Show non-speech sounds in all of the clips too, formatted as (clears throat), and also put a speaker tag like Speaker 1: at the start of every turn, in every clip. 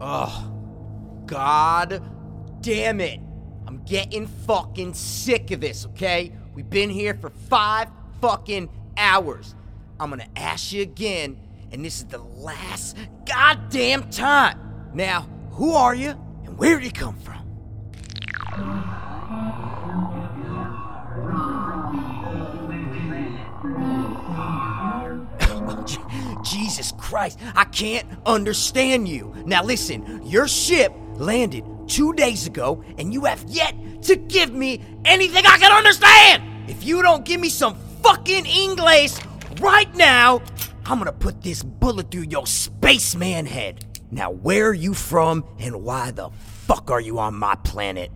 Speaker 1: Ugh. God damn it. I'm getting fucking sick of this, okay? We've been here for five fucking hours. I'm gonna ask you again, and this is the last goddamn time. Now, who are you, and where did you come from? Oh, Je- Jesus Christ, I can't understand you. Now listen, your ship landed two days ago, and you have yet to give me anything I can understand! If you don't give me some fucking English right now, I'm gonna put this bullet through your spaceman head. Now, where are you from, and why the fuck are you on my planet?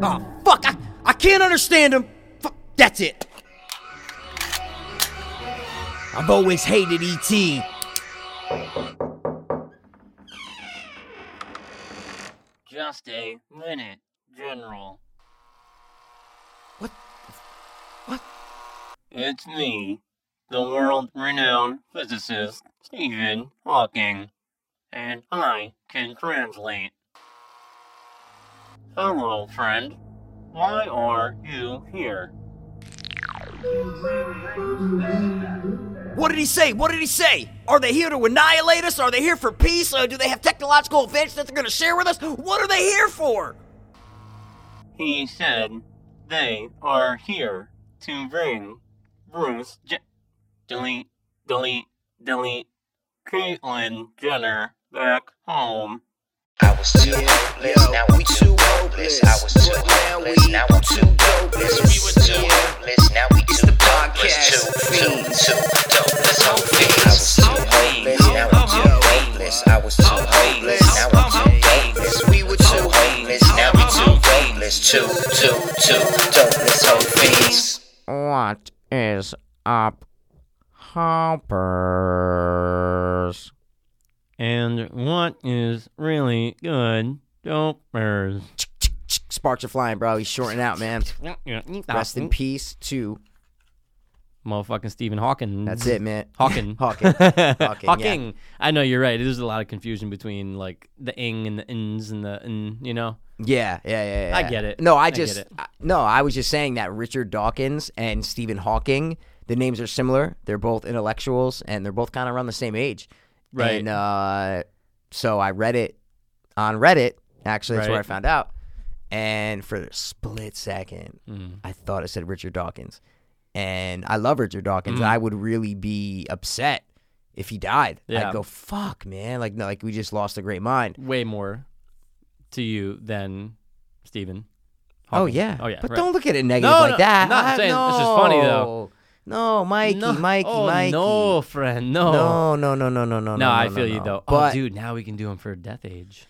Speaker 1: Oh, fuck, I, I can't understand him. Fuck, that's it. I've always hated E E.T.
Speaker 2: Just a minute, General.
Speaker 1: What? What?
Speaker 2: It's me, the world renowned physicist Stephen Hawking, and I can translate. Hello, friend. Why are you here?
Speaker 1: What did he say? What did he say? Are they here to annihilate us? Are they here for peace? Uh, do they have technological advances that they're going to share with us? What are they here for?
Speaker 2: He said they are here to bring Bruce Je- delete delete delete Caitlyn Jenner back home.
Speaker 3: I was too hopeless, now we too hopeless. I was too hopeless, now I'm too dopeless. We were too hopeless, now we too dopeless. Too, too, too dopeless. I was too hopeless, now I'm too hopeless. I was too hopeless, now I'm too dopeless. We were too hopeless, now we too dopeless. Too, too, too dopeless. Hopeless.
Speaker 4: What is up, hoppers?
Speaker 2: And what is really good, dopers?
Speaker 1: Sparks are flying, bro. He's shorting out, man. Rest in
Speaker 2: Motherfucking
Speaker 1: peace, too.
Speaker 2: Stephen Hawking.
Speaker 1: That's it, man.
Speaker 2: Hawking.
Speaker 1: (laughs)
Speaker 2: (laughs)
Speaker 1: Hawking.
Speaker 2: Hawking.
Speaker 1: yeah.
Speaker 2: I know you're right. There's a lot of confusion between like the ing and the ins and the in, you know?
Speaker 1: Yeah, yeah, yeah, yeah.
Speaker 2: I get it.
Speaker 1: No, I
Speaker 2: I get
Speaker 1: just
Speaker 2: it.
Speaker 1: I- no. I was just saying that Richard Dawkins and Stephen Hawking, the names are similar. They're both intellectuals, and they're both kind of around the same age.
Speaker 2: Right.
Speaker 1: And uh, so I read it on Reddit. Actually, that's where I
Speaker 2: Right.
Speaker 1: found out. And for a split second,
Speaker 2: Mm.
Speaker 1: I thought it said Richard Dawkins, and I love Richard
Speaker 2: Mm.
Speaker 1: Dawkins. I would really be upset if he died.
Speaker 2: Yeah.
Speaker 1: I'd go fuck, man. Like no, like we just lost a great mind.
Speaker 2: Way more to you than Stephen.
Speaker 1: Oh
Speaker 2: Hawking.
Speaker 1: yeah.
Speaker 2: Oh yeah.
Speaker 1: But
Speaker 2: right.
Speaker 1: don't look at it negative
Speaker 2: No,
Speaker 1: like
Speaker 2: no,
Speaker 1: that.
Speaker 2: no, I'm
Speaker 1: I-
Speaker 2: saying
Speaker 1: no.
Speaker 2: it's just funny, though.
Speaker 1: No, Mikey,
Speaker 2: no.
Speaker 1: Mikey,
Speaker 2: oh,
Speaker 1: Mikey.
Speaker 2: No, friend. No.
Speaker 1: No, no, no, no, no, no.
Speaker 2: No,
Speaker 1: no,
Speaker 2: I
Speaker 1: no,
Speaker 2: feel you
Speaker 1: no.
Speaker 2: though.
Speaker 1: But
Speaker 2: oh, dude, now we can do him for death age.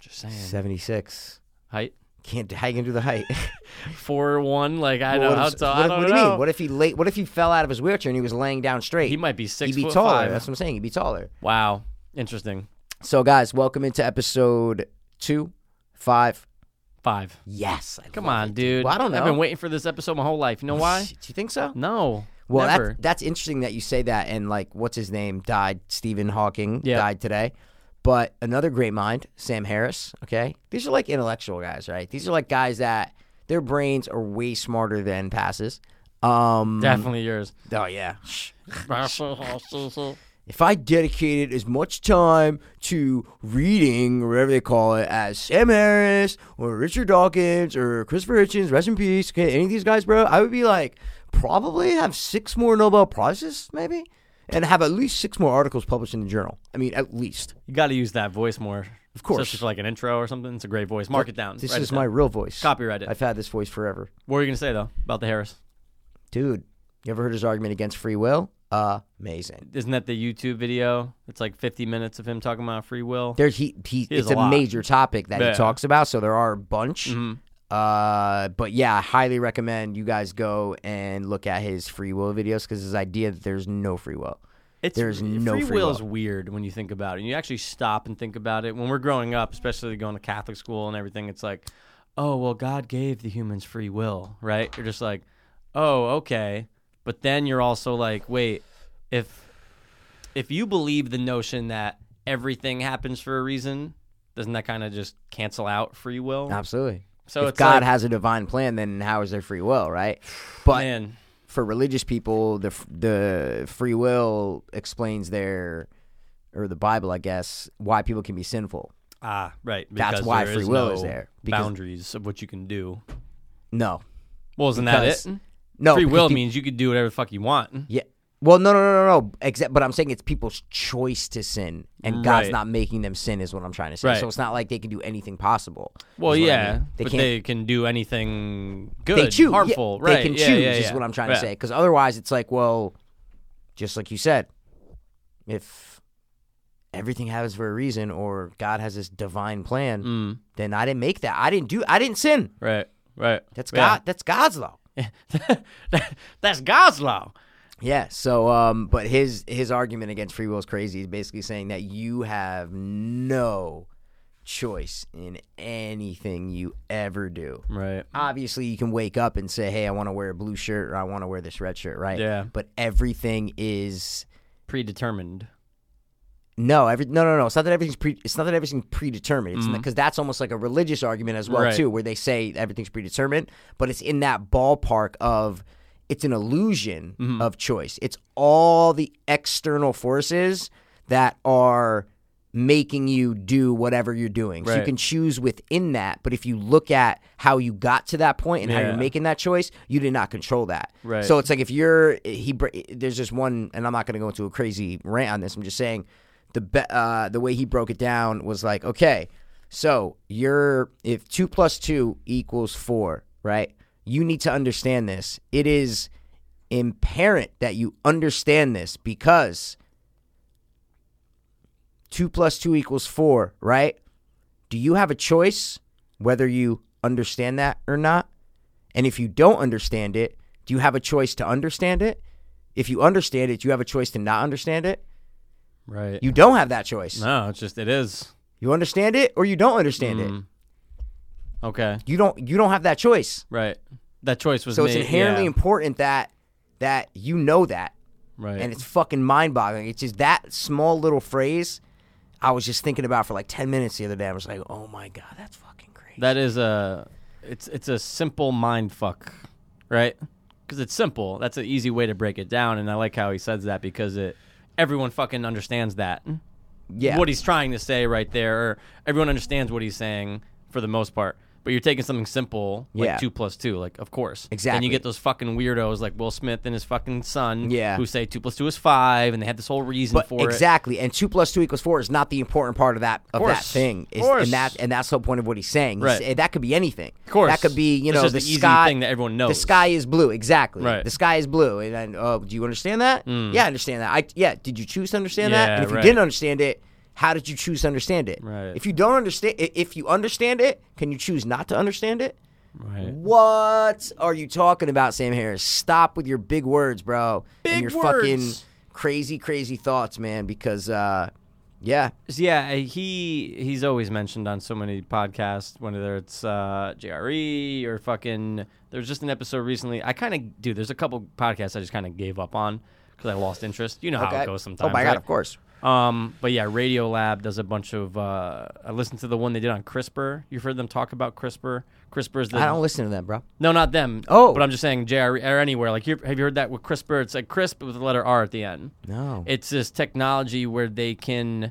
Speaker 2: Just saying.
Speaker 1: seventy-six.
Speaker 2: Height
Speaker 1: Can't how you gonna do the height? (laughs)
Speaker 2: four one. Like I
Speaker 1: what
Speaker 2: don't.
Speaker 1: if,
Speaker 2: How
Speaker 1: what,
Speaker 2: tall? I
Speaker 1: if-
Speaker 2: don't
Speaker 1: what do you
Speaker 2: know.
Speaker 1: mean? What if he late? What if he fell out of his wheelchair and he was laying down straight?
Speaker 2: he might be 6
Speaker 1: He'd be
Speaker 2: foot
Speaker 1: taller.
Speaker 2: five.
Speaker 1: That's what I'm saying. He'd be taller.
Speaker 2: Wow. Interesting.
Speaker 1: So, guys, welcome into episode two, five.
Speaker 2: Five.
Speaker 1: Yes. I
Speaker 2: Come
Speaker 1: love
Speaker 2: on,
Speaker 1: it,
Speaker 2: dude.
Speaker 1: Well, I don't know.
Speaker 2: I've been waiting for this episode my whole life. You know why?
Speaker 1: (laughs) Do you think so?
Speaker 2: No.
Speaker 1: Well,
Speaker 2: never.
Speaker 1: that's, that's interesting that you say that. And like, what's his name? Died. Stephen Hawking
Speaker 2: Yeah.
Speaker 1: died today. But another great mind, Sam Harris. Okay, these are like intellectual guys, right? These are like guys that their brains are way smarter than passes. Um,
Speaker 2: definitely
Speaker 1: (laughs)
Speaker 2: yours. (laughs)
Speaker 1: Oh yeah.
Speaker 2: That's
Speaker 1: If I dedicated as much time to reading, or whatever they call it, as Sam Harris or Richard Dawkins or Christopher Hitchens, rest in peace, okay, any of these guys, bro, I would be like, probably have six more Nobel Prizes, maybe, and have at least six more articles published in the journal. I mean, at least.
Speaker 2: You got to use that voice more. Of
Speaker 1: course.
Speaker 2: Especially for like an intro or something. It's a great voice. Mark it down.
Speaker 1: This
Speaker 2: Write
Speaker 1: is
Speaker 2: it
Speaker 1: my
Speaker 2: down.
Speaker 1: real voice.
Speaker 2: Copyright it.
Speaker 1: I've had this voice forever.
Speaker 2: What were you going to say, though, about the Harris?
Speaker 1: Dude, you ever heard his argument against free will? Amazing.
Speaker 2: Isn't that the YouTube video? It's like 50 minutes of him talking about free will.
Speaker 1: There's he, he,
Speaker 2: has
Speaker 1: it's
Speaker 2: a
Speaker 1: a,
Speaker 2: lot.
Speaker 1: major topic that
Speaker 2: Yeah. Mm-hmm.
Speaker 1: he talks about, so there are a bunch. Uh, but yeah, I highly recommend you guys go and look at his free will videos because his idea that there's no free will.
Speaker 2: It's,
Speaker 1: There's no
Speaker 2: free
Speaker 1: free
Speaker 2: will
Speaker 1: will.
Speaker 2: is weird when you think about it. And you actually stop and think about it. When we're growing up, especially going to Catholic school and everything, it's like, oh, well, God gave the humans free will, right? You're just like, oh, okay. But then you're also like, wait, if if you believe the notion that everything happens for a reason, doesn't that kind of just cancel out free will?
Speaker 1: Absolutely.
Speaker 2: So
Speaker 1: if
Speaker 2: it's
Speaker 1: God
Speaker 2: like-
Speaker 1: has a divine plan, then how is there free will, right? But
Speaker 2: Man,
Speaker 1: for religious people, the f- the free will explains their or the Bible, I guess, why people can be sinful.
Speaker 2: ah, right.
Speaker 1: That's
Speaker 2: because
Speaker 1: why
Speaker 2: there
Speaker 1: free will
Speaker 2: no
Speaker 1: is there, because-
Speaker 2: Boundaries of what you can do.
Speaker 1: No,
Speaker 2: Well, isn't
Speaker 1: Because-
Speaker 2: that it?
Speaker 1: no,
Speaker 2: free
Speaker 1: because
Speaker 2: will
Speaker 1: peop-
Speaker 2: means you could do whatever the fuck you want.
Speaker 1: yeah. Well, no, no, no, no, no. Except, but I'm saying it's people's choice to sin, and God's
Speaker 2: Right.
Speaker 1: not making them sin, is what I'm trying to say.
Speaker 2: Right.
Speaker 1: So it's not like they can do anything possible. is
Speaker 2: Well,
Speaker 1: what I
Speaker 2: yeah,
Speaker 1: mean. they
Speaker 2: but
Speaker 1: can't.
Speaker 2: they can do anything good,
Speaker 1: they choose. Yeah,
Speaker 2: harmful, right?
Speaker 1: They can
Speaker 2: yeah,
Speaker 1: choose,
Speaker 2: yeah,
Speaker 1: is
Speaker 2: yeah.
Speaker 1: what I'm trying
Speaker 2: Yeah.
Speaker 1: to say. Because otherwise, it's like, well, just like you said, if everything happens for a reason or God has this divine plan,
Speaker 2: Mm,
Speaker 1: then I didn't make that. I didn't do. I didn't sin.
Speaker 2: right, right.
Speaker 1: That's
Speaker 2: Yeah.
Speaker 1: God. That's God's law.
Speaker 2: (laughs) That's God's law.
Speaker 1: Yeah. So, um, but his his argument against free will is crazy. He's basically saying that you have no choice in anything you ever do.
Speaker 2: Right.
Speaker 1: obviously you can wake up and say, "Hey, I want to wear a blue shirt or I want to wear this red shirt," right?
Speaker 2: Yeah.
Speaker 1: But everything is
Speaker 2: Predetermined.
Speaker 1: no, every no, no, no. It's not that everything's pre. It's not that everything's predetermined. It's because that's almost like a religious argument as well
Speaker 2: Mm-hmm. Right.
Speaker 1: too, where they say everything's predetermined, but it's in that ballpark of it's an illusion
Speaker 2: Mm-hmm.
Speaker 1: of choice. It's all the external forces that are making you do whatever you're doing. So you
Speaker 2: Right.
Speaker 1: can choose within that, but if you look at how you got to that point and how
Speaker 2: Yeah.
Speaker 1: you're making that choice, you did not control that.
Speaker 2: Right.
Speaker 1: So it's like if you're he br- there's just one and I'm not going to go into a crazy rant on this. I'm just saying the be, uh, the way he broke it down was like okay, so you're if 2 plus 2 equals 4, right? You need to understand this. It is imperant that you understand this because 2 plus 2 equals 4, right? Do you have a choice whether you understand that or not? And if you don't understand it, do you have a choice to understand it? If you understand it, do you have a choice to not understand it?
Speaker 2: Right.
Speaker 1: You don't have that choice.
Speaker 2: no, it's just it is.
Speaker 1: You understand it or you don't understand it.
Speaker 2: Mm. Okay.
Speaker 1: You don't you don't have that choice.
Speaker 2: Right. That choice was
Speaker 1: So it's
Speaker 2: made.
Speaker 1: inherently
Speaker 2: yeah.
Speaker 1: important that that you know that.
Speaker 2: right.
Speaker 1: And it's fucking mind boggling. It's just that small little phrase I was just thinking about for like ten minutes the other day. I was like, oh my God, that's fucking crazy.
Speaker 2: That is a it's it's a simple mind fuck, right? Because it's simple. That's an easy way to break it down, and I like how he says that because it everyone fucking understands that
Speaker 1: yeah.
Speaker 2: what he's trying to say right there. Or everyone understands what he's saying for the most part. But you're taking something simple, like
Speaker 1: Yeah.
Speaker 2: two plus two, like of course, And
Speaker 1: Exactly.
Speaker 2: you get those fucking weirdos like Will Smith and his fucking son,
Speaker 1: Yeah.
Speaker 2: who say two plus two is five, and they had this whole reason
Speaker 1: But
Speaker 2: for it.
Speaker 1: exactly, and two plus two equals four is not the important part of that of, that
Speaker 2: course.
Speaker 1: thing. Is,
Speaker 2: Course.
Speaker 1: and that and that's the whole point of what he's saying. He's-
Speaker 2: Right.
Speaker 1: that could be anything. Of
Speaker 2: course.
Speaker 1: that could be you
Speaker 2: It's
Speaker 1: know
Speaker 2: just
Speaker 1: the
Speaker 2: the easy
Speaker 1: sky
Speaker 2: thing that everyone
Speaker 1: The
Speaker 2: knows.
Speaker 1: sky is blue, exactly.
Speaker 2: Right. Mm.
Speaker 1: The sky is blue, and then, oh, do you understand that? Yeah, I understand that. I yeah. Did you choose to understand that?
Speaker 2: Yeah,
Speaker 1: And if
Speaker 2: right.
Speaker 1: you didn't understand it, how did you choose to understand it?
Speaker 2: Right.
Speaker 1: If you don't understand, i- if you understand it, can you choose not to understand it?
Speaker 2: Right.
Speaker 1: What are you talking about, Sam Harris? Stop with your big words, bro.
Speaker 2: Big
Speaker 1: and your
Speaker 2: words.
Speaker 1: fucking crazy, crazy thoughts, man, because uh yeah.
Speaker 2: So, yeah, he he's always mentioned on so many podcasts, whether it's uh, JRE or fucking. There was just an episode recently. I kind of dude. There's a couple podcasts I just kind of gave up on because I lost interest. You know how
Speaker 1: Okay.
Speaker 2: it goes sometimes.
Speaker 1: oh my
Speaker 2: right?
Speaker 1: god, of course.
Speaker 2: Um, but yeah, Radiolab does a bunch of. Uh, I listened to the one they did on CRISPR. You've heard them talk about CRISPR. CRISPR is the
Speaker 1: I don't listen to that, bro.
Speaker 2: no, not them.
Speaker 1: Oh.
Speaker 2: but I'm just saying JRE or anywhere. Like, you have you heard that with CRISPR? It's like CRISP with the letter R at the end.
Speaker 1: No.
Speaker 2: It's this technology where they can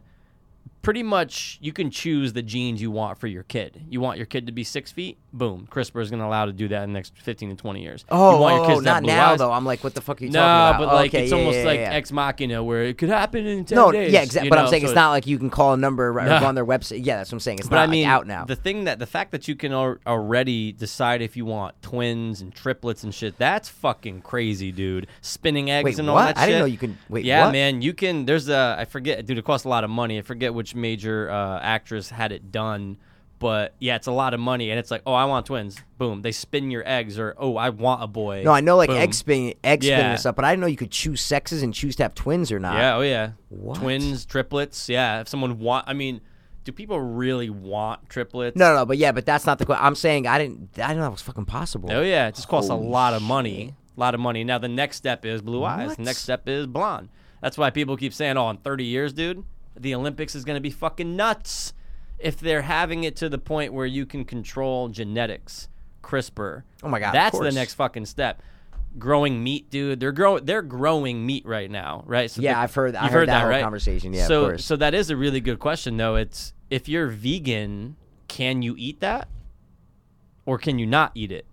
Speaker 2: pretty much you can choose the genes you want for your kid. You want your kid to be six feet? Boom. CRISPR is going to allow to do that in the next 15 to 20 years.
Speaker 1: oh,
Speaker 2: you want your
Speaker 1: oh,
Speaker 2: kids
Speaker 1: oh,
Speaker 2: to have
Speaker 1: not
Speaker 2: blue
Speaker 1: now
Speaker 2: eyes?
Speaker 1: though. I'm like, what the fuck are you
Speaker 2: No,
Speaker 1: talking about?
Speaker 2: but
Speaker 1: Oh,
Speaker 2: like
Speaker 1: okay,
Speaker 2: it's
Speaker 1: yeah,
Speaker 2: almost
Speaker 1: yeah,
Speaker 2: like
Speaker 1: yeah.
Speaker 2: ex machina where it could happen in 10
Speaker 1: No,
Speaker 2: days.
Speaker 1: yeah, exactly.
Speaker 2: you
Speaker 1: But I'm
Speaker 2: know?
Speaker 1: saying
Speaker 2: So
Speaker 1: it's not like you can call a number right
Speaker 2: No.
Speaker 1: go on their website. Yeah, that's what I'm saying. It's
Speaker 2: But
Speaker 1: not
Speaker 2: I mean,
Speaker 1: like, out now.
Speaker 2: the thing that the fact that you can al- already decide if you want twins and triplets and shit, that's fucking crazy, dude. Spinning eggs
Speaker 1: Wait,
Speaker 2: and all
Speaker 1: what?
Speaker 2: that shit.
Speaker 1: I didn't know you can- wait,
Speaker 2: yeah,
Speaker 1: what?
Speaker 2: man, you can. There's a I forget, dude. It costs a lot of money. I forget which major uh, actress had it done, but yeah, it's a lot of money, and it's like, oh, I want twins. Boom, they spin your eggs, or oh, I want a boy.
Speaker 1: no, I know like
Speaker 2: Boom.
Speaker 1: egg spin egg spin
Speaker 2: Yeah.
Speaker 1: and stuff, but I didn't know you could choose sexes and choose to have twins or not.
Speaker 2: Yeah, oh yeah.
Speaker 1: What?
Speaker 2: Twins, triplets. Yeah, if someone want, I mean, do people really want triplets?
Speaker 1: No, no, no, but yeah, but that's not the question. I'm saying I didn't I didn't know that was fucking possible.
Speaker 2: Oh yeah, it just costs a lot of money. A lot of money. Now the next step is blue eyes. The
Speaker 1: What?
Speaker 2: next step is blonde. That's why people keep saying, "Oh, in 30 years, dude, the Olympics is going to be fucking nuts." If they're having it to the point where you can control genetics, CRISPR.
Speaker 1: Oh my God, of
Speaker 2: That's the
Speaker 1: course.
Speaker 2: next fucking step. Growing meat, dude. They're grow they're growing meat right now, right? So
Speaker 1: Yeah,
Speaker 2: the-
Speaker 1: I've heard- I
Speaker 2: you've
Speaker 1: heard that whole
Speaker 2: right?
Speaker 1: conversation. Yeah, of
Speaker 2: so
Speaker 1: course.
Speaker 2: so that is a really good question though. It's if you're vegan, can you eat that, or can you not eat it?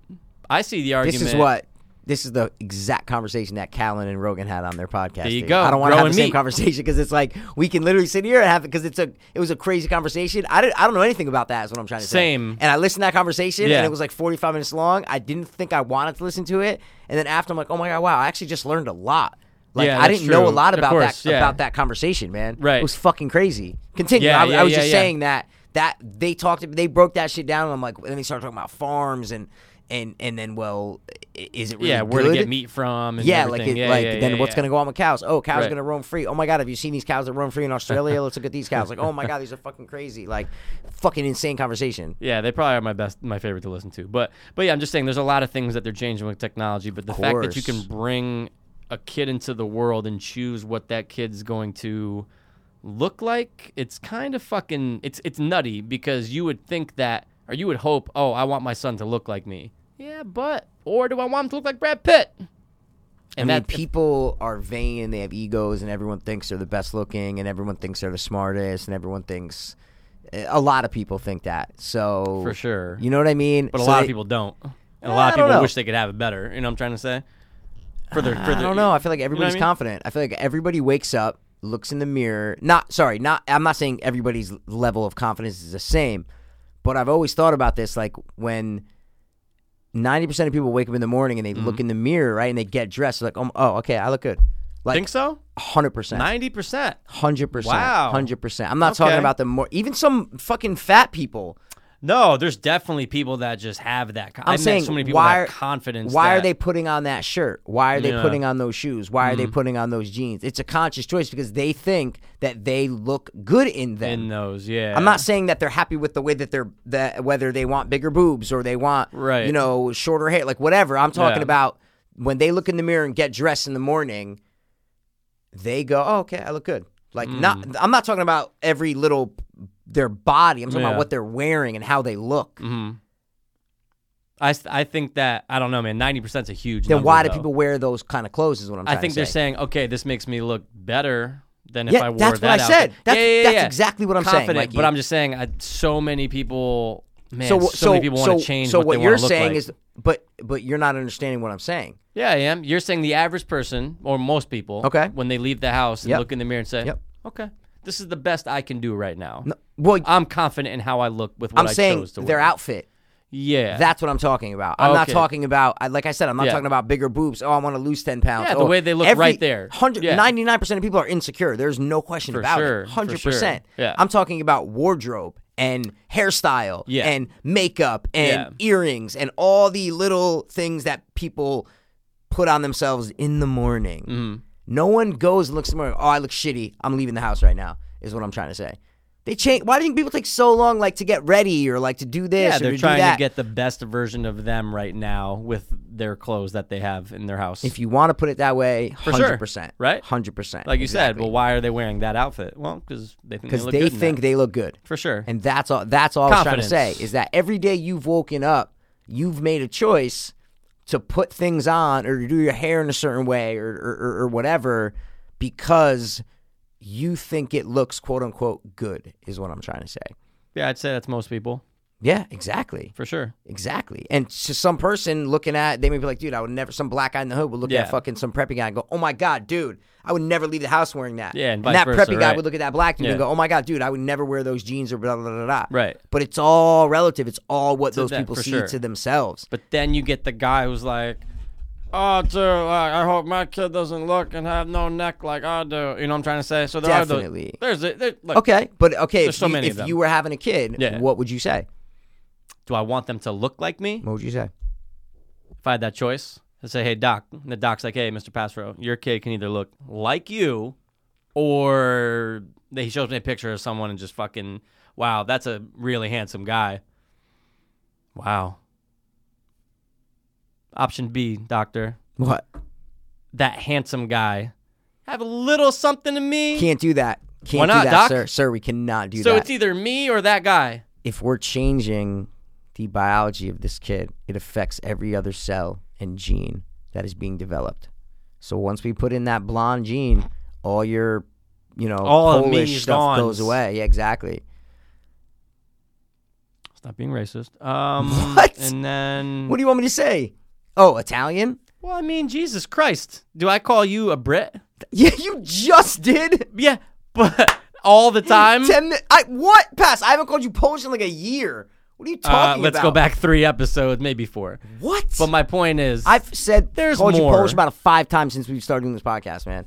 Speaker 2: I see the argument.
Speaker 1: This is what. This is the exact conversation that Callan and Rogan had on their podcast.
Speaker 2: There you
Speaker 1: dude.
Speaker 2: go,
Speaker 1: I don't want to have
Speaker 2: growing
Speaker 1: the same
Speaker 2: meat.
Speaker 1: conversation because it's like we can literally sit here and have it because it's a it was a crazy conversation. I didn't, I don't know anything about that. Is what I'm trying to say.
Speaker 2: Same.
Speaker 1: And I listened to that conversation
Speaker 2: Yeah.
Speaker 1: and it was like 45 minutes long. I didn't think I wanted to listen to it, and then after I'm like, oh my god, wow, I actually just learned a lot. Like
Speaker 2: Yeah,
Speaker 1: I
Speaker 2: that's
Speaker 1: didn't know a
Speaker 2: true.
Speaker 1: lot
Speaker 2: Of
Speaker 1: about
Speaker 2: course,
Speaker 1: that
Speaker 2: yeah.
Speaker 1: about that conversation, man.
Speaker 2: Right.
Speaker 1: It was fucking crazy. Continue.
Speaker 2: Yeah,
Speaker 1: I,
Speaker 2: yeah,
Speaker 1: I was
Speaker 2: yeah,
Speaker 1: just
Speaker 2: yeah.
Speaker 1: saying that that they talked they broke that shit down and I'm like and they started talking about farms and and and then well i- is it really
Speaker 2: yeah, where to
Speaker 1: good?
Speaker 2: get meat from? And
Speaker 1: yeah, like
Speaker 2: everything.
Speaker 1: it,
Speaker 2: yeah,
Speaker 1: like
Speaker 2: yeah,
Speaker 1: then
Speaker 2: yeah,
Speaker 1: what's
Speaker 2: yeah.
Speaker 1: gonna go on with cows? Oh, cows
Speaker 2: Right.
Speaker 1: gonna roam free. Oh my god, have you seen these cows that roam free in Australia? Let's look at these cows. Like, oh
Speaker 2: (laughs)
Speaker 1: my god, these are fucking crazy. Like, fucking insane conversation.
Speaker 2: Yeah, they probably are my best, my favorite to listen to. But but yeah, I'm just saying, there's a lot of things that they're changing with technology. But the fact that you can
Speaker 1: course.
Speaker 2: bring a kid into the world and choose what that kid's going to look like, it's kind of fucking, it's it's nutty because you would think that, or you would hope, oh, I want my son to look like me. Yeah, but or do I want him to look like Brad Pitt?
Speaker 1: I mean,
Speaker 2: uh,
Speaker 1: people are vain. They have egos, and everyone thinks they're the best looking, and everyone thinks they're the smartest, and everyone thinks. A lot of people think that. So
Speaker 2: For sure.
Speaker 1: you know what I mean.
Speaker 2: But a
Speaker 1: So
Speaker 2: lot of
Speaker 1: they-
Speaker 2: people don't, and a
Speaker 1: Uh,
Speaker 2: lot of
Speaker 1: I don't
Speaker 2: people
Speaker 1: know.
Speaker 2: wish they could have it better. You know what I'm trying to say? For their, for
Speaker 1: I
Speaker 2: their,
Speaker 1: don't know. I feel like
Speaker 2: know what I
Speaker 1: everybody's
Speaker 2: mean?
Speaker 1: confident. I feel like everybody wakes up, looks in the mirror. Not sorry, not I'm not saying everybody's level of confidence is the same, but I've always thought about this like when 90% of people wake up in the morning and they
Speaker 2: Mm-hmm.
Speaker 1: look in the mirror, right? And they get dressed like, "Oh, oh, okay, I look good." Like
Speaker 2: think so.
Speaker 1: 100%.
Speaker 2: Ninety percent.
Speaker 1: Hundred percent.
Speaker 2: Wow.
Speaker 1: Hundred percent. I'm not talking
Speaker 2: Okay.
Speaker 1: about the more. Even some fucking fat people.
Speaker 2: No, there's definitely people that just have that. Con-
Speaker 1: I'm
Speaker 2: I've met
Speaker 1: saying
Speaker 2: so many people
Speaker 1: why
Speaker 2: that
Speaker 1: are-
Speaker 2: have confidence.
Speaker 1: Why are
Speaker 2: that-
Speaker 1: they putting on that shirt? Why are they
Speaker 2: Yeah. Mm-hmm.
Speaker 1: putting on those shoes? Why are they putting on those jeans? It's a conscious choice because they think that they look good in them.
Speaker 2: in those? Yeah,
Speaker 1: I'm not saying that they're happy with the way that they're that whether they want bigger boobs or they want
Speaker 2: Right.
Speaker 1: you know shorter hair, like whatever. I'm talking
Speaker 2: Yeah.
Speaker 1: about when they look in the mirror and get dressed in the morning. They go, oh, okay, I look good. Like not,
Speaker 2: Mm.
Speaker 1: I'm not talking about every little their body. I'm talking
Speaker 2: Yeah.
Speaker 1: about what they're wearing and how they look.
Speaker 2: Mm-hmm. I, s- I think that I don't know, man. Ninety percent is a huge.
Speaker 1: Then
Speaker 2: number,
Speaker 1: why do
Speaker 2: though.
Speaker 1: people wear those kind of clothes? Is what I'm.
Speaker 2: I
Speaker 1: trying
Speaker 2: think
Speaker 1: to
Speaker 2: they're
Speaker 1: say.
Speaker 2: saying, okay, this makes me look better than if
Speaker 1: Yeah,
Speaker 2: I wore
Speaker 1: that's what
Speaker 2: that
Speaker 1: I
Speaker 2: out.
Speaker 1: said. That's-
Speaker 2: yeah, yeah,
Speaker 1: that's
Speaker 2: yeah.
Speaker 1: exactly what I'm saying,
Speaker 2: Confident,
Speaker 1: like,
Speaker 2: but
Speaker 1: you-
Speaker 2: I'm just saying, I, so many people, man, so,
Speaker 1: So, so,
Speaker 2: many people want
Speaker 1: so-
Speaker 2: to change
Speaker 1: So
Speaker 2: what,
Speaker 1: what,
Speaker 2: they
Speaker 1: you're
Speaker 2: want to look
Speaker 1: saying
Speaker 2: like.
Speaker 1: is, but but you're not understanding what I'm saying.
Speaker 2: Yeah, I am. You're saying the average person, or most people,
Speaker 1: Okay.
Speaker 2: when they leave the house and
Speaker 1: Yep.
Speaker 2: look in the mirror and say,
Speaker 1: Yep.
Speaker 2: okay, this is the best I can do right now.
Speaker 1: Well,
Speaker 2: I'm confident in how I look with what
Speaker 1: I'm
Speaker 2: I
Speaker 1: saying
Speaker 2: chose to
Speaker 1: their
Speaker 2: wear.
Speaker 1: outfit.
Speaker 2: Yeah,
Speaker 1: That's what I'm talking about. I'm not
Speaker 2: Okay.
Speaker 1: talking about, I- like I said, I'm not
Speaker 2: Yeah.
Speaker 1: talking about bigger boobs. Oh, I want to lose 10 pounds.
Speaker 2: Yeah, the
Speaker 1: Oh,
Speaker 2: way they look
Speaker 1: every-
Speaker 2: right there.
Speaker 1: 100
Speaker 2: Yeah.
Speaker 1: 99% of people are insecure. There's no question
Speaker 2: For
Speaker 1: about
Speaker 2: sure,
Speaker 1: it.
Speaker 2: for
Speaker 1: 100%.
Speaker 2: sure. Yeah.
Speaker 1: I'm talking about wardrobe and hairstyle
Speaker 2: Yeah.
Speaker 1: and makeup and earrings and all the little things that people put on themselves in the morning.
Speaker 2: Mm-hmm.
Speaker 1: No one goes and looks in the morning. Oh, I look shitty. I'm leaving the house right now, is what I'm trying to say. They change. Why do you think people take so long, like to get ready or like to do this?
Speaker 2: yeah.
Speaker 1: or
Speaker 2: They're
Speaker 1: do
Speaker 2: trying
Speaker 1: that?
Speaker 2: to get the best version of them right now with their clothes that they have in their house.
Speaker 1: If you want to put it that way,
Speaker 2: sure,
Speaker 1: hundred percent,
Speaker 2: right?
Speaker 1: Hundred percent,
Speaker 2: like you said, well, why are they wearing that outfit? Well, because they think
Speaker 1: because
Speaker 2: look
Speaker 1: they
Speaker 2: good in
Speaker 1: think
Speaker 2: that.
Speaker 1: they look good,
Speaker 2: for sure.
Speaker 1: and that's all. That's all I was trying to
Speaker 2: Confidence.
Speaker 1: say is that every day you've woken up, you've made a choice to put things on or to do your hair in a certain way or or, or, or whatever because you think it looks quote unquote good is what I'm trying to say.
Speaker 2: yeah, I'd say that's most people
Speaker 1: Yeah, exactly.
Speaker 2: for sure.
Speaker 1: Exactly. And to some person looking at, they may be like, dude, I would never, some black guy in the hood would look
Speaker 2: Yeah.
Speaker 1: at fucking some preppy guy and go, oh my God, dude, I would never leave the house wearing that.
Speaker 2: Yeah, and vice
Speaker 1: that
Speaker 2: versa,
Speaker 1: preppy guy
Speaker 2: right.
Speaker 1: would look at that black dude
Speaker 2: Yeah.
Speaker 1: and go, oh my God, dude, I would never wear those jeans or blah, blah, blah, blah.
Speaker 2: Right.
Speaker 1: But it's all relative. It's all what those
Speaker 2: them,
Speaker 1: people
Speaker 2: for
Speaker 1: see
Speaker 2: sure.
Speaker 1: to themselves.
Speaker 2: But then you get the guy who's like, "Oh, dude, I I hope my kid doesn't look and have no neck like I do." You know what I'm trying to say? So there
Speaker 1: Definitely.
Speaker 2: are those. There's a, there, look,
Speaker 1: Okay. But okay, if,
Speaker 2: There's so
Speaker 1: you,
Speaker 2: many of
Speaker 1: if
Speaker 2: them.
Speaker 1: you were having a kid,
Speaker 2: Yeah.
Speaker 1: what would you say?
Speaker 2: Do I want them to look like me?
Speaker 1: What would you say?
Speaker 2: if I had that choice, I'd say, hey, Doc. And the doc's like, hey, Mr. Passrow, your kid can either look like you or he shows me a picture of someone and just fucking, wow, that's a really handsome guy. Wow. Option B, doctor.
Speaker 1: What?
Speaker 2: That handsome guy Have a little something to me.
Speaker 1: Can't do that. Can't
Speaker 2: Why not,
Speaker 1: do that,
Speaker 2: Doc?
Speaker 1: sir. Sir, we cannot do
Speaker 2: so
Speaker 1: that.
Speaker 2: it's either me or that guy.
Speaker 1: if we're changing the biology of this kid, it affects every other cell and gene that is being developed. So once we put in that blonde gene, all your, you know,
Speaker 2: All of me
Speaker 1: Polish
Speaker 2: is
Speaker 1: stuff
Speaker 2: gone.
Speaker 1: goes away. Yeah, exactly.
Speaker 2: Stop being racist. Um,
Speaker 1: (laughs) What?
Speaker 2: And then,
Speaker 1: What do you want me to say? Oh, Italian? (laughs)
Speaker 2: well, I mean, Jesus Christ, do I call you a Brit?
Speaker 1: Yeah, you just did.
Speaker 2: Yeah, (laughs) but all the time.
Speaker 1: Ten. mi- I what? Pass. I haven't called you Polish in like a year. What are you
Speaker 2: Uh,
Speaker 1: talking
Speaker 2: let's
Speaker 1: about?
Speaker 2: go back three episodes, maybe four.
Speaker 1: What?
Speaker 2: But my point is,
Speaker 1: I've said
Speaker 2: There's
Speaker 1: called
Speaker 2: more.
Speaker 1: you Polish about five times since we've started doing this podcast, man.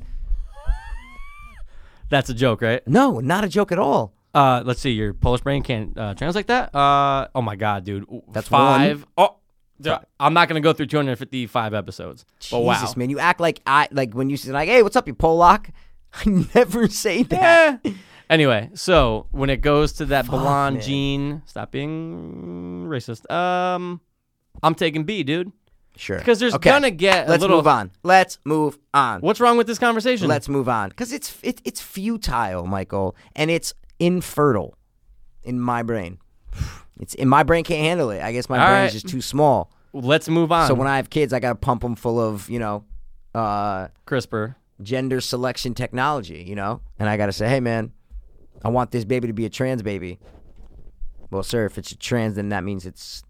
Speaker 2: that's a joke, right?
Speaker 1: No, not a joke at all.
Speaker 2: Uh, let's see. Your Polish brain can't uh, translate that. Uh, oh my God, dude. Ooh,
Speaker 1: That's
Speaker 2: five. Oh, dude, I'm not gonna go through 255 episodes. but Oh, wow,
Speaker 1: Jesus, man, you act like I like when you say like, "Hey, what's up, you Polak?" (laughs) I never say that.
Speaker 2: Eh. Anyway, so when it goes to that blonde
Speaker 1: man.
Speaker 2: gene, stop being racist. Um, I'm taking B, dude,
Speaker 1: Sure,
Speaker 2: because there's
Speaker 1: Okay,
Speaker 2: gonna get
Speaker 1: Let's
Speaker 2: a little.
Speaker 1: move on. Let's move on.
Speaker 2: What's wrong with this conversation?
Speaker 1: Let's move on because it's it, it's futile, Michael, and it's infertile in my brain. (sighs) It's in my brain can't handle it. I guess my
Speaker 2: All
Speaker 1: brain
Speaker 2: right.
Speaker 1: is just too small.
Speaker 2: Let's move on.
Speaker 1: So when I have kids, I gotta pump them full of you know, uh,
Speaker 2: CRISPR.
Speaker 1: gender selection technology, you know, and I gotta say, hey man, I want this baby to be a trans baby. Well, sir, if it's a trans, then that means it's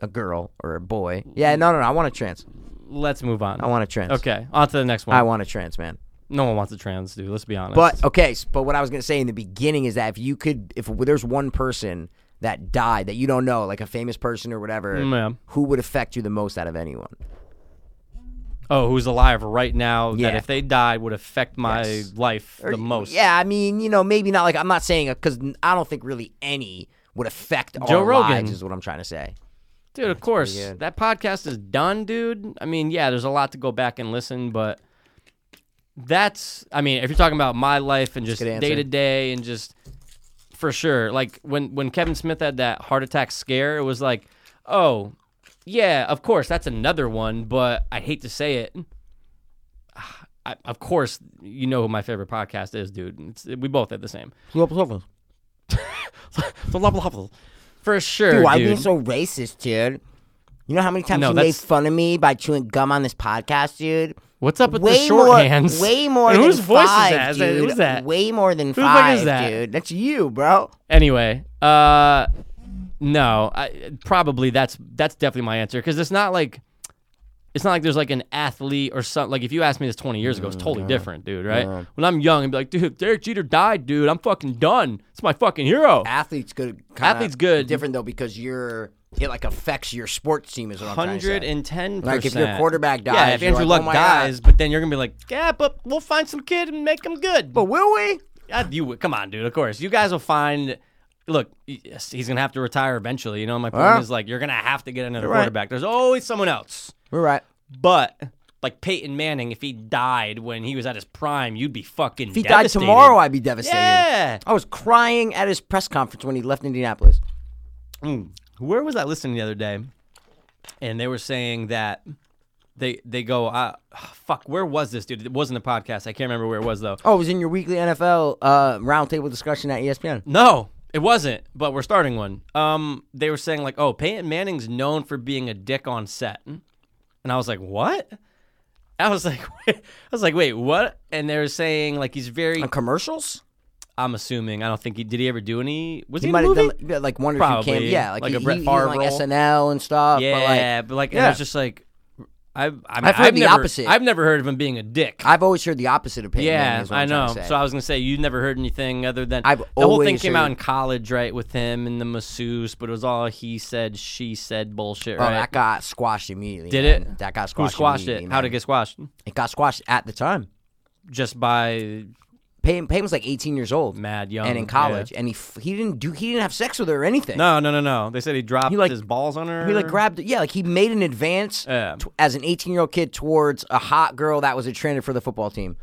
Speaker 1: a girl or a boy. Yeah, no, no, no. I want a trans.
Speaker 2: Let's move on.
Speaker 1: I want a trans.
Speaker 2: Okay, on to the next one.
Speaker 1: I want a trans man.
Speaker 2: no one wants a trans dude. Let's be honest.
Speaker 1: But okay, s- but what I was gonna say in the beginning is that if you could, if there's one person that died that you don't know, like a famous person or whatever,
Speaker 2: Mm, yeah.
Speaker 1: who would affect you the most out of anyone?
Speaker 2: oh, who's alive right now that
Speaker 1: Yeah.
Speaker 2: if they died would affect my
Speaker 1: Yes.
Speaker 2: life
Speaker 1: Or-
Speaker 2: the most?
Speaker 1: Yeah, I mean, you know, maybe not like I'm not saying because I don't think really any would affect
Speaker 2: Joe
Speaker 1: our
Speaker 2: Rogan.
Speaker 1: lives is what I'm trying to say.
Speaker 2: Dude, of course.
Speaker 1: good.
Speaker 2: That podcast is done, dude. I mean, yeah, there's a lot to go back and listen, but that's I mean, if you're talking about my life and just
Speaker 1: good answer.
Speaker 2: day to day and just for sure, like when when Kevin Smith had that heart attack scare, it was like, "Oh, yeah, of course, that's another one, but I hate to say it. (sighs) I, of course, you know who my favorite podcast is, dude. It's, we both had the same. For sure,
Speaker 1: Dude,
Speaker 2: dude.
Speaker 1: why are you being so racist, dude? You know how many times
Speaker 2: No,
Speaker 1: you made
Speaker 2: that's-
Speaker 1: fun of me by chewing gum on this podcast, dude?
Speaker 2: What's up with the
Speaker 1: way more,
Speaker 2: shorthands?
Speaker 1: way more.
Speaker 2: And
Speaker 1: than
Speaker 2: (laughs) whose voice
Speaker 1: five,
Speaker 2: is that? Is that-
Speaker 1: dude.
Speaker 2: Who's that?
Speaker 1: Way more than
Speaker 2: the fuck
Speaker 1: five,
Speaker 2: is that?
Speaker 1: dude. That's you, bro.
Speaker 2: Anyway, uh, no, I, probably that's that's definitely my answer because it's not like it's not like there's like an athlete or something. Like if you asked me this 20 years ago, it's totally different, dude. Right? When I'm young, and be like, dude, if Derek Jeter died, dude. I'm fucking done. It's my fucking hero.
Speaker 1: Athlete's good. Kinda
Speaker 2: Athlete's good.
Speaker 1: Different though because you're it like affects your sports team is what I'm trying to say.
Speaker 2: Hundred and ten.
Speaker 1: Like, if your quarterback
Speaker 2: yeah.
Speaker 1: dies,
Speaker 2: If
Speaker 1: you're
Speaker 2: Andrew
Speaker 1: like,
Speaker 2: Luck
Speaker 1: "Oh my God."
Speaker 2: dies, but then you're gonna be like, yeah, but we'll find some kid and make him good.
Speaker 1: But will we?
Speaker 2: Yeah, you would- come on, dude. Of course, you guys will find. Look, yes, he's gonna have to retire eventually. You know, my point
Speaker 1: Well.
Speaker 2: is like you're gonna have to get another
Speaker 1: right.
Speaker 2: quarterback. There's always someone else.
Speaker 1: We're right.
Speaker 2: But like Peyton Manning, if he died when he was at his prime, you'd be fucking.
Speaker 1: If he died tomorrow, I'd be devastated.
Speaker 2: yeah.
Speaker 1: I was crying at his press conference when he left Indianapolis.
Speaker 2: Mm. Where was I listening the other day? And they were saying that they they go, uh, fuck, where was this dude? It wasn't a podcast. I can't remember where it was though.
Speaker 1: Oh, it was in your weekly NFL uh, roundtable discussion at E ESPN.
Speaker 2: No, it wasn't. But we're starting one. Um, they were saying like, oh, Peyton Manning's known for being a dick on set, and I was like, what? I was like, (laughs) I was like, wait, what? And they were saying like he's very.
Speaker 1: On commercials?
Speaker 2: I'm assuming. I don't think he did. He ever do any? Was
Speaker 1: He
Speaker 2: he, in a
Speaker 1: might have
Speaker 2: movie?
Speaker 1: done yeah, like one or
Speaker 2: Probably,
Speaker 1: two cam. Yeah, like,
Speaker 2: like
Speaker 1: he,
Speaker 2: a Brett
Speaker 1: he- he was on,
Speaker 2: Favre role.
Speaker 1: like SNL and stuff.
Speaker 2: yeah,
Speaker 1: But like,
Speaker 2: but like, and
Speaker 1: yeah.
Speaker 2: I was just like, I've I mean,
Speaker 1: I've heard the
Speaker 2: never,
Speaker 1: opposite.
Speaker 2: I've never heard of him being a dick.
Speaker 1: I've always heard the opposite of Peyton. Manning
Speaker 2: yeah,
Speaker 1: is what
Speaker 2: I
Speaker 1: I'm trying
Speaker 2: know.
Speaker 1: to say.
Speaker 2: So I was gonna say you never heard anything other than
Speaker 1: I've
Speaker 2: the whole thing
Speaker 1: always
Speaker 2: came out
Speaker 1: heard-
Speaker 2: in college, right, with him and the masseuse, but it was all he said, she said bullshit,
Speaker 1: Oh,
Speaker 2: right?
Speaker 1: that got squashed immediately.
Speaker 2: Did
Speaker 1: man.
Speaker 2: it?
Speaker 1: That got
Speaker 2: Who
Speaker 1: squashed.
Speaker 2: squashed it?
Speaker 1: immediately,
Speaker 2: How did it
Speaker 1: man.
Speaker 2: get squashed?
Speaker 1: It got squashed at the time.
Speaker 2: Just by
Speaker 1: Peyton, Peyton was like 18 years old
Speaker 2: mad young
Speaker 1: and in
Speaker 2: yeah.
Speaker 1: college, and he f- he didn't do he didn't have sex with her or anything.
Speaker 2: No, no, no, no. They said he dropped
Speaker 1: He, like-
Speaker 2: his balls on her.
Speaker 1: He like grabbed yeah, like he made an advance
Speaker 2: Yeah.
Speaker 1: t- as an 18 year old kid towards a hot girl that was a trainer for the football team.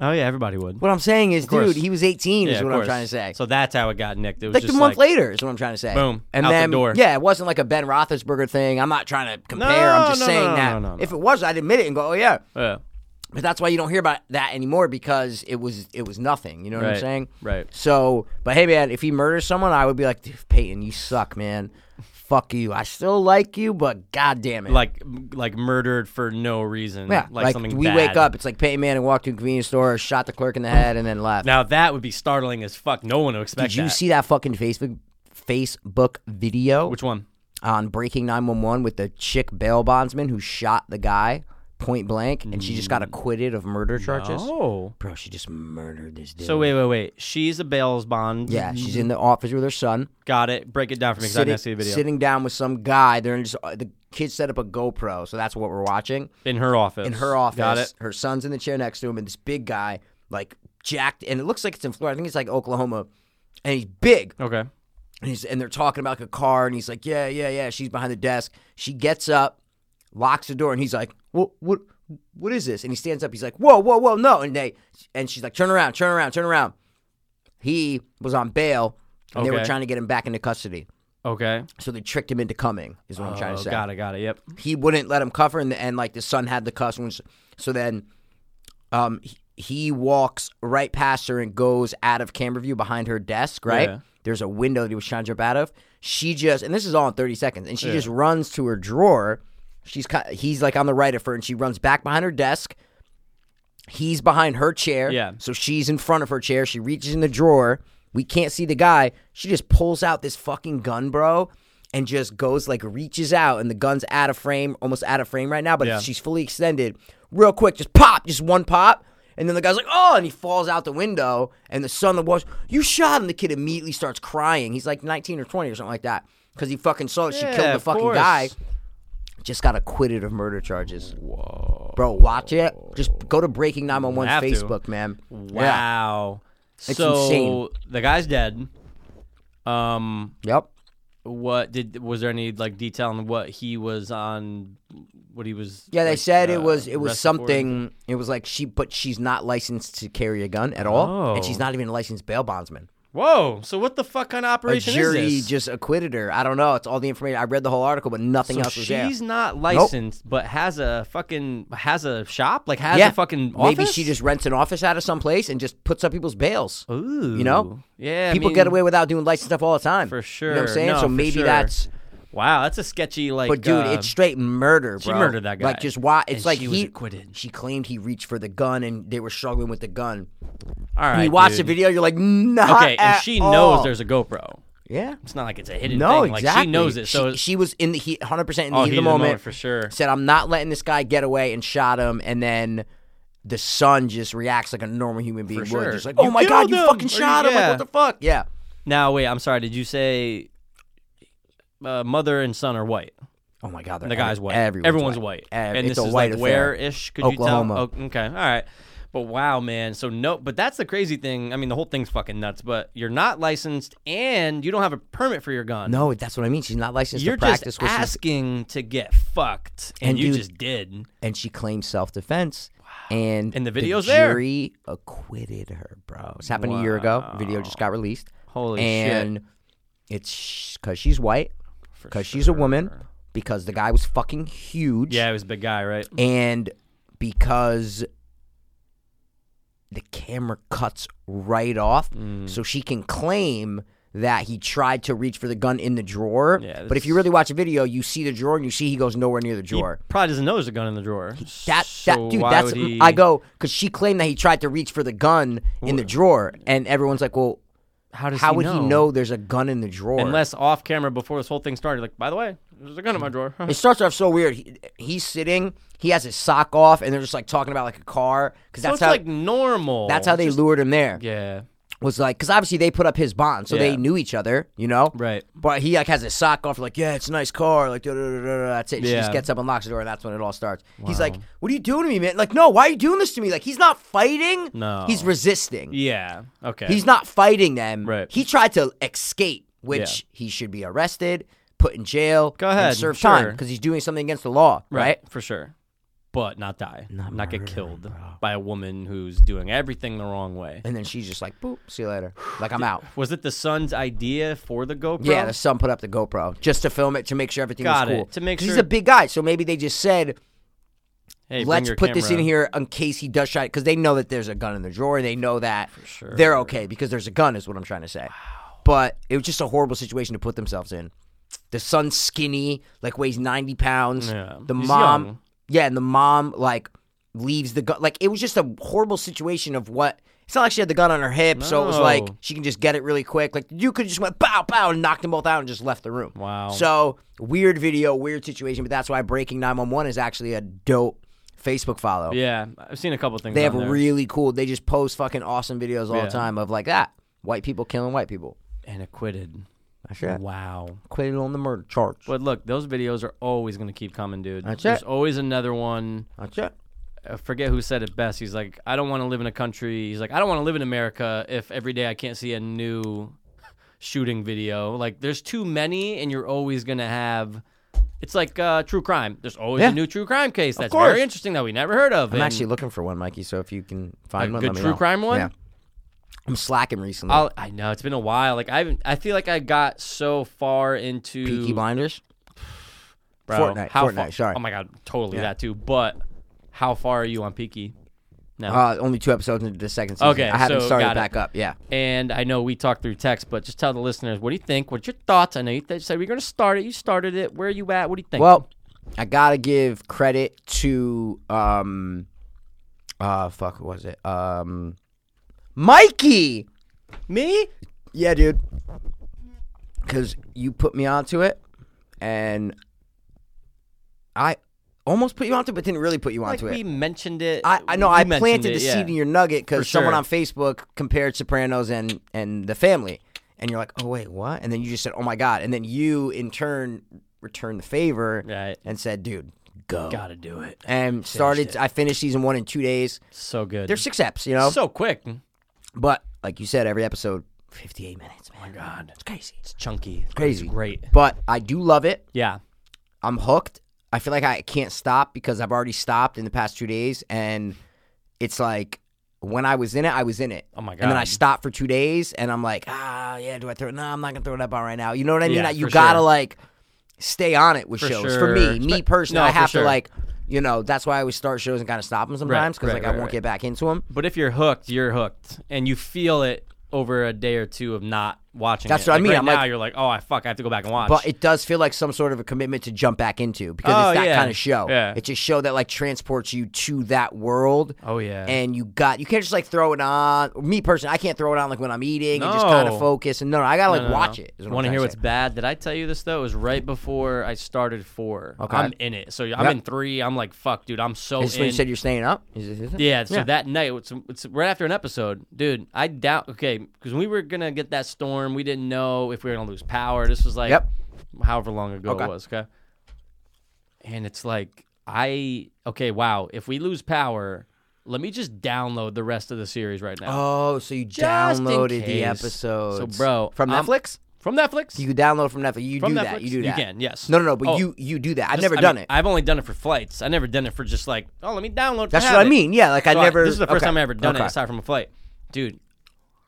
Speaker 2: Oh yeah, everybody would.
Speaker 1: What I'm saying is,
Speaker 2: course.
Speaker 1: dude, he was 18.
Speaker 2: yeah,
Speaker 1: is
Speaker 2: of
Speaker 1: what I'm
Speaker 2: course.
Speaker 1: trying to say.
Speaker 2: So that's how it got nicked. It was
Speaker 1: like the
Speaker 2: just
Speaker 1: month
Speaker 2: like,
Speaker 1: later is what I'm trying to say.
Speaker 2: Boom.
Speaker 1: and
Speaker 2: Out the
Speaker 1: then
Speaker 2: door.
Speaker 1: yeah, it wasn't like a Ben Roethlisberger thing. I'm not trying to compare. I'm just
Speaker 2: no,
Speaker 1: saying
Speaker 2: no, no,
Speaker 1: that
Speaker 2: no, no, no. uh,
Speaker 1: if it was, I'd admit it and go, oh yeah.
Speaker 2: Yeah.
Speaker 1: But that's why you don't hear about that anymore because it was it was nothing. You know what
Speaker 2: Right,
Speaker 1: I'm saying?
Speaker 2: right.
Speaker 1: So, but hey man, if he murders someone, I would be like, "Dude, Peyton, you suck, man. Fuck you. I still like you, but god damn it.
Speaker 2: like like murdered for no reason.
Speaker 1: yeah,
Speaker 2: like, something
Speaker 1: we
Speaker 2: bad.
Speaker 1: wake up, it's like Peyton Manning walked to a convenience store, shot the clerk in the head, and then left.
Speaker 2: Now that would be startling as fuck. No one would expect
Speaker 1: Did you
Speaker 2: that.
Speaker 1: see that fucking Facebook Facebook video
Speaker 2: Which one?
Speaker 1: on Breaking 911 with the chick bail bondsman who shot the guy point blank, and she just
Speaker 2: Mm.
Speaker 1: got acquitted of murder charges?
Speaker 2: Oh.
Speaker 1: Bro, she just murdered this dude.
Speaker 2: So wait, wait, wait. She's a bails bond.
Speaker 1: Yeah, she's in the office with her son,
Speaker 2: Got it. Break it down for me because I
Speaker 1: sitting,
Speaker 2: didn't see the video.
Speaker 1: sitting down with some guy. They're in just, uh, the kid set up a GoPro, so that's what we're watching.
Speaker 2: in her office.
Speaker 1: in her office.
Speaker 2: Got it.
Speaker 1: Her son's in the chair next to him, and this big guy, like jacked, and it looks like it's in Florida. I think it's like Oklahoma, and he's big,
Speaker 2: Okay.
Speaker 1: and he's and they're talking about like a car, and he's like, yeah, yeah, yeah. She's behind the desk. She gets up, locks the door, and he's like, what, what, what is this? And he stands up. He's like, whoa, whoa, whoa, no. And they, and she's like, turn around, turn around, turn around. He was on bail, and they were
Speaker 2: Okay.
Speaker 1: trying to get him back into custody.
Speaker 2: Okay.
Speaker 1: So they tricked him into coming. Is what I'm trying to
Speaker 2: Oh,
Speaker 1: say
Speaker 2: got it. Got it. Yep.
Speaker 1: he wouldn't let him cover, and, and like the son had the cuss. Which, so then, um, he, he walks right past her and goes out of camera view behind her desk. Right
Speaker 2: Yeah.
Speaker 1: there's a window that he was trying to jump out of. She just, and this is all in 30 seconds, and she just runs to her drawer. She's ki- he's like on the right of her, and she runs back behind her desk. He's behind her chair.
Speaker 2: Yeah.
Speaker 1: So she's in front of her chair. She reaches in the drawer. We can't see the guy. She just pulls out this fucking gun, bro, and just goes like reaches out, and the gun's out of frame, almost out of frame right now, but
Speaker 2: Yeah.
Speaker 1: she's fully extended. Real quick, just pop, just one pop. And then the guy's like, oh, and he falls out the window. And the son of the watch, you shot him. The kid immediately starts crying. He's like 19 or 20 or something like that. Because he fucking saw that
Speaker 2: Yeah,
Speaker 1: she killed the
Speaker 2: of
Speaker 1: fucking
Speaker 2: course.
Speaker 1: guy. Just got acquitted of murder charges. Whoa. Bro, watch it. Just go to Breaking
Speaker 2: Have
Speaker 1: 911
Speaker 2: to.
Speaker 1: Facebook, man. Yeah.
Speaker 2: Wow.
Speaker 1: It's
Speaker 2: so
Speaker 1: insane.
Speaker 2: the guy's dead. Um,
Speaker 1: Yep.
Speaker 2: what did was there any like detail on what he was on? What he was?
Speaker 1: Yeah, they
Speaker 2: like,
Speaker 1: said
Speaker 2: uh,
Speaker 1: it was it was
Speaker 2: arrested for?
Speaker 1: something. It was like she, but she's not licensed to carry a gun at all,
Speaker 2: Oh.
Speaker 1: and she's not even a licensed bail bondsman.
Speaker 2: Whoa! So what the fuck kind of
Speaker 1: A
Speaker 2: operation
Speaker 1: jury
Speaker 2: is this?
Speaker 1: just acquitted her. I don't know. It's all the information. I read the whole article, but nothing
Speaker 2: so
Speaker 1: else was there.
Speaker 2: she's not licensed, but has a fucking has a shop, like has a fucking office.
Speaker 1: Maybe she just rents an office out of some place and just puts up people's bails.
Speaker 2: Ooh.
Speaker 1: you know?
Speaker 2: Yeah. I
Speaker 1: People
Speaker 2: mean,
Speaker 1: get away without doing licensed stuff all the time.
Speaker 2: for sure.
Speaker 1: You know what I'm saying?
Speaker 2: No,
Speaker 1: so
Speaker 2: for
Speaker 1: maybe
Speaker 2: sure.
Speaker 1: that's.
Speaker 2: Wow, that's a sketchy like.
Speaker 1: But dude,
Speaker 2: uh,
Speaker 1: it's straight murder, bro.
Speaker 2: she murdered that guy.
Speaker 1: Like just why? It's
Speaker 2: And
Speaker 1: like
Speaker 2: she
Speaker 1: he
Speaker 2: was acquitted.
Speaker 1: She claimed he reached for the gun and they were struggling with the gun.
Speaker 2: all right.
Speaker 1: When you watch the
Speaker 2: dude.
Speaker 1: video, you're like, not
Speaker 2: Okay, and
Speaker 1: at
Speaker 2: she
Speaker 1: all.
Speaker 2: knows there's a GoPro.
Speaker 1: yeah.
Speaker 2: It's not like it's a hidden
Speaker 1: No,
Speaker 2: thing. Like
Speaker 1: exactly.
Speaker 2: she knows it. So
Speaker 1: she, she was in the heat, 100 percent in the
Speaker 2: oh,
Speaker 1: heat
Speaker 2: heat
Speaker 1: of the moment.
Speaker 2: for sure.
Speaker 1: said, I'm not letting this guy get away and shot him. And then the son just reacts like a normal human being
Speaker 2: For
Speaker 1: would.
Speaker 2: sure.
Speaker 1: Just like,
Speaker 2: You
Speaker 1: oh my God,
Speaker 2: killed
Speaker 1: you
Speaker 2: him!"
Speaker 1: fucking
Speaker 2: Or you-
Speaker 1: shot him. Like,
Speaker 2: yeah.
Speaker 1: what the fuck? Yeah.
Speaker 2: Now wait, I'm sorry. Did you say uh, mother and son are white?
Speaker 1: Oh my God. they're
Speaker 2: The
Speaker 1: every-
Speaker 2: guy's white.
Speaker 1: Everyone's,
Speaker 2: white.
Speaker 1: Ev-
Speaker 2: and
Speaker 1: it's
Speaker 2: this
Speaker 1: a
Speaker 2: is
Speaker 1: white
Speaker 2: like
Speaker 1: affair.
Speaker 2: where ish? Could you
Speaker 1: Oklahoma.
Speaker 2: tell? Oh, okay, all right. But wow, man. So no, but that's the crazy thing. I mean, the whole thing's fucking nuts. But you're not licensed, and you don't have a permit for your gun.
Speaker 1: No, that's what I mean. She's not licensed
Speaker 2: you're
Speaker 1: to practice
Speaker 2: just
Speaker 1: what she's-
Speaker 2: asking to get fucked, and,
Speaker 1: And
Speaker 2: you
Speaker 1: dude-
Speaker 2: just did.
Speaker 1: and she claims self defense. And,
Speaker 2: And the video's
Speaker 1: the
Speaker 2: there.
Speaker 1: jury acquitted her, bro. This happened a year ago. Video just got released.
Speaker 2: Holy
Speaker 1: and
Speaker 2: shit!
Speaker 1: it's because she's white, because she's a woman, because the guy was fucking huge.
Speaker 2: Yeah, he was a big guy, right?
Speaker 1: and because the camera cuts right off,
Speaker 2: Mm.
Speaker 1: so she can claim that he tried to reach for the gun in the drawer.
Speaker 2: Yeah,
Speaker 1: but if you
Speaker 2: that's-
Speaker 1: really watch the video, you see the drawer and you see he goes nowhere near the
Speaker 2: He
Speaker 1: drawer.
Speaker 2: probably doesn't know there's a gun in the drawer.
Speaker 1: That,
Speaker 2: So
Speaker 1: that dude,
Speaker 2: why
Speaker 1: that's
Speaker 2: would he-
Speaker 1: I go because she claimed that he tried to reach for the gun in the drawer, and everyone's like, "Well,
Speaker 2: How does
Speaker 1: how would he know there's a gun in the drawer?"
Speaker 2: Unless off camera before this whole thing started, like, by the way, there's a gun in my drawer. (laughs)
Speaker 1: It starts off so weird. He, he's sitting, he has his sock off, and they're just like talking about like a car because
Speaker 2: so
Speaker 1: that's
Speaker 2: it's
Speaker 1: how
Speaker 2: like normal.
Speaker 1: that's how they lured him there.
Speaker 2: Yeah.
Speaker 1: Was like because obviously they put up his bond, so they
Speaker 2: Yeah.
Speaker 1: knew each other, you know.
Speaker 2: Right.
Speaker 1: But he like has his sock off, like yeah, it's a nice car, like da, da, da, da, da. that's it. She just
Speaker 2: Yeah.
Speaker 1: gets up and locks the door, and that's when it all starts. He's like, "What are you doing to me, man? Like, no, why are you doing this to me? Like, he's not fighting.
Speaker 2: No.
Speaker 1: he's resisting.
Speaker 2: Yeah. Okay.
Speaker 1: He's not fighting them.
Speaker 2: Right.
Speaker 1: He tried to escape, which he should be arrested, put in jail,
Speaker 2: Go ahead,
Speaker 1: and serve
Speaker 2: sure.
Speaker 1: time because he's doing something against the law, right?
Speaker 2: for sure, but not die, not, get killed by a woman who's doing everything the wrong way.
Speaker 1: And then she's just like, "Boop, see you later." Like I'm out.
Speaker 2: Was it the son's idea for the GoPro?
Speaker 1: Yeah, the son put up the GoPro just to film it to make sure everything
Speaker 2: Got
Speaker 1: was
Speaker 2: it,
Speaker 1: cool.
Speaker 2: to make
Speaker 1: 'Cause he's
Speaker 2: sure-
Speaker 1: a big guy, so maybe they just said,
Speaker 2: Hey, bring
Speaker 1: let's
Speaker 2: your
Speaker 1: put this in
Speaker 2: camera.
Speaker 1: here in case he does shot because they know that there's a gun in the drawer. They know that
Speaker 2: sure.
Speaker 1: they're okay because there's a gun is what I'm trying to say. But it was just a horrible situation to put themselves in. The son's skinny, like weighs 90 pounds.
Speaker 2: Yeah.
Speaker 1: The
Speaker 2: He's
Speaker 1: mom,
Speaker 2: young.
Speaker 1: yeah, and the mom like leaves the gun. Like it was just a horrible situation of what. It's not like she had the gun on her hip, so it was like
Speaker 2: No.
Speaker 1: she can just get it really quick. Like you could just went pow pow and knocked them both out and just left the room.
Speaker 2: Wow.
Speaker 1: So weird video, weird situation, but that's why breaking 911 is actually a dope Facebook follow.
Speaker 2: Yeah, I've seen a couple things.
Speaker 1: They have
Speaker 2: on there.
Speaker 1: really cool. They just post fucking awesome videos all
Speaker 2: Yeah.
Speaker 1: the time of like that white people killing white people.
Speaker 2: and acquitted.
Speaker 1: That's it.
Speaker 2: Wow.
Speaker 1: Acquitted on the murder charge.
Speaker 2: But look, those videos are always going to keep coming, dude.
Speaker 1: That's
Speaker 2: There's
Speaker 1: it.
Speaker 2: always another one.
Speaker 1: That's it.
Speaker 2: I forget who said it best. He's like, I don't want to live in a country. He's like, I don't want to live in America if every day I can't see a new (laughs) shooting video. Like, there's too many, and you're always going to have. It's like uh, true crime. There's always
Speaker 1: Yeah.
Speaker 2: a new true crime case that's
Speaker 1: course.
Speaker 2: very interesting that we never heard of.
Speaker 1: I'm
Speaker 2: and
Speaker 1: actually looking for one, Mikey. So if you can find
Speaker 2: A
Speaker 1: one,
Speaker 2: good
Speaker 1: let me
Speaker 2: true
Speaker 1: know.
Speaker 2: crime one?
Speaker 1: Yeah. I'm slacking recently.
Speaker 2: I'll, I know it's been a while. Like I, haven't- I feel like I got so far into
Speaker 1: Peaky Blinders.
Speaker 2: Bro,
Speaker 1: Fortnite,
Speaker 2: How
Speaker 1: Fortnite,
Speaker 2: far-
Speaker 1: sorry.
Speaker 2: Oh my god, totally that too. But how far are you on Peaky?
Speaker 1: Uh, only two episodes into the second season.
Speaker 2: Oh. Okay,
Speaker 1: I haven't
Speaker 2: so
Speaker 1: started
Speaker 2: got it.
Speaker 1: back up. Yeah.
Speaker 2: And I know we talked through text, but just tell the listeners what do you think? What's your thoughts? I know you th- said we are gonna start it. You started it. Where are you at? What do you think?
Speaker 1: Well, I gotta give credit to um, uh, fuck, what was it um, Mikey?
Speaker 2: me?
Speaker 1: Yeah, dude. Because you put me onto it, and I almost put you onto it, but didn't really put you
Speaker 2: Like
Speaker 1: onto
Speaker 2: we
Speaker 1: it.
Speaker 2: mentioned it.
Speaker 1: I, I know
Speaker 2: you
Speaker 1: I
Speaker 2: mentioned
Speaker 1: planted
Speaker 2: it,
Speaker 1: the
Speaker 2: yeah.
Speaker 1: seed in your nugget because
Speaker 2: For
Speaker 1: someone
Speaker 2: sure.
Speaker 1: on Facebook compared Sopranos and and The Family, and you're like, oh wait, what? And then you just said, oh my god, and then you in turn returned the favor
Speaker 2: Right.
Speaker 1: and said, dude, go.
Speaker 2: Gotta do it.
Speaker 1: And started. I finished season one in two days.
Speaker 2: So good.
Speaker 1: There's six eps, you know.
Speaker 2: so quick.
Speaker 1: but like you said, every episode, 58 minutes. Man. Oh my
Speaker 2: God.
Speaker 1: it's crazy.
Speaker 2: It's chunky.
Speaker 1: Crazy.
Speaker 2: It's great.
Speaker 1: But I do love it.
Speaker 2: Yeah.
Speaker 1: I'm hooked. I feel like I can't stop because I've already stopped in the past two days, and it's like when I was in it, I was in it.
Speaker 2: Oh my
Speaker 1: And then I
Speaker 2: God.
Speaker 1: stopped for two days, and I'm like, ah, yeah, do I throw it? No, I'm not gonna throw it up on right now. You know what I mean?
Speaker 2: Yeah,
Speaker 1: I- you
Speaker 2: for
Speaker 1: gotta
Speaker 2: sure.
Speaker 1: like stay on it with
Speaker 2: For
Speaker 1: shows. For me,
Speaker 2: sure.
Speaker 1: me
Speaker 2: Spe-
Speaker 1: personally,
Speaker 2: no,
Speaker 1: I
Speaker 2: for
Speaker 1: have
Speaker 2: sure.
Speaker 1: to like, you know, that's why I always start shows and kind of stop them sometimes because
Speaker 2: right,
Speaker 1: like I
Speaker 2: right,
Speaker 1: won't
Speaker 2: right.
Speaker 1: get back into them.
Speaker 2: But if you're hooked, you're hooked, and you feel it over a day or two of not watching.
Speaker 1: That's
Speaker 2: it.
Speaker 1: what I mean.
Speaker 2: Right
Speaker 1: I'm
Speaker 2: now
Speaker 1: like-
Speaker 2: you're like, oh, I fuck, I have to go back and watch.
Speaker 1: But it does feel like some sort of a commitment to jump back into because
Speaker 2: Oh,
Speaker 1: it's that
Speaker 2: yeah.
Speaker 1: kind of show.
Speaker 2: Yeah.
Speaker 1: It's a show that like transports you to that world.
Speaker 2: oh yeah.
Speaker 1: And you got you can't just like throw it on. Me personally, I can't throw it on like when I'm eating and just
Speaker 2: No.
Speaker 1: kind of focus. And no, no, I gotta like watch it.
Speaker 2: Want to hear what's
Speaker 1: back?
Speaker 2: bad? Did I tell you this though? It was right before I started four.
Speaker 1: Okay.
Speaker 2: I'm in it. So I'm in three. I'm like, fuck, dude. I'm so
Speaker 1: Is this
Speaker 2: in.
Speaker 1: when you said you're staying up? Is this- is it?
Speaker 2: yeah. So that night, it's, it's right after an episode, dude. I doubt. Okay, because we were gonna get that storm. We didn't know if we were gonna lose power. This was like,
Speaker 1: Yep.
Speaker 2: however long ago
Speaker 1: Okay.
Speaker 2: it was. Okay. And it's like I okay. Wow. If we lose power, let me just download the rest of the series right now
Speaker 1: Oh, so you
Speaker 2: Just in
Speaker 1: downloaded the
Speaker 2: case.
Speaker 1: episode.
Speaker 2: So, bro,
Speaker 1: from
Speaker 2: I'm-
Speaker 1: Netflix,
Speaker 2: from Netflix.
Speaker 1: you could download from Netflix. You
Speaker 2: From
Speaker 1: do
Speaker 2: Netflix,
Speaker 1: that. You do
Speaker 2: you
Speaker 1: that.
Speaker 2: can, yes.
Speaker 1: No, no, no. But
Speaker 2: Oh.
Speaker 1: you you do that. I've
Speaker 2: Just-
Speaker 1: never
Speaker 2: I
Speaker 1: done
Speaker 2: mean,
Speaker 1: it.
Speaker 2: I've only done it for flights. I never done it for just like, oh, let me download. to
Speaker 1: That's
Speaker 2: have
Speaker 1: what I
Speaker 2: it.
Speaker 1: mean. Yeah, like I
Speaker 2: So
Speaker 1: never.
Speaker 2: this is the first
Speaker 1: okay.
Speaker 2: time I ever done
Speaker 1: Okay.
Speaker 2: it aside from a flight, dude.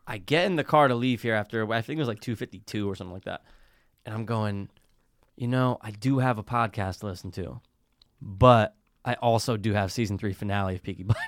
Speaker 2: I get in the car to leave here after I think it was like two fifty two or something like that, and I'm going. You know, I do have a podcast to listen to, but I also do have season three finale of Peaky (laughs) Blinders.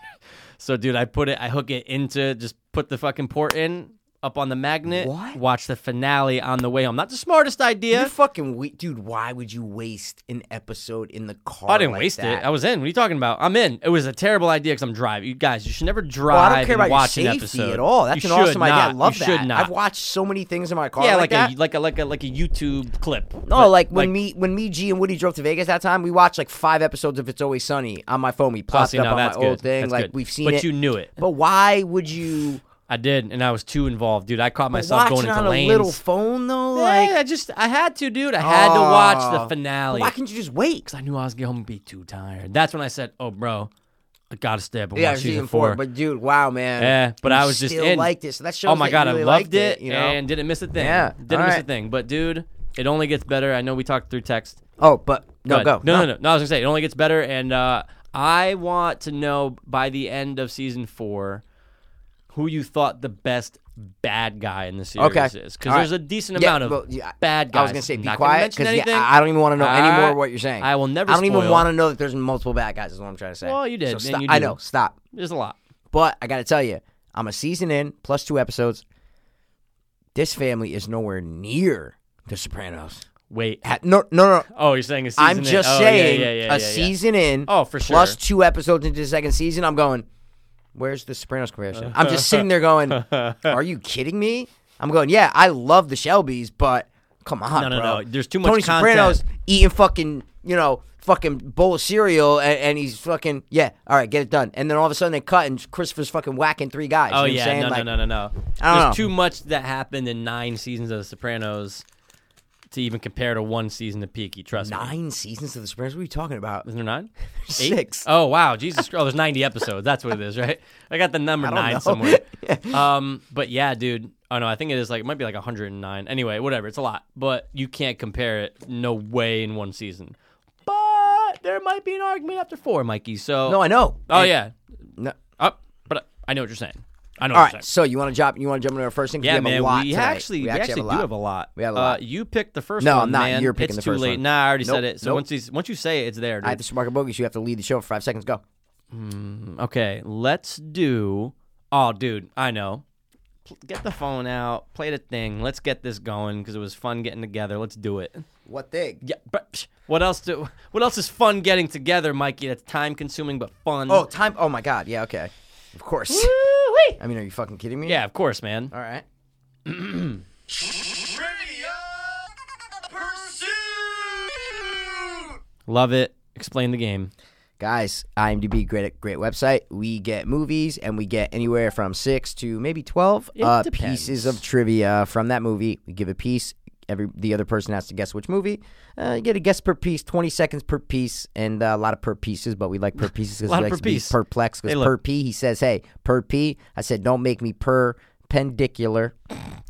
Speaker 2: So, dude, I put it, I hook it into, just put the fucking port in up on the magnet.
Speaker 1: What?
Speaker 2: Watch the finale on the way home. Not the smartest idea.
Speaker 1: You're fucking we- dude. Why would you waste an episode in the car?
Speaker 2: I didn't
Speaker 1: like
Speaker 2: waste
Speaker 1: that?
Speaker 2: it. I was in. What are you talking about? I'm in. It was a terrible idea because I'm driving. You guys, you should never drive
Speaker 1: Well, I don't care
Speaker 2: and
Speaker 1: about
Speaker 2: watch
Speaker 1: your
Speaker 2: an
Speaker 1: safety
Speaker 2: episode
Speaker 1: at all. That's
Speaker 2: You
Speaker 1: an
Speaker 2: should
Speaker 1: awesome idea. I
Speaker 2: not.
Speaker 1: love
Speaker 2: you
Speaker 1: that.
Speaker 2: Should not.
Speaker 1: I've watched so many things in my car.
Speaker 2: yeah,
Speaker 1: like,
Speaker 2: like,
Speaker 1: that.
Speaker 2: a like a like a like a YouTube clip.
Speaker 1: No, like when
Speaker 2: like-
Speaker 1: me when me G and Woody drove to Vegas that time, we watched like five episodes of It's Always Sunny on my phone. We
Speaker 2: Oh,
Speaker 1: popped
Speaker 2: see,
Speaker 1: up
Speaker 2: no,
Speaker 1: on my
Speaker 2: that's
Speaker 1: old
Speaker 2: good.
Speaker 1: thing.
Speaker 2: That's
Speaker 1: like
Speaker 2: good.
Speaker 1: we've seen
Speaker 2: but
Speaker 1: it.
Speaker 2: you knew it.
Speaker 1: but why would you
Speaker 2: I did, and I was too involved, dude. I caught (laughs) myself
Speaker 1: watch
Speaker 2: going
Speaker 1: it
Speaker 2: into
Speaker 1: on
Speaker 2: lanes.
Speaker 1: a little phone though?
Speaker 2: Yeah,
Speaker 1: Like
Speaker 2: I just I had to, dude. I had to watch
Speaker 1: Oh.
Speaker 2: the finale.
Speaker 1: why can't you just wait?
Speaker 2: I knew I was going home and be too tired. That's when I said, "Oh, bro, I gotta stay up and
Speaker 1: Yeah,
Speaker 2: watch
Speaker 1: season, four. But dude, wow, man.
Speaker 2: Yeah, Eh, but
Speaker 1: You
Speaker 2: I was just
Speaker 1: still
Speaker 2: in.
Speaker 1: liked it. So that shows
Speaker 2: oh my
Speaker 1: that you
Speaker 2: god,
Speaker 1: really
Speaker 2: I loved
Speaker 1: liked it, you know?
Speaker 2: and didn't miss a thing.
Speaker 1: Yeah,
Speaker 2: didn't
Speaker 1: all
Speaker 2: miss
Speaker 1: right.
Speaker 2: a thing. But dude, it only gets better. I know we talked through text.
Speaker 1: Oh, but no,
Speaker 2: but-
Speaker 1: go.
Speaker 2: No, no, no, no. I was gonna say it only gets better, and uh, I want to know by the end of season four who you thought the best bad guy in the series
Speaker 1: Okay.
Speaker 2: is. Because
Speaker 1: All right.
Speaker 2: there's a decent
Speaker 1: Yeah,
Speaker 2: amount of
Speaker 1: well, yeah, I-
Speaker 2: bad guys.
Speaker 1: I was gonna say
Speaker 2: I'm
Speaker 1: be
Speaker 2: not
Speaker 1: quiet
Speaker 2: mention
Speaker 1: yeah,
Speaker 2: anything.
Speaker 1: I I don't even want to know any more
Speaker 2: Alright.
Speaker 1: of what you're saying.
Speaker 2: I will never
Speaker 1: I don't even
Speaker 2: spoil.
Speaker 1: want to know that there's multiple bad guys. Is what I'm trying to say.
Speaker 2: Well, you did,
Speaker 1: So
Speaker 2: and
Speaker 1: stop-
Speaker 2: you
Speaker 1: I
Speaker 2: do.
Speaker 1: know. Stop.
Speaker 2: There's a lot.
Speaker 1: But I got to tell you, I'm a season in plus two episodes. This family is nowhere near The Sopranos.
Speaker 2: Wait.
Speaker 1: At- No, no, no.
Speaker 2: Oh, you're saying a season.
Speaker 1: I'm
Speaker 2: in.
Speaker 1: just
Speaker 2: Oh, yeah,
Speaker 1: saying,
Speaker 2: yeah, yeah, yeah,
Speaker 1: a
Speaker 2: yeah.
Speaker 1: season in,
Speaker 2: Oh, for
Speaker 1: plus
Speaker 2: sure.
Speaker 1: two episodes into the second season, I'm going. Where's the Sopranos comparison? I'm
Speaker 2: (laughs)
Speaker 1: just sitting there going, "Are you kidding me?" I'm going, "Yeah, I love the Shelbys, but come on,
Speaker 2: No, no,
Speaker 1: bro.
Speaker 2: no. There's too much
Speaker 1: Tony
Speaker 2: content.
Speaker 1: Soprano's eating fucking, you know, fucking bowl of cereal, and, and he's fucking, yeah, all right, get it done. And then all of a sudden they cut, and Christopher's fucking whacking three guys.
Speaker 2: Oh
Speaker 1: you know what I'm
Speaker 2: yeah,
Speaker 1: saying?
Speaker 2: no,
Speaker 1: like,
Speaker 2: no, no, no, no.
Speaker 1: I don't
Speaker 2: There's
Speaker 1: know.
Speaker 2: too much that happened in nine seasons of The Sopranos to even compare to one season of Peaky. Trust me.
Speaker 1: Nine seasons of the Sopranos. What are you talking about?
Speaker 2: Isn't
Speaker 1: (laughs)
Speaker 2: there nine?
Speaker 1: Six.
Speaker 2: Oh wow, Jesus! Oh, there's 90 episodes. That's what it is, right? I got the
Speaker 1: (laughs)
Speaker 2: number
Speaker 1: don't
Speaker 2: nine
Speaker 1: know.
Speaker 2: somewhere. Um, but yeah, dude. Oh no, I think it is like it might be like 109. Anyway, whatever. It's a lot, but you can't compare it. No way in one season. But there might be an argument after four, Mikey. So
Speaker 1: No, I know.
Speaker 2: Oh yeah.
Speaker 1: No.
Speaker 2: Up, but I know what you're saying. I know.
Speaker 1: All
Speaker 2: what
Speaker 1: right,
Speaker 2: you're
Speaker 1: so
Speaker 2: saying.
Speaker 1: you want to jump? You want to jump into our first thing? 'Cause
Speaker 2: Yeah,
Speaker 1: we have
Speaker 2: man.
Speaker 1: a lot
Speaker 2: we,
Speaker 1: tonight.
Speaker 2: actually, we actually do have a lot.
Speaker 1: We have a
Speaker 2: Uh,
Speaker 1: lot.
Speaker 2: you picked the first
Speaker 1: No,
Speaker 2: one.
Speaker 1: I'm not.
Speaker 2: Man.
Speaker 1: You're picking
Speaker 2: it's
Speaker 1: the
Speaker 2: too
Speaker 1: first
Speaker 2: late.
Speaker 1: one.
Speaker 2: Nah, I already
Speaker 1: Nope,
Speaker 2: said it. So
Speaker 1: nope.
Speaker 2: once you once you say it, it's there.
Speaker 1: I have to
Speaker 2: dude.
Speaker 1: spark a bogus. You have to lead the show for five seconds. Go.
Speaker 2: Okay, let's do. Oh, dude, I know. Pl- Get the phone out. Play the thing. Let's get this going because it was fun getting together. Let's do it.
Speaker 1: What thing?
Speaker 2: Yeah, but psh, what else do? What else is fun getting together, Mikey? That's time consuming but fun.
Speaker 1: Oh, time. Oh my God. Yeah. Okay. Of course.
Speaker 2: Woo-wee.
Speaker 1: I mean, are you fucking kidding me?
Speaker 2: yeah, of course, man.
Speaker 1: All right.
Speaker 2: Love it. Explain the game.
Speaker 1: Guys, IMDb great great website. We get movies and we get anywhere from six to maybe twelve
Speaker 2: It
Speaker 1: uh,
Speaker 2: depends.
Speaker 1: pieces of trivia from that movie. We give a piece. Every the other person has to guess which movie. Uh, you get a guess per piece, twenty seconds per piece, and uh, a lot of per pieces. But we like
Speaker 2: (laughs)
Speaker 1: per pieces because
Speaker 2: Lot
Speaker 1: we
Speaker 2: of
Speaker 1: like
Speaker 2: per
Speaker 1: to be
Speaker 2: piece.
Speaker 1: perplexed.
Speaker 2: Hey,
Speaker 1: Because
Speaker 2: look.
Speaker 1: per p, he says, "Hey, per p." I said, "Don't make me perpendicular."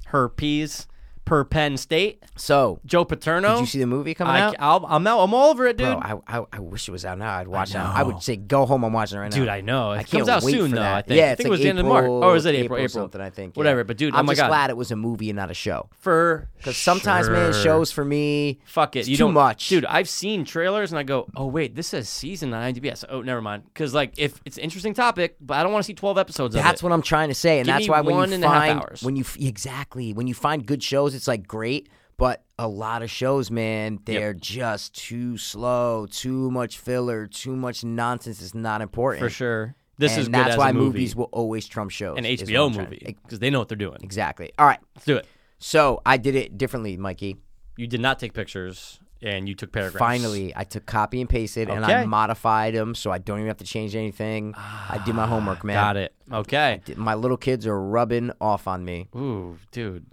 Speaker 2: Her peas per Penn State.
Speaker 1: So,
Speaker 2: Joe Paterno.
Speaker 1: did you see the movie coming
Speaker 2: I,
Speaker 1: out?
Speaker 2: I'll, I'm out. I'm all over it, dude.
Speaker 1: Bro, I, I I wish it was out now. I'd watch it. I would say go home. I'm watching it right now.
Speaker 2: Dude, I know. It
Speaker 1: I
Speaker 2: comes
Speaker 1: can't
Speaker 2: out
Speaker 1: wait
Speaker 2: soon,
Speaker 1: for
Speaker 2: though.
Speaker 1: that.
Speaker 2: I think.
Speaker 1: Yeah,
Speaker 2: I
Speaker 1: it's
Speaker 2: think
Speaker 1: like
Speaker 2: it was the end of March,
Speaker 1: April,
Speaker 2: or is it April? April,
Speaker 1: something? I think. yeah.
Speaker 2: Whatever. But dude,
Speaker 1: I'm
Speaker 2: oh my
Speaker 1: just
Speaker 2: god,
Speaker 1: glad it was a movie and not a show.
Speaker 2: for
Speaker 1: Because sometimes, man,
Speaker 2: sure.
Speaker 1: shows for me.
Speaker 2: Fuck it,
Speaker 1: it's
Speaker 2: you
Speaker 1: too
Speaker 2: don't,
Speaker 1: much.
Speaker 2: dude. I've seen trailers and I go, oh wait, this says season on IMDb. I said, oh never mind, because like if it's an interesting topic, but I don't want to see 12 episodes
Speaker 1: That's
Speaker 2: of it.
Speaker 1: what I'm trying to say, and
Speaker 2: Give
Speaker 1: that's
Speaker 2: me
Speaker 1: why when
Speaker 2: one
Speaker 1: you
Speaker 2: and a half
Speaker 1: find
Speaker 2: hours.
Speaker 1: when you f- exactly when you find good shows, it's like great, but a lot of shows, man, they're just too slow, too much filler, too much nonsense. It's not important
Speaker 2: for sure. This
Speaker 1: and
Speaker 2: is good
Speaker 1: that's
Speaker 2: as
Speaker 1: why
Speaker 2: a movie.
Speaker 1: movies will always trump shows.
Speaker 2: an
Speaker 1: is what
Speaker 2: HBO
Speaker 1: I'm trying-
Speaker 2: movie
Speaker 1: Ex-
Speaker 2: because they know what they're doing.
Speaker 1: Exactly. All right.
Speaker 2: Let's do it.
Speaker 1: So I did it differently, Mikey.
Speaker 2: You did not take pictures and you took paragraphs.
Speaker 1: Finally, I took copy and pasted, and I
Speaker 2: Okay.
Speaker 1: modified them so I don't even have to change anything. I did my homework, man.
Speaker 2: Ah, got it. Okay.
Speaker 1: My little kids are rubbing off on me.
Speaker 2: Ooh, dude.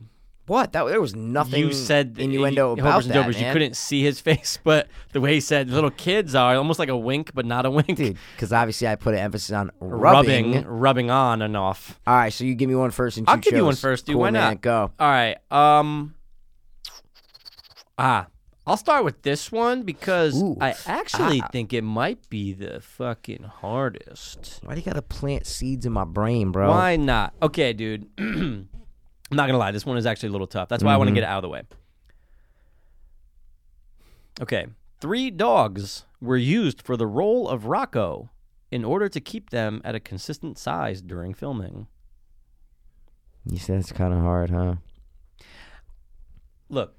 Speaker 1: What? That there was nothing.
Speaker 2: you said that
Speaker 1: innuendo
Speaker 2: you,
Speaker 1: about
Speaker 2: Homer's and
Speaker 1: that,
Speaker 2: Jokers,
Speaker 1: man.
Speaker 2: You couldn't see his (laughs) face, but the way he said little kids are almost like a wink, but not a wink.
Speaker 1: dude, because obviously I put an emphasis on rubbing.
Speaker 2: (laughs) rubbing, rubbing, on and off.
Speaker 1: All right, so you give me one first, and
Speaker 2: I'll
Speaker 1: two
Speaker 2: give you one
Speaker 1: shows.
Speaker 2: first, dude.
Speaker 1: Cool,
Speaker 2: Why
Speaker 1: man.
Speaker 2: not?
Speaker 1: Go.
Speaker 2: All right. Um. Ah, I'll start with this one because
Speaker 1: Ooh. Ah.
Speaker 2: I actually think it might be the fucking hardest.
Speaker 1: Why do you gotta plant seeds in my brain, bro?
Speaker 2: Why not? Okay, dude. (clears throat) I'm not gonna lie. This one is actually a little tough. That's why I want to get it out of the way. Okay, three dogs were used for the role of Rocco in order to keep them at a consistent size during filming.
Speaker 1: You said it's kind of hard, huh?
Speaker 2: Look,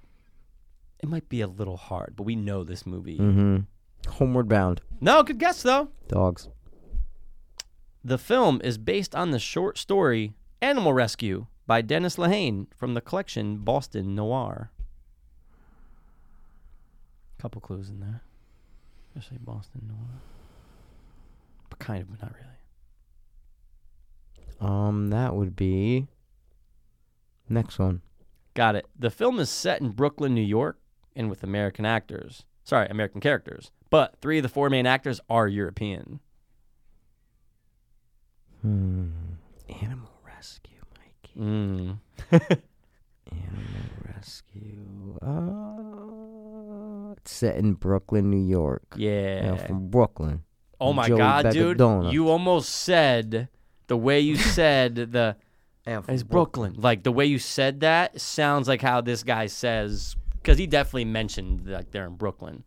Speaker 2: it might be a little hard, but we know this movie.
Speaker 1: Mm-hmm. Homeward bound.
Speaker 2: No, good guess though.
Speaker 1: Dogs.
Speaker 2: The film is based on the short story Animal Rescue by Dennis Lehane from the collection Boston Noir. Couple clues in there. Especially Boston Noir. But kind of, but not really.
Speaker 1: Um, that would be next one.
Speaker 2: Got it. The film is set in Brooklyn, New York, and with American actors. Sorry, American characters. But three of the four main actors are European.
Speaker 1: Hmm. Animal rescue, Mike.
Speaker 2: Mm.
Speaker 1: Animal rescue. Uh, it's set in Brooklyn, New York.
Speaker 2: Yeah.
Speaker 1: Yeah, from Brooklyn.
Speaker 2: Oh my
Speaker 1: Joey
Speaker 2: god,
Speaker 1: Bag of
Speaker 2: dude!
Speaker 1: donuts.
Speaker 2: You almost said the way you said the
Speaker 1: And
Speaker 2: is Brooklyn. Like the way you said that sounds like how this guy says because he definitely mentioned like they're in Brooklyn.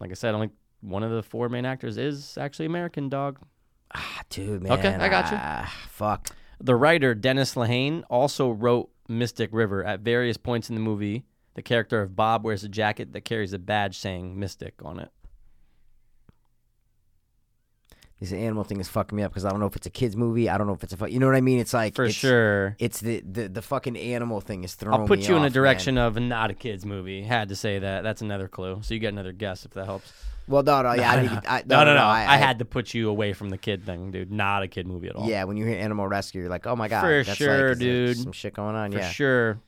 Speaker 2: Like I said, only one of the four main actors is actually American. Dog.
Speaker 1: Ah, Dude, man.
Speaker 2: Okay, I got you.
Speaker 1: ah, fuck.
Speaker 2: The writer Dennis Lehane also wrote Mystic River at various points in the movie. The character of Bob wears a jacket that carries a badge saying Mystic on it.
Speaker 1: This animal thing is fucking me up because I don't know if it's a kids movie. I don't know if it's a fu- you know what I mean. It's like
Speaker 2: For
Speaker 1: it's-
Speaker 2: sure.
Speaker 1: It's the, the the fucking animal thing is throwing.
Speaker 2: I'll put
Speaker 1: me
Speaker 2: you in
Speaker 1: off,
Speaker 2: a
Speaker 1: man.
Speaker 2: direction of not a kids movie. Had to say that. That's another clue. So you get another guess if that helps.
Speaker 1: Well, no, no, yeah, I,
Speaker 2: no, (laughs)
Speaker 1: didn't- I-
Speaker 2: no, no, I,
Speaker 1: I,
Speaker 2: had to put you away from the kid thing, dude. Not a kid movie at all.
Speaker 1: (laughs) Yeah, when you hear Animal Rescue, you're like, oh my god,
Speaker 2: For
Speaker 1: that's like-
Speaker 2: sure,
Speaker 1: is there
Speaker 2: dude.
Speaker 1: Some shit going on.
Speaker 2: for
Speaker 1: yeah.
Speaker 2: sure.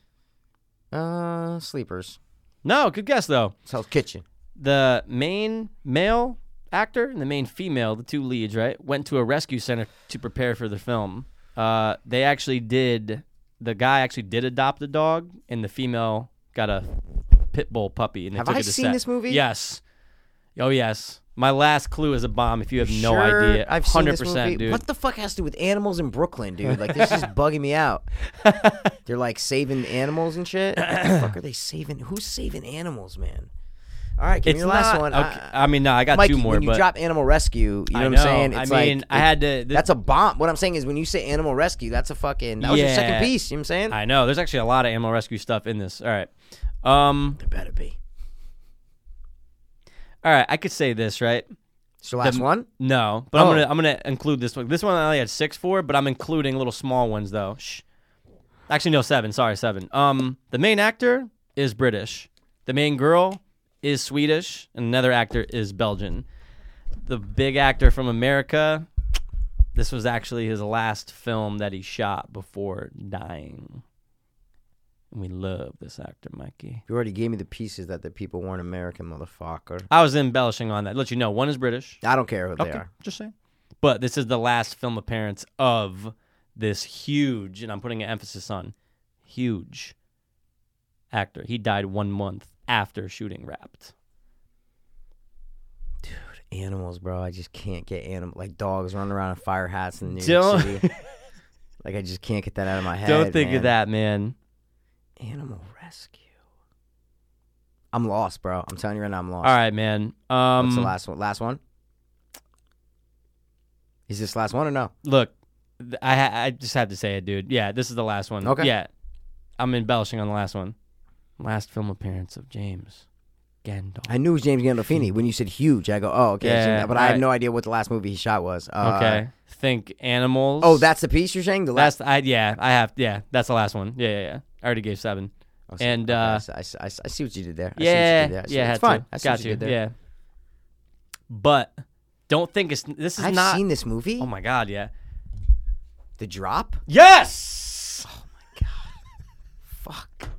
Speaker 1: Uh, sleepers.
Speaker 2: No, good guess though.
Speaker 1: Hell's Kitchen.
Speaker 2: The main male actor and the main female, the two leads, right, went to a rescue center to prepare for the film. Uh, they actually did. The guy actually did adopt a dog, and the female got a pit bull puppy. And they
Speaker 1: Have
Speaker 2: took
Speaker 1: I
Speaker 2: it to
Speaker 1: seen
Speaker 2: set.
Speaker 1: this movie?
Speaker 2: Yes. Oh yes. My last clue is a bomb. If you have no
Speaker 1: Sure,
Speaker 2: idea,
Speaker 1: I've seen this
Speaker 2: 100%,
Speaker 1: movie.
Speaker 2: dude.
Speaker 1: What the fuck has to do with animals in Brooklyn, dude? Like
Speaker 2: (laughs)
Speaker 1: this is bugging me out. They're like saving animals and shit. What the fuck are they saving? Who's saving animals, man? All right, give
Speaker 2: It's
Speaker 1: me the last
Speaker 2: not-
Speaker 1: one.
Speaker 2: Okay,
Speaker 1: I-
Speaker 2: I, mean, no, I got
Speaker 1: Mikey,
Speaker 2: two more.
Speaker 1: when you
Speaker 2: but
Speaker 1: drop Animal Rescue, you know,
Speaker 2: I
Speaker 1: what I'm saying?
Speaker 2: I
Speaker 1: It's
Speaker 2: mean,
Speaker 1: like
Speaker 2: I had to. This,
Speaker 1: that's a bomb. What I'm saying is when you say Animal Rescue, that's a fucking that was your
Speaker 2: Yeah.
Speaker 1: second piece. You know what I'm saying?
Speaker 2: I know. There's actually a lot of animal rescue stuff in this. All right. Um.
Speaker 1: There better be.
Speaker 2: All right. I could say this, right?
Speaker 1: It's your last one.
Speaker 2: No, but I'm
Speaker 1: Oh.
Speaker 2: gonna I'm gonna include this one. This one I only had six for, but I'm including little small ones though. Shh. Actually, no, seven. Sorry, seven. Um, the main actor is British. The main girl is Swedish, and another actor is Belgian. The big actor from America. This was actually his last film that he shot before dying. And we love this actor, Mikey.
Speaker 1: You already gave me the pieces that the people weren't American, motherfucker.
Speaker 2: I was embellishing on that. Let you know, one is British.
Speaker 1: I don't care who they
Speaker 2: Okay,
Speaker 1: are.
Speaker 2: just saying. But this is the last film appearance of this huge, and I'm putting an emphasis on huge actor. He died one month after shooting Wrapped.
Speaker 1: Animals, bro. I just can't get animal like dogs running around in fire hats in New
Speaker 2: Don't-
Speaker 1: York
Speaker 2: (laughs)
Speaker 1: City. Like I just can't get that out of my head.
Speaker 2: Don't think
Speaker 1: man.
Speaker 2: of that, man.
Speaker 1: Animal rescue. I'm lost, bro. I'm telling you right now, I'm
Speaker 2: All
Speaker 1: lost.
Speaker 2: right, man. Um,
Speaker 1: What's the last one? Last one. Is this last one or no?
Speaker 2: Look, th- I ha- I just have to say it, dude. Yeah, this is the last one.
Speaker 1: Okay.
Speaker 2: Yeah, I'm embellishing on the last one. Last film appearance of James Gandolf.
Speaker 1: I knew it was James Gandolfini when you said huge. I go, oh, okay. I've seen
Speaker 2: Yeah,
Speaker 1: that. but I had
Speaker 2: alright.
Speaker 1: no idea what the last movie he shot was. Uh,
Speaker 2: okay. Think animals.
Speaker 1: Oh, that's the piece you're saying. The last.
Speaker 2: Last, I yeah, I have yeah. That's the last one. Yeah, yeah, yeah. I already gave seven.
Speaker 1: Oh,
Speaker 2: and,
Speaker 1: okay, I
Speaker 2: uh,
Speaker 1: see- I, see- I see- I see what you did there. I see what you
Speaker 2: yeah,
Speaker 1: did there. I see-
Speaker 2: yeah.
Speaker 1: it's
Speaker 2: had
Speaker 1: fine.
Speaker 2: to.
Speaker 1: I see
Speaker 2: Got
Speaker 1: what you did there.
Speaker 2: Yeah. But don't think it's this is
Speaker 1: I've
Speaker 2: not.
Speaker 1: seen this movie.
Speaker 2: oh my god, yeah.
Speaker 1: The Drop.
Speaker 2: Yes.
Speaker 1: Fuck.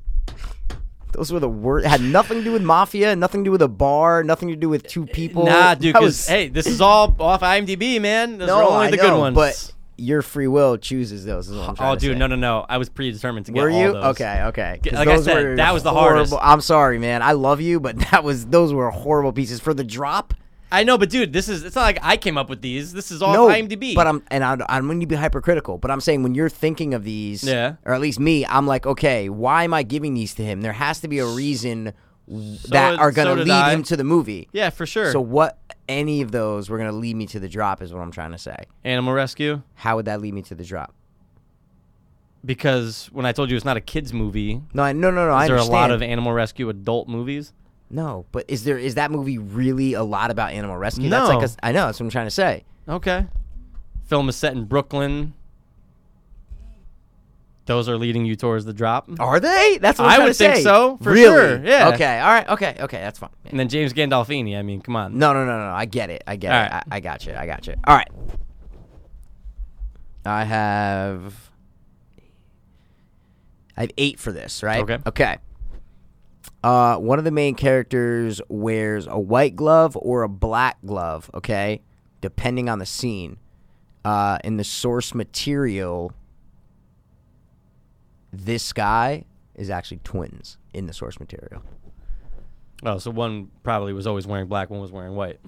Speaker 1: Those were the worst. Had nothing to do with mafia. Nothing to do with a bar. Nothing to do with two people.
Speaker 2: Nah, dude.
Speaker 1: Oh, That
Speaker 2: 'cause,
Speaker 1: was-
Speaker 2: hey, this is all off IMDb, man. Those
Speaker 1: no,
Speaker 2: are only
Speaker 1: I
Speaker 2: the
Speaker 1: know,
Speaker 2: good ones.
Speaker 1: But your free will chooses those. Is what I'm trying
Speaker 2: oh,
Speaker 1: to
Speaker 2: dude,
Speaker 1: say.
Speaker 2: no, no, no. I was predetermined to get
Speaker 1: Were
Speaker 2: all
Speaker 1: you
Speaker 2: those.
Speaker 1: okay? Okay. 'Cause
Speaker 2: Like I
Speaker 1: those
Speaker 2: said,
Speaker 1: were
Speaker 2: that was the
Speaker 1: horrible-
Speaker 2: hardest.
Speaker 1: I'm sorry, man. I love you, but that was those were horrible pieces for the drop.
Speaker 2: I know, but dude, this is. It's not like I came up with these. This is all
Speaker 1: no,
Speaker 2: IMDb.
Speaker 1: But I'm and I, I'm going to be hypercritical. But I'm saying when you're thinking of these,
Speaker 2: Yeah.
Speaker 1: or at least me, I'm like, okay, why am I giving these to him? There has to be a reason that
Speaker 2: did-
Speaker 1: are going
Speaker 2: so
Speaker 1: to
Speaker 2: did
Speaker 1: lead
Speaker 2: I.
Speaker 1: him to the movie.
Speaker 2: yeah, for sure.
Speaker 1: So what? Any of those were going to lead me to the drop is what I'm trying to say.
Speaker 2: Animal Rescue.
Speaker 1: How would that lead me to the drop?
Speaker 2: Because when I told you it's not a kids movie,
Speaker 1: No, I, no, no, no. I
Speaker 2: Is there a
Speaker 1: understand.
Speaker 2: lot of animal rescue adult movies?
Speaker 1: no, but is there is that movie really a lot about animal rescue? That's
Speaker 2: No.
Speaker 1: like a s- I know that's what I'm trying to say.
Speaker 2: Okay. Film is set in Brooklyn. Those are leading you towards the drop.
Speaker 1: Are they? That's what I'm
Speaker 2: I
Speaker 1: trying
Speaker 2: would
Speaker 1: to
Speaker 2: think
Speaker 1: say.
Speaker 2: so, for
Speaker 1: really?
Speaker 2: sure, yeah.
Speaker 1: Okay. All right. Okay. Okay. That's fine.
Speaker 2: And then James Gandolfini. I mean, come on.
Speaker 1: Um, No, no, no, no. I get it. I get
Speaker 2: All
Speaker 1: it.
Speaker 2: right.
Speaker 1: I, I got you. I got you. All right. I have. I have eight for this, right?
Speaker 2: Okay.
Speaker 1: Okay. Uh, one of the main characters wears a white glove or a black glove, okay, depending on the scene. Uh, in the source material, this guy is actually twins in the source material.
Speaker 2: Oh, so one probably was always wearing black, one was wearing white.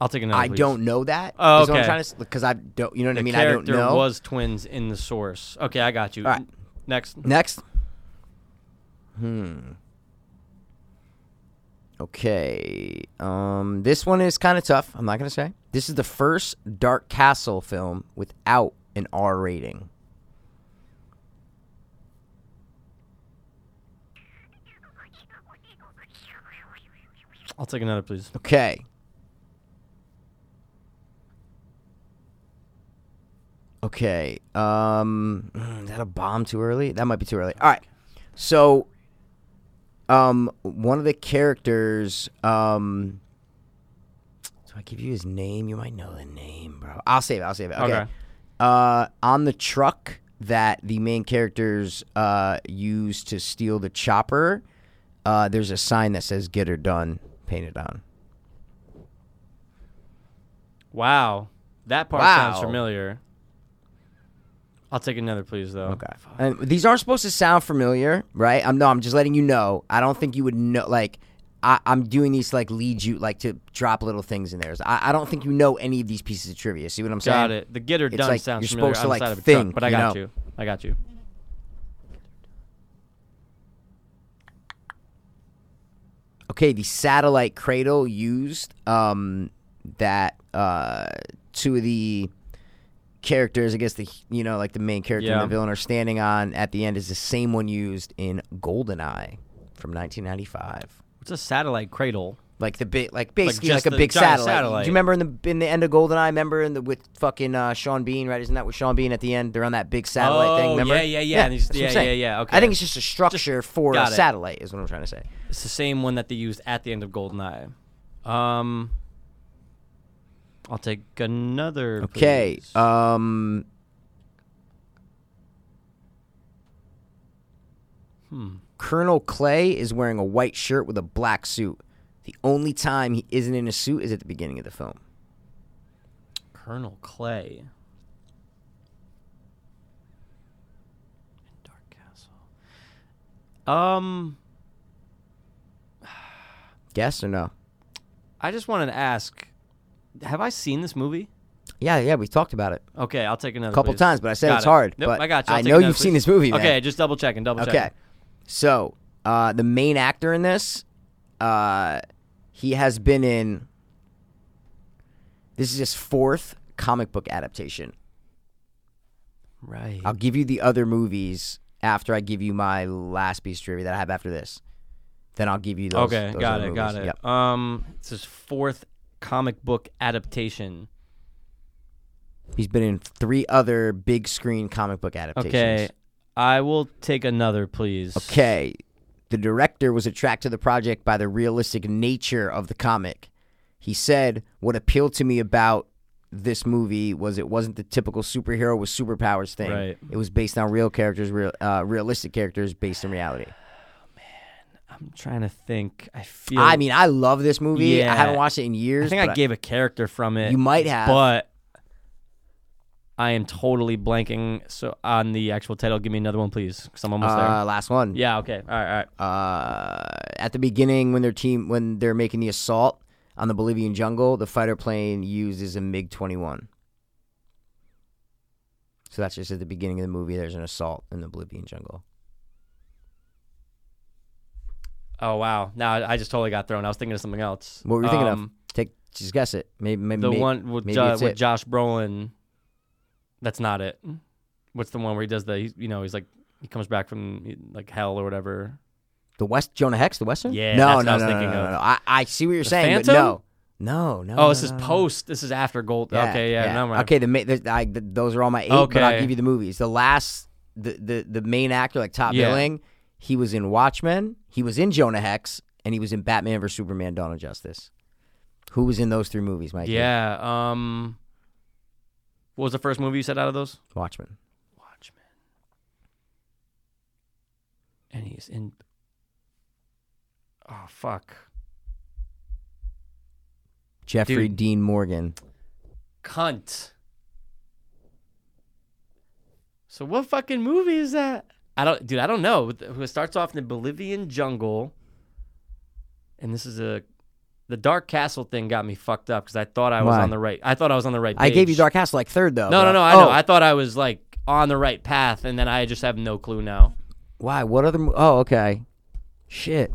Speaker 2: I'll take another.
Speaker 1: I
Speaker 2: please.
Speaker 1: don't know that.
Speaker 2: Oh,
Speaker 1: is what I'm
Speaker 2: okay.
Speaker 1: trying to because I don't. You know what I
Speaker 2: The
Speaker 1: mean? I don't
Speaker 2: character
Speaker 1: know.
Speaker 2: was twins in the source. Okay, I got you.
Speaker 1: All right.
Speaker 2: Next.
Speaker 1: Next. Hmm. Okay. Um, this one is kind of tough. I'm not gonna say. This is the first Dark Castle film without an R rating.
Speaker 2: I'll take another, please.
Speaker 1: Okay. Okay. Um, mm, is that a bomb too early? That might be too early. All right. So, um, one of the characters, um, do I give you his name? You might know the name, bro. I'll save it. I'll save it. Okay.
Speaker 2: Okay.
Speaker 1: Uh, on the truck that the main characters uh use to steal the chopper, uh, there's a sign that says "Get her done" painted on.
Speaker 2: Wow, that part sounds
Speaker 1: Wow.
Speaker 2: familiar. I'll take another, please, though.
Speaker 1: Okay. And these aren't supposed to sound familiar, right? I'm no, I'm just letting you know. I don't think you would know. Like, I, I'm doing these to, like lead you, like to drop little things in there. So I, I don't think you know any of these pieces of trivia. See what I'm saying?
Speaker 2: Got it. The get or
Speaker 1: It's
Speaker 2: done
Speaker 1: like
Speaker 2: sounds
Speaker 1: you're
Speaker 2: familiar
Speaker 1: supposed to,
Speaker 2: on the
Speaker 1: like,
Speaker 2: side of a
Speaker 1: think,
Speaker 2: truck, but I
Speaker 1: you
Speaker 2: got
Speaker 1: know.
Speaker 2: you. I got you.
Speaker 1: Okay, the satellite cradle used um, that uh, two of the characters, I guess the you know like the main character
Speaker 2: Yeah.
Speaker 1: and the villain are standing on at the end is the same one used in Goldeneye from 1995.
Speaker 2: What's a satellite cradle?
Speaker 1: Like the big, like basically
Speaker 2: just
Speaker 1: like, a
Speaker 2: the
Speaker 1: big
Speaker 2: giant
Speaker 1: satellite.
Speaker 2: satellite.
Speaker 1: Do you remember in the in the end of GoldenEye? Remember in the with fucking uh, Sean Bean, right? Isn't that with Sean Bean at the end? They're on that big satellite thing.
Speaker 2: Oh,
Speaker 1: Remember?
Speaker 2: yeah, yeah, yeah. And he's-
Speaker 1: that's what I'm
Speaker 2: yeah,
Speaker 1: saying.
Speaker 2: yeah, yeah,
Speaker 1: I
Speaker 2: okay.
Speaker 1: think it's just a structure for a
Speaker 2: got it.
Speaker 1: satellite. Is what I'm trying to say.
Speaker 2: It's the same one that they used at the end of GoldenEye. Um, I'll take another.
Speaker 1: Okay.
Speaker 2: please.
Speaker 1: Um.
Speaker 2: Hmm,
Speaker 1: Colonel Clay is wearing a white shirt with a black suit. The only time he isn't in a suit is at the beginning of the film.
Speaker 2: Colonel Clay. And Dark Castle. Um,
Speaker 1: Guess or no?
Speaker 2: I just wanted to ask, have I seen this movie?
Speaker 1: Yeah, yeah, we talked about it.
Speaker 2: Okay, I'll take another.
Speaker 1: Couple
Speaker 2: please.
Speaker 1: times, but I said
Speaker 2: Got
Speaker 1: it's
Speaker 2: it.
Speaker 1: hard,
Speaker 2: Nope,
Speaker 1: but
Speaker 2: I got you. I'll
Speaker 1: I
Speaker 2: take
Speaker 1: know
Speaker 2: another,
Speaker 1: you've seen
Speaker 2: please.
Speaker 1: this movie, man.
Speaker 2: Okay, just double checking. Double checking.
Speaker 1: Okay. So, uh, the main actor in this, uh, he has been in. This is his fourth comic book adaptation.
Speaker 2: Right.
Speaker 1: I'll give you the other movies after I give you my last piece of trivia that I have after this. Then I'll give you those.
Speaker 2: okay.
Speaker 1: those
Speaker 2: got
Speaker 1: other
Speaker 2: it.
Speaker 1: movies.
Speaker 2: Got it.
Speaker 1: Yep.
Speaker 2: Um, it's his fourth comic book adaptation.
Speaker 1: He's been in three other big screen comic book adaptations.
Speaker 2: Okay. I will take another, please.
Speaker 1: Okay. The director was attracted to the project by the realistic nature of the comic. He said, What appealed to me about this movie was it wasn't the typical superhero with superpowers thing.
Speaker 2: Right.
Speaker 1: It was based on real characters, real, uh, realistic characters based in reality.
Speaker 2: I'm trying to think. I feel.
Speaker 1: I mean, I love this movie.
Speaker 2: Yeah.
Speaker 1: I haven't watched it in
Speaker 2: I
Speaker 1: years.
Speaker 2: think I
Speaker 1: but
Speaker 2: gave a character from it.
Speaker 1: You might have.
Speaker 2: but I am totally blanking. So on the actual title, give me another one, please, because I'm almost
Speaker 1: uh, last one.
Speaker 2: there. Yeah. Okay. All right. All right.
Speaker 1: uh, at the beginning when their team when they're making the assault on the Bolivian jungle, the fighter plane uses a MiG twenty one. So that's just at the beginning of the movie. There's an assault in the Bolivian jungle.
Speaker 2: Oh wow! Now I I just totally got thrown. I was thinking of something else.
Speaker 1: What were you thinking
Speaker 2: Um,
Speaker 1: of? Take just guess it. Maybe maybe
Speaker 2: The
Speaker 1: may-
Speaker 2: one with,
Speaker 1: maybe
Speaker 2: Jo-
Speaker 1: it's
Speaker 2: with
Speaker 1: it.
Speaker 2: Josh Brolin. That's not it. What's the one where he does the? He's, you know, he's like he comes back from like hell or whatever.
Speaker 1: the West Jonah Hex, the Western.
Speaker 2: Yeah,
Speaker 1: no,
Speaker 2: that's what
Speaker 1: no,
Speaker 2: I was
Speaker 1: no, no,
Speaker 2: thinking
Speaker 1: no, no,
Speaker 2: of.
Speaker 1: no. I, I see what you're
Speaker 2: The
Speaker 1: saying,
Speaker 2: Phantom?
Speaker 1: but no, no, no.
Speaker 2: Oh,
Speaker 1: no,
Speaker 2: this is
Speaker 1: no, no.
Speaker 2: post. This is after Gold. okay, yeah. Now we're-
Speaker 1: Uh. okay, the, ma- the, I, th those are all my eight, but
Speaker 2: Okay.
Speaker 1: I'll give you the movies. The last, the the, the main actor, like top
Speaker 2: Yeah.
Speaker 1: billing, he was in Watchmen, he was in Jonah Hex, and he was in Batman vs Superman: Dawn of Justice. Who was in those three movies, Mike?
Speaker 2: Yeah. Um. What was the first movie you said out of those?
Speaker 1: Watchmen.
Speaker 2: Watchmen. And he's in. Oh fuck!
Speaker 1: Jeffrey
Speaker 2: Dude.
Speaker 1: Dean Morgan.
Speaker 2: Cunt. So what fucking movie is that? I don't, dude. I don't know. It starts off in the Bolivian jungle, and this is a The Dark Castle thing got me fucked up because I thought I was
Speaker 1: Why?
Speaker 2: on the right. I thought I was on the right.
Speaker 1: I gave you
Speaker 2: page.
Speaker 1: Dark Castle like third though.
Speaker 2: No,
Speaker 1: but-
Speaker 2: no, no. I
Speaker 1: oh,
Speaker 2: know. I thought I was like on the right path, and then I just have no clue now.
Speaker 1: why? What other? Mo- oh, okay. Shit.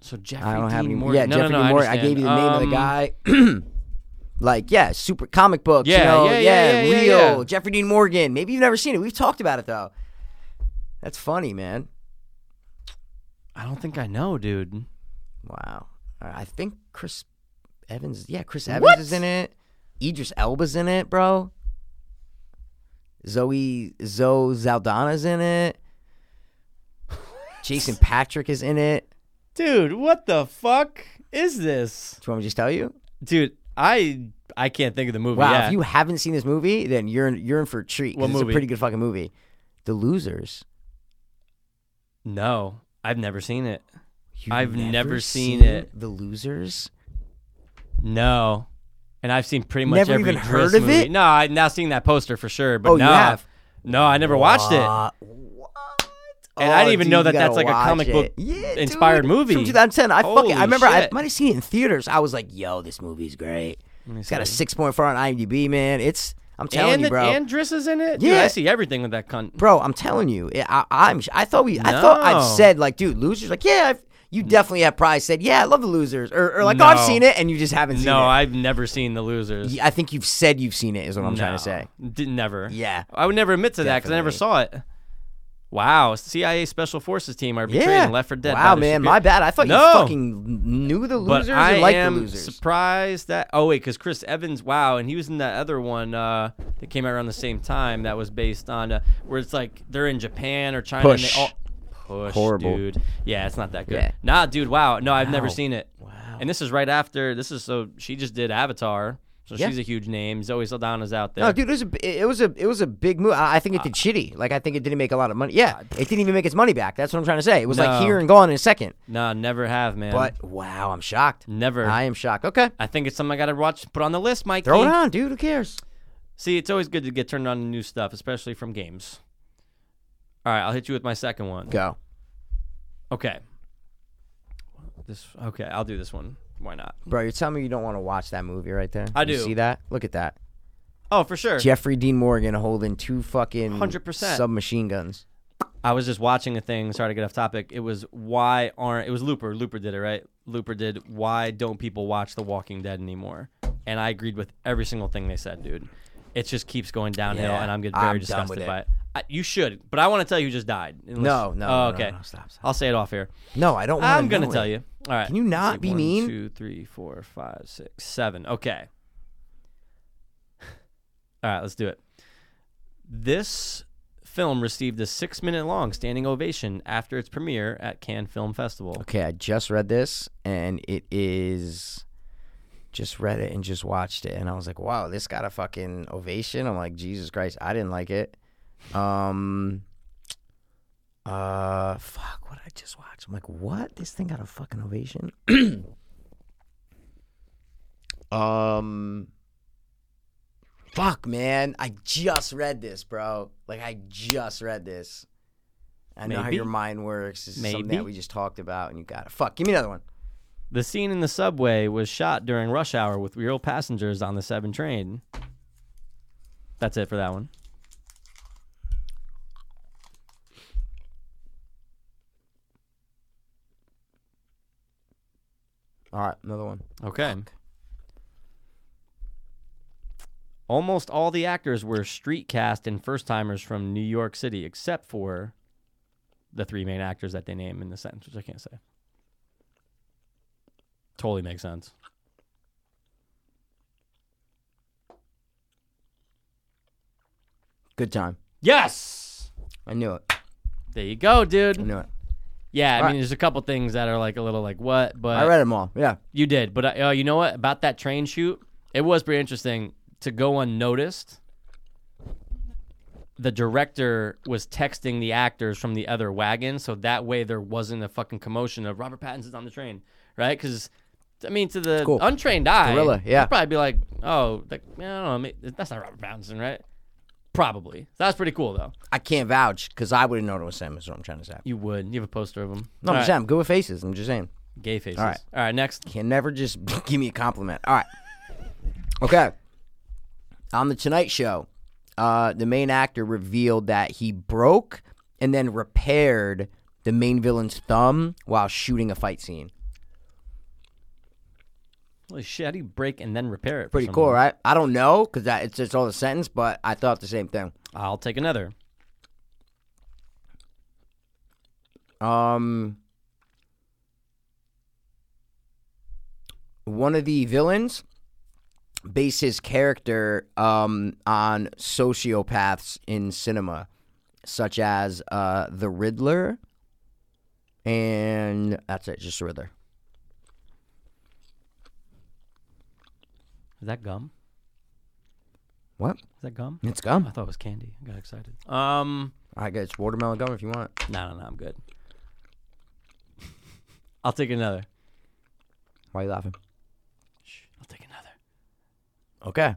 Speaker 2: So Jeffrey
Speaker 1: I don't
Speaker 2: Dean
Speaker 1: have any more.
Speaker 2: Morgan.
Speaker 1: Yeah,
Speaker 2: no,
Speaker 1: Jeffrey
Speaker 2: no, no,
Speaker 1: Dean
Speaker 2: I
Speaker 1: Morgan. I,
Speaker 2: understand.
Speaker 1: gave you the name of
Speaker 2: Um,
Speaker 1: the guy. (clears throat) like, yeah, super comic books.
Speaker 2: Yeah,
Speaker 1: you know,
Speaker 2: yeah, yeah, yeah, yeah,
Speaker 1: real.
Speaker 2: yeah.
Speaker 1: Jeffrey Dean Morgan. Maybe you've never seen it. We've talked about it though. That's funny, man.
Speaker 2: I don't think I know, dude.
Speaker 1: Wow. All right, I think Chris Evans. Yeah, Chris Evans is in it. Idris Elba's in it, bro. Zoe Zoe Zaldana's in it.
Speaker 2: (laughs)
Speaker 1: Jason Patrick is in it.
Speaker 2: Dude, what the fuck is this?
Speaker 1: Do you want me to just tell you?
Speaker 2: Dude, I I can't think of the movie.
Speaker 1: Wow,
Speaker 2: yeah.
Speaker 1: if you haven't seen this movie, then you're in, you're in for a treat. 'cause
Speaker 2: What
Speaker 1: it's
Speaker 2: movie?
Speaker 1: a pretty good fucking movie. The Losers.
Speaker 2: No, I've never seen it.
Speaker 1: You've
Speaker 2: I've never seen it.
Speaker 1: The Losers.
Speaker 2: No. And I've seen pretty much
Speaker 1: Never
Speaker 2: every
Speaker 1: even
Speaker 2: Chris
Speaker 1: heard of
Speaker 2: movie.
Speaker 1: it?
Speaker 2: No, I've now seen that poster for sure, but
Speaker 1: Oh, you
Speaker 2: no.
Speaker 1: have?
Speaker 2: No, I never watched it.
Speaker 1: Uh, what? Oh,
Speaker 2: And I didn't even
Speaker 1: dude,
Speaker 2: know
Speaker 1: you
Speaker 2: that that's
Speaker 1: gotta
Speaker 2: like a
Speaker 1: watch
Speaker 2: comic
Speaker 1: it.
Speaker 2: book
Speaker 1: Yeah,
Speaker 2: inspired
Speaker 1: dude,
Speaker 2: movie.
Speaker 1: From 2010, I fucking
Speaker 2: Holy
Speaker 1: I remember I
Speaker 2: shit.
Speaker 1: might have seen it in theaters. I was like, "Yo, this movie's great." It's got a 6.4 on IMDb, man. It's I'm telling
Speaker 2: and
Speaker 1: you,
Speaker 2: the,
Speaker 1: bro.
Speaker 2: and Driss is in it. Dude,
Speaker 1: Yeah.
Speaker 2: I see everything with that cunt.
Speaker 1: bro, I'm telling you, it- I, I'm. I thought we. I thought
Speaker 2: No.
Speaker 1: I've said like, dude, losers. Like, yeah, I've, you definitely have probably said, yeah, I love the losers, or, or like, oh,
Speaker 2: No.
Speaker 1: I've seen it, and you just haven't seen
Speaker 2: No,
Speaker 1: it.
Speaker 2: I've never seen The Losers.
Speaker 1: Yeah, I think you've said you've seen it. Is what I'm trying to say.
Speaker 2: Did, never.
Speaker 1: Yeah.
Speaker 2: I would never admit to that because I never saw it. Wow, CIA Special Forces team are betrayed
Speaker 1: Yeah.
Speaker 2: and left for dead.
Speaker 1: Wow,
Speaker 2: by their
Speaker 1: man,
Speaker 2: superi-
Speaker 1: my bad. I thought
Speaker 2: No.
Speaker 1: you fucking knew the
Speaker 2: But
Speaker 1: losers
Speaker 2: I
Speaker 1: or liked
Speaker 2: am
Speaker 1: the losers.
Speaker 2: surprised that. Oh wait, because Chris Evans. Wow, and he was in that other one uh, that came out around the same time. That was based on uh, where it's like they're in Japan or China.
Speaker 1: Push.
Speaker 2: And they all, push.
Speaker 1: Horrible.
Speaker 2: dude. Yeah, it's not that good.
Speaker 1: Yeah.
Speaker 2: Nah, dude. Wow. No, I've never seen it. Wow. And this is right after. This is so she just did Avatar. So
Speaker 1: Yeah.
Speaker 2: she's a huge name. Zoe Saldana's out there.
Speaker 1: no, dude, it was a b- it was a it was a big move. I I think it did shitty. Like I think it didn't make a lot of money. Yeah, it didn't even make its money back. That's what I'm trying to say. It was
Speaker 2: No.
Speaker 1: like here and gone in a second.
Speaker 2: Nah, never have, man.
Speaker 1: But wow, I'm shocked.
Speaker 2: Never.
Speaker 1: I am shocked. Okay,
Speaker 2: I think it's something I gotta watch. Put on the list, Mike.
Speaker 1: throw it on, dude. Who cares?
Speaker 2: See, it's always good to get turned on to new stuff, especially from games. All right, I'll hit you with my second one.
Speaker 1: Go.
Speaker 2: Okay. This okay, I'll do this one. Why not?
Speaker 1: Bro, you're telling me you don't want to watch that movie right there?
Speaker 2: I
Speaker 1: You
Speaker 2: do.
Speaker 1: See that? Look at that.
Speaker 2: Oh, for sure.
Speaker 1: Jeffrey Dean Morgan holding two fucking
Speaker 2: 100%.
Speaker 1: submachine guns.
Speaker 2: I was just watching a thing. Sorry to get off topic. It was why aren't it was Looper. Looper did it right. Looper did why don't people watch The Walking Dead anymore? And I agreed with every single thing they said, dude. It just keeps going downhill,
Speaker 1: Yeah,
Speaker 2: and I'm getting very
Speaker 1: I'm done
Speaker 2: disgusted
Speaker 1: with it.
Speaker 2: by it. I, you should, but I want to tell you who just died. Unless-
Speaker 1: No, no,
Speaker 2: Oh,
Speaker 1: no, no,
Speaker 2: okay.
Speaker 1: no, stop, stop.
Speaker 2: I'll say it off here.
Speaker 1: No, I don't. wanna
Speaker 2: I'm gonna
Speaker 1: know
Speaker 2: tell
Speaker 1: it.
Speaker 2: you. All right.
Speaker 1: Can you
Speaker 2: Let's
Speaker 1: not
Speaker 2: see.
Speaker 1: be
Speaker 2: One,
Speaker 1: mean?
Speaker 2: two, three, four, five, six, seven. Okay. (sighs) All right, let's do it. This film received a six minute long standing ovation after its premiere at Cannes Film Festival.
Speaker 1: Okay, I just read this, and it is. Just read it and just watched it, and I was like, "Wow, this got a fucking ovation." I'm like, "Jesus Christ, I didn't like it." Um. Uh, fuck! What did I just watch? I'm like, "What? This thing got a fucking ovation?" (clears throat) um. Fuck, man! I just read this, bro. Like, I just read this. I know how
Speaker 2: Maybe.
Speaker 1: your mind works. This is something
Speaker 2: Maybe.
Speaker 1: that we just talked about, and you got it. Fuck, give me another one.
Speaker 2: The scene in the subway was shot during rush hour with real passengers on the 7 train. That's it for that one.
Speaker 1: All right, another one.
Speaker 2: Okay. Almost all the actors were street cast and first timers from New York City, except for the three main actors that they name in the sentence, which I can't say. Totally makes sense.
Speaker 1: Good time.
Speaker 2: Yes.
Speaker 1: I knew it.
Speaker 2: There you go,
Speaker 1: I
Speaker 2: dude.
Speaker 1: knew it.
Speaker 2: Yeah, I
Speaker 1: All
Speaker 2: mean, there's a couple things that are like a little like what, but
Speaker 1: I read them all. Yeah.
Speaker 2: you did. But I, uh, you know what about that train shoot? It was pretty interesting to go unnoticed. the director was texting the actors from the other wagon, so that way there wasn't a fucking commotion of Robert Pattinson's on the train, right? Because I mean, to the
Speaker 1: Cool.
Speaker 2: untrained eye,
Speaker 1: Gorilla, yeah.
Speaker 2: they'd probably be like, "Oh, like, I don't know, ma- that's not Robert Pattinson, right?" Probably. That's pretty cool, though.
Speaker 1: I can't vouch because I would have known it was Sam. Is what I'm trying to say.
Speaker 2: You would. You have a poster of him.
Speaker 1: No, I'm
Speaker 2: All
Speaker 1: just
Speaker 2: right.
Speaker 1: saying. I'm good with faces. I'm just saying.
Speaker 2: Gay faces. All
Speaker 1: right.
Speaker 2: All right. Next.
Speaker 1: Can never just (laughs) give me a compliment. All right. Okay. On the Tonight Show, uh, the main actor revealed that he broke and then repaired the main villain's thumb while shooting a fight scene.
Speaker 2: Holy shit! How do you break and then repair it? for
Speaker 1: Pretty
Speaker 2: someone?
Speaker 1: cool, right? I don't know because it's just all the sentence, but I thought the same thing.
Speaker 2: I'll take another.
Speaker 1: Um, one of the villains based his character um, on sociopaths in cinema, such as uh, the Riddler, and that's it, just Riddler.
Speaker 2: Is that gum?
Speaker 1: What?
Speaker 2: Is that gum?
Speaker 1: It's gum.
Speaker 2: I thought it was candy. I got excited. Um.
Speaker 1: All right, guys, it's watermelon gum if you want. it.
Speaker 2: No, no, no. I'm good. (laughs) I'll take another.
Speaker 1: Why are you laughing?
Speaker 2: Shh, I'll take another.
Speaker 1: Okay.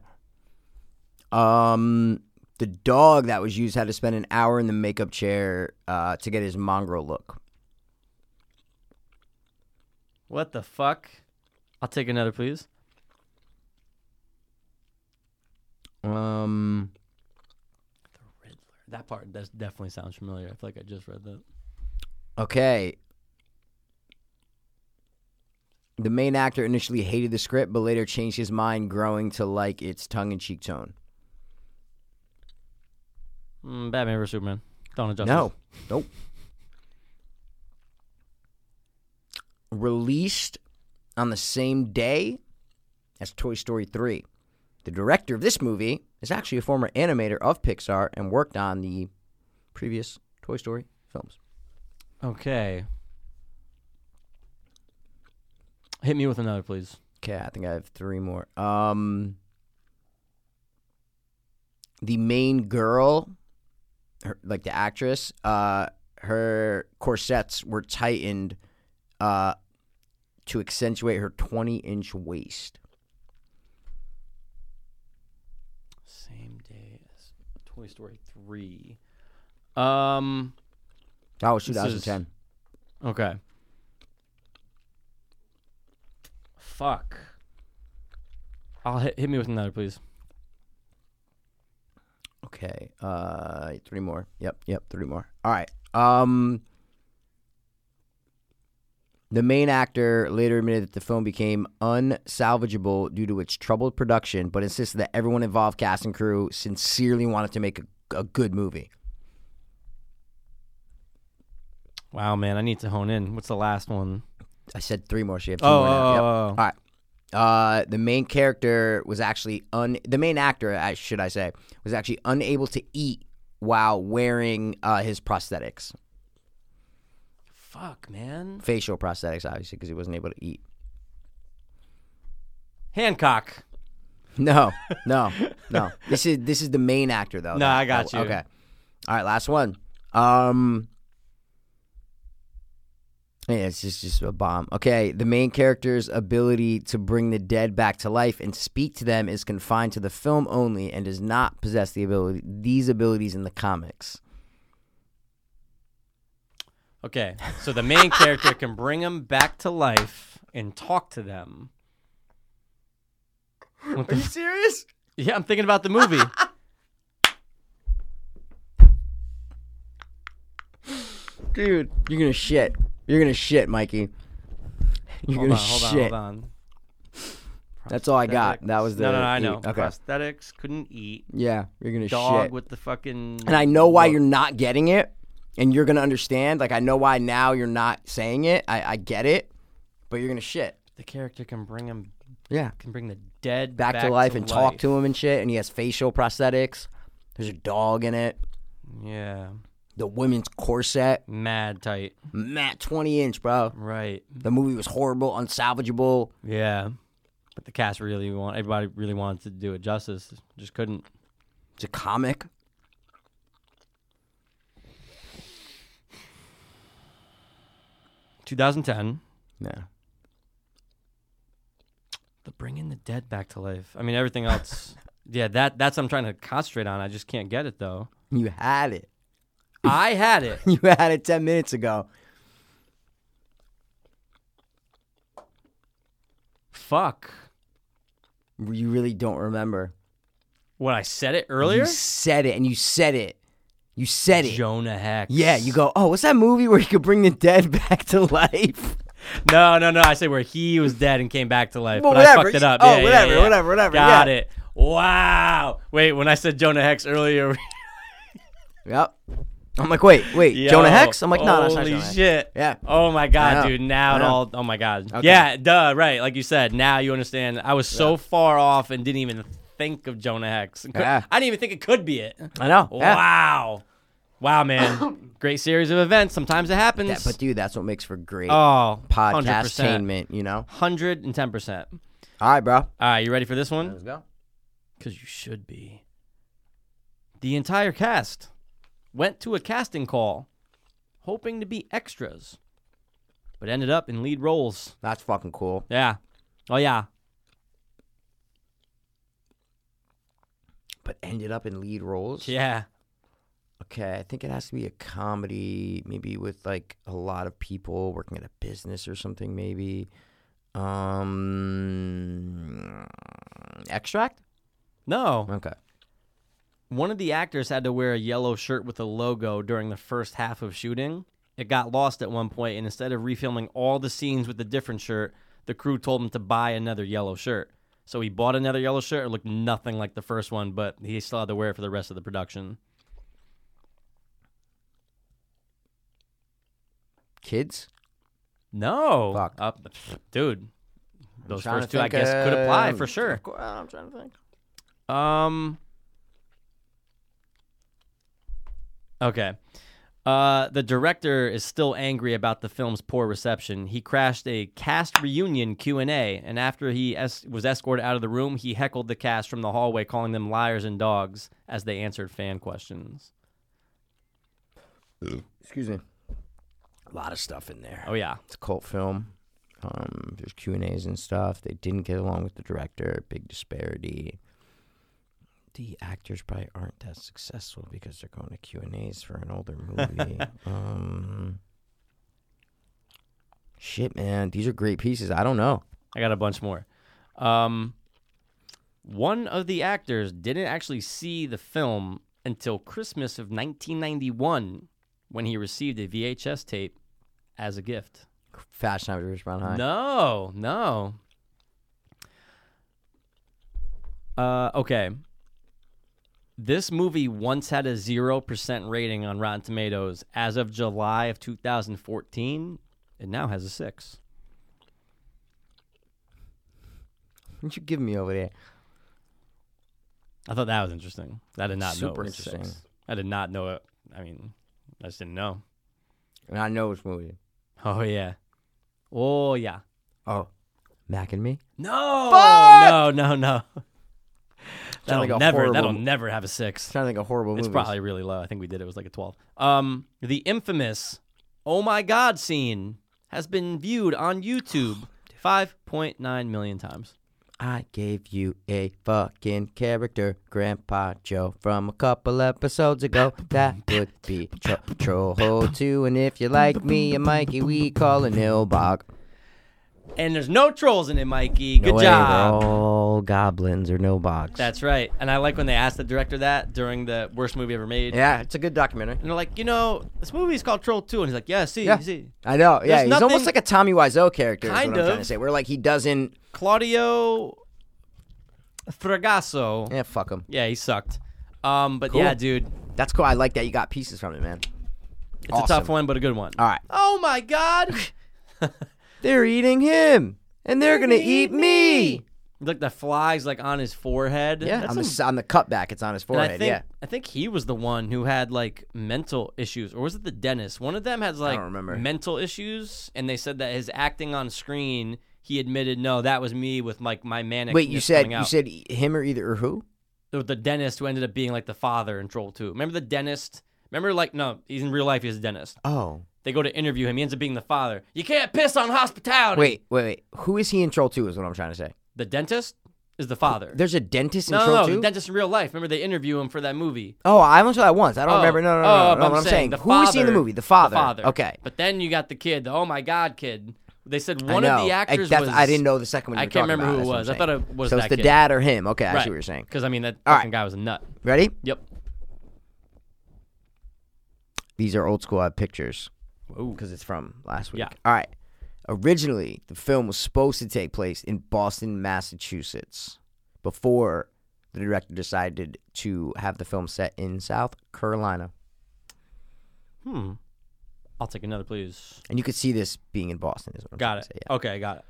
Speaker 1: Um, the dog that was used had to spend an hour in the makeup chair uh, to get his mongrel look.
Speaker 2: What the fuck? I'll take another, please.
Speaker 1: Um.
Speaker 2: Riddler. That part that definitely sounds familiar. I feel like I just read that.
Speaker 1: Okay. The main actor initially hated the script, but later changed his mind, growing to like its tongue-in-cheek tone.
Speaker 2: Mm, Batman vs Superman. Don't adjust.
Speaker 1: No, nope. Released on the same day as Toy Story 3. The director of this movie is actually a former animator of Pixar and worked on the previous Toy Story films.
Speaker 2: Okay. Hit me with another, please.
Speaker 1: Okay, I think I have three more. Um, the main girl, her, like the actress, uh, her corsets were tightened uh, to accentuate her 20 inch waist.
Speaker 2: Same day as Toy Story three. Um.
Speaker 1: That was
Speaker 2: This is-
Speaker 1: 2010.
Speaker 2: Okay. Fuck. I'll hit, hit me with another, please.
Speaker 1: Okay, uh, three more. Yep, yep, three more. All right. Um, the main actor later admitted that the film became unsalvageable due to its troubled production, but insisted that everyone involved, cast and crew, sincerely wanted to make a, a good movie.
Speaker 2: Wow, man, I need to hone in. What's the last one?
Speaker 1: I said three more. She had two
Speaker 2: Oh,
Speaker 1: more. Now. Yep.
Speaker 2: oh, oh,
Speaker 1: All right. Uh, the main character was actually un. The main actor, I should I say, was actually unable to eat while wearing uh, his prosthetics,
Speaker 2: fuck, man.
Speaker 1: facial prosthetics, obviously, because he wasn't able to eat.
Speaker 2: Hancock.
Speaker 1: (laughs) No, no, no. (laughs) This is this is the main actor though.
Speaker 2: No, I got you.
Speaker 1: Okay. All right, last one. Um Yeah, it's just just a bomb. Okay, the main character's ability to bring the dead back to life and speak to them is confined to the film only and does not possess the ability these abilities in the comics.
Speaker 2: Okay, so the (laughs) main character can bring them back to life and talk to them. What the
Speaker 1: Are you serious?
Speaker 2: Yeah, I'm thinking about the (laughs) movie.
Speaker 1: Dude, you're going to shit. You're going to shit, Mikey. You're
Speaker 2: hold
Speaker 1: going to
Speaker 2: on, hold
Speaker 1: shit.
Speaker 2: on, hold on.
Speaker 1: That's all I got. That was the E,
Speaker 2: no, no, no. I know.
Speaker 1: Okay.
Speaker 2: Prosthetics couldn't eat.
Speaker 1: Yeah, you're going to shit.
Speaker 2: Dog with the fucking.
Speaker 1: and I know why you're not getting it, and you're gonna understand. Like I know why now you're not saying it. I, I get it, but you're gonna shit.
Speaker 2: the character can bring him,
Speaker 1: Yeah,
Speaker 2: can bring the dead
Speaker 1: back, to life and talk to him and shit. And he has facial prosthetics. There's a dog in it.
Speaker 2: Yeah,
Speaker 1: The women's corset,
Speaker 2: mad tight.
Speaker 1: Matt, twenty inch, bro.
Speaker 2: Right.
Speaker 1: The movie was horrible, unsalvageable.
Speaker 2: Yeah, but the cast really want everybody really wanted to do it justice, just couldn't.
Speaker 1: It's a comic.
Speaker 2: Two thousand ten.
Speaker 1: Yeah.
Speaker 2: The bringing the dead back to life. I mean, (laughs) everything else. yeah, that that's what I'm trying to concentrate on. I just can't get it (laughs) though.
Speaker 1: You had it. (laughs)
Speaker 2: I had it.
Speaker 1: You had it ten minutes ago.
Speaker 2: Fuck.
Speaker 1: You really don't remember.
Speaker 2: What I said it earlier?
Speaker 1: You said it, and you said it. You said it.
Speaker 2: Jonah Hex.
Speaker 1: Yeah, you go, oh, what's that movie where you could bring the dead (laughs) back to life?
Speaker 2: No, no, no. I say where he was dead and came back to life.
Speaker 1: Well,
Speaker 2: but I
Speaker 1: whatever.
Speaker 2: fucked it up.
Speaker 1: Oh,
Speaker 2: Yeah, yeah,
Speaker 1: whatever,
Speaker 2: yeah.
Speaker 1: whatever, whatever,
Speaker 2: Got
Speaker 1: yeah.
Speaker 2: it. Wow. Wait, when I said Jonah Hex earlier,
Speaker 1: Yep. I'm like, wait, wait,
Speaker 2: yo,
Speaker 1: Jonah Hex? I'm like, no, that's not
Speaker 2: holy
Speaker 1: Jonah Hex.
Speaker 2: shit.
Speaker 1: Yeah.
Speaker 2: Oh my
Speaker 1: I
Speaker 2: god,
Speaker 1: know.
Speaker 2: dude. Now
Speaker 1: I
Speaker 2: it
Speaker 1: know.
Speaker 2: all. Oh my god.
Speaker 1: Okay.
Speaker 2: Yeah. Duh. Right. Like you said. Now you understand. I was so far off and didn't even think of Jonah Hex. (laughs) It could-
Speaker 1: Yeah.
Speaker 2: I didn't even think it could be it.
Speaker 1: I know. yeah.
Speaker 2: Wow. Wow,
Speaker 1: (coughs)
Speaker 2: man. Great series of events. Sometimes it happens.
Speaker 1: That- but dude, that's what makes for great
Speaker 2: oh,
Speaker 1: podcast attainment, you know?
Speaker 2: Hundred and ten percent.
Speaker 1: All right, bro.
Speaker 2: All right, you ready for this one?
Speaker 1: go.
Speaker 2: Because you should be. The entire cast went to a casting call, hoping to be extras, but ended up in lead roles.
Speaker 1: That's fucking cool.
Speaker 2: Yeah. Oh yeah.
Speaker 1: But ended up in lead roles.
Speaker 2: Yeah.
Speaker 1: Okay, I think it has to be a comedy, maybe with like a lot of people working at a business or something, maybe. Um, extract.
Speaker 2: No.
Speaker 1: Okay.
Speaker 2: One of the actors had to wear a yellow shirt with a logo during the first half of shooting. It got lost at one point, and instead of refilming all the scenes with a different shirt, the crew told him to buy another yellow shirt. So he bought another yellow shirt. It looked nothing like the first one, but he still had to wear it for the rest of the production.
Speaker 1: Kids.
Speaker 2: No.
Speaker 1: Fuck.
Speaker 2: Uh, pff, dude. Those
Speaker 1: trying
Speaker 2: first
Speaker 1: to
Speaker 2: two, I
Speaker 1: think,
Speaker 2: guess, could apply
Speaker 1: um,
Speaker 2: for sure.
Speaker 1: Of course, I'm trying to think.
Speaker 2: Um. Okay. Uh, the director is still angry about the film's poor reception. He crashed a cast reunion Q and A, and after he es- was escorted out of the room, he heckled the cast from the hallway, calling them liars and dogs as they answered fan questions.
Speaker 1: Excuse me. A lot of stuff in there.
Speaker 2: Oh yeah,
Speaker 1: It's a cult film. Um, there's Q and A's and stuff. They didn't get along with the director. Big disparity. The actors probably aren't that successful because they're going to Q and A's for an (laughs) older movie. um, shit, man, these are great pieces. I don't know.
Speaker 2: I got a bunch more. Um, one of the actors didn't actually see the film until Christmas of 1991 when he received a VHS tape as a gift.
Speaker 1: Fast Times at Ridgemont High.
Speaker 2: No, no. Uh, okay. This movie once had a 0% rating on Rotten Tomatoes. As of July of 2014, it now has a 6.
Speaker 1: What you give me over there?
Speaker 2: I thought that was interesting. I did not know.
Speaker 1: Super
Speaker 2: it was six.
Speaker 1: interesting.
Speaker 2: I did not know it. I mean, I just didn't know.
Speaker 1: And I know which movie.
Speaker 2: Oh yeah. Oh yeah.
Speaker 1: Oh, Mac and Me.
Speaker 2: No.
Speaker 1: Fuck!
Speaker 2: No. No. No. That'll
Speaker 1: like a
Speaker 2: never.
Speaker 1: horrible
Speaker 2: That'll
Speaker 1: mo-
Speaker 2: never have a six.
Speaker 1: trying to think of horrible
Speaker 2: It's
Speaker 1: movies.
Speaker 2: probably really low. I think we did it was like a twelve. Um, the infamous "Oh my God" scene has been viewed
Speaker 1: (gasps)
Speaker 2: on YouTube five point nine million times.
Speaker 1: I gave you a fucking character, Grandpa Joe, from a couple episodes ago. That would be tro- Troll 2. And if you like me and Mikey, we call it Nilbog.
Speaker 2: And there's no trolls in it, Mikey. Good
Speaker 1: No way,
Speaker 2: job.
Speaker 1: They're all goblins or Nilbogs.
Speaker 2: That's right. And I like when they asked the director that during the worst movie ever made.
Speaker 1: yeah, it's a good documentary.
Speaker 2: And they're like, you know, this movie's called Troll 2. And he's like, yeah, see,
Speaker 1: Yeah.
Speaker 2: see.
Speaker 1: I know. Yeah,
Speaker 2: There's
Speaker 1: he's
Speaker 2: nothing-
Speaker 1: almost like a Tommy Wiseau character. Is
Speaker 2: Kind
Speaker 1: what I'm trying
Speaker 2: of.
Speaker 1: to say. Where like he doesn't.
Speaker 2: Claudio Fragasso. Yeah,
Speaker 1: Yeah, fuck him.
Speaker 2: he sucked. Um, but
Speaker 1: Cool.
Speaker 2: yeah, dude,
Speaker 1: That's cool. I like that you got pieces from it, man.
Speaker 2: it's a
Speaker 1: Awesome.
Speaker 2: tough one, but a good one.
Speaker 1: All right.
Speaker 2: Oh my God. (laughs)
Speaker 1: They're eating him, and they're gonna eat me.
Speaker 2: Look, the flies like on his forehead.
Speaker 1: Yeah,
Speaker 2: That's
Speaker 1: on
Speaker 2: a-
Speaker 1: the s- on the cutback, it's on his
Speaker 2: and
Speaker 1: forehead.
Speaker 2: I think
Speaker 1: yeah.
Speaker 2: I think he was the one who had like mental issues, or was it the dentist? One of them has like
Speaker 1: don't remember.
Speaker 2: mental issues, and they said that his acting on screen, he admitted, no, that was me with like my manic.
Speaker 1: Wait, you said
Speaker 2: coming out.
Speaker 1: you said e- him or either or who?
Speaker 2: the, the dentist who ended up being like the father in Troll 2. Remember the dentist? Remember, like, no, he's in real life, he's a dentist.
Speaker 1: Oh,
Speaker 2: They go to interview him, he ends up being the father. You can't piss on hospitality.
Speaker 1: wait, wait, wait. Who is he in Troll Two? Is what I'm trying to say.
Speaker 2: The dentist is the father.
Speaker 1: There's a dentist in
Speaker 2: no, no,
Speaker 1: Troll
Speaker 2: no,
Speaker 1: Two.
Speaker 2: the dentist in real life. Remember, they interview him for that movie.
Speaker 1: oh, I only saw that once. I don't
Speaker 2: Oh,
Speaker 1: remember. No, no, no.
Speaker 2: oh,
Speaker 1: no,
Speaker 2: but
Speaker 1: no, what I'm saying.
Speaker 2: the
Speaker 1: Who is he in the
Speaker 2: father-
Speaker 1: movie? The father.
Speaker 2: The father.
Speaker 1: Okay.
Speaker 2: But then you got the kid, the oh my God kid, They said
Speaker 1: I
Speaker 2: one of
Speaker 1: know.
Speaker 2: the actors
Speaker 1: I, that's-
Speaker 2: was.
Speaker 1: I didn't know the second one.
Speaker 2: I
Speaker 1: you were
Speaker 2: can't
Speaker 1: talking
Speaker 2: remember
Speaker 1: about,
Speaker 2: who it
Speaker 1: that's
Speaker 2: was. I
Speaker 1: what I'm
Speaker 2: thought
Speaker 1: saying.
Speaker 2: it was
Speaker 1: So
Speaker 2: that
Speaker 1: it's the
Speaker 2: kid.
Speaker 1: dad or him. Okay, I
Speaker 2: Right.
Speaker 1: see what you're saying.
Speaker 2: Because I mean that
Speaker 1: All
Speaker 2: fucking
Speaker 1: right.
Speaker 2: guy was a nut.
Speaker 1: Ready?
Speaker 2: Yep.
Speaker 1: These are old school uh, pictures
Speaker 2: Whoa.
Speaker 1: because it's from last week.
Speaker 2: Yeah.
Speaker 1: All right. Originally, the film was supposed to take place in Boston, Massachusetts, before the director decided to have the film set in South Carolina.
Speaker 2: Hmm. I'll take another, please.
Speaker 1: And you could see this being in Boston. Is what I'm
Speaker 2: Got
Speaker 1: trying
Speaker 2: it.
Speaker 1: to say, yeah.
Speaker 2: Okay, got it.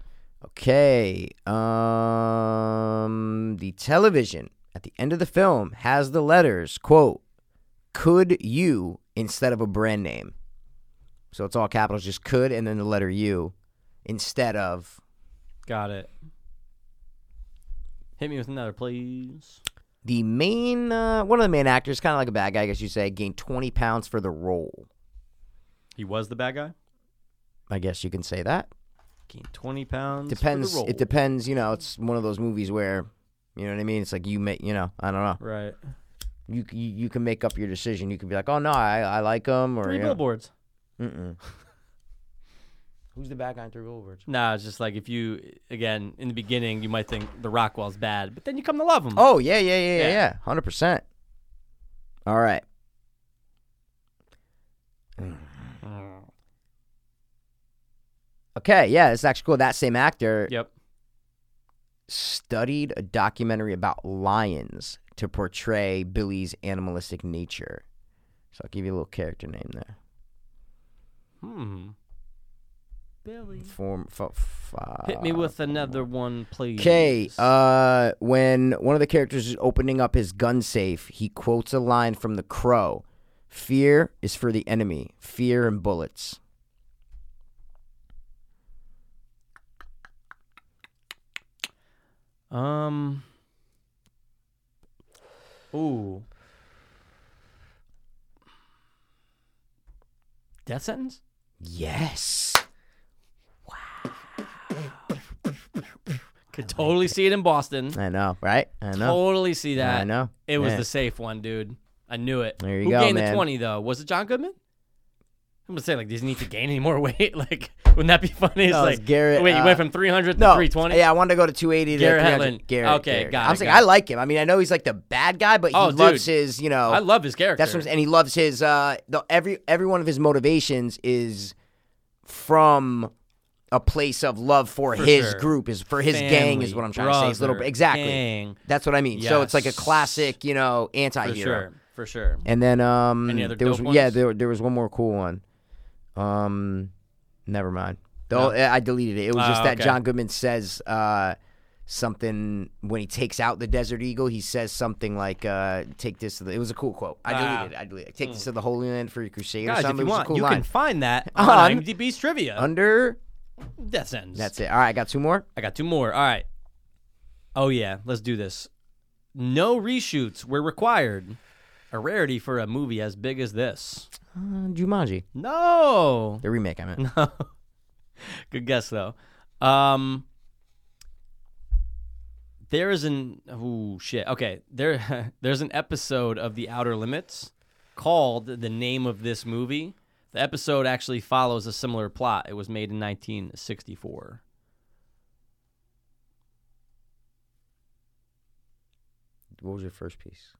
Speaker 1: Okay. Um the television at the end of the film has the letters, quote, could you instead of a brand name. So it's all capitals, just could and then the letter U instead of
Speaker 2: Got it. Hit me with another, please.
Speaker 1: the main uh, one of the main actors, kinda like a bad guy, I guess you say, gained twenty pounds for the role.
Speaker 2: He was the bad guy.
Speaker 1: I guess you can say that.
Speaker 2: Gained twenty pounds. for the
Speaker 1: Depends
Speaker 2: role.
Speaker 1: it depends, you know, it's one of those movies where you know what I mean? It's like you make you know, I don't know.
Speaker 2: Right.
Speaker 1: you you, you can make up your decision. You can be like, oh no, I, I like him or
Speaker 2: Three
Speaker 1: you know.
Speaker 2: billboards. (laughs)
Speaker 1: Mm-mm. Who's the bad guy in Three Billboards?
Speaker 2: Nah, it's just like if you again in the beginning you might think the Rockwell's bad, but then you come to love him.
Speaker 1: Oh yeah yeah yeah yeah
Speaker 2: Yeah.
Speaker 1: yeah hundred percent. All right, okay, yeah, it's actually cool. That same actor
Speaker 2: Yep.
Speaker 1: studied a documentary about lions to portray Billy's animalistic nature. So I'll give you a little character name there.
Speaker 2: Hmm. Billy.
Speaker 1: Form, f- f- uh,
Speaker 2: Hit me with another one, please.
Speaker 1: Okay, uh, when one of the characters is opening up his gun safe, he quotes a line from The Crow Fear is for the enemy, fear and bullets.
Speaker 2: Um. Ooh. Death sentence?
Speaker 1: Yes.
Speaker 2: Could totally see it in Boston.
Speaker 1: I know, right? I know.
Speaker 2: Totally see that.
Speaker 1: I know.
Speaker 2: It was
Speaker 1: Yeah.
Speaker 2: the safe one, dude. I knew it.
Speaker 1: There you
Speaker 2: Who
Speaker 1: go,
Speaker 2: gained
Speaker 1: man.
Speaker 2: the 20, though? Was it John Goodman? I'm gonna say like, does he need to gain any more (laughs) weight? Like, wouldn't that be funny? It's
Speaker 1: No, it's
Speaker 2: like,
Speaker 1: Garrett,
Speaker 2: wait, you
Speaker 1: uh,
Speaker 2: went from 300 to
Speaker 1: No,
Speaker 2: 320.
Speaker 1: yeah, I wanted to go to 280
Speaker 2: Garrett
Speaker 1: to 300.
Speaker 2: Hedlund.
Speaker 1: Garrett,
Speaker 2: Okay,
Speaker 1: Garrett.
Speaker 2: got
Speaker 1: I'm
Speaker 2: it,
Speaker 1: saying
Speaker 2: got
Speaker 1: I
Speaker 2: it.
Speaker 1: like him. I mean, I know he's like the bad guy, but he
Speaker 2: Oh,
Speaker 1: loves
Speaker 2: dude.
Speaker 1: his, you know.
Speaker 2: I love his character.
Speaker 1: That's what I'm saying. And he loves his uh the, every every one of his motivations is from a place of love for,
Speaker 2: For
Speaker 1: his
Speaker 2: sure.
Speaker 1: group is for his gang is
Speaker 2: Family,
Speaker 1: what I'm trying to say. His little
Speaker 2: brother,
Speaker 1: exactly.
Speaker 2: gang.
Speaker 1: That's what I mean. So it's like a
Speaker 2: Yes.
Speaker 1: classic, you know,
Speaker 2: For
Speaker 1: anti-hero.
Speaker 2: sure, for sure.
Speaker 1: And then um
Speaker 2: Any other
Speaker 1: there was
Speaker 2: dope
Speaker 1: yeah,
Speaker 2: ones?
Speaker 1: there there was one more cool one. Um never mind. Though I deleted it. It was
Speaker 2: Oh,
Speaker 1: just that
Speaker 2: okay.
Speaker 1: John Goodman says uh something when he takes out the desert eagle, he says something like uh take this to the it was a cool quote. I
Speaker 2: Ah.
Speaker 1: deleted it. I deleted it. Take this to the Holy Land for your crusade or
Speaker 2: Guys,
Speaker 1: something.
Speaker 2: if you
Speaker 1: it was a
Speaker 2: want,
Speaker 1: cool
Speaker 2: you
Speaker 1: line.
Speaker 2: can find that
Speaker 1: On-
Speaker 2: on IMDb's trivia.
Speaker 1: Under
Speaker 2: Death sentence.
Speaker 1: that's it. All right, I got two more.
Speaker 2: I got two more. All right. Oh yeah, let's do this. No reshoots were required. A rarity for a movie as big as this.
Speaker 1: Uh, Jumanji.
Speaker 2: No. (laughs)
Speaker 1: The remake I meant.
Speaker 2: No. Good guess though. Um there is an oh shit. Okay, there (laughs) there's an episode of The Outer Limits called The Name of This Movie. The episode actually follows a similar plot. It was made in 1964.
Speaker 1: What was your first piece?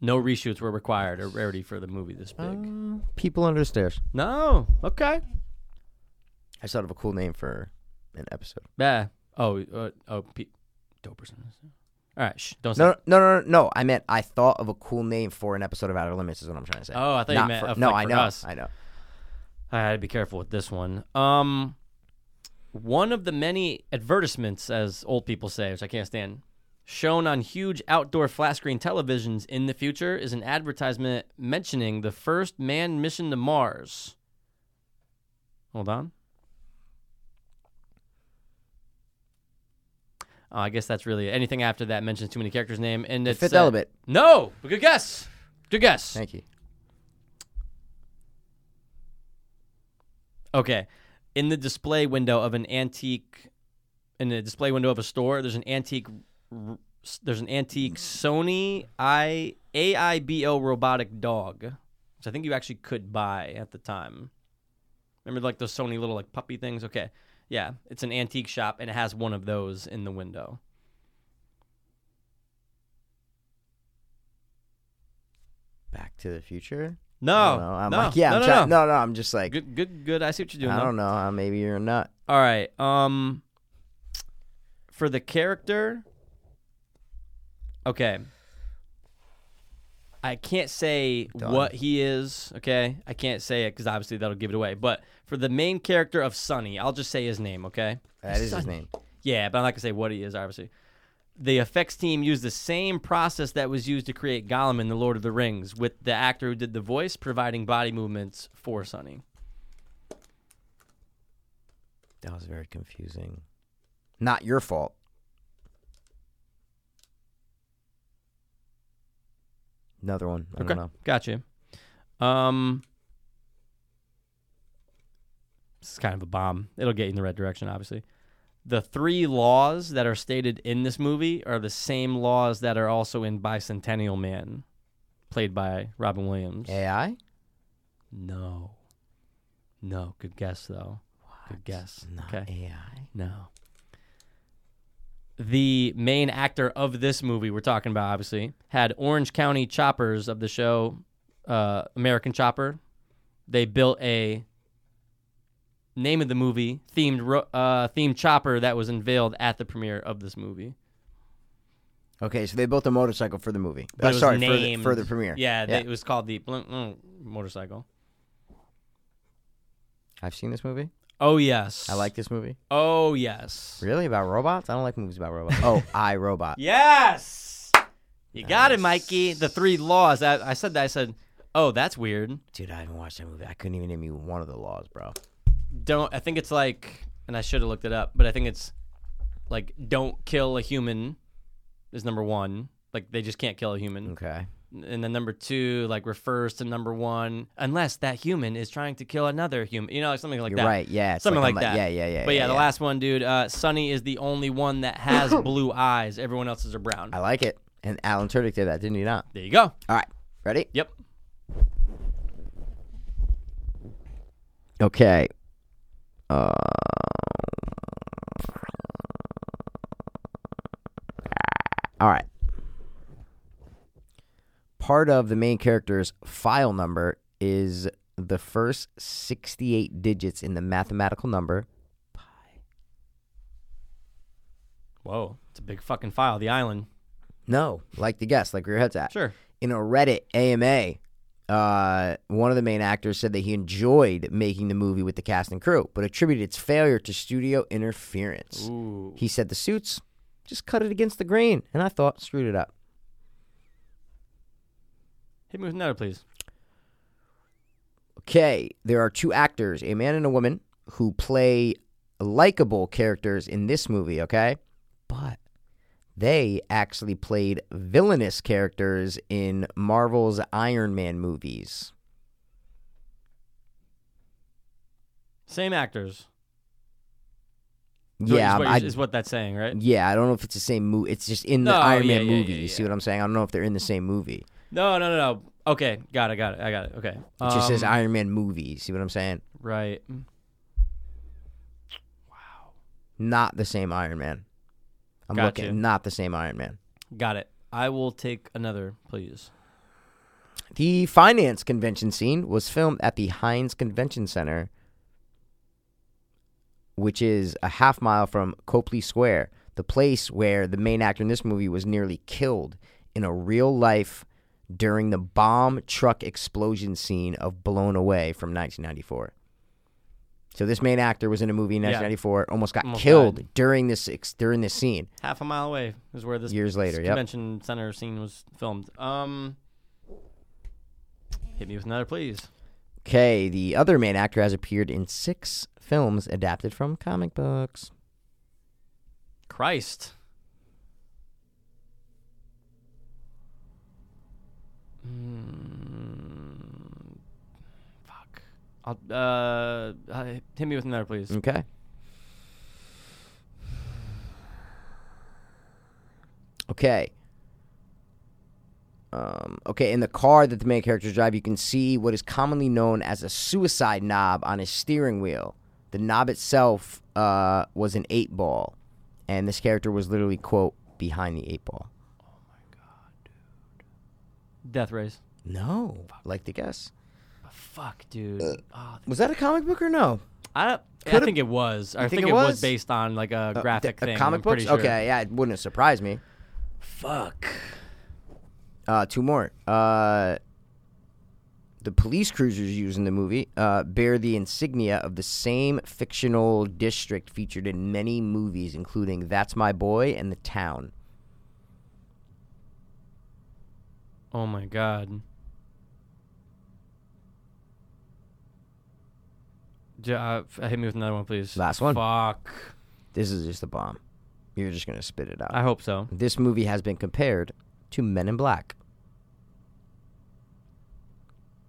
Speaker 2: No reshoots were required, a rarity for the movie this big.
Speaker 1: People Under the Stairs.
Speaker 2: no. Okay.
Speaker 1: I just thought of a cool name for an episode.
Speaker 2: Yeah. Oh, uh, oh, Pete. Doperson. All right. Shh, don't say
Speaker 1: No, no, no, no, no. I meant I thought of a cool name for an episode of Outer Limits. Is what I'm trying to say.
Speaker 2: Oh, I thought you
Speaker 1: Not
Speaker 2: meant
Speaker 1: for-
Speaker 2: a
Speaker 1: no.
Speaker 2: flick
Speaker 1: I
Speaker 2: for
Speaker 1: know.
Speaker 2: us.
Speaker 1: I know.
Speaker 2: I had to be careful with this one. Um, one of the many advertisements, as old people say, which I can't stand, shown on huge outdoor flat screen televisions in the future is an advertisement mentioning the first manned mission to Mars. Hold on. Oh, I guess that's really it. anything after that mentions too many characters' name, and it's
Speaker 1: Fifth
Speaker 2: uh,
Speaker 1: Element.
Speaker 2: No, but good guess. Good guess.
Speaker 1: Thank you.
Speaker 2: Okay. In the display window of an antique, in the display window of a store, there's an antique, r- s- there's an antique Sony I AIBO robotic dog, which I think you actually could buy at the time. Remember, like those Sony little like puppy things. Okay, Yeah, it's an antique shop and it has one of those in the window.
Speaker 1: Back to the Future. I
Speaker 2: No,
Speaker 1: don't know. I'm
Speaker 2: no,
Speaker 1: like, yeah,
Speaker 2: no,
Speaker 1: I'm
Speaker 2: no,
Speaker 1: try-
Speaker 2: no.
Speaker 1: no, no, I'm just like,
Speaker 2: Good, good, good. I see what you're doing.
Speaker 1: I
Speaker 2: though.
Speaker 1: don't know. uh, Maybe you're a nut.
Speaker 2: All right. Um, for the character, okay. I can't say what he is. Okay, I can't say it because obviously that'll give it away. But for the main character of Sonny, I'll just say his name. Okay.
Speaker 1: That is his name.
Speaker 2: Yeah, but I'm not gonna say what he is. Obviously, the effects team used the same process that was used to create Gollum in the Lord of the Rings, with the actor who did the voice providing body movements for Sonny.
Speaker 1: That was very confusing. Not your fault. Another one. I don't know.
Speaker 2: Gotcha. Um, this is kind of a bomb. It'll get you in the right direction, obviously. The three laws that are stated in this movie are the same laws that are also in Bicentennial Man, played by Robin Williams.
Speaker 1: AI?
Speaker 2: No. No. Good guess, though. Good guess.
Speaker 1: Not
Speaker 2: okay.
Speaker 1: AI.
Speaker 2: No. The main actor of this movie we're talking about, obviously, had Orange County Choppers of the show uh, American Chopper. They built a name of the movie themed ro- uh, themed chopper that was unveiled at the premiere of this movie.
Speaker 1: Uh, Okay, so they built a motorcycle for the movie.
Speaker 2: But
Speaker 1: Uh,
Speaker 2: it was
Speaker 1: sorry,
Speaker 2: named-
Speaker 1: For, the, for the premiere.
Speaker 2: Yeah, they- it was called the Blink mm, motorcycle.
Speaker 1: I've seen this movie.
Speaker 2: Oh yes,
Speaker 1: I like this movie.
Speaker 2: Oh yes,
Speaker 1: Really about robots? I don't like movies about robots. (laughs) Oh, I Robot.
Speaker 2: yes. You got it, Mikey. The three laws. I, I said that. I said, oh, that's weird.
Speaker 1: Dude, I haven't watched that movie. I couldn't even name you one of the laws, bro.
Speaker 2: don't I think it's like and I should have looked it up, but I think it's like don't kill a human is number 1. Like they just can't kill a human.
Speaker 1: Okay.
Speaker 2: And then number 2 like refers to number 1 unless that human is trying to kill another human. You know, like something like
Speaker 1: You're
Speaker 2: that.
Speaker 1: right. Yeah. it's
Speaker 2: Something like,
Speaker 1: I'm
Speaker 2: that.
Speaker 1: Yeah, yeah, yeah.
Speaker 2: But yeah,
Speaker 1: yeah
Speaker 2: the last one, dude, uh Sunny is the only one that
Speaker 1: (coughs)
Speaker 2: has blue eyes. Everyone else's are brown.
Speaker 1: I like it. And Alan Turdick did that, didn't he not?
Speaker 2: There you go.
Speaker 1: All right. Ready?
Speaker 2: Yep.
Speaker 1: Okay. Uh, all right. Part of the main character's file number is the first 68 digits in the mathematical number.
Speaker 2: Whoa. It's a big fucking file, the island.
Speaker 1: No, like the guess, like where your head's at.
Speaker 2: Sure.
Speaker 1: in a Reddit AMA, uh, one of the main actors said that he enjoyed making the movie with the cast and crew, but attributed its failure to studio interference.
Speaker 2: Ooh.
Speaker 1: He said the suits just cut it against the grain, and I thought screwed it up.
Speaker 2: Hit me with another, please.
Speaker 1: Okay, there are two actors, a man and a woman, who play likable characters in this movie, okay? But they actually played villainous characters in Marvel's Iron Man movies.
Speaker 2: Same actors. So
Speaker 1: yeah,
Speaker 2: is what,
Speaker 1: I,
Speaker 2: you're- is what that's saying, right?
Speaker 1: Yeah, I don't know if it's the same movie. It's just in the
Speaker 2: Oh,
Speaker 1: Iron
Speaker 2: yeah,
Speaker 1: Man
Speaker 2: yeah,
Speaker 1: movie.
Speaker 2: yeah,
Speaker 1: You see
Speaker 2: yeah.
Speaker 1: what I'm saying? I don't know if they're in the same movie.
Speaker 2: No, no, no, no. Okay, got it, got it, I got it. Okay.
Speaker 1: It just says
Speaker 2: Um,
Speaker 1: Iron Man movie. You See what I'm saying?
Speaker 2: Right.
Speaker 1: Not the same Iron Man. I'm
Speaker 2: Gotcha.
Speaker 1: looking. Not the same Iron Man.
Speaker 2: Got it. I will take another, please.
Speaker 1: The finance convention scene was filmed at the Heinz Convention Center, which is a half mile from Copley Square, the place where the main actor in this movie was nearly killed in a real life during the bomb truck explosion scene of Blown Away from 1994. So this main actor was in a movie in
Speaker 2: Yeah.
Speaker 1: 1994, almost got
Speaker 2: Almost
Speaker 1: killed
Speaker 2: died.
Speaker 1: during this ex- during this scene.
Speaker 2: Half a mile away is where this
Speaker 1: Years later,
Speaker 2: this
Speaker 1: yep.
Speaker 2: convention center scene was filmed. Um, hit me with another, please.
Speaker 1: Okay, the other main actor has appeared in six films adapted from comic books.
Speaker 2: Christ. Mm, fuck. I'll, uh, uh, hit me with another, please.
Speaker 1: Okay. Okay. Um, okay, in the car that the main characters drive, you can see what is commonly known as a suicide knob on his steering wheel. the knob itself uh, was an eight ball, and this character was literally quote behind the eight ball.
Speaker 2: Death Race.
Speaker 1: No, like the guess.
Speaker 2: Fuck, dude. Oh,
Speaker 1: Was that a comic book or no?
Speaker 2: I don't. I
Speaker 1: Could've-
Speaker 2: think it was. I
Speaker 1: think
Speaker 2: think
Speaker 1: it
Speaker 2: it was?
Speaker 1: was?
Speaker 2: based on like a
Speaker 1: Uh,
Speaker 2: graphic
Speaker 1: th-
Speaker 2: thing.
Speaker 1: A comic
Speaker 2: I'm pretty
Speaker 1: books?
Speaker 2: sure.
Speaker 1: Okay, yeah, it wouldn't surprise me.
Speaker 2: Fuck.
Speaker 1: Uh, two more. Uh, the police cruisers used in the movie uh, bear the insignia of the same fictional district featured in many movies, including That's My Boy and The Town.
Speaker 2: Oh my god. Ja- uh, f- hit me with another one, please.
Speaker 1: Last one.
Speaker 2: Fuck.
Speaker 1: This is just a bomb. You're just going to spit it out.
Speaker 2: I hope so.
Speaker 1: this movie has been compared to Men in Black.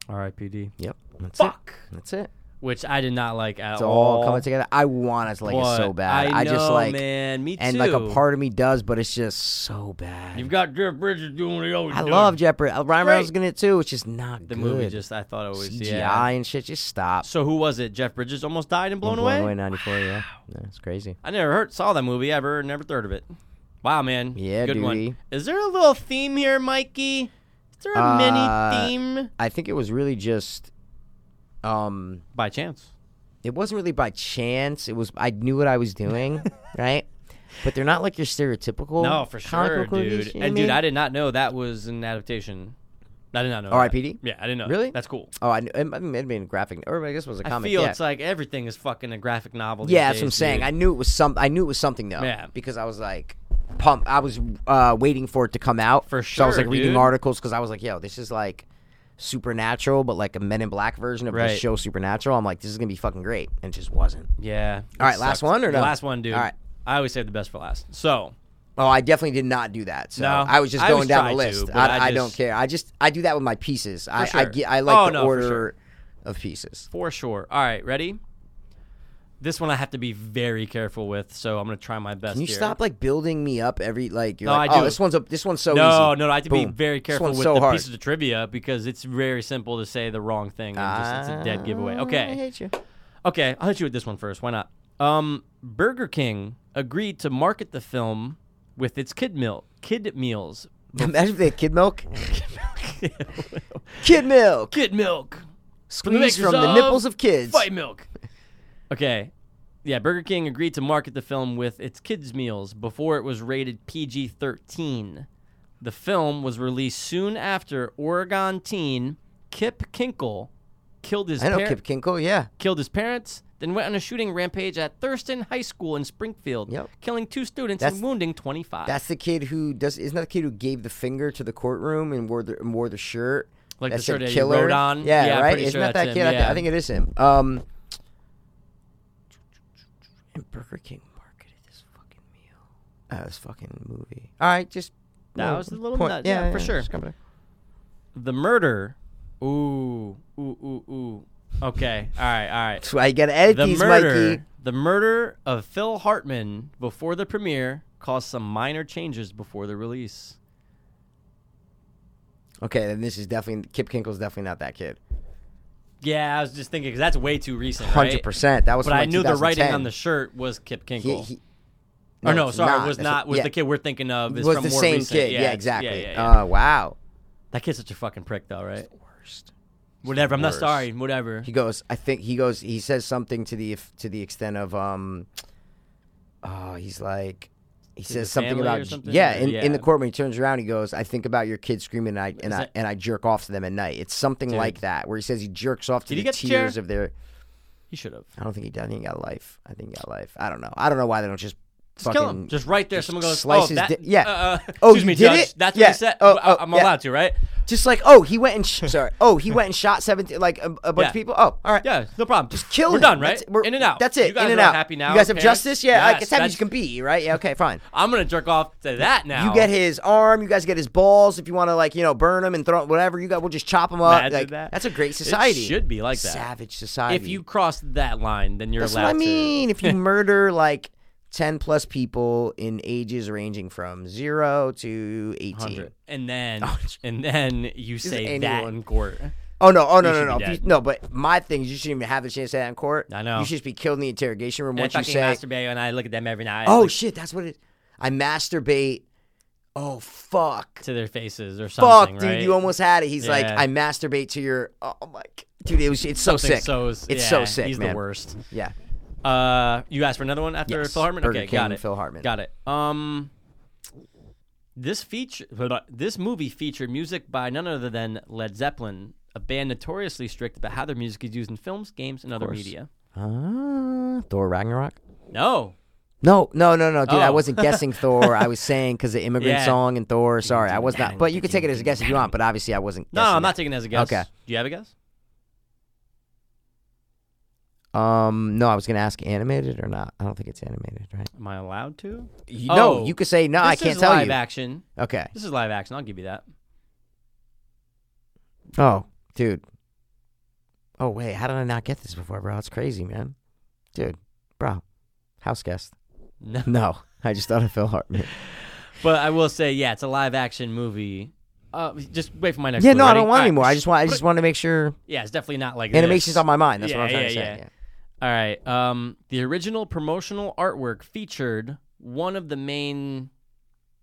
Speaker 2: R.I.P.D.
Speaker 1: Yep. That's
Speaker 2: Fuck.
Speaker 1: It. That's it.
Speaker 2: Which I did not like at
Speaker 1: It's
Speaker 2: all.
Speaker 1: all coming together. I want us to like it
Speaker 2: but
Speaker 1: so bad.
Speaker 2: I,
Speaker 1: just
Speaker 2: know,
Speaker 1: like
Speaker 2: man. Me
Speaker 1: and
Speaker 2: too.
Speaker 1: like a part of me does, but it's just so bad.
Speaker 2: You've got Jeff Bridges doing what he always
Speaker 1: I
Speaker 2: does.
Speaker 1: love Jeopardy. Ryan Reynolds is
Speaker 2: Great.
Speaker 1: in it too. It's just not
Speaker 2: the
Speaker 1: good.
Speaker 2: movie. Just I thought it was
Speaker 1: CGI
Speaker 2: yeah.
Speaker 1: and shit. Just stop.
Speaker 2: So who was it? Jeff Bridges almost died and blown,
Speaker 1: Blown
Speaker 2: away.
Speaker 1: away ninety four. Yeah, yeah, it's crazy.
Speaker 2: I never heard, saw that movie ever. Never heard of it. Wow, man.
Speaker 1: Yeah,
Speaker 2: good
Speaker 1: dude.
Speaker 2: one. Is there a little theme here, Mikey? Is there a
Speaker 1: Uh,
Speaker 2: mini theme?
Speaker 1: I think it was really just, um,
Speaker 2: By chance.
Speaker 1: it wasn't really by chance. It was I knew what I was doing,
Speaker 2: (laughs)
Speaker 1: right? But they're not like your stereotypical.
Speaker 2: No, for
Speaker 1: comic
Speaker 2: sure,
Speaker 1: book movies,
Speaker 2: dude.
Speaker 1: you know
Speaker 2: and
Speaker 1: what
Speaker 2: dude, I
Speaker 1: mean?
Speaker 2: did not know that was an adaptation. I did not know. that.
Speaker 1: R.I.P.D.?
Speaker 2: Yeah, I didn't know.
Speaker 1: Really?
Speaker 2: That. That's cool.
Speaker 1: Oh, I knew, it, might- it had been graphic, or I guess it was a comic.
Speaker 2: I feel
Speaker 1: yeah.
Speaker 2: it's like everything is fucking a graphic novel. these
Speaker 1: Yeah, that's what I'm
Speaker 2: days,
Speaker 1: saying.
Speaker 2: dude.
Speaker 1: I knew it was some. I knew it was something though.
Speaker 2: Yeah.
Speaker 1: Because I was like, pump. I was uh, waiting for it to come out.
Speaker 2: For
Speaker 1: So I was
Speaker 2: sure,
Speaker 1: like reading
Speaker 2: dude.
Speaker 1: articles because I was like, yo, this is like supernatural, but like a Men in Black version of the
Speaker 2: Right.
Speaker 1: show Supernatural. I'm like, this is gonna be fucking great, and it just wasn't.
Speaker 2: yeah.
Speaker 1: All
Speaker 2: it
Speaker 1: right, last
Speaker 2: sucked.
Speaker 1: one or no?
Speaker 2: Last one, dude.
Speaker 1: All right.
Speaker 2: I always save the best for last. So
Speaker 1: Oh, I definitely did not do that. So
Speaker 2: No,
Speaker 1: I was just
Speaker 2: I
Speaker 1: going
Speaker 2: always
Speaker 1: down the
Speaker 2: try to,
Speaker 1: list.
Speaker 2: but
Speaker 1: I,
Speaker 2: I
Speaker 1: I don't
Speaker 2: just-
Speaker 1: care. I just I do that with my pieces. I I,
Speaker 2: sure.
Speaker 1: get, I like
Speaker 2: Oh,
Speaker 1: the
Speaker 2: no, for
Speaker 1: order
Speaker 2: sure.
Speaker 1: of pieces.
Speaker 2: for sure. All right, ready? This one I have to be very careful with, so I'm gonna try my best.
Speaker 1: Can you
Speaker 2: here.
Speaker 1: stop like building me up every like? You're
Speaker 2: No,
Speaker 1: like,
Speaker 2: I
Speaker 1: oh,
Speaker 2: do.
Speaker 1: this one's a, this one's so easy.
Speaker 2: No, no, I have to be
Speaker 1: Boom.
Speaker 2: very
Speaker 1: This
Speaker 2: careful
Speaker 1: one's
Speaker 2: with
Speaker 1: so
Speaker 2: the
Speaker 1: hard.
Speaker 2: pieces of trivia because it's very simple to say the wrong thing and just, it's a dead giveaway. Okay.
Speaker 1: Ah, I hate you.
Speaker 2: Okay, I'll hit you with this one first. Why not? Um, Burger King agreed to market the film with its kid meal kid meals.
Speaker 1: Imagine if they had kid
Speaker 2: (laughs)
Speaker 1: milk. (laughs) Kid milk.
Speaker 2: kid milk.
Speaker 1: Squeeze
Speaker 2: makers
Speaker 1: from the
Speaker 2: of
Speaker 1: nipples of kids.
Speaker 2: Fight milk. (laughs) Okay. Yeah, Burger King agreed to market the film with its kids meals before it was rated PG-13. The film was released soon after Oregon teen Kip Kinkle killed his
Speaker 1: I know
Speaker 2: par-
Speaker 1: Kip Kinkle, yeah.
Speaker 2: killed his parents, then went on a shooting rampage at Thurston High School in Springfield,
Speaker 1: Yep.
Speaker 2: killing two students
Speaker 1: That's-
Speaker 2: and wounding 25.
Speaker 1: That's the kid who does isn't that the kid who gave the finger to the courtroom and wore the and wore the shirt?
Speaker 2: Like
Speaker 1: that
Speaker 2: the
Speaker 1: said
Speaker 2: shirt that he
Speaker 1: killer.
Speaker 2: wrote on?
Speaker 1: Yeah,
Speaker 2: Yeah, I'm
Speaker 1: right?
Speaker 2: pretty
Speaker 1: Isn't
Speaker 2: sure
Speaker 1: that
Speaker 2: that's
Speaker 1: that
Speaker 2: him,
Speaker 1: kid? I, thi-
Speaker 2: yeah.
Speaker 1: I think it is him. Um and Burger King marketed this fucking meal. Uh, this fucking movie. All right, just
Speaker 2: That
Speaker 1: well,
Speaker 2: was a little
Speaker 1: point-
Speaker 2: nut, yeah, for sure.
Speaker 1: just come back.
Speaker 2: the murder. Ooh, ooh, ooh, ooh. Okay, all right, all right.
Speaker 1: That's why you gotta edit
Speaker 2: The
Speaker 1: these,
Speaker 2: murder,
Speaker 1: Mikey.
Speaker 2: the murder of Phil Hartman before the premiere caused some minor changes before the release.
Speaker 1: Okay, then this is definitely Kip Kinkle's definitely not that kid.
Speaker 2: Yeah, I was just thinking because that's way too recent, right?
Speaker 1: Hundred percent. That was.
Speaker 2: But
Speaker 1: from
Speaker 2: I
Speaker 1: like
Speaker 2: knew the writing
Speaker 1: 2010.
Speaker 2: on the shirt was Kip
Speaker 1: He,
Speaker 2: Kinkle.
Speaker 1: he,
Speaker 2: or no,
Speaker 1: it's
Speaker 2: sorry, was
Speaker 1: That's
Speaker 2: not
Speaker 1: what-
Speaker 2: was
Speaker 1: yeah.
Speaker 2: the kid we're thinking of. Is
Speaker 1: was
Speaker 2: from
Speaker 1: the
Speaker 2: more
Speaker 1: same
Speaker 2: recent.
Speaker 1: kid. Yeah,
Speaker 2: it's-
Speaker 1: exactly.
Speaker 2: yeah, yeah.
Speaker 1: Uh, wow.
Speaker 2: that kid's such a fucking prick, though, right? Whatever. I'm not sorry. Whatever.
Speaker 1: He goes. I think he goes. He says something to the to the extent of um. Oh, he's like. He says
Speaker 2: the
Speaker 1: something
Speaker 2: family
Speaker 1: about
Speaker 2: or something?
Speaker 1: yeah,
Speaker 2: Or-
Speaker 1: in, in
Speaker 2: yeah.
Speaker 1: the courtroom, he turns around. He goes, "I think about your kid screaming, and I and, I,
Speaker 2: that-
Speaker 1: and I jerk off to them at night." It's something like that, where he says he jerks off to
Speaker 2: Did
Speaker 1: the
Speaker 2: he get the chair?
Speaker 1: tears of their.
Speaker 2: He should have.
Speaker 1: I don't think he did. I think he got life. I think he got life. I don't know. I don't know why they don't just,
Speaker 2: Just
Speaker 1: fucking
Speaker 2: kill him. Just right there. Someone goes.
Speaker 1: slice
Speaker 2: oh,
Speaker 1: his
Speaker 2: that,
Speaker 1: di- yeah.
Speaker 2: Uh, uh,
Speaker 1: Oh,
Speaker 2: excuse
Speaker 1: you
Speaker 2: me,
Speaker 1: did
Speaker 2: Judge.
Speaker 1: it?
Speaker 2: That's
Speaker 1: Yeah.
Speaker 2: what he said.
Speaker 1: Oh,
Speaker 2: I-
Speaker 1: oh,
Speaker 2: I'm
Speaker 1: yeah.
Speaker 2: allowed to, right?
Speaker 1: just like oh he went and sh- (laughs) sorry oh he went and shot seventeen like a, a bunch
Speaker 2: Yeah.
Speaker 1: of people oh all right
Speaker 2: Yeah, no problem.
Speaker 1: Just kill
Speaker 2: We're
Speaker 1: him.
Speaker 2: done, right?
Speaker 1: That's, we're,
Speaker 2: in and out.
Speaker 1: That's it.
Speaker 2: You guys
Speaker 1: in and
Speaker 2: are all
Speaker 1: out.
Speaker 2: happy now.
Speaker 1: You guys have
Speaker 2: parents?
Speaker 1: justice. Yeah, like,
Speaker 2: Yes,
Speaker 1: it's happy as
Speaker 2: that's-
Speaker 1: you can be, right? Yeah. Okay. Fine.
Speaker 2: I'm gonna jerk off to that now.
Speaker 1: You get his arm. You guys get his balls. If you want to, like you know, burn him and throw whatever. You got. We'll just chop him up.
Speaker 2: Imagine
Speaker 1: like
Speaker 2: that.
Speaker 1: that's a great
Speaker 2: It
Speaker 1: society.
Speaker 2: should be like that.
Speaker 1: Savage society.
Speaker 2: If you cross that line, then you're
Speaker 1: that's what
Speaker 2: allowed
Speaker 1: I mean.
Speaker 2: (laughs)
Speaker 1: if you murder like ten plus people in ages ranging from zero to
Speaker 2: to.
Speaker 1: eighteen. Oh,
Speaker 2: 100. And then, and then you say that
Speaker 1: anyone.
Speaker 2: in court.
Speaker 1: Oh no! Oh no! no!
Speaker 2: You should
Speaker 1: No!
Speaker 2: be
Speaker 1: If you-
Speaker 2: dead.
Speaker 1: no! But my thing is, you shouldn't even have the chance to say that in court.
Speaker 2: I know.
Speaker 1: You should just be killed in the interrogation room
Speaker 2: And
Speaker 1: once you
Speaker 2: fucking
Speaker 1: say,
Speaker 2: masturbate and I look at them every night.
Speaker 1: "Oh
Speaker 2: like,
Speaker 1: shit, that's what it." I masturbate. Oh fuck!
Speaker 2: to their faces or
Speaker 1: Fuck,
Speaker 2: something.
Speaker 1: dude,
Speaker 2: right?
Speaker 1: you almost had it. He's like,
Speaker 2: Yeah.
Speaker 1: "I masturbate to your." Oh my, g- dude, it was. It's so
Speaker 2: Something
Speaker 1: sick.
Speaker 2: So,
Speaker 1: it's
Speaker 2: yeah,
Speaker 1: so sick,
Speaker 2: He's
Speaker 1: man.
Speaker 2: the worst.
Speaker 1: Yeah.
Speaker 2: Uh, you asked for another one after
Speaker 1: Yes.
Speaker 2: Phil Hartman.
Speaker 1: Burger
Speaker 2: okay,
Speaker 1: King
Speaker 2: got
Speaker 1: and
Speaker 2: it.
Speaker 1: Phil Hartman.
Speaker 2: Got it. Um, this feature, this movie featured music by none other than Led Zeppelin, a band notoriously strict about how their music is used in films, games, and other media.
Speaker 1: Uh, Thor Ragnarok.
Speaker 2: No,
Speaker 1: No, no, no, no, dude. I
Speaker 2: Oh.
Speaker 1: wasn't guessing
Speaker 2: (laughs)
Speaker 1: Thor. I was saying because the immigrant
Speaker 2: Yeah.
Speaker 1: song and Thor. Sorry, I was not. But you can take it as a guess if you want. But obviously, I wasn't.
Speaker 2: no,
Speaker 1: guessing
Speaker 2: I'm not
Speaker 1: that.
Speaker 2: taking it as a guess.
Speaker 1: Okay.
Speaker 2: Do you have a guess?
Speaker 1: Um, no, I was gonna ask animated or not. I don't think it's animated, right?
Speaker 2: Am I allowed to?
Speaker 1: You, no,
Speaker 2: Oh,
Speaker 1: you could say no. I
Speaker 2: This
Speaker 1: can't
Speaker 2: is
Speaker 1: tell
Speaker 2: live
Speaker 1: you.
Speaker 2: action.
Speaker 1: Okay.
Speaker 2: This is live action. I'll give you that.
Speaker 1: Oh, dude. Oh wait, how did I not get this before, bro? It's crazy, man. Dude, bro, house guest.
Speaker 2: No. (laughs)
Speaker 1: No, I just thought of Phil Hartman.
Speaker 2: But I will say, yeah, it's a live action movie. Uh, just wait for my next.
Speaker 1: yeah,
Speaker 2: clue.
Speaker 1: no, I
Speaker 2: Ready?
Speaker 1: don't want
Speaker 2: All
Speaker 1: any more.
Speaker 2: right.
Speaker 1: I just want. I just want to make sure
Speaker 2: Yeah, it's definitely not like
Speaker 1: animation's
Speaker 2: this.
Speaker 1: on my mind. That's what I'm
Speaker 2: Yeah,
Speaker 1: trying to
Speaker 2: yeah,
Speaker 1: say.
Speaker 2: yeah.
Speaker 1: Yeah.
Speaker 2: All right. Um, the original promotional artwork featured one of the main.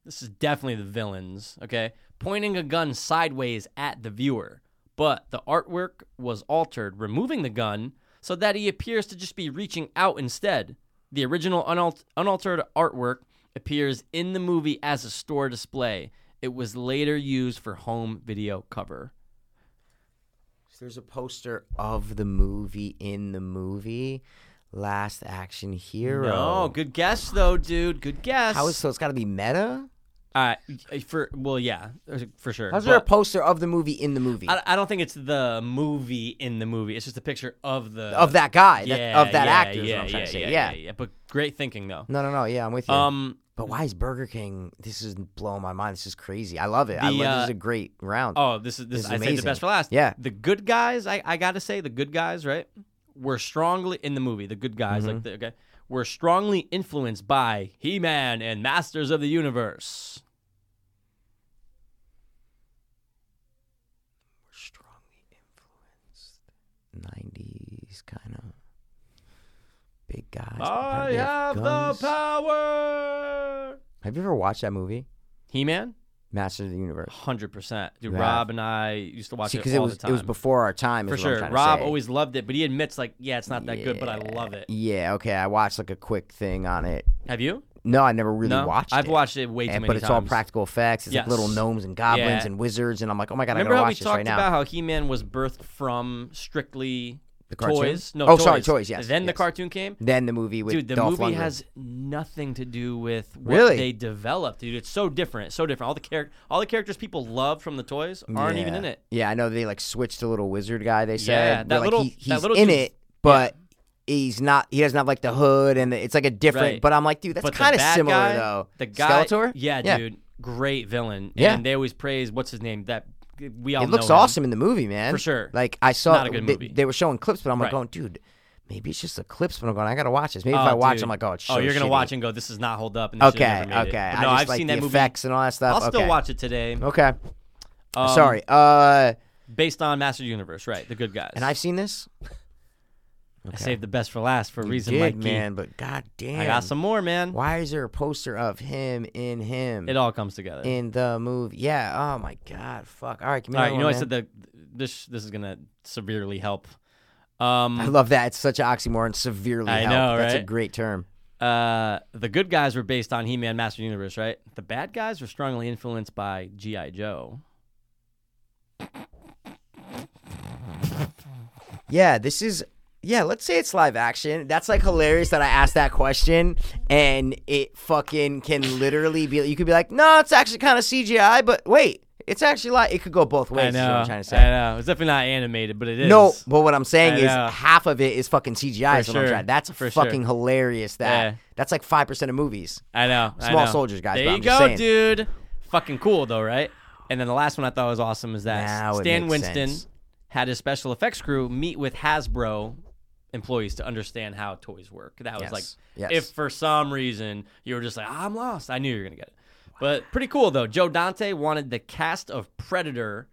Speaker 2: This is definitely the villains. Okay, pointing a gun sideways at the viewer, but the artwork was altered, removing the gun so that he appears to just be reaching out instead. The original unal- unaltered artwork appears in the movie as a store display. It was later used for home video cover.
Speaker 1: There's a poster of the movie in the movie, Last Action Hero.
Speaker 2: No, Oh, good guess though, dude. Good guess.
Speaker 1: How is so? It's got to be meta.
Speaker 2: Uh, for well, yeah, uh, for sure.
Speaker 1: How's there a
Speaker 2: But
Speaker 1: poster of the movie in the movie
Speaker 2: I, I don't think it's the movie in the movie. It's just a picture of the
Speaker 1: of that guy,
Speaker 2: yeah,
Speaker 1: that, of that
Speaker 2: yeah,
Speaker 1: actor? is
Speaker 2: Yeah,
Speaker 1: what I'm
Speaker 2: yeah,
Speaker 1: trying to say.
Speaker 2: yeah,
Speaker 1: yeah.
Speaker 2: yeah, yeah. But great thinking though.
Speaker 1: No, no, no. Yeah, I'm with you.
Speaker 2: Um,
Speaker 1: but why is Burger King? This is blowing my mind. This is crazy. I love it. I
Speaker 2: The,
Speaker 1: love this
Speaker 2: uh,
Speaker 1: is a great round.
Speaker 2: oh, this is this.
Speaker 1: It's
Speaker 2: I saved the
Speaker 1: amazing.
Speaker 2: best for last.
Speaker 1: Yeah.
Speaker 2: the good guys. I I gotta say the good guys right were strongly in the movie. The good guys
Speaker 1: Mm-hmm.
Speaker 2: like the okay were strongly influenced by He Man and Masters of the Universe.
Speaker 1: Strongly influenced '90s kind of big guys.
Speaker 2: I
Speaker 1: They
Speaker 2: have the
Speaker 1: guns.
Speaker 2: power.
Speaker 1: Have you ever watched that movie,
Speaker 2: He Man.
Speaker 1: Master of the Universe?
Speaker 2: Hundred percent, dude.
Speaker 1: You have?
Speaker 2: Rob and I used to (sighs) watch it
Speaker 1: because
Speaker 2: all
Speaker 1: it was
Speaker 2: the time.
Speaker 1: it was before our time.
Speaker 2: for
Speaker 1: is what I'm
Speaker 2: sure.
Speaker 1: trying to
Speaker 2: Rob
Speaker 1: say.
Speaker 2: always loved it, but he admits like, yeah, it's not that good, but I love it.
Speaker 1: Yeah. Okay. I watched like a quick thing on it.
Speaker 2: Have you?
Speaker 1: No, I never really
Speaker 2: no,
Speaker 1: watched.
Speaker 2: I've
Speaker 1: it.
Speaker 2: watched it way too
Speaker 1: And-
Speaker 2: many
Speaker 1: but it's all
Speaker 2: times.
Speaker 1: practical effects. It's like
Speaker 2: Yes.
Speaker 1: little gnomes and goblins
Speaker 2: Yeah.
Speaker 1: and wizards, and I'm like, oh my god,
Speaker 2: Remember
Speaker 1: I gotta
Speaker 2: how
Speaker 1: watch
Speaker 2: we
Speaker 1: this
Speaker 2: talked
Speaker 1: right now.
Speaker 2: about how He-Man was birthed from strictly
Speaker 1: The cartoon?
Speaker 2: toys? No,
Speaker 1: Oh,
Speaker 2: toys.
Speaker 1: sorry, toys, yes,
Speaker 2: Then the
Speaker 1: yes.
Speaker 2: cartoon came.
Speaker 1: then the movie with
Speaker 2: Dude, the
Speaker 1: Dolph
Speaker 2: movie
Speaker 1: Lundgren.
Speaker 2: has nothing to do with what
Speaker 1: Really?
Speaker 2: they developed, dude. It's so different. It's so different. All the character, all the characters people love from the toys aren't even
Speaker 1: Yeah.
Speaker 2: in it.
Speaker 1: Yeah, I know they like switched to little wizard guy. They said
Speaker 2: Yeah,
Speaker 1: where,
Speaker 2: that
Speaker 1: like,
Speaker 2: little-
Speaker 1: he-
Speaker 2: that
Speaker 1: he's
Speaker 2: little
Speaker 1: in
Speaker 2: dude-
Speaker 1: it, but he's not. He doesn't have like the hood, and the, it's like a different.
Speaker 2: Right.
Speaker 1: But I'm like, dude, that's
Speaker 2: But the
Speaker 1: kind of
Speaker 2: bad
Speaker 1: similar
Speaker 2: guy-
Speaker 1: though.
Speaker 2: The guy,
Speaker 1: Skeletor.
Speaker 2: yeah, dude, great villain.
Speaker 1: Yeah.
Speaker 2: and they always praise what's his name. That we all
Speaker 1: It looks
Speaker 2: know him.
Speaker 1: awesome in the movie, man.
Speaker 2: For sure.
Speaker 1: Like I saw
Speaker 2: Not a good
Speaker 1: they,
Speaker 2: movie.
Speaker 1: they were showing clips, but I'm like
Speaker 2: Right.
Speaker 1: going, dude, maybe it's just the clips. But I'm going, I gotta watch this. Maybe
Speaker 2: Oh,
Speaker 1: if I watch,
Speaker 2: dude.
Speaker 1: I'm like, oh, it's
Speaker 2: oh,
Speaker 1: so
Speaker 2: you're gonna
Speaker 1: shitty.
Speaker 2: watch and go, this is not hold up. And this should've
Speaker 1: Okay, okay.
Speaker 2: never made It. But
Speaker 1: I
Speaker 2: No,
Speaker 1: just
Speaker 2: have
Speaker 1: like
Speaker 2: seen
Speaker 1: the
Speaker 2: that movie.
Speaker 1: effects and all that stuff.
Speaker 2: I'll still
Speaker 1: Okay.
Speaker 2: watch it today.
Speaker 1: Okay,
Speaker 2: Um,
Speaker 1: sorry. Uh,
Speaker 2: based on Master Universe, right? The good guys.
Speaker 1: and I've seen this.
Speaker 2: I saved the best for last for a reason,
Speaker 1: Did,
Speaker 2: Mikey.
Speaker 1: man, but god damn,
Speaker 2: I got some more, man.
Speaker 1: Why is there a poster of him in him?
Speaker 2: It all comes together.
Speaker 1: in the movie. Yeah. Oh my god. Fuck. All right. Give me
Speaker 2: all right, you
Speaker 1: another
Speaker 2: know
Speaker 1: one,
Speaker 2: I said
Speaker 1: man.
Speaker 2: that this this is gonna severely help. Um,
Speaker 1: I love that. It's such an oxymoron. Severely.
Speaker 2: I
Speaker 1: helped.
Speaker 2: know,
Speaker 1: That's a
Speaker 2: right?
Speaker 1: great term.
Speaker 2: uh, the good guys were based on He-Man, Master Universe, right? The bad guys were strongly influenced by G.I. Joe.
Speaker 1: Yeah. This is. Yeah. Let's say it's live action. That's like hilarious that I asked that question, and it fucking can literally be. You could be like, no, it's actually kind of CGI, but wait, it's actually like it could go both ways.
Speaker 2: I
Speaker 1: is
Speaker 2: know.
Speaker 1: what I'm trying to say.
Speaker 2: I know. It's definitely not animated, but it is.
Speaker 1: No, but what I'm saying
Speaker 2: I
Speaker 1: is
Speaker 2: know.
Speaker 1: half of it is fucking CGI.
Speaker 2: For
Speaker 1: is what I'm
Speaker 2: sure.
Speaker 1: trying- That's
Speaker 2: For sure.
Speaker 1: fucking hilarious. That
Speaker 2: Yeah.
Speaker 1: that's like five percent of movies.
Speaker 2: I know. I
Speaker 1: Small
Speaker 2: know.
Speaker 1: soldiers, guys,
Speaker 2: There
Speaker 1: but
Speaker 2: you
Speaker 1: I'm
Speaker 2: go,
Speaker 1: just saying.
Speaker 2: dude. Fucking cool though, right? And then the last one I thought was awesome is that
Speaker 1: Now it
Speaker 2: Stan
Speaker 1: makes
Speaker 2: Winston
Speaker 1: sense.
Speaker 2: had his special effects crew meet with Hasbro employees to understand how toys work. That was
Speaker 1: Yes.
Speaker 2: like,
Speaker 1: Yes.
Speaker 2: if for some reason you were just like, I'm lost, I knew you were gonna get it. But pretty cool though. Joe Dante wanted the cast of Predator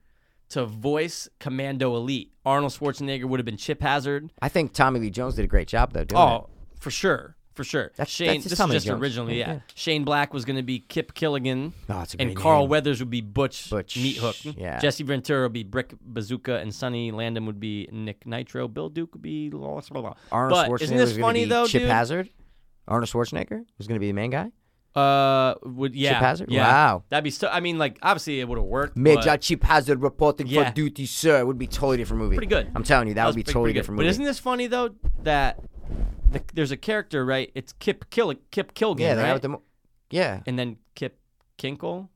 Speaker 2: to voice Commando Elite. Arnold Schwarzenegger would have been Chip Hazard.
Speaker 1: I think Tommy Lee Jones did a great job though. Doing it.
Speaker 2: Oh, for sure. For sure.
Speaker 1: That's-
Speaker 2: Shane,
Speaker 1: that's just
Speaker 2: this
Speaker 1: Tommy
Speaker 2: is just
Speaker 1: Jones.
Speaker 2: originally,
Speaker 1: Yeah,
Speaker 2: yeah.
Speaker 1: yeah.
Speaker 2: Shane Black was going to be Kip Killigan.
Speaker 1: Oh, it's a
Speaker 2: and
Speaker 1: great
Speaker 2: Carl
Speaker 1: name.
Speaker 2: Weathers would be Butch,
Speaker 1: Butch,
Speaker 2: Meathook.
Speaker 1: yeah.
Speaker 2: Jesse Ventura would be Brick Bazooka, and Sonny Landon would be Nick Nitro. Bill Duke would be blah, blah, blah.
Speaker 1: Arnold
Speaker 2: but
Speaker 1: Schwarzenegger
Speaker 2: isn't this
Speaker 1: was gonna
Speaker 2: funny
Speaker 1: be
Speaker 2: though,
Speaker 1: Chip
Speaker 2: dude?
Speaker 1: Hazard. Arnold Schwarzenegger was going to be the main guy.
Speaker 2: Uh, would yeah,
Speaker 1: Hazard?
Speaker 2: yeah.
Speaker 1: Wow.
Speaker 2: that'd be. St- I mean, like obviously it would have worked.
Speaker 1: Major
Speaker 2: but
Speaker 1: Chip Hazard reporting
Speaker 2: Yeah.
Speaker 1: for duty, sir. It would be totally different movie.
Speaker 2: Pretty good.
Speaker 1: I'm telling you, that,
Speaker 2: that was
Speaker 1: would be
Speaker 2: pretty-
Speaker 1: totally
Speaker 2: pretty good.
Speaker 1: different
Speaker 2: But
Speaker 1: movie.
Speaker 2: isn't this funny though that the, there's a character right? It's Kip Kill Kip Kilgan,
Speaker 1: yeah, the guy
Speaker 2: right?
Speaker 1: with the mo- yeah.
Speaker 2: and then Kip Kinkle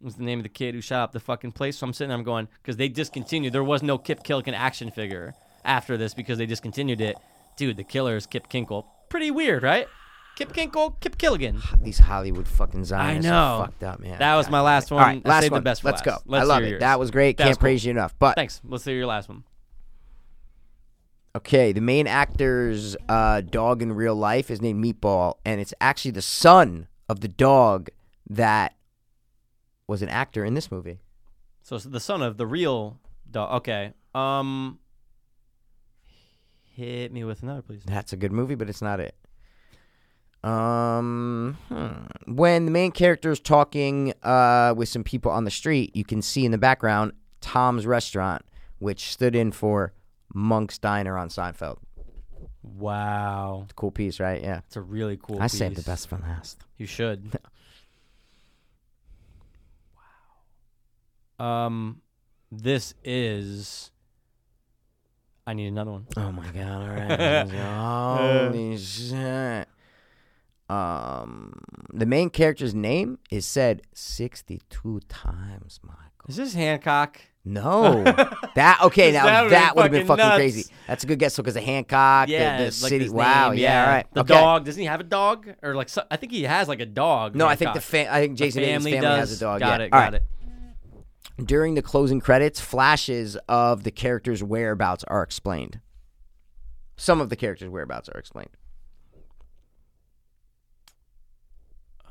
Speaker 2: was the name of the kid who shot up the fucking place. So I'm sitting there, I'm going, because they discontinued. There was no Kip Kilkin action figure after this because they discontinued it. Dude, the killer is Kip Kinkle. Pretty weird, right? Kip Kinkle, Kip Killigan.
Speaker 1: These Hollywood fucking
Speaker 2: I
Speaker 1: Zionists
Speaker 2: know.
Speaker 1: are fucked up, man.
Speaker 2: That was my last one.
Speaker 1: All right,
Speaker 2: I
Speaker 1: last
Speaker 2: saved
Speaker 1: one.
Speaker 2: the best for
Speaker 1: Let's
Speaker 2: last.
Speaker 1: go.
Speaker 2: Let's
Speaker 1: I love
Speaker 2: hear
Speaker 1: it.
Speaker 2: yours.
Speaker 1: That was great.
Speaker 2: That
Speaker 1: Can't
Speaker 2: was cool.
Speaker 1: praise you enough. But
Speaker 2: Thanks. Let's hear your last one.
Speaker 1: okay, the main actor's uh, dog in real life is named Meatball, and it's actually the son of the dog that was an actor in this movie.
Speaker 2: So it's the son of the real dog. Okay. Um, hit me with another, please.
Speaker 1: That's a good movie, but it's not it. Um, hmm. when the main character is talking uh, with some people on the street, you can see in the background Tom's Restaurant, which stood in for Monk's Diner on Seinfeld.
Speaker 2: Wow,
Speaker 1: Cool piece, right? Yeah.
Speaker 2: it's a really cool.
Speaker 1: I saved the
Speaker 2: piece.
Speaker 1: best for last.
Speaker 2: You should. wow. Um, this is. I need another one.
Speaker 1: (laughs) Oh my god! All (laughs) right. Holy shit. Um, the main character's name is said sixty-two times, Michael.
Speaker 2: Is this Hancock? (laughs)
Speaker 1: No, that okay. Now
Speaker 2: That would've
Speaker 1: that,
Speaker 2: been
Speaker 1: would have been
Speaker 2: fucking
Speaker 1: fucking
Speaker 2: nuts.
Speaker 1: crazy. That's a good guess. So because of Hancock, the- the,
Speaker 2: it's like
Speaker 1: city.
Speaker 2: his
Speaker 1: wow.
Speaker 2: name,
Speaker 1: yeah. All right.
Speaker 2: The
Speaker 1: okay.
Speaker 2: dog. Doesn't he have a dog? Or like, so, I think he has like a dog.
Speaker 1: No, I think the
Speaker 2: Hancock.
Speaker 1: fa- I think Jason Bateman's
Speaker 2: family
Speaker 1: family,
Speaker 2: does.
Speaker 1: has a dog.
Speaker 2: Got
Speaker 1: yeah.
Speaker 2: it.
Speaker 1: All
Speaker 2: Got
Speaker 1: right.
Speaker 2: it.
Speaker 1: During the closing credits, flashes of the characters' whereabouts are explained. Some of the characters' whereabouts are explained.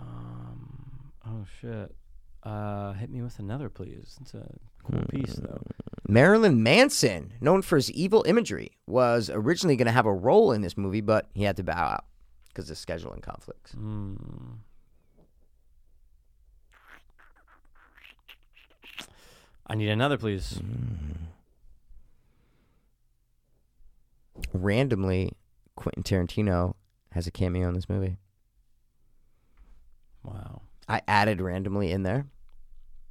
Speaker 2: Oh shit. Uh, hit me with another, please. It's a cool piece, though.
Speaker 1: Marilyn Manson, known for his evil imagery, was originally going to have a role in this movie, but he had to bow out because of scheduling conflicts.
Speaker 2: Mm. I need another, please.
Speaker 1: Mm-hmm. Randomly, Quentin Tarantino has a cameo in this movie.
Speaker 2: Wow.
Speaker 1: I added randomly in there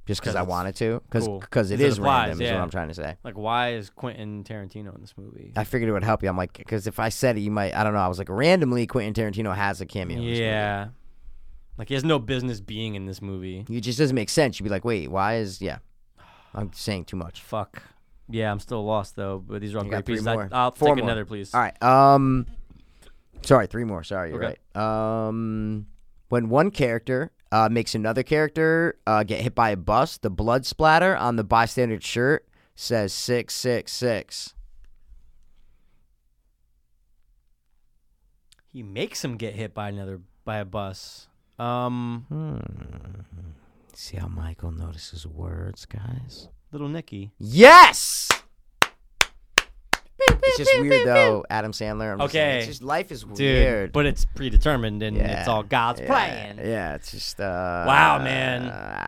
Speaker 1: just because
Speaker 2: 'Cause
Speaker 1: I
Speaker 2: it's
Speaker 1: wanted to, because
Speaker 2: cool.
Speaker 1: it
Speaker 2: 'Cause it
Speaker 1: is
Speaker 2: applies,
Speaker 1: random, is
Speaker 2: yeah.
Speaker 1: what I'm trying to say.
Speaker 2: Like, why is Quentin Tarantino in this movie?
Speaker 1: I figured it would help you. I'm like, because if I said it, you might, I don't know. I was like, randomly, Quentin Tarantino has a cameo. in this movie.
Speaker 2: Yeah. Like he has no business being in this movie.
Speaker 1: It just doesn't make sense. You'd be like, wait, why is, yeah. I'm saying too much.
Speaker 2: Fuck. Yeah, I'm still lost though. But these are all
Speaker 1: You
Speaker 2: great
Speaker 1: got three
Speaker 2: pieces.
Speaker 1: more.
Speaker 2: I, will
Speaker 1: Four
Speaker 2: take
Speaker 1: more.
Speaker 2: another, please.
Speaker 1: All right. Um, sorry, three more. Sorry, you're
Speaker 2: Okay.
Speaker 1: right. Um, when one character uh, makes another character uh, get hit by a bus, the blood splatter on the bystander's shirt says six six six.
Speaker 2: He makes him get hit by another by a bus. Um,
Speaker 1: Hmm. See how Michael notices words, guys.
Speaker 2: little Nicky.
Speaker 1: Yes. It's just weird though, Adam Sandler. I'm just saying,
Speaker 2: Okay.
Speaker 1: it's just life is
Speaker 2: Dude,
Speaker 1: weird.
Speaker 2: but it's predetermined and
Speaker 1: Yeah,
Speaker 2: it's all God's
Speaker 1: yeah,
Speaker 2: plan.
Speaker 1: Yeah, it's just. Uh,
Speaker 2: Wow, man.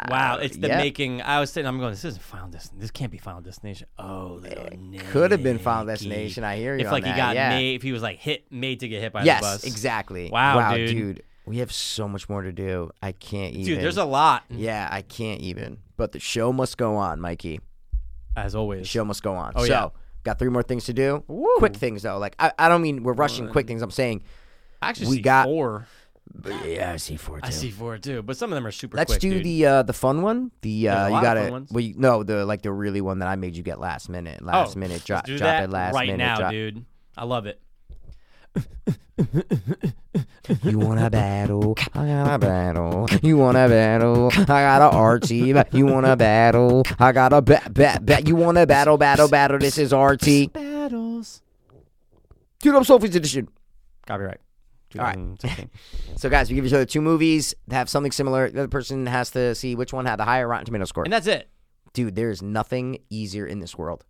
Speaker 2: Wow, it's the
Speaker 1: yeah.
Speaker 2: making. I was sitting. I'm going. This isn't Final Destination. This can't be Final Destination. Oh, little Nicky.
Speaker 1: could have been Final Destination. I hear you
Speaker 2: If
Speaker 1: on
Speaker 2: like
Speaker 1: that,
Speaker 2: he got
Speaker 1: yeah.
Speaker 2: made, if he was like hit, made to get hit by
Speaker 1: yes,
Speaker 2: the bus.
Speaker 1: exactly.
Speaker 2: Wow, dude.
Speaker 1: dude. We have so much more to do. I can't even.
Speaker 2: Dude, there's a lot.
Speaker 1: Yeah, I can't even. But the show must go on, Mikey.
Speaker 2: As
Speaker 1: The
Speaker 2: always.
Speaker 1: show must go on.
Speaker 2: Oh,
Speaker 1: so,
Speaker 2: yeah.
Speaker 1: got three more things to do. Quick things, though. Like, I, I don't mean we're rushing quick things. I'm saying,
Speaker 2: I actually
Speaker 1: we
Speaker 2: see
Speaker 1: got-
Speaker 2: four.
Speaker 1: but yeah, I see four, too.
Speaker 2: I see four too, but some of them are super.
Speaker 1: Let's
Speaker 2: quick,
Speaker 1: do
Speaker 2: dude.
Speaker 1: the uh, the fun one. The
Speaker 2: There's a
Speaker 1: uh,
Speaker 2: lot
Speaker 1: you
Speaker 2: of
Speaker 1: got
Speaker 2: fun
Speaker 1: to
Speaker 2: ones.
Speaker 1: well, you, no the like the really one that I made you get last minute,
Speaker 2: Oh,
Speaker 1: last minute
Speaker 2: let's
Speaker 1: drop,
Speaker 2: do
Speaker 1: drop
Speaker 2: that
Speaker 1: it last
Speaker 2: right
Speaker 1: minute.
Speaker 2: now,
Speaker 1: drop.
Speaker 2: dude. I love it.
Speaker 1: You want (laughs) a battle? I got a battle. You want a battle? I got a (laughs) Archie. You want a battle? I got a bat bat bat. You want a battle? Battle battle. This is Archie.
Speaker 2: Battles.
Speaker 1: Dude, I'm Sophie's edition.
Speaker 2: Copyright.
Speaker 1: All right.
Speaker 2: 2016.
Speaker 1: So guys, we give each other two movies that have something similar. The other person has to see which one had the higher Rotten Tomato score.
Speaker 2: (laughs) and that's it.
Speaker 1: dude, there is nothing easier in this world.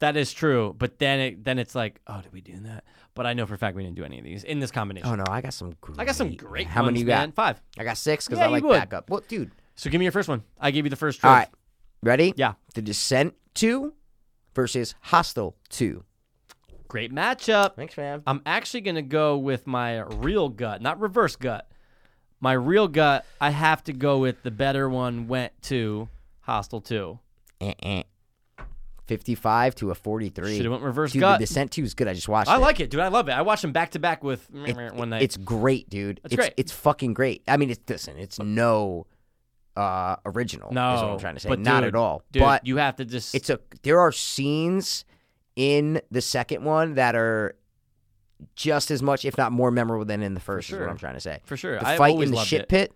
Speaker 2: That is true, but then it then it's like, oh, did we do that? But I know for a fact we didn't do any of these in this combination.
Speaker 1: Oh no, I got some. Great,
Speaker 2: I got some great.
Speaker 1: How many
Speaker 2: ones,
Speaker 1: you got?
Speaker 2: man. Five.
Speaker 1: I got six because
Speaker 2: Yeah,
Speaker 1: I
Speaker 2: you
Speaker 1: like
Speaker 2: would.
Speaker 1: backup. Well, dude.
Speaker 2: So give me your first one. I gave you the first.
Speaker 1: All
Speaker 2: choice.
Speaker 1: right, ready?
Speaker 2: Yeah.
Speaker 1: The Descent Two versus Hostile Two.
Speaker 2: Great matchup.
Speaker 1: Thanks, man.
Speaker 2: I'm actually going to go with my real gut, not reverse gut. My real gut, I have to go with the better one went to Hostile 2.
Speaker 1: Eh, Fifty-five to a forty-three.
Speaker 2: Should've went reverse
Speaker 1: dude,
Speaker 2: gut.
Speaker 1: The Descent Two is good. I just watched.
Speaker 2: I
Speaker 1: it.
Speaker 2: like it, dude. I love it. I watched them back to back with
Speaker 1: It-
Speaker 2: (laughs) one night.
Speaker 1: It's great, dude. it's
Speaker 2: great.
Speaker 1: It's fucking great. I mean, it's listen. It's no uh original.
Speaker 2: no,
Speaker 1: is what I'm trying to say.
Speaker 2: but
Speaker 1: Not
Speaker 2: dude,
Speaker 1: at all.
Speaker 2: Dude,
Speaker 1: but
Speaker 2: you have to just.
Speaker 1: it's a there are scenes in the second one that are just as much, if not more, memorable than in the first. Is
Speaker 2: sure.
Speaker 1: what I'm trying to say.
Speaker 2: For sure.
Speaker 1: the
Speaker 2: I've
Speaker 1: fight
Speaker 2: always
Speaker 1: in the
Speaker 2: loved
Speaker 1: shit
Speaker 2: it.
Speaker 1: pit.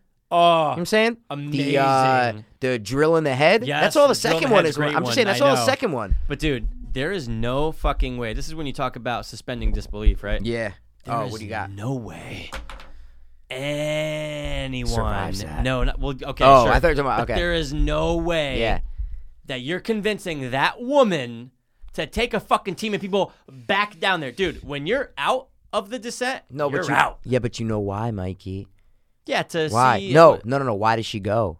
Speaker 1: (laughs)
Speaker 2: oh,
Speaker 1: You know what I'm saying the uh,
Speaker 2: Amazing.
Speaker 1: the drill in the head.
Speaker 2: Yes,
Speaker 1: that's all the
Speaker 2: the drill in the
Speaker 1: second one
Speaker 2: head's
Speaker 1: is. I'm
Speaker 2: a great
Speaker 1: just
Speaker 2: one.
Speaker 1: saying that's
Speaker 2: I
Speaker 1: all the
Speaker 2: know.
Speaker 1: second one.
Speaker 2: But dude, there is no fucking way. This is when you talk about suspending disbelief, right?
Speaker 1: Yeah.
Speaker 2: There
Speaker 1: oh,
Speaker 2: is
Speaker 1: what do you got?
Speaker 2: No way. Anyone?
Speaker 1: Survives that.
Speaker 2: No, not, well, okay.
Speaker 1: Oh,
Speaker 2: sure.
Speaker 1: I thought you were talking about-
Speaker 2: But
Speaker 1: okay.
Speaker 2: There is no way.
Speaker 1: Yeah.
Speaker 2: That you're convincing that woman to take a fucking team of people back down there, dude. When you're out of the descent,
Speaker 1: No,
Speaker 2: you're
Speaker 1: but you,
Speaker 2: out.
Speaker 1: yeah, but you know why, Mikey?
Speaker 2: Yeah, to
Speaker 1: Why?
Speaker 2: see
Speaker 1: no, no, no, no. Why does she go?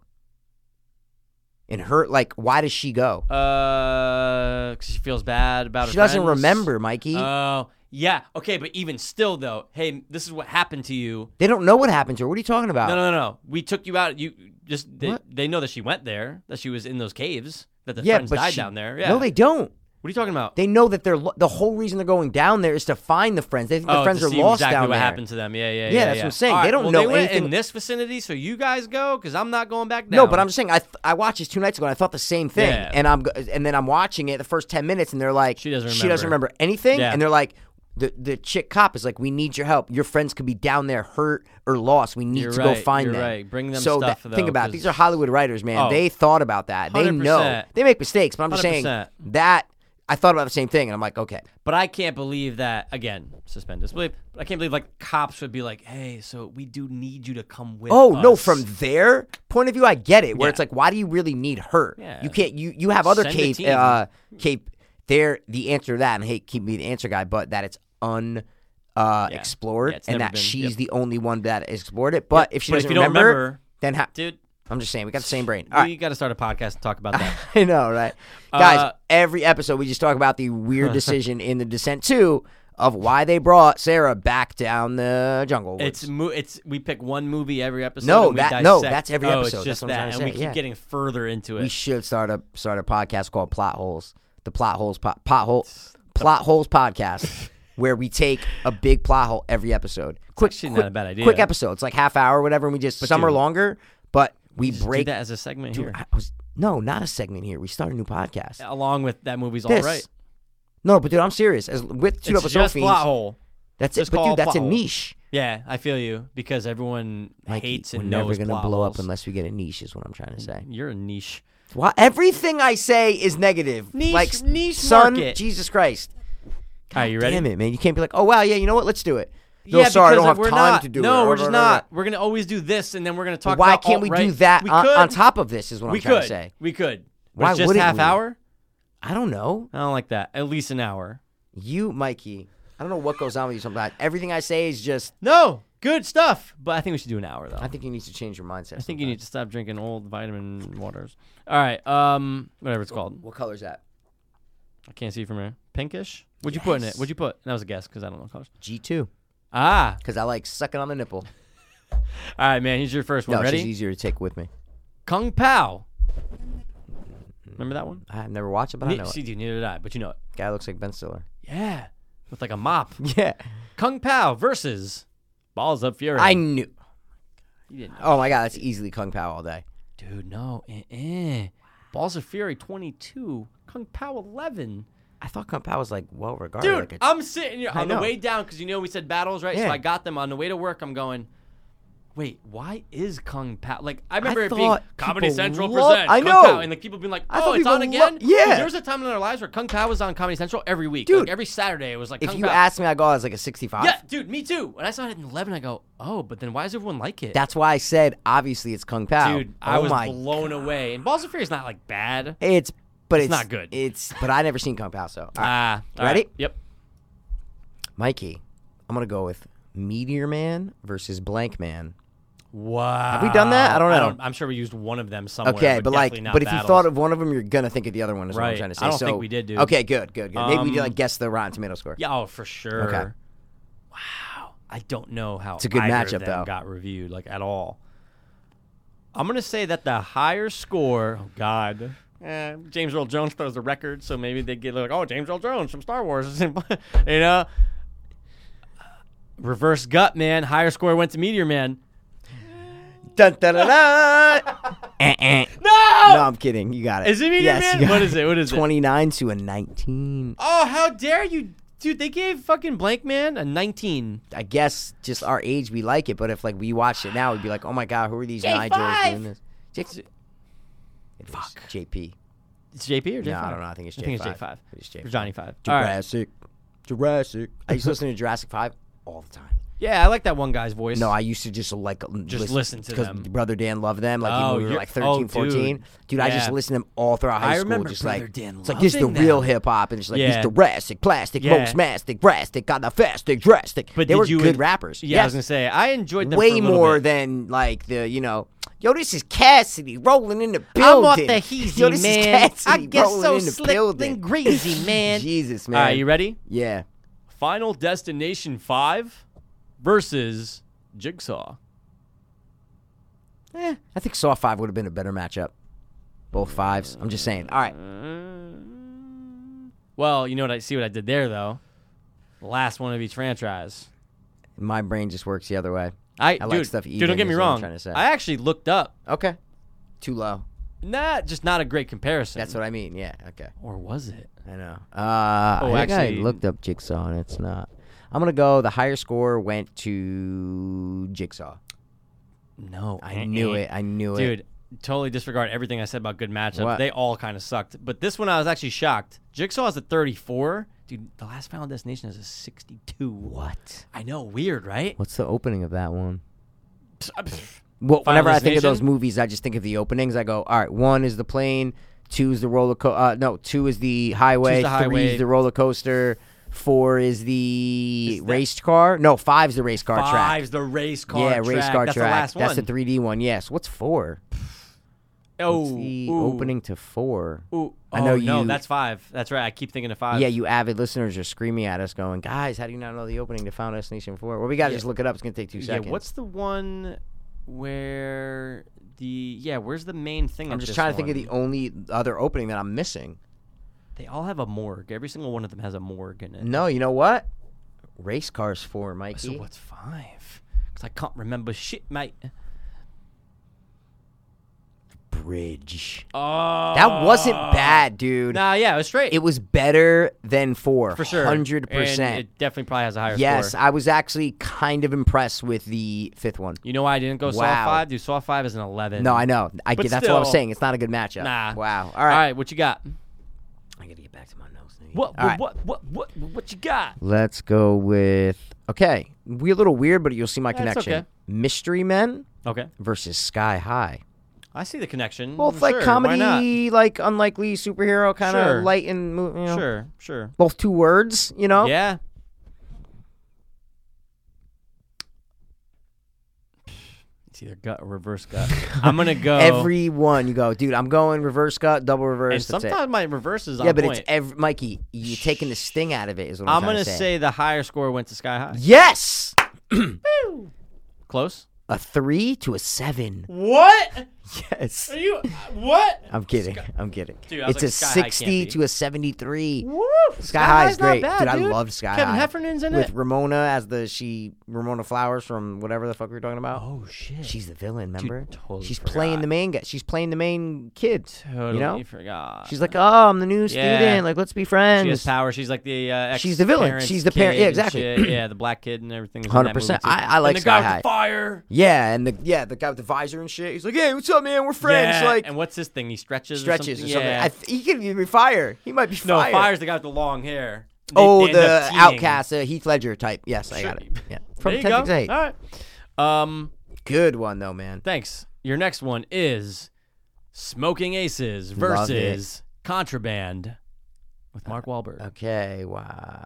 Speaker 1: And her, like, why does she go?
Speaker 2: Uh, 'cause she feels bad about.
Speaker 1: She
Speaker 2: her
Speaker 1: doesn't
Speaker 2: friends.
Speaker 1: remember, Mikey.
Speaker 2: Oh, yeah. Okay, but even still, though, hey, this is what happened to you.
Speaker 1: they don't know what happened to her. What are you talking about?
Speaker 2: No, no, no, no. We took you out. You just they,
Speaker 1: Ah. What?
Speaker 2: they know that she went there, that she was in those caves, that the
Speaker 1: yeah,
Speaker 2: friends
Speaker 1: but
Speaker 2: died
Speaker 1: she-
Speaker 2: down there. Yeah.
Speaker 1: No, they don't.
Speaker 2: what are you talking about?
Speaker 1: They know that they're lo- the whole reason they're going down there is to find the friends. They think the
Speaker 2: oh,
Speaker 1: friends
Speaker 2: to
Speaker 1: are
Speaker 2: see
Speaker 1: lost
Speaker 2: exactly
Speaker 1: down
Speaker 2: what
Speaker 1: there.
Speaker 2: happened to them. Yeah, yeah, yeah.
Speaker 1: Yeah, that's what I'm saying.
Speaker 2: All
Speaker 1: They
Speaker 2: right,
Speaker 1: don't
Speaker 2: well,
Speaker 1: know
Speaker 2: they went
Speaker 1: anything-
Speaker 2: in this vicinity, so you guys go because I'm not going back down.
Speaker 1: No, but I'm just saying I th- I watched this two nights ago and I thought the same thing.
Speaker 2: Yeah.
Speaker 1: And I'm go- and then I'm watching it the first ten minutes and they're like
Speaker 2: She doesn't remember.
Speaker 1: remember anything
Speaker 2: Yeah.
Speaker 1: and they're like the the chick cop is like we need your help. Your friends could be down there hurt or lost. We need
Speaker 2: You're
Speaker 1: to go
Speaker 2: right,
Speaker 1: find
Speaker 2: you're
Speaker 1: them.
Speaker 2: right. Bring them
Speaker 1: so
Speaker 2: stuff,
Speaker 1: that, think
Speaker 2: though,
Speaker 1: about it.
Speaker 2: 'cause-
Speaker 1: these are Hollywood writers, man.
Speaker 2: Oh.
Speaker 1: They thought about that. They know
Speaker 2: 100%.
Speaker 1: they make mistakes, but I'm just saying
Speaker 2: 100%.
Speaker 1: that I thought about the same thing and I'm like okay.
Speaker 2: But I can't believe that again. Suspend disbelief. But I can't believe like cops would be like, "Hey, so we do need you to come with."
Speaker 1: Oh no!
Speaker 2: us."
Speaker 1: From their point of view, I get it. Where
Speaker 2: Yeah.
Speaker 1: it's like, why do you really need her?
Speaker 2: Yeah.
Speaker 1: You can't. You you have other
Speaker 2: Send a
Speaker 1: cave.
Speaker 2: team.
Speaker 1: Uh, cave. They're the answer to that, and I hate keep me the answer guy, but that it's un. Uh,
Speaker 2: Yeah.
Speaker 1: explored
Speaker 2: Yeah, it's
Speaker 1: and
Speaker 2: never
Speaker 1: that
Speaker 2: been-
Speaker 1: she's
Speaker 2: yep.
Speaker 1: the only one that explored it. But if she
Speaker 2: But if
Speaker 1: doesn't
Speaker 2: you don't
Speaker 1: remember,
Speaker 2: remember-
Speaker 1: then ha-
Speaker 2: dude,
Speaker 1: I'm just saying we got the same brain.
Speaker 2: we
Speaker 1: All right,
Speaker 2: got to start a podcast and talk about that.
Speaker 1: (laughs) I know, right, guys?
Speaker 2: Uh,
Speaker 1: every episode we just talk about the
Speaker 2: (laughs)
Speaker 1: weird decision in the Descent Two of why they brought Sarah back down the jungle.
Speaker 2: It's
Speaker 1: woods.
Speaker 2: mo- it's we pick one movie every episode.
Speaker 1: No,
Speaker 2: and we
Speaker 1: that- no,
Speaker 2: dissect-
Speaker 1: that's every
Speaker 2: oh,
Speaker 1: episode.
Speaker 2: It's just
Speaker 1: That's what I'm
Speaker 2: that,
Speaker 1: trying to
Speaker 2: and we
Speaker 1: say,
Speaker 2: keep
Speaker 1: yeah.
Speaker 2: getting further into
Speaker 1: We
Speaker 2: it.
Speaker 1: should start a start a podcast called Plot Holes. The Plot Holes po- Pothole Plot Holes
Speaker 2: (laughs)
Speaker 1: podcast, where we take a big plot hole every episode. Quick,
Speaker 2: actually not
Speaker 1: quick,
Speaker 2: a bad idea.
Speaker 1: Quick episode. It's like half hour, or whatever. And we just some are
Speaker 2: dude,
Speaker 1: longer, but we
Speaker 2: Just
Speaker 1: break.
Speaker 2: do that as a segment
Speaker 1: Dude,
Speaker 2: here,
Speaker 1: I was- no, not a segment here. We start a new podcast.
Speaker 2: along with that movie's all
Speaker 1: This-
Speaker 2: right.
Speaker 1: No, but dude, I'm serious. As with two
Speaker 2: It's
Speaker 1: episodes,
Speaker 2: just plot hole.
Speaker 1: That's
Speaker 2: Just
Speaker 1: it. But
Speaker 2: call
Speaker 1: dude,
Speaker 2: it
Speaker 1: that's a
Speaker 2: plot hole.
Speaker 1: niche.
Speaker 2: Yeah, I feel you because everyone
Speaker 1: Mikey,
Speaker 2: hates
Speaker 1: we're
Speaker 2: and
Speaker 1: never
Speaker 2: knows
Speaker 1: gonna
Speaker 2: plot
Speaker 1: blow up
Speaker 2: holes. Mm-hmm.
Speaker 1: unless we get a niche. Is what I'm trying to say.
Speaker 2: You're a niche.
Speaker 1: Why everything I say is negative?
Speaker 2: Niche-
Speaker 1: like
Speaker 2: niche
Speaker 1: son,
Speaker 2: market.
Speaker 1: Jesus Christ.
Speaker 2: Are you ready?
Speaker 1: Damn it, man. You can't be like, oh, wow, yeah, you know what? Let's do it. No,
Speaker 2: yeah,
Speaker 1: sorry, I
Speaker 2: because
Speaker 1: don't have
Speaker 2: we're
Speaker 1: time
Speaker 2: not,
Speaker 1: to do it.
Speaker 2: no,
Speaker 1: Or-
Speaker 2: we're
Speaker 1: or-
Speaker 2: just
Speaker 1: or-
Speaker 2: not. We're gonna always do this, and then we're gonna talk.
Speaker 1: Why
Speaker 2: about
Speaker 1: can't we do
Speaker 2: alt-right.
Speaker 1: that
Speaker 2: We
Speaker 1: on,
Speaker 2: could.
Speaker 1: on top of this is what
Speaker 2: we
Speaker 1: I'm trying
Speaker 2: could.
Speaker 1: to say.
Speaker 2: We could. But
Speaker 1: Why
Speaker 2: it's just
Speaker 1: wouldn't
Speaker 2: half
Speaker 1: we?
Speaker 2: hour?
Speaker 1: I don't know.
Speaker 2: I don't like that. At least an hour.
Speaker 1: You, Mikey, I don't know what goes on with you sometimes. Everything I say is just,
Speaker 2: No, good stuff. But I think we should do an hour though.
Speaker 1: I think you need to change your mindset.
Speaker 2: I think you need to stop drinking old vitamin waters. All right, um, whatever it's called.
Speaker 1: What color's that?
Speaker 2: I can't see from here. Pinkish. What'd you put in it? What'd you put? That was a guess because I don't know colors.
Speaker 1: G2.
Speaker 2: Ah,
Speaker 1: Because I like sucking on the nipple.
Speaker 2: all right, man. Here's your first one.
Speaker 1: No, it's just
Speaker 2: Ready?
Speaker 1: easier to take with me.
Speaker 2: Kung Pao. Remember that one?
Speaker 1: I've never watched it, but I know
Speaker 2: see,
Speaker 1: it.
Speaker 2: dude, neither did I, but you know it.
Speaker 1: Guy looks like Ben
Speaker 2: (laughs)
Speaker 1: Stiller.
Speaker 2: Yeah, with like a mop.
Speaker 1: Yeah.
Speaker 2: Kung Pao versus Balls of Fury.
Speaker 1: I knew.
Speaker 2: You didn't know.
Speaker 1: Oh, my God. That's easily Kung Pao all day.
Speaker 2: dude. No, eh, eh. Balls of Fury 22. Kung Pao 11.
Speaker 1: I thought Kung Pao was like well regarded.
Speaker 2: Dude,
Speaker 1: like a-
Speaker 2: I'm sitting here on the
Speaker 1: know.
Speaker 2: way down because you know we said battles, right?
Speaker 1: Yeah.
Speaker 2: So I got them on the way to work. I'm going, wait, why is Kung Pao? Like, I remember it being
Speaker 1: thought
Speaker 2: Comedy
Speaker 1: people
Speaker 2: Central
Speaker 1: loved-
Speaker 2: presents
Speaker 1: I
Speaker 2: Kung
Speaker 1: know.
Speaker 2: Pao, and like people being like,
Speaker 1: I
Speaker 2: oh,
Speaker 1: thought
Speaker 2: it's on
Speaker 1: people lo-
Speaker 2: again.
Speaker 1: Yeah.
Speaker 2: Dude, there was a time in our lives where Kung Pao was on Comedy Central every week, Like,
Speaker 1: Dude.
Speaker 2: every Saturday. It was like
Speaker 1: If
Speaker 2: Kung
Speaker 1: you
Speaker 2: Pao.
Speaker 1: asked me, I go, I was like a 65.
Speaker 2: yeah, dude, me too. When I saw it in eleven, I go, oh, but then why does everyone like it?
Speaker 1: That's why I said, obviously, it's Kung Pao.
Speaker 2: dude, I
Speaker 1: oh
Speaker 2: was
Speaker 1: my.
Speaker 2: blown away. And Balls of Fury is not like bad.
Speaker 1: It's, but
Speaker 2: It's
Speaker 1: it's,
Speaker 2: not good.
Speaker 1: It's, but I never seen Kung Pao, so. All right.
Speaker 2: Ah, all
Speaker 1: Ready?
Speaker 2: right. Yep.
Speaker 1: Mikey, I'm going to go with Meteor Man versus Blank Man.
Speaker 2: Wow. Have
Speaker 1: we done that? I don't know.
Speaker 2: I'm sure we used one of them somewhere.
Speaker 1: Okay,
Speaker 2: but,
Speaker 1: but, like,
Speaker 2: definitely not
Speaker 1: but if
Speaker 2: battles.
Speaker 1: you thought of one of them, you're gonna think of the other one. Is what
Speaker 2: Right.
Speaker 1: I'm trying to say.
Speaker 2: I don't
Speaker 1: so,
Speaker 2: think we did, dude.
Speaker 1: Okay, good, good, good. Maybe we did
Speaker 2: Um,
Speaker 1: like guess the Rotten Tomato score.
Speaker 2: yeah, oh, for sure.
Speaker 1: Okay.
Speaker 2: Wow, I don't know how it's
Speaker 1: a good
Speaker 2: either of
Speaker 1: matchup,
Speaker 2: them
Speaker 1: though.
Speaker 2: Got reviewed like at all. I'm gonna say that the higher score. Oh God. Eh, James Earl Jones throws a record, so maybe they get like, oh, James Earl Jones from Star Wars, (laughs) you know. Reverse gut, man. Higher score went to Meteor Man.
Speaker 1: Dun, dun, dun, dun. (laughs) Eh, eh.
Speaker 2: No,
Speaker 1: No, I'm kidding. You got it.
Speaker 2: Is it Meteor
Speaker 1: yes,
Speaker 2: Man?
Speaker 1: you got
Speaker 2: What is it? What is it?
Speaker 1: 29 to a 19.
Speaker 2: Oh, how dare you, dude! They gave fucking Blank Man a 19.
Speaker 1: I guess just our age, we like it. But if like we watched it now, we'd be like, oh my god, who are these
Speaker 2: J5.
Speaker 1: Nigels doing this? J-
Speaker 2: It's-
Speaker 1: it was JP.
Speaker 2: It's JP or J5?
Speaker 1: No, I don't know. I think it's
Speaker 2: I
Speaker 1: J5.
Speaker 2: think it's J5.
Speaker 1: It's
Speaker 2: Or
Speaker 1: J5.
Speaker 2: Johnny Five. All right.
Speaker 1: Jurassic. Jurassic. I used to listen to Jurassic Five all the time.
Speaker 2: Yeah, I like that one guy's voice.
Speaker 1: No, I used to just like
Speaker 2: Just listen to them.
Speaker 1: Brother Dan loved them. Like
Speaker 2: Oh,
Speaker 1: when we were
Speaker 2: you're-
Speaker 1: like
Speaker 2: oh,
Speaker 1: 13,
Speaker 2: dude.
Speaker 1: 14. Dude, I just
Speaker 2: Yeah.
Speaker 1: listened to them all throughout high
Speaker 2: I
Speaker 1: school.
Speaker 2: remember
Speaker 1: just
Speaker 2: Brother
Speaker 1: like
Speaker 2: Dan
Speaker 1: it's like this is the
Speaker 2: loving
Speaker 1: real
Speaker 2: them.
Speaker 1: hip hop, and it's like
Speaker 2: Yeah.
Speaker 1: this Jurassic, plastic,
Speaker 2: Yeah.
Speaker 1: most mastic, drastic, got the fastic, drastic.
Speaker 2: but
Speaker 1: they
Speaker 2: did
Speaker 1: were
Speaker 2: you
Speaker 1: good rappers.
Speaker 2: Yeah, I was gonna say I enjoyed them for a
Speaker 1: way
Speaker 2: little
Speaker 1: more
Speaker 2: bit.
Speaker 1: than like the you know. Yo, this is Cassidy rolling in the
Speaker 2: I'm
Speaker 1: building.
Speaker 2: off the
Speaker 1: (laughs)
Speaker 2: heezy,
Speaker 1: Yo, this
Speaker 2: man.
Speaker 1: is Cassidy
Speaker 2: I get
Speaker 1: rolling
Speaker 2: so
Speaker 1: in the
Speaker 2: slick
Speaker 1: building. (laughs)
Speaker 2: and greasy, man.
Speaker 1: Jesus,
Speaker 2: All
Speaker 1: man.
Speaker 2: right, you ready?
Speaker 1: yeah.
Speaker 2: Final Destination Five versus Jigsaw.
Speaker 1: Eh, I think Saw 5 would have been a better matchup. Both fives. I'm just saying. All right.
Speaker 2: Well, you know what I see what I did there though. Last one of each franchise.
Speaker 1: My brain just works the other way.
Speaker 2: I,
Speaker 1: I
Speaker 2: dude,
Speaker 1: like stuff
Speaker 2: dude,
Speaker 1: even
Speaker 2: don't get me
Speaker 1: is what I'm
Speaker 2: wrong.
Speaker 1: trying to say.
Speaker 2: I actually looked up.
Speaker 1: Okay. Too low.
Speaker 2: Nah, just not a great comparison.
Speaker 1: That's what I mean. Yeah. Okay.
Speaker 2: or was it?
Speaker 1: I know. Uh,
Speaker 2: Oh,
Speaker 1: I think
Speaker 2: actually-
Speaker 1: I looked up Jigsaw and it's not. I'm gonna go. The higher score went to Jigsaw.
Speaker 2: No,
Speaker 1: I knew it. I knew it.
Speaker 2: Eh, dude. Totally disregard everything I said about good matchups.
Speaker 1: What?
Speaker 2: They all kind of sucked. But this one, I was actually shocked. Jigsaw is a 34. Dude, the last Final Destination is a 62.
Speaker 1: What?
Speaker 2: I know, weird, right? Uh,
Speaker 1: What's the opening of that one?
Speaker 2: Pfft,
Speaker 1: Well,
Speaker 2: Final
Speaker 1: whenever I think of those
Speaker 2: Destination?
Speaker 1: movies, I just think of the openings. I go, all right, one is the plane, two is the roller coaster. Uh, no, two is the highway,
Speaker 2: Two's the
Speaker 1: three
Speaker 2: highway.
Speaker 1: is the roller coaster, four is the
Speaker 2: Is that-
Speaker 1: race car. No, five's the race car track.
Speaker 2: Five's the race car
Speaker 1: yeah,
Speaker 2: track.
Speaker 1: race car track.
Speaker 2: That's the last
Speaker 1: That's
Speaker 2: one.
Speaker 1: the 3D one. Yes. What's four?
Speaker 2: Oh,
Speaker 1: What's the
Speaker 2: ooh,
Speaker 1: opening to four?
Speaker 2: Ooh.
Speaker 1: I know
Speaker 2: Oh, No,
Speaker 1: you-
Speaker 2: that's five. That's right. I keep thinking of five.
Speaker 1: Yeah, you avid listeners are screaming at us, going, "Guys, how do you not know the opening to Final Destination 4? Well, we gotta just look it up. It's gonna take two
Speaker 2: Yeah,
Speaker 1: seconds.
Speaker 2: what's the one where the yeah? Where's the main thing?
Speaker 1: I'm just trying to think of the only other opening that I'm missing.
Speaker 2: They all have a morgue. Every single one of them has a morgue in it.
Speaker 1: No, you know what? Race cars four, Mikey.
Speaker 2: So what's five? Because I can't remember shit, mate.
Speaker 1: Bridge.
Speaker 2: Oh,
Speaker 1: That wasn't bad, dude.
Speaker 2: Nah, yeah, it was straight.
Speaker 1: It was better than four.
Speaker 2: for sure,
Speaker 1: Hundred
Speaker 2: And
Speaker 1: percent.
Speaker 2: It definitely probably has a higher
Speaker 1: Yes,
Speaker 2: score.
Speaker 1: I was actually kind of impressed with the fifth one.
Speaker 2: You know why I didn't go Saw
Speaker 1: Wow.
Speaker 2: five? Dude, Saw five is an eleven.
Speaker 1: No, I know. I
Speaker 2: But
Speaker 1: get that's what I was
Speaker 2: still-
Speaker 1: saying. It's not a good matchup.
Speaker 2: Nah.
Speaker 1: Wow. All
Speaker 2: All
Speaker 1: right.
Speaker 2: right, what you got?
Speaker 1: I gotta get back to my notes. now.
Speaker 2: What? What,
Speaker 1: All right.
Speaker 2: what? What? What? What you got?
Speaker 1: Let's go with okay. We're a little weird, but you'll see my
Speaker 2: That's
Speaker 1: connection.
Speaker 2: okay.
Speaker 1: Mystery Men
Speaker 2: Okay,
Speaker 1: versus Sky High.
Speaker 2: I see the connection.
Speaker 1: Both
Speaker 2: Well,
Speaker 1: like
Speaker 2: sure, Why not?
Speaker 1: comedy, like unlikely superhero kind of
Speaker 2: Sure.
Speaker 1: light and mo- you know.
Speaker 2: Sure, sure.
Speaker 1: Both two words, you know.
Speaker 2: Yeah. It's either gut or reverse
Speaker 1: (laughs)
Speaker 2: gut. I'm gonna go
Speaker 1: Every one you go, dude. I'm going reverse cut, double reverse.
Speaker 2: And
Speaker 1: that's it."
Speaker 2: sometimes my reverse is on
Speaker 1: yeah, but
Speaker 2: point.
Speaker 1: it's every Mikey. You're taking the sting out of it. Is what I'm,
Speaker 2: I'm
Speaker 1: trying
Speaker 2: gonna
Speaker 1: to
Speaker 2: say the higher score went to Sky High.
Speaker 1: yes.
Speaker 2: Close.
Speaker 1: A three to a seven.
Speaker 2: What?
Speaker 1: Yes.
Speaker 2: Are you what?
Speaker 1: I'm kidding. I'm kidding.
Speaker 2: Dude, I
Speaker 1: it's
Speaker 2: was like,
Speaker 1: a
Speaker 2: Sky High can't
Speaker 1: 60
Speaker 2: be.
Speaker 1: to a 73.
Speaker 2: Woo!
Speaker 1: Sky High is
Speaker 2: not
Speaker 1: great.
Speaker 2: bad,
Speaker 1: dude, I love Sky
Speaker 2: Kevin
Speaker 1: High.
Speaker 2: Heffernan Heffernan's in
Speaker 1: With
Speaker 2: it.
Speaker 1: Ramona as the she Ramona Flowers from whatever the fuck we were talking about.
Speaker 2: Oh shit!
Speaker 1: She's the villain, remember?
Speaker 2: totally
Speaker 1: She's
Speaker 2: forgot.
Speaker 1: playing the main guy. She's playing the main kid.
Speaker 2: totally
Speaker 1: you know?
Speaker 2: forgot.
Speaker 1: She's like, "Oh, I'm the new
Speaker 2: Yeah.
Speaker 1: student. Like, let's be
Speaker 2: She has
Speaker 1: friends."
Speaker 2: power. She's like the uh,
Speaker 1: She's the villain.
Speaker 2: ex-parent's
Speaker 1: She's the parent-
Speaker 2: kid
Speaker 1: yeah,
Speaker 2: and
Speaker 1: exactly.
Speaker 2: shit. yeah, the black kid and everything. is in
Speaker 1: 100%.
Speaker 2: that movie, too.
Speaker 1: I- I like
Speaker 2: and the
Speaker 1: Sky
Speaker 2: guy with
Speaker 1: High.
Speaker 2: the fire.
Speaker 1: yeah, and the yeah, the guy with the visor and shit. He's like, "Hey, what's up, man? We're friends."
Speaker 2: Yeah.
Speaker 1: Like
Speaker 2: and what's this thing? He stretches.
Speaker 1: stretches or
Speaker 2: or
Speaker 1: something.
Speaker 2: Yeah.
Speaker 1: I th- he could be fire. He might be
Speaker 2: no,
Speaker 1: fire.
Speaker 2: fire's the guy with the long hair. They-
Speaker 1: oh,
Speaker 2: they end up
Speaker 1: the
Speaker 2: teaming.
Speaker 1: outcast, uh, Heath Ledger type. Yes, I
Speaker 2: Sure.
Speaker 1: got it. Yeah, from
Speaker 2: there you
Speaker 1: 10
Speaker 2: go.
Speaker 1: to 8.
Speaker 2: All right. Um,
Speaker 1: Good one though, man.
Speaker 2: thanks. Your next one is Smoking Aces
Speaker 1: Love it. Uh,
Speaker 2: versus Contraband with Mark Wahlberg.
Speaker 1: Okay, wow.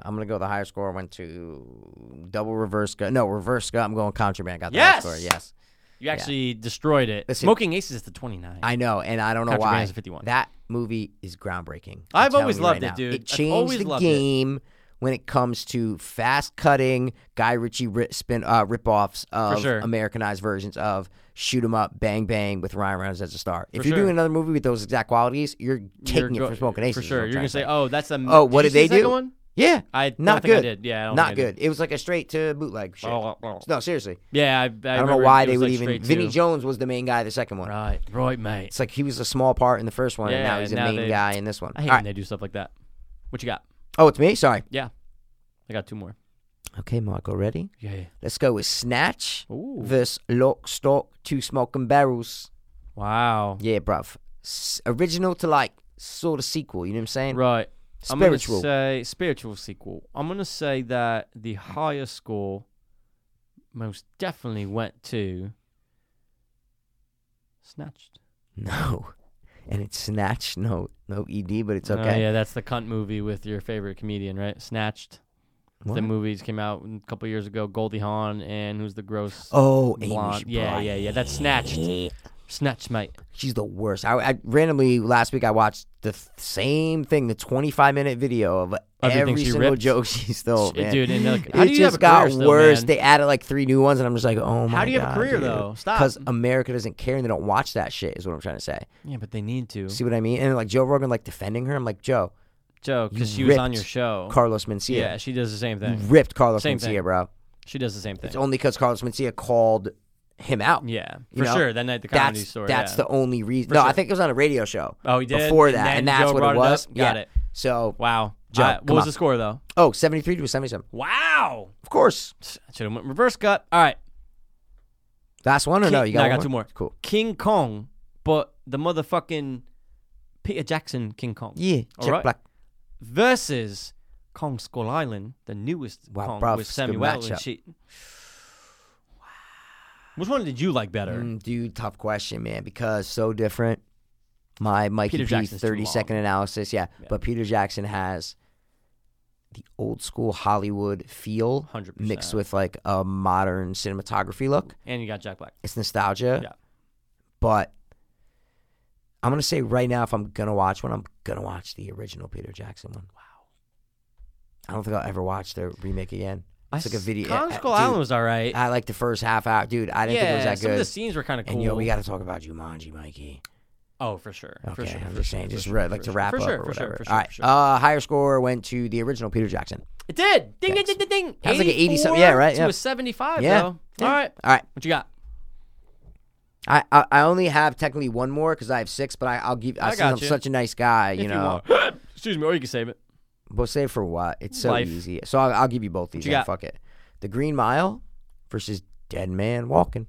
Speaker 1: I'm gonna go. The higher score went to double reverse gut. No, reverse gut. I'm going contraband. Got the higher
Speaker 2: Yes!
Speaker 1: score. Yes,
Speaker 2: you actually destroyed it.
Speaker 1: Listen-
Speaker 2: Smoking Aces is the 29.
Speaker 1: I know, and I don't know
Speaker 2: Contraband
Speaker 1: why.
Speaker 2: is 51.
Speaker 1: That movie is groundbreaking.
Speaker 2: I've
Speaker 1: telling
Speaker 2: always
Speaker 1: you
Speaker 2: loved
Speaker 1: right
Speaker 2: it,
Speaker 1: now.
Speaker 2: dude.
Speaker 1: It
Speaker 2: I've
Speaker 1: changed
Speaker 2: always
Speaker 1: the
Speaker 2: loved it.
Speaker 1: game when it comes to fast cutting Guy Ritchie ri- spin uh, ripoffs of
Speaker 2: sure.
Speaker 1: Americanized versions of shoot 'em up, bang bang with Ryan Reynolds as a star. if you're
Speaker 2: sure.
Speaker 1: doing another movie with those exact qualities, you're taking
Speaker 2: You're
Speaker 1: it
Speaker 2: go-
Speaker 1: for smoking aces.
Speaker 2: For
Speaker 1: is what
Speaker 2: sure.
Speaker 1: I'm
Speaker 2: You're
Speaker 1: trying
Speaker 2: gonna
Speaker 1: to
Speaker 2: say, oh, that's a.
Speaker 1: Oh, what
Speaker 2: you
Speaker 1: did
Speaker 2: see
Speaker 1: they
Speaker 2: the second
Speaker 1: do?
Speaker 2: One?
Speaker 1: Yeah,
Speaker 2: I don't
Speaker 1: not
Speaker 2: think I
Speaker 1: good.
Speaker 2: did. Yeah, I don't
Speaker 1: not
Speaker 2: think I
Speaker 1: good. It was like a straight to bootleg shit.
Speaker 2: Oh, oh, oh.
Speaker 1: No, seriously.
Speaker 2: Yeah, I, I,
Speaker 1: I, don't know
Speaker 2: remember
Speaker 1: why
Speaker 2: it
Speaker 1: they
Speaker 2: was,
Speaker 1: would
Speaker 2: like,
Speaker 1: even.
Speaker 2: straight
Speaker 1: Vinny
Speaker 2: to-
Speaker 1: Jones was the main guy the second one.
Speaker 2: Right, right, mate.
Speaker 1: It's like he was a small part in the first one, and
Speaker 2: Yeah,
Speaker 1: now he's the
Speaker 2: now
Speaker 1: main
Speaker 2: they-
Speaker 1: guy in this one.
Speaker 2: I hate
Speaker 1: All
Speaker 2: when
Speaker 1: right.
Speaker 2: they do stuff like that. What you got?
Speaker 1: Oh, it's me. Sorry.
Speaker 2: Yeah, I got two more.
Speaker 1: Okay, Marco, ready?
Speaker 2: Yeah.
Speaker 1: Let's go with Snatch
Speaker 2: Ooh.
Speaker 1: versus Lock, Stock, Two Smoking Barrels.
Speaker 2: Wow.
Speaker 1: Yeah, bruv. S- original to like sort of sequel. You know what I'm saying?
Speaker 2: Right.
Speaker 1: Spiritual.
Speaker 2: I'm gonna say spiritual sequel. I'm gonna say that the higher score most definitely went to Snatched.
Speaker 1: (laughs) No. And it's Snatch. No, no ED, but it's
Speaker 2: Oh,
Speaker 1: okay.
Speaker 2: yeah, that's the cunt movie with your favorite comedian, right? Snatched.
Speaker 1: What?
Speaker 2: The movies came out a couple years ago. Goldie Hawn and who's the gross?
Speaker 1: Oh,
Speaker 2: blonde-
Speaker 1: Amy
Speaker 2: yeah, yeah, yeah. That's snatched. Snatched, mate.
Speaker 1: She's the worst. I, I randomly last week I watched the th- same thing, the 25 minute video of
Speaker 2: Everything
Speaker 1: every
Speaker 2: she
Speaker 1: single
Speaker 2: ripped.
Speaker 1: joke (laughs) she's still.
Speaker 2: Shit,
Speaker 1: Man.
Speaker 2: dude, and, like,
Speaker 1: it
Speaker 2: how do you have
Speaker 1: just
Speaker 2: a
Speaker 1: got
Speaker 2: career still,
Speaker 1: worse.
Speaker 2: man?
Speaker 1: They added like three new ones, and I'm just like, oh my
Speaker 2: do you have a career, though? Stop.
Speaker 1: Because America doesn't care and they don't watch that shit. Is what I'm trying to say.
Speaker 2: Yeah, but they need to.
Speaker 1: See what I mean? And like Joe Rogan, like defending her. I'm like Joe,
Speaker 2: Joe, because
Speaker 1: You
Speaker 2: she was on
Speaker 1: ripped
Speaker 2: your show.
Speaker 1: Carlos Mencia.
Speaker 2: Oh. yeah, she does the same
Speaker 1: You
Speaker 2: thing.
Speaker 1: ripped Carlos
Speaker 2: Same
Speaker 1: Mencia,
Speaker 2: thing.
Speaker 1: bro.
Speaker 2: She does the same thing.
Speaker 1: It's only because Carlos Mencia called him out.
Speaker 2: Yeah,
Speaker 1: You
Speaker 2: for
Speaker 1: know?
Speaker 2: sure. That night, at the comedy
Speaker 1: That's
Speaker 2: store.
Speaker 1: that's
Speaker 2: yeah.
Speaker 1: the only reason. no, I
Speaker 2: sure.
Speaker 1: think it was on a radio show.
Speaker 2: Oh, he did?
Speaker 1: before
Speaker 2: And
Speaker 1: that,
Speaker 2: then
Speaker 1: and, that's
Speaker 2: Joe
Speaker 1: what
Speaker 2: brought
Speaker 1: it
Speaker 2: it
Speaker 1: was.
Speaker 2: up? Got
Speaker 1: Yeah.
Speaker 2: it.
Speaker 1: So
Speaker 2: wow.
Speaker 1: Joe,
Speaker 2: Uh,
Speaker 1: come
Speaker 2: what was
Speaker 1: on.
Speaker 2: the score though?
Speaker 1: oh, 73 to 77.
Speaker 2: Wow.
Speaker 1: Of course.
Speaker 2: I should have went reverse cut. All right.
Speaker 1: Last one or no?
Speaker 2: King-
Speaker 1: You got
Speaker 2: no, I
Speaker 1: one
Speaker 2: got two more.
Speaker 1: Cool.
Speaker 2: King Kong, but the motherfucking Peter Jackson King Kong.
Speaker 1: Yeah.
Speaker 2: All
Speaker 1: Jack
Speaker 2: right.
Speaker 1: Black.
Speaker 2: versus Kong Skull Island, the newest
Speaker 1: Wow,
Speaker 2: Kong
Speaker 1: bruv,
Speaker 2: with
Speaker 1: it's a good
Speaker 2: Samuel and
Speaker 1: matchup.
Speaker 2: shit. Wow. Which one did you like better?
Speaker 1: Mm, dude, tough question, man, because so different. My Mikey
Speaker 2: Peter
Speaker 1: P
Speaker 2: Jackson's too
Speaker 1: 30 second analysis. Yeah. But Peter Jackson has the old school Hollywood feel
Speaker 2: 100%.
Speaker 1: mixed with like a modern cinematography look.
Speaker 2: And you got Jack Black.
Speaker 1: It's nostalgia.
Speaker 2: Yeah.
Speaker 1: But I'm going to say right now, if I'm going to watch one, I'm going to watch the original Peter Jackson one. Wow. I don't think I'll ever watch the remake again. It's like a
Speaker 2: s-
Speaker 1: video.
Speaker 2: Kong
Speaker 1: uh,
Speaker 2: Skull
Speaker 1: dude,
Speaker 2: Island was all right.
Speaker 1: I like the first half hour. Dude, I didn't
Speaker 2: yeah,
Speaker 1: think it was that
Speaker 2: some
Speaker 1: good.
Speaker 2: of the scenes were kind of cool.
Speaker 1: and yo, we got to talk about Jumanji, Mikey.
Speaker 2: oh, for sure.
Speaker 1: Okay,
Speaker 2: for sure.
Speaker 1: I'm
Speaker 2: for
Speaker 1: just
Speaker 2: sure,
Speaker 1: saying,
Speaker 2: for
Speaker 1: just
Speaker 2: sure,
Speaker 1: re- like to
Speaker 2: for sure.
Speaker 1: wrap
Speaker 2: for
Speaker 1: up
Speaker 2: sure,
Speaker 1: or
Speaker 2: for sure,
Speaker 1: whatever.
Speaker 2: for sure,
Speaker 1: All right,
Speaker 2: for sure.
Speaker 1: uh, higher score went to the original Peter Jackson.
Speaker 2: It did. Ding, ding,
Speaker 1: Thanks.
Speaker 2: ding, ding, ding.
Speaker 1: That's like an 87 yeah,
Speaker 2: 84
Speaker 1: right,
Speaker 2: To
Speaker 1: yeah.
Speaker 2: a 75,
Speaker 1: Yeah.
Speaker 2: though.
Speaker 1: Yeah.
Speaker 2: All right.
Speaker 1: All right,
Speaker 2: What you got?
Speaker 1: I, I I only have technically one more because I have six, but I, I'll give. I,
Speaker 2: I
Speaker 1: since
Speaker 2: got
Speaker 1: I'm
Speaker 2: you.
Speaker 1: such a nice guy, you
Speaker 2: If
Speaker 1: know.
Speaker 2: want. (laughs) Excuse me, or you can save it.
Speaker 1: But save for what? It's so
Speaker 2: Life.
Speaker 1: easy. So I'll, I'll give you both these.
Speaker 2: you
Speaker 1: then.
Speaker 2: got?
Speaker 1: Fuck it. The Green Mile versus Dead Man Walking.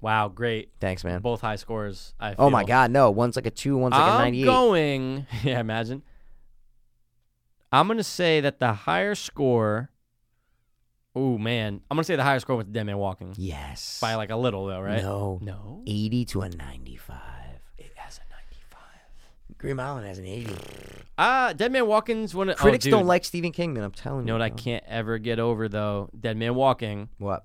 Speaker 2: Wow, great.
Speaker 1: Thanks, man.
Speaker 2: Both high scores. I
Speaker 1: Oh my
Speaker 2: feel.
Speaker 1: God, no! One's like a two, one's like a
Speaker 2: I'm
Speaker 1: ninety-eight.
Speaker 2: going. (laughs) Yeah, imagine. I'm gonna say that the higher score. Oh man, I'm gonna say the higher score with Dead Man Walking
Speaker 1: yes.
Speaker 2: by like a little though, right?
Speaker 1: No.
Speaker 2: No.
Speaker 1: Eighty to a ninety-five.
Speaker 2: It has a 95.
Speaker 1: Green Mile has an eighty.
Speaker 2: Ah, Dead Man Walking's one. of- oh,
Speaker 1: Critics don't
Speaker 2: dude.
Speaker 1: like Stephen King, man. I'm telling
Speaker 2: You
Speaker 1: you.
Speaker 2: know what I
Speaker 1: bro.
Speaker 2: can't ever get over though? Dead Man Walking.
Speaker 1: What?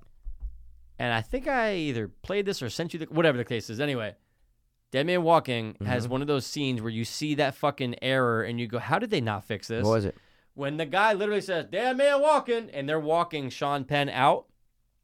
Speaker 2: and I think I either played this or sent you the whatever the case is. Anyway, Dead Man Walking
Speaker 1: Mm-hmm.
Speaker 2: has one of those scenes where you see that fucking error and you go, "How did they not fix this?"
Speaker 1: What was it?
Speaker 2: When the guy literally says, "Dead Man Walking," and they're walking Sean Penn out,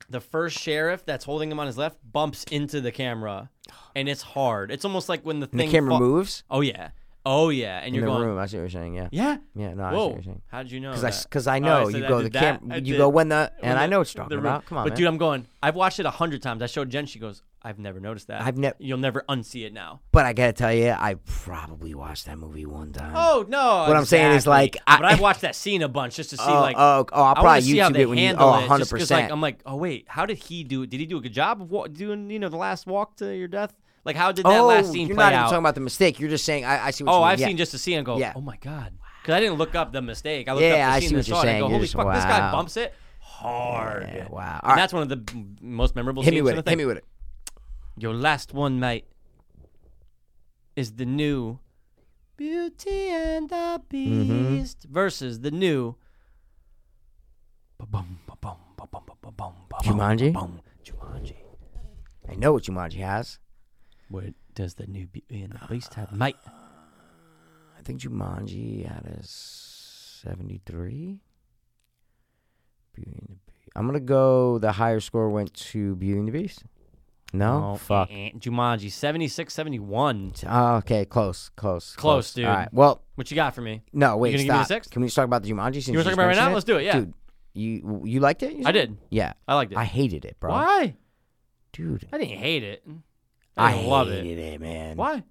Speaker 2: the first sheriff that's holding him on his left bumps into
Speaker 1: (sighs)
Speaker 2: the camera, and it's hard. It's almost like when the
Speaker 1: And the
Speaker 2: thing
Speaker 1: camera
Speaker 2: fa-
Speaker 1: moves
Speaker 2: Oh yeah, oh yeah, and
Speaker 1: in
Speaker 2: you're
Speaker 1: the
Speaker 2: going
Speaker 1: room. I see what you're saying. Yeah.
Speaker 2: yeah.
Speaker 1: Yeah. No, I see what
Speaker 2: Whoa,
Speaker 1: you're saying.
Speaker 2: how did you know?
Speaker 1: Because I,
Speaker 2: that?
Speaker 1: s- 'cause I
Speaker 2: Oh,
Speaker 1: know
Speaker 2: so
Speaker 1: you
Speaker 2: I
Speaker 1: go
Speaker 2: did
Speaker 1: the
Speaker 2: that.
Speaker 1: cam-
Speaker 2: I
Speaker 1: you
Speaker 2: did-
Speaker 1: go when the and
Speaker 2: when
Speaker 1: I
Speaker 2: the-
Speaker 1: know what you're
Speaker 2: the
Speaker 1: talking
Speaker 2: room.
Speaker 1: about. Come on,
Speaker 2: but
Speaker 1: man.
Speaker 2: dude, I'm going. I've watched it a hundred times. I showed Jen. She goes, "I've never noticed that.
Speaker 1: I've nev-
Speaker 2: You'll never unsee it now."
Speaker 1: but I gotta tell you, I probably watched that movie one time.
Speaker 2: Oh no!
Speaker 1: Mm. What I'm saying is, like,
Speaker 2: I, but
Speaker 1: I-
Speaker 2: I've watched that scene a bunch just to see,
Speaker 1: Oh,
Speaker 2: like,
Speaker 1: oh, oh, I'll
Speaker 2: I wanna
Speaker 1: probably
Speaker 2: see how
Speaker 1: YouTube
Speaker 2: they
Speaker 1: it when you-
Speaker 2: handle
Speaker 1: oh,
Speaker 2: it, just 'cause, Like,
Speaker 1: 100%.
Speaker 2: I'm like, oh wait, how did he do it? Did he do a good job of wa- doing, you know, the last walk to your death? Like, how did that
Speaker 1: Oh,
Speaker 2: last scene
Speaker 1: you're
Speaker 2: play
Speaker 1: not even
Speaker 2: out?
Speaker 1: talking about the mistake. You're just saying I, I see what you
Speaker 2: oh,
Speaker 1: mean.
Speaker 2: I've
Speaker 1: yeah.
Speaker 2: seen just to see and go,
Speaker 1: Yeah.
Speaker 2: oh my god, because I didn't look up the mistake. I looked
Speaker 1: Yeah,
Speaker 2: up
Speaker 1: I
Speaker 2: the
Speaker 1: see
Speaker 2: scene and
Speaker 1: what you're
Speaker 2: saw it and
Speaker 1: saying.
Speaker 2: go,
Speaker 1: You're
Speaker 2: holy
Speaker 1: just,
Speaker 2: fuck, this guy
Speaker 1: wow.
Speaker 2: bumps it hard.
Speaker 1: Yeah, wow.
Speaker 2: And
Speaker 1: All right.
Speaker 2: that's one of the m- most memorable
Speaker 1: Hit
Speaker 2: scenes.
Speaker 1: me with
Speaker 2: of
Speaker 1: it.
Speaker 2: the
Speaker 1: Hit
Speaker 2: thing.
Speaker 1: me with it.
Speaker 2: Your last one, mate, is the new Beauty and the Beast versus the new
Speaker 1: Jumanji?
Speaker 2: Jumanji.
Speaker 1: I know what Jumanji has.
Speaker 2: What does the new Beauty and the Beast have, mate?
Speaker 1: I think Jumanji had a 73. Beauty and the Beast. I'm gonna go. The higher score went to Beauty and the Beast. No, fuck.
Speaker 2: eh, Jumanji 76 71.
Speaker 1: Oh, okay, close, close, close,
Speaker 2: dude.
Speaker 1: All right. Well,
Speaker 2: What you got for me?
Speaker 1: no, wait,
Speaker 2: gonna give me
Speaker 1: stop.
Speaker 2: the sixth?
Speaker 1: Can we just talk about the Jumanji? Since
Speaker 2: You wanna
Speaker 1: just
Speaker 2: talk about it right now?
Speaker 1: mentioned
Speaker 2: Let's do it, yeah.
Speaker 1: dude. You you liked it? You
Speaker 2: I
Speaker 1: said?
Speaker 2: did.
Speaker 1: Yeah,
Speaker 2: I liked it.
Speaker 1: I hated it, bro.
Speaker 2: Why?
Speaker 1: dude?
Speaker 2: I didn't hate it. I
Speaker 1: I,
Speaker 2: didn't love it.
Speaker 1: hated it, man.
Speaker 2: Why?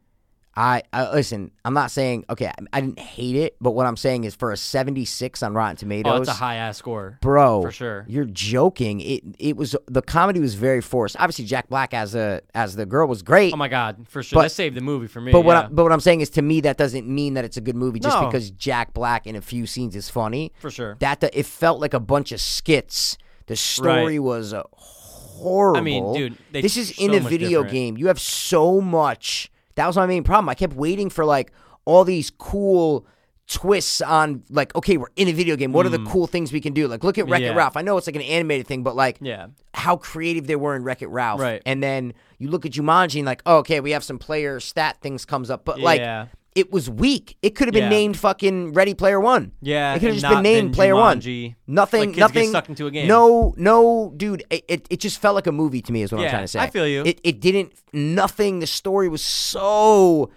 Speaker 1: I, I listen. I'm not saying okay. I, I didn't hate it, but what I'm saying is for a 76 on Rotten Tomatoes,
Speaker 2: Oh, it's a high ass score.
Speaker 1: bro,
Speaker 2: for sure.
Speaker 1: You're joking. It it was the comedy was very forced. Obviously, Jack Black as a as the girl was great.
Speaker 2: Oh my god, for sure.
Speaker 1: But-
Speaker 2: that saved the movie for me.
Speaker 1: but what
Speaker 2: yeah.
Speaker 1: I, but what I'm saying is to me that doesn't mean that it's a good movie just
Speaker 2: No.
Speaker 1: because Jack Black in a few scenes is funny.
Speaker 2: for sure.
Speaker 1: That it felt like a bunch of skits. The story was uh, horrible.
Speaker 2: dude, they
Speaker 1: this is
Speaker 2: so
Speaker 1: in a
Speaker 2: much
Speaker 1: video
Speaker 2: different.
Speaker 1: game. You have so much. That was my main problem. I kept waiting for like all these cool twists on like okay, we're in a video game. What are the cool things we can do? Like look at Wreck It
Speaker 2: Mm. Yeah.
Speaker 1: Ralph. I know it's like an animated thing, but like
Speaker 2: yeah.
Speaker 1: how creative they were in Wreck It Ralph.
Speaker 2: Right.
Speaker 1: And then you look at Jumanji and like, oh, okay, we have some player stat things comes up, but like
Speaker 2: Yeah.
Speaker 1: it was weak. It could have been
Speaker 2: Yeah.
Speaker 1: named fucking Ready Player One.
Speaker 2: Yeah,
Speaker 1: It could have
Speaker 2: and
Speaker 1: just
Speaker 2: not
Speaker 1: been named
Speaker 2: been
Speaker 1: Player
Speaker 2: Jumanji.
Speaker 1: One. Nothing
Speaker 2: Like, kids get
Speaker 1: nothing
Speaker 2: sucked into a game.
Speaker 1: No no dude, it, it, it just felt like a movie to me is what
Speaker 2: Yeah,
Speaker 1: I'm trying to say.
Speaker 2: I feel you.
Speaker 1: It it didn't nothing the story was so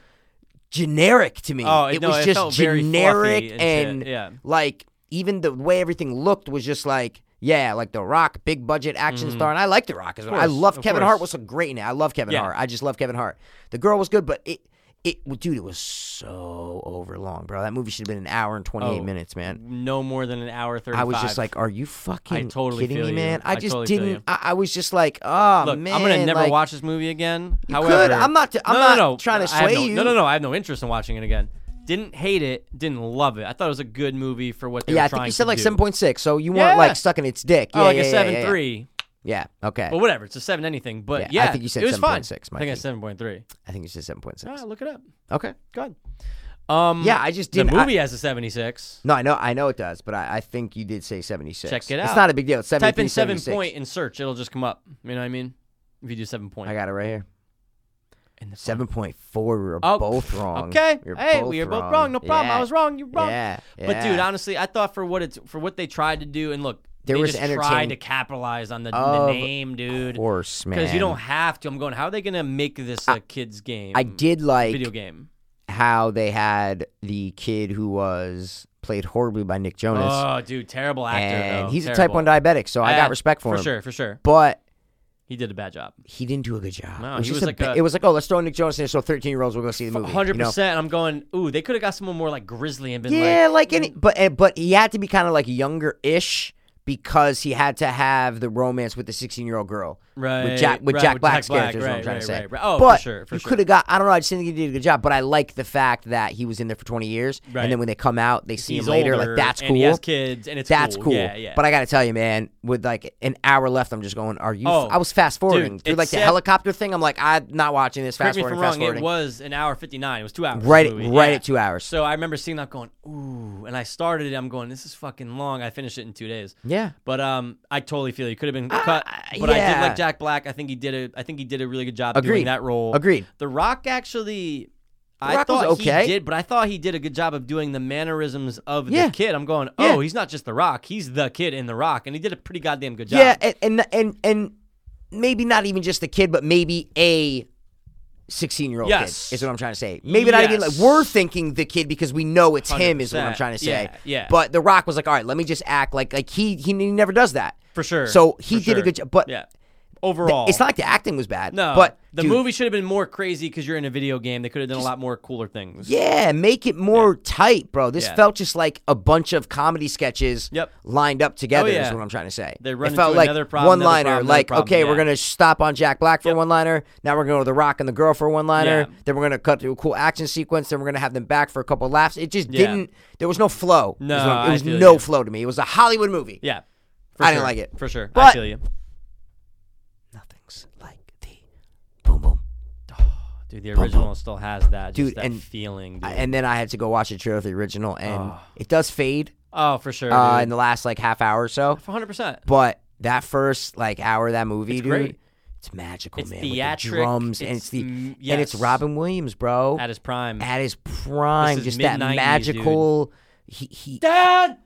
Speaker 1: generic to me.
Speaker 2: Oh,
Speaker 1: it
Speaker 2: no,
Speaker 1: was
Speaker 2: it
Speaker 1: just
Speaker 2: felt very
Speaker 1: generic
Speaker 2: fluffy and shit, yeah.
Speaker 1: like even the way everything looked was just like yeah, like The Rock, big budget action star, and I like The Rock as well. I
Speaker 2: course,
Speaker 1: love
Speaker 2: Mm-hmm. of
Speaker 1: Kevin
Speaker 2: course.
Speaker 1: Hart was a great in it. I love Kevin
Speaker 2: Yeah.
Speaker 1: Hart. I just love Kevin Hart. The girl was good, but it it well, dude, it was so over long, bro. That movie should have been an hour and twenty eight
Speaker 2: Oh,
Speaker 1: minutes, man.
Speaker 2: No more than an hour thirty.
Speaker 1: I was just like, "Are you fucking
Speaker 2: I totally
Speaker 1: kidding
Speaker 2: feel
Speaker 1: me,
Speaker 2: you.
Speaker 1: man?" I
Speaker 2: I
Speaker 1: just
Speaker 2: totally feel you.
Speaker 1: didn't. I, I was just like, "Oh
Speaker 2: Look,
Speaker 1: man,
Speaker 2: I'm gonna never
Speaker 1: like,
Speaker 2: watch this movie again.
Speaker 1: You
Speaker 2: However,
Speaker 1: could. I'm not t- I'm
Speaker 2: no,
Speaker 1: not
Speaker 2: no, no.
Speaker 1: trying to
Speaker 2: I have
Speaker 1: sway
Speaker 2: no,
Speaker 1: you.
Speaker 2: No, no, no. I have no interest in watching it again. Didn't hate it. Didn't love it. I thought it was a good movie for what they
Speaker 1: Yeah,
Speaker 2: were
Speaker 1: I
Speaker 2: trying
Speaker 1: think you said
Speaker 2: to
Speaker 1: like
Speaker 2: do.
Speaker 1: seven point six, so you weren't
Speaker 2: Yeah.
Speaker 1: like sucking its dick.
Speaker 2: Oh,
Speaker 1: yeah,
Speaker 2: like
Speaker 1: yeah,
Speaker 2: a
Speaker 1: yeah,
Speaker 2: seven
Speaker 1: yeah, yeah.
Speaker 2: three. Oh.
Speaker 1: Yeah, okay.
Speaker 2: But whatever. It's a seven anything.
Speaker 1: Yeah,
Speaker 2: But
Speaker 1: I
Speaker 2: yeah,
Speaker 1: think you said
Speaker 2: it was fine.
Speaker 1: 7.6,
Speaker 2: I think
Speaker 1: Mikey.
Speaker 2: it's seven point three.
Speaker 1: I think you said seven point six.
Speaker 2: Ah, look it up.
Speaker 1: Okay.
Speaker 2: Go ahead. Um,
Speaker 1: Yeah, I just
Speaker 2: the
Speaker 1: didn't. I-
Speaker 2: movie has a seventy six.
Speaker 1: No, I know, I know it does, but I, I think you did say seventy six.
Speaker 2: Check it
Speaker 1: It's
Speaker 2: out.
Speaker 1: not a big deal. It's
Speaker 2: Type
Speaker 1: 73,
Speaker 2: in seven
Speaker 1: 76.
Speaker 2: point in search. It'll just come up. You know what I mean? If you do seven point.
Speaker 1: I got it right here.
Speaker 2: And the
Speaker 1: Seven point four. We were
Speaker 2: Oh,
Speaker 1: both wrong.
Speaker 2: Okay.
Speaker 1: We were
Speaker 2: hey, we are both wrong. No problem. I
Speaker 1: Yeah.
Speaker 2: was wrong. You're wrong.
Speaker 1: Yeah.
Speaker 2: But dude,
Speaker 1: yeah.
Speaker 2: honestly, I thought for what it's for what they tried to do, and look,
Speaker 1: There
Speaker 2: they
Speaker 1: was
Speaker 2: just
Speaker 1: entertain-
Speaker 2: tried to capitalize on the, the
Speaker 1: Of
Speaker 2: name, dude.
Speaker 1: horse man.
Speaker 2: Because you don't have to. I'm going. How are they gonna make this a kids game?
Speaker 1: I did like
Speaker 2: video game.
Speaker 1: how they had the kid who was played horribly by Nick Jonas,
Speaker 2: Oh, dude, terrible actor.
Speaker 1: and
Speaker 2: though.
Speaker 1: he's a type
Speaker 2: Terrible.
Speaker 1: one diabetic, so I
Speaker 2: Uh,
Speaker 1: got respect for,
Speaker 2: for
Speaker 1: him.
Speaker 2: sure. For sure,
Speaker 1: But
Speaker 2: he did a bad job.
Speaker 1: he didn't do a good job.
Speaker 2: No,
Speaker 1: it was,
Speaker 2: he
Speaker 1: just
Speaker 2: was
Speaker 1: a
Speaker 2: like
Speaker 1: ba-
Speaker 2: a-
Speaker 1: it was like, oh, let's throw Nick Jonas in, so thirteen year olds will go see the movie.
Speaker 2: Hundred
Speaker 1: you know?
Speaker 2: percent. I'm going. Ooh, they could have got someone more like grizzly and been
Speaker 1: Yeah,
Speaker 2: like,
Speaker 1: like, any, but eh, but he had to be kind of like younger ish because he had to have the romance with the sixteen year old girl, With
Speaker 2: Right,
Speaker 1: Jack with
Speaker 2: right,
Speaker 1: Jack
Speaker 2: with Jack
Speaker 1: Black's
Speaker 2: Black,
Speaker 1: character is what I'm
Speaker 2: right,
Speaker 1: trying
Speaker 2: right,
Speaker 1: to say.
Speaker 2: right, right. Oh, for
Speaker 1: but
Speaker 2: sure, for
Speaker 1: you
Speaker 2: sure.
Speaker 1: could have got. I don't know. I just didn't think he did a good job, but I like the fact that he was in there for twenty years,
Speaker 2: Right.
Speaker 1: and then when they come out, they see
Speaker 2: he's
Speaker 1: him later.
Speaker 2: older,
Speaker 1: like that's
Speaker 2: And he
Speaker 1: cool.
Speaker 2: has kids, and it's
Speaker 1: That's cool.
Speaker 2: Yeah, yeah.
Speaker 1: But I gotta tell you, man, with like an hour left, I'm just going. Are you?
Speaker 2: Oh,
Speaker 1: I was fast forwarding
Speaker 2: dude,
Speaker 1: through like the
Speaker 2: except-
Speaker 1: helicopter thing. I'm like, I'm not watching this.
Speaker 2: correct
Speaker 1: Fast
Speaker 2: me if I'm
Speaker 1: forwarding,
Speaker 2: wrong.
Speaker 1: fast forwarding.
Speaker 2: It was an hour fifty nine. It was two hours.
Speaker 1: Right-
Speaker 2: the movie,
Speaker 1: right
Speaker 2: yeah.
Speaker 1: at two hours.
Speaker 2: So I remember seeing that, going, ooh, and I started it. I'm going, this is fucking long. I finished it in two days.
Speaker 1: Yeah. Ah,
Speaker 2: But um, I totally feel you could have been cut. But I
Speaker 1: yeah.
Speaker 2: did like Jack Black. I think he did a. I think he did a really good job
Speaker 1: Agreed.
Speaker 2: doing that role.
Speaker 1: Agreed.
Speaker 2: The Rock actually. I
Speaker 1: Rock was
Speaker 2: thought
Speaker 1: okay.
Speaker 2: he did, but I thought he did a good job of doing the mannerisms of
Speaker 1: Yeah.
Speaker 2: the kid. I'm going,
Speaker 1: Yeah.
Speaker 2: oh, he's not just the Rock; he's the kid in the Rock, and he did a pretty goddamn good job.
Speaker 1: Yeah, and, and and and maybe not even just a kid, but maybe a sixteen-year-old
Speaker 2: Yes.
Speaker 1: kid is what I'm trying to say. Maybe not even like
Speaker 2: Yes.
Speaker 1: we're thinking the kid because we know it's him is what I'm
Speaker 2: 100%.
Speaker 1: trying to say.
Speaker 2: Yeah, yeah.
Speaker 1: But The Rock was like, all right, let me just act like like he he never does that
Speaker 2: for sure.
Speaker 1: So he
Speaker 2: For
Speaker 1: did a
Speaker 2: sure.
Speaker 1: good job, but
Speaker 2: yeah,
Speaker 1: th-
Speaker 2: overall,
Speaker 1: it's not like the acting was bad.
Speaker 2: No,
Speaker 1: but
Speaker 2: the
Speaker 1: dude,
Speaker 2: movie should have been more crazy because you're in a video game. They could have done a lot more cooler things.
Speaker 1: Yeah, make it more tight, bro. This
Speaker 2: Yeah.
Speaker 1: felt just like a bunch of comedy sketches
Speaker 2: Yep.
Speaker 1: lined up together.
Speaker 2: Oh, yeah.
Speaker 1: Is what I'm trying to say.
Speaker 2: They run
Speaker 1: it felt
Speaker 2: into
Speaker 1: like
Speaker 2: another problem,
Speaker 1: one
Speaker 2: another
Speaker 1: liner,
Speaker 2: problem, another
Speaker 1: like
Speaker 2: problem,
Speaker 1: okay, we're
Speaker 2: yeah.
Speaker 1: gonna stop on Jack Black for
Speaker 2: Yep.
Speaker 1: one liner. Now we're gonna go to The Rock and the girl for one liner.
Speaker 2: Yeah.
Speaker 1: Then we're gonna cut to a cool action sequence. Then we're gonna have them back for a couple laughs. It just
Speaker 2: Yeah.
Speaker 1: didn't. There was no flow. Is
Speaker 2: No,
Speaker 1: what I'm-
Speaker 2: I
Speaker 1: it was
Speaker 2: feel
Speaker 1: no
Speaker 2: you.
Speaker 1: flow to me. It was a Hollywood movie.
Speaker 2: yeah. For
Speaker 1: I
Speaker 2: sure.
Speaker 1: didn't like it.
Speaker 2: for sure.
Speaker 1: But-
Speaker 2: I feel you, Oh,
Speaker 1: Nothing's like the boom boom.
Speaker 2: dude. The original still has that, just
Speaker 1: Dude,
Speaker 2: that
Speaker 1: and-
Speaker 2: feeling, dude.
Speaker 1: I- and then I had to go watch a trailer of the original, and it does fade
Speaker 2: oh, for sure,
Speaker 1: uh, in
Speaker 2: dude.
Speaker 1: the last like half hour or so.
Speaker 2: 100. percent
Speaker 1: But that first like hour of that movie, dude,
Speaker 2: great.
Speaker 1: it's magical,
Speaker 2: It's
Speaker 1: man. with the
Speaker 2: theatric,
Speaker 1: drums and
Speaker 2: it's
Speaker 1: it's the
Speaker 2: m-
Speaker 1: and it's
Speaker 2: yes.
Speaker 1: Robin Williams, bro,
Speaker 2: At his prime,
Speaker 1: at his prime,
Speaker 2: This is
Speaker 1: just that
Speaker 2: mid-nineties,
Speaker 1: magical. He, he
Speaker 2: Dad,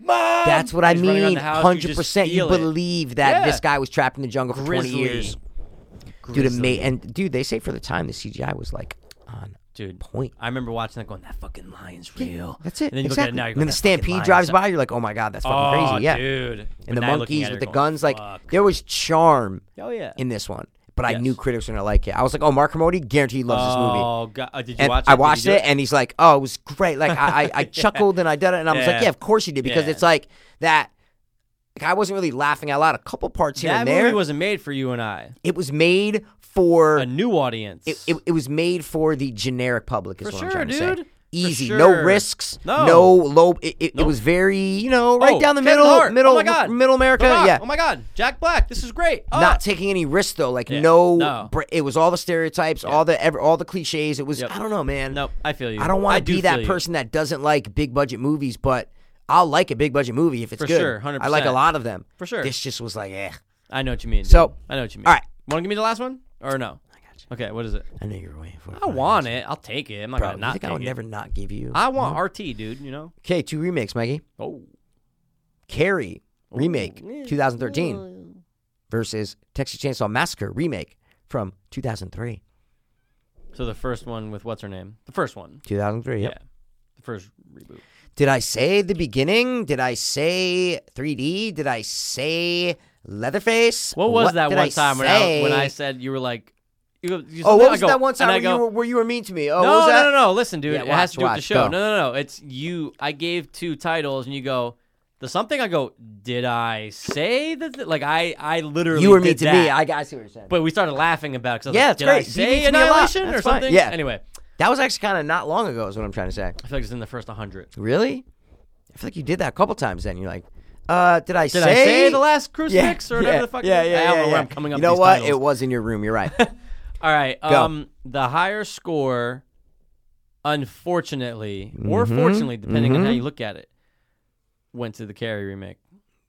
Speaker 2: Mom.
Speaker 1: that's what I
Speaker 2: He's running around
Speaker 1: mean.
Speaker 2: the house, you just
Speaker 1: Hundred percent, you
Speaker 2: feel it.
Speaker 1: believe that
Speaker 2: Yeah.
Speaker 1: this guy was trapped in the jungle for
Speaker 2: Grizzly.
Speaker 1: twenty years, dude.
Speaker 2: Grizzly.
Speaker 1: Ama- and dude, they say for the time the CGI was like on.
Speaker 2: dude.
Speaker 1: Point.
Speaker 2: I remember watching that, going, "That fucking lion's real."
Speaker 1: That's it.
Speaker 2: And then you
Speaker 1: exactly.
Speaker 2: look at it now, you're
Speaker 1: and then
Speaker 2: going,
Speaker 1: the
Speaker 2: "That fucking
Speaker 1: stampede
Speaker 2: lion's
Speaker 1: drives
Speaker 2: up."
Speaker 1: by, you're like, oh my god, that's fucking
Speaker 2: Oh,
Speaker 1: crazy. Yeah.
Speaker 2: dude. But
Speaker 1: and the
Speaker 2: now you're looking
Speaker 1: monkeys
Speaker 2: at it,
Speaker 1: with the
Speaker 2: you're going,
Speaker 1: guns. Like
Speaker 2: "Fuck."
Speaker 1: there was charm.
Speaker 2: Oh, yeah.
Speaker 1: In this one, but I
Speaker 2: Yes.
Speaker 1: knew critics were gonna like it. I was like, oh, Mark Kermode, guarantee he loves this movie.
Speaker 2: Oh god, Uh, did you
Speaker 1: And
Speaker 2: watch it?
Speaker 1: I
Speaker 2: Did you
Speaker 1: watched
Speaker 2: do
Speaker 1: it, and he's like, "Oh, it was great!" Like I, I, I
Speaker 2: (laughs) Yeah.
Speaker 1: chuckled and I did it, and I was like,
Speaker 2: Yeah.
Speaker 1: "Yeah, of course you did," because
Speaker 2: Yeah.
Speaker 1: it's like that. Like, I wasn't really laughing out loud. A couple parts here
Speaker 2: That
Speaker 1: and there.
Speaker 2: movie wasn't made for you and I.
Speaker 1: it was made for
Speaker 2: A new audience.
Speaker 1: it, it, it was made for the generic public. Is
Speaker 2: For
Speaker 1: what
Speaker 2: sure,
Speaker 1: I'm trying to
Speaker 2: dude.
Speaker 1: say.
Speaker 2: For
Speaker 1: Easy, no
Speaker 2: sure.
Speaker 1: risks,
Speaker 2: No.
Speaker 1: low. It, it, it
Speaker 2: Nope.
Speaker 1: was very, you know, right
Speaker 2: Oh,
Speaker 1: down the
Speaker 2: Kevin
Speaker 1: middle,
Speaker 2: Hart.
Speaker 1: middle,
Speaker 2: oh my God.
Speaker 1: middle America.
Speaker 2: The Rock.
Speaker 1: Yeah,
Speaker 2: Oh my God, Jack Black. This is great. Oh.
Speaker 1: not taking any risks though. Like
Speaker 2: Yeah,
Speaker 1: no,
Speaker 2: no.
Speaker 1: br- it was all the stereotypes, all the ever, all the cliches. It was
Speaker 2: Yep.
Speaker 1: I don't know, man.
Speaker 2: Nope, I feel you.
Speaker 1: I don't want to
Speaker 2: do
Speaker 1: be that
Speaker 2: feel you.
Speaker 1: person that doesn't like big budget movies, but I'll like a big budget movie if it's
Speaker 2: For
Speaker 1: good.
Speaker 2: sure, 100%.
Speaker 1: I like a lot of them.
Speaker 2: For sure.
Speaker 1: This just was like, eh.
Speaker 2: I know what you mean. dude.
Speaker 1: So-
Speaker 2: I know what you mean.
Speaker 1: all right.
Speaker 2: want to give me the last one or no? I got you. Okay, what is it?
Speaker 1: I knew you were waiting for. it.
Speaker 2: I want it. I'll take it. I'm not
Speaker 1: Bro,
Speaker 2: gonna
Speaker 1: you
Speaker 2: not
Speaker 1: think
Speaker 2: take
Speaker 1: I would
Speaker 2: it.
Speaker 1: never not give you.
Speaker 2: I want RT, dude. You know.
Speaker 1: okay, two remakes, Mikey.
Speaker 2: Oh,
Speaker 1: Carrie remake 2013 versus Texas Chainsaw Massacre remake from 2003.
Speaker 2: so the first one with what's her name? The first one.
Speaker 1: 2003. Yep.
Speaker 2: Yeah. The first reboot.
Speaker 1: Did I say the beginning? Did I say 3D? Did I say Leatherface?
Speaker 2: What was that
Speaker 1: did
Speaker 2: one
Speaker 1: I
Speaker 2: time when I, when I
Speaker 1: say?
Speaker 2: said you were like, you, you
Speaker 1: Oh,
Speaker 2: something- I
Speaker 1: what was
Speaker 2: go-
Speaker 1: that one
Speaker 2: and
Speaker 1: time
Speaker 2: I
Speaker 1: where,
Speaker 2: go,
Speaker 1: you were, where you were mean to me? Oh,
Speaker 2: no,
Speaker 1: what was that?
Speaker 2: no, no, no. Listen, dude,
Speaker 1: Yeah,
Speaker 2: it
Speaker 1: watch,
Speaker 2: has to do with the
Speaker 1: watch,
Speaker 2: show.
Speaker 1: go.
Speaker 2: No, no, no. It's you. I gave two titles, and you go the something. I go, did I say that? Like I, I literally
Speaker 1: You were
Speaker 2: did
Speaker 1: mean to
Speaker 2: that.
Speaker 1: me. I, got- I see what you're saying.
Speaker 2: But we started laughing about because
Speaker 1: Yeah,
Speaker 2: like,
Speaker 1: it's
Speaker 2: did I
Speaker 1: great. You beat
Speaker 2: say
Speaker 1: me a lot.
Speaker 2: annihilation or
Speaker 1: That's fine.
Speaker 2: something?
Speaker 1: Yeah.
Speaker 2: Anyway,
Speaker 1: that was actually kind of not long ago, is what I'm trying to say.
Speaker 2: I feel like it's in the
Speaker 1: (laughs)
Speaker 2: first 100.
Speaker 1: Really? I feel like you did that a couple times then. You're like, uh, did I
Speaker 2: Did
Speaker 1: say?
Speaker 2: I say the last
Speaker 1: (laughs)
Speaker 2: crucifix
Speaker 1: yeah,
Speaker 2: or whatever
Speaker 1: yeah,
Speaker 2: the fuck? it
Speaker 1: Yeah,
Speaker 2: is?
Speaker 1: yeah,
Speaker 2: I
Speaker 1: yeah,
Speaker 2: don't know
Speaker 1: yeah.
Speaker 2: where I'm coming up
Speaker 1: You
Speaker 2: with
Speaker 1: know
Speaker 2: these
Speaker 1: what?
Speaker 2: titles.
Speaker 1: It was in your room. You're
Speaker 2: (laughs)
Speaker 1: right.
Speaker 2: All right.
Speaker 1: Go.
Speaker 2: Um, the higher score, unfortunately, or
Speaker 1: Mm-hmm.
Speaker 2: fortunately, depending on how you look at it, went to the Carrie remake.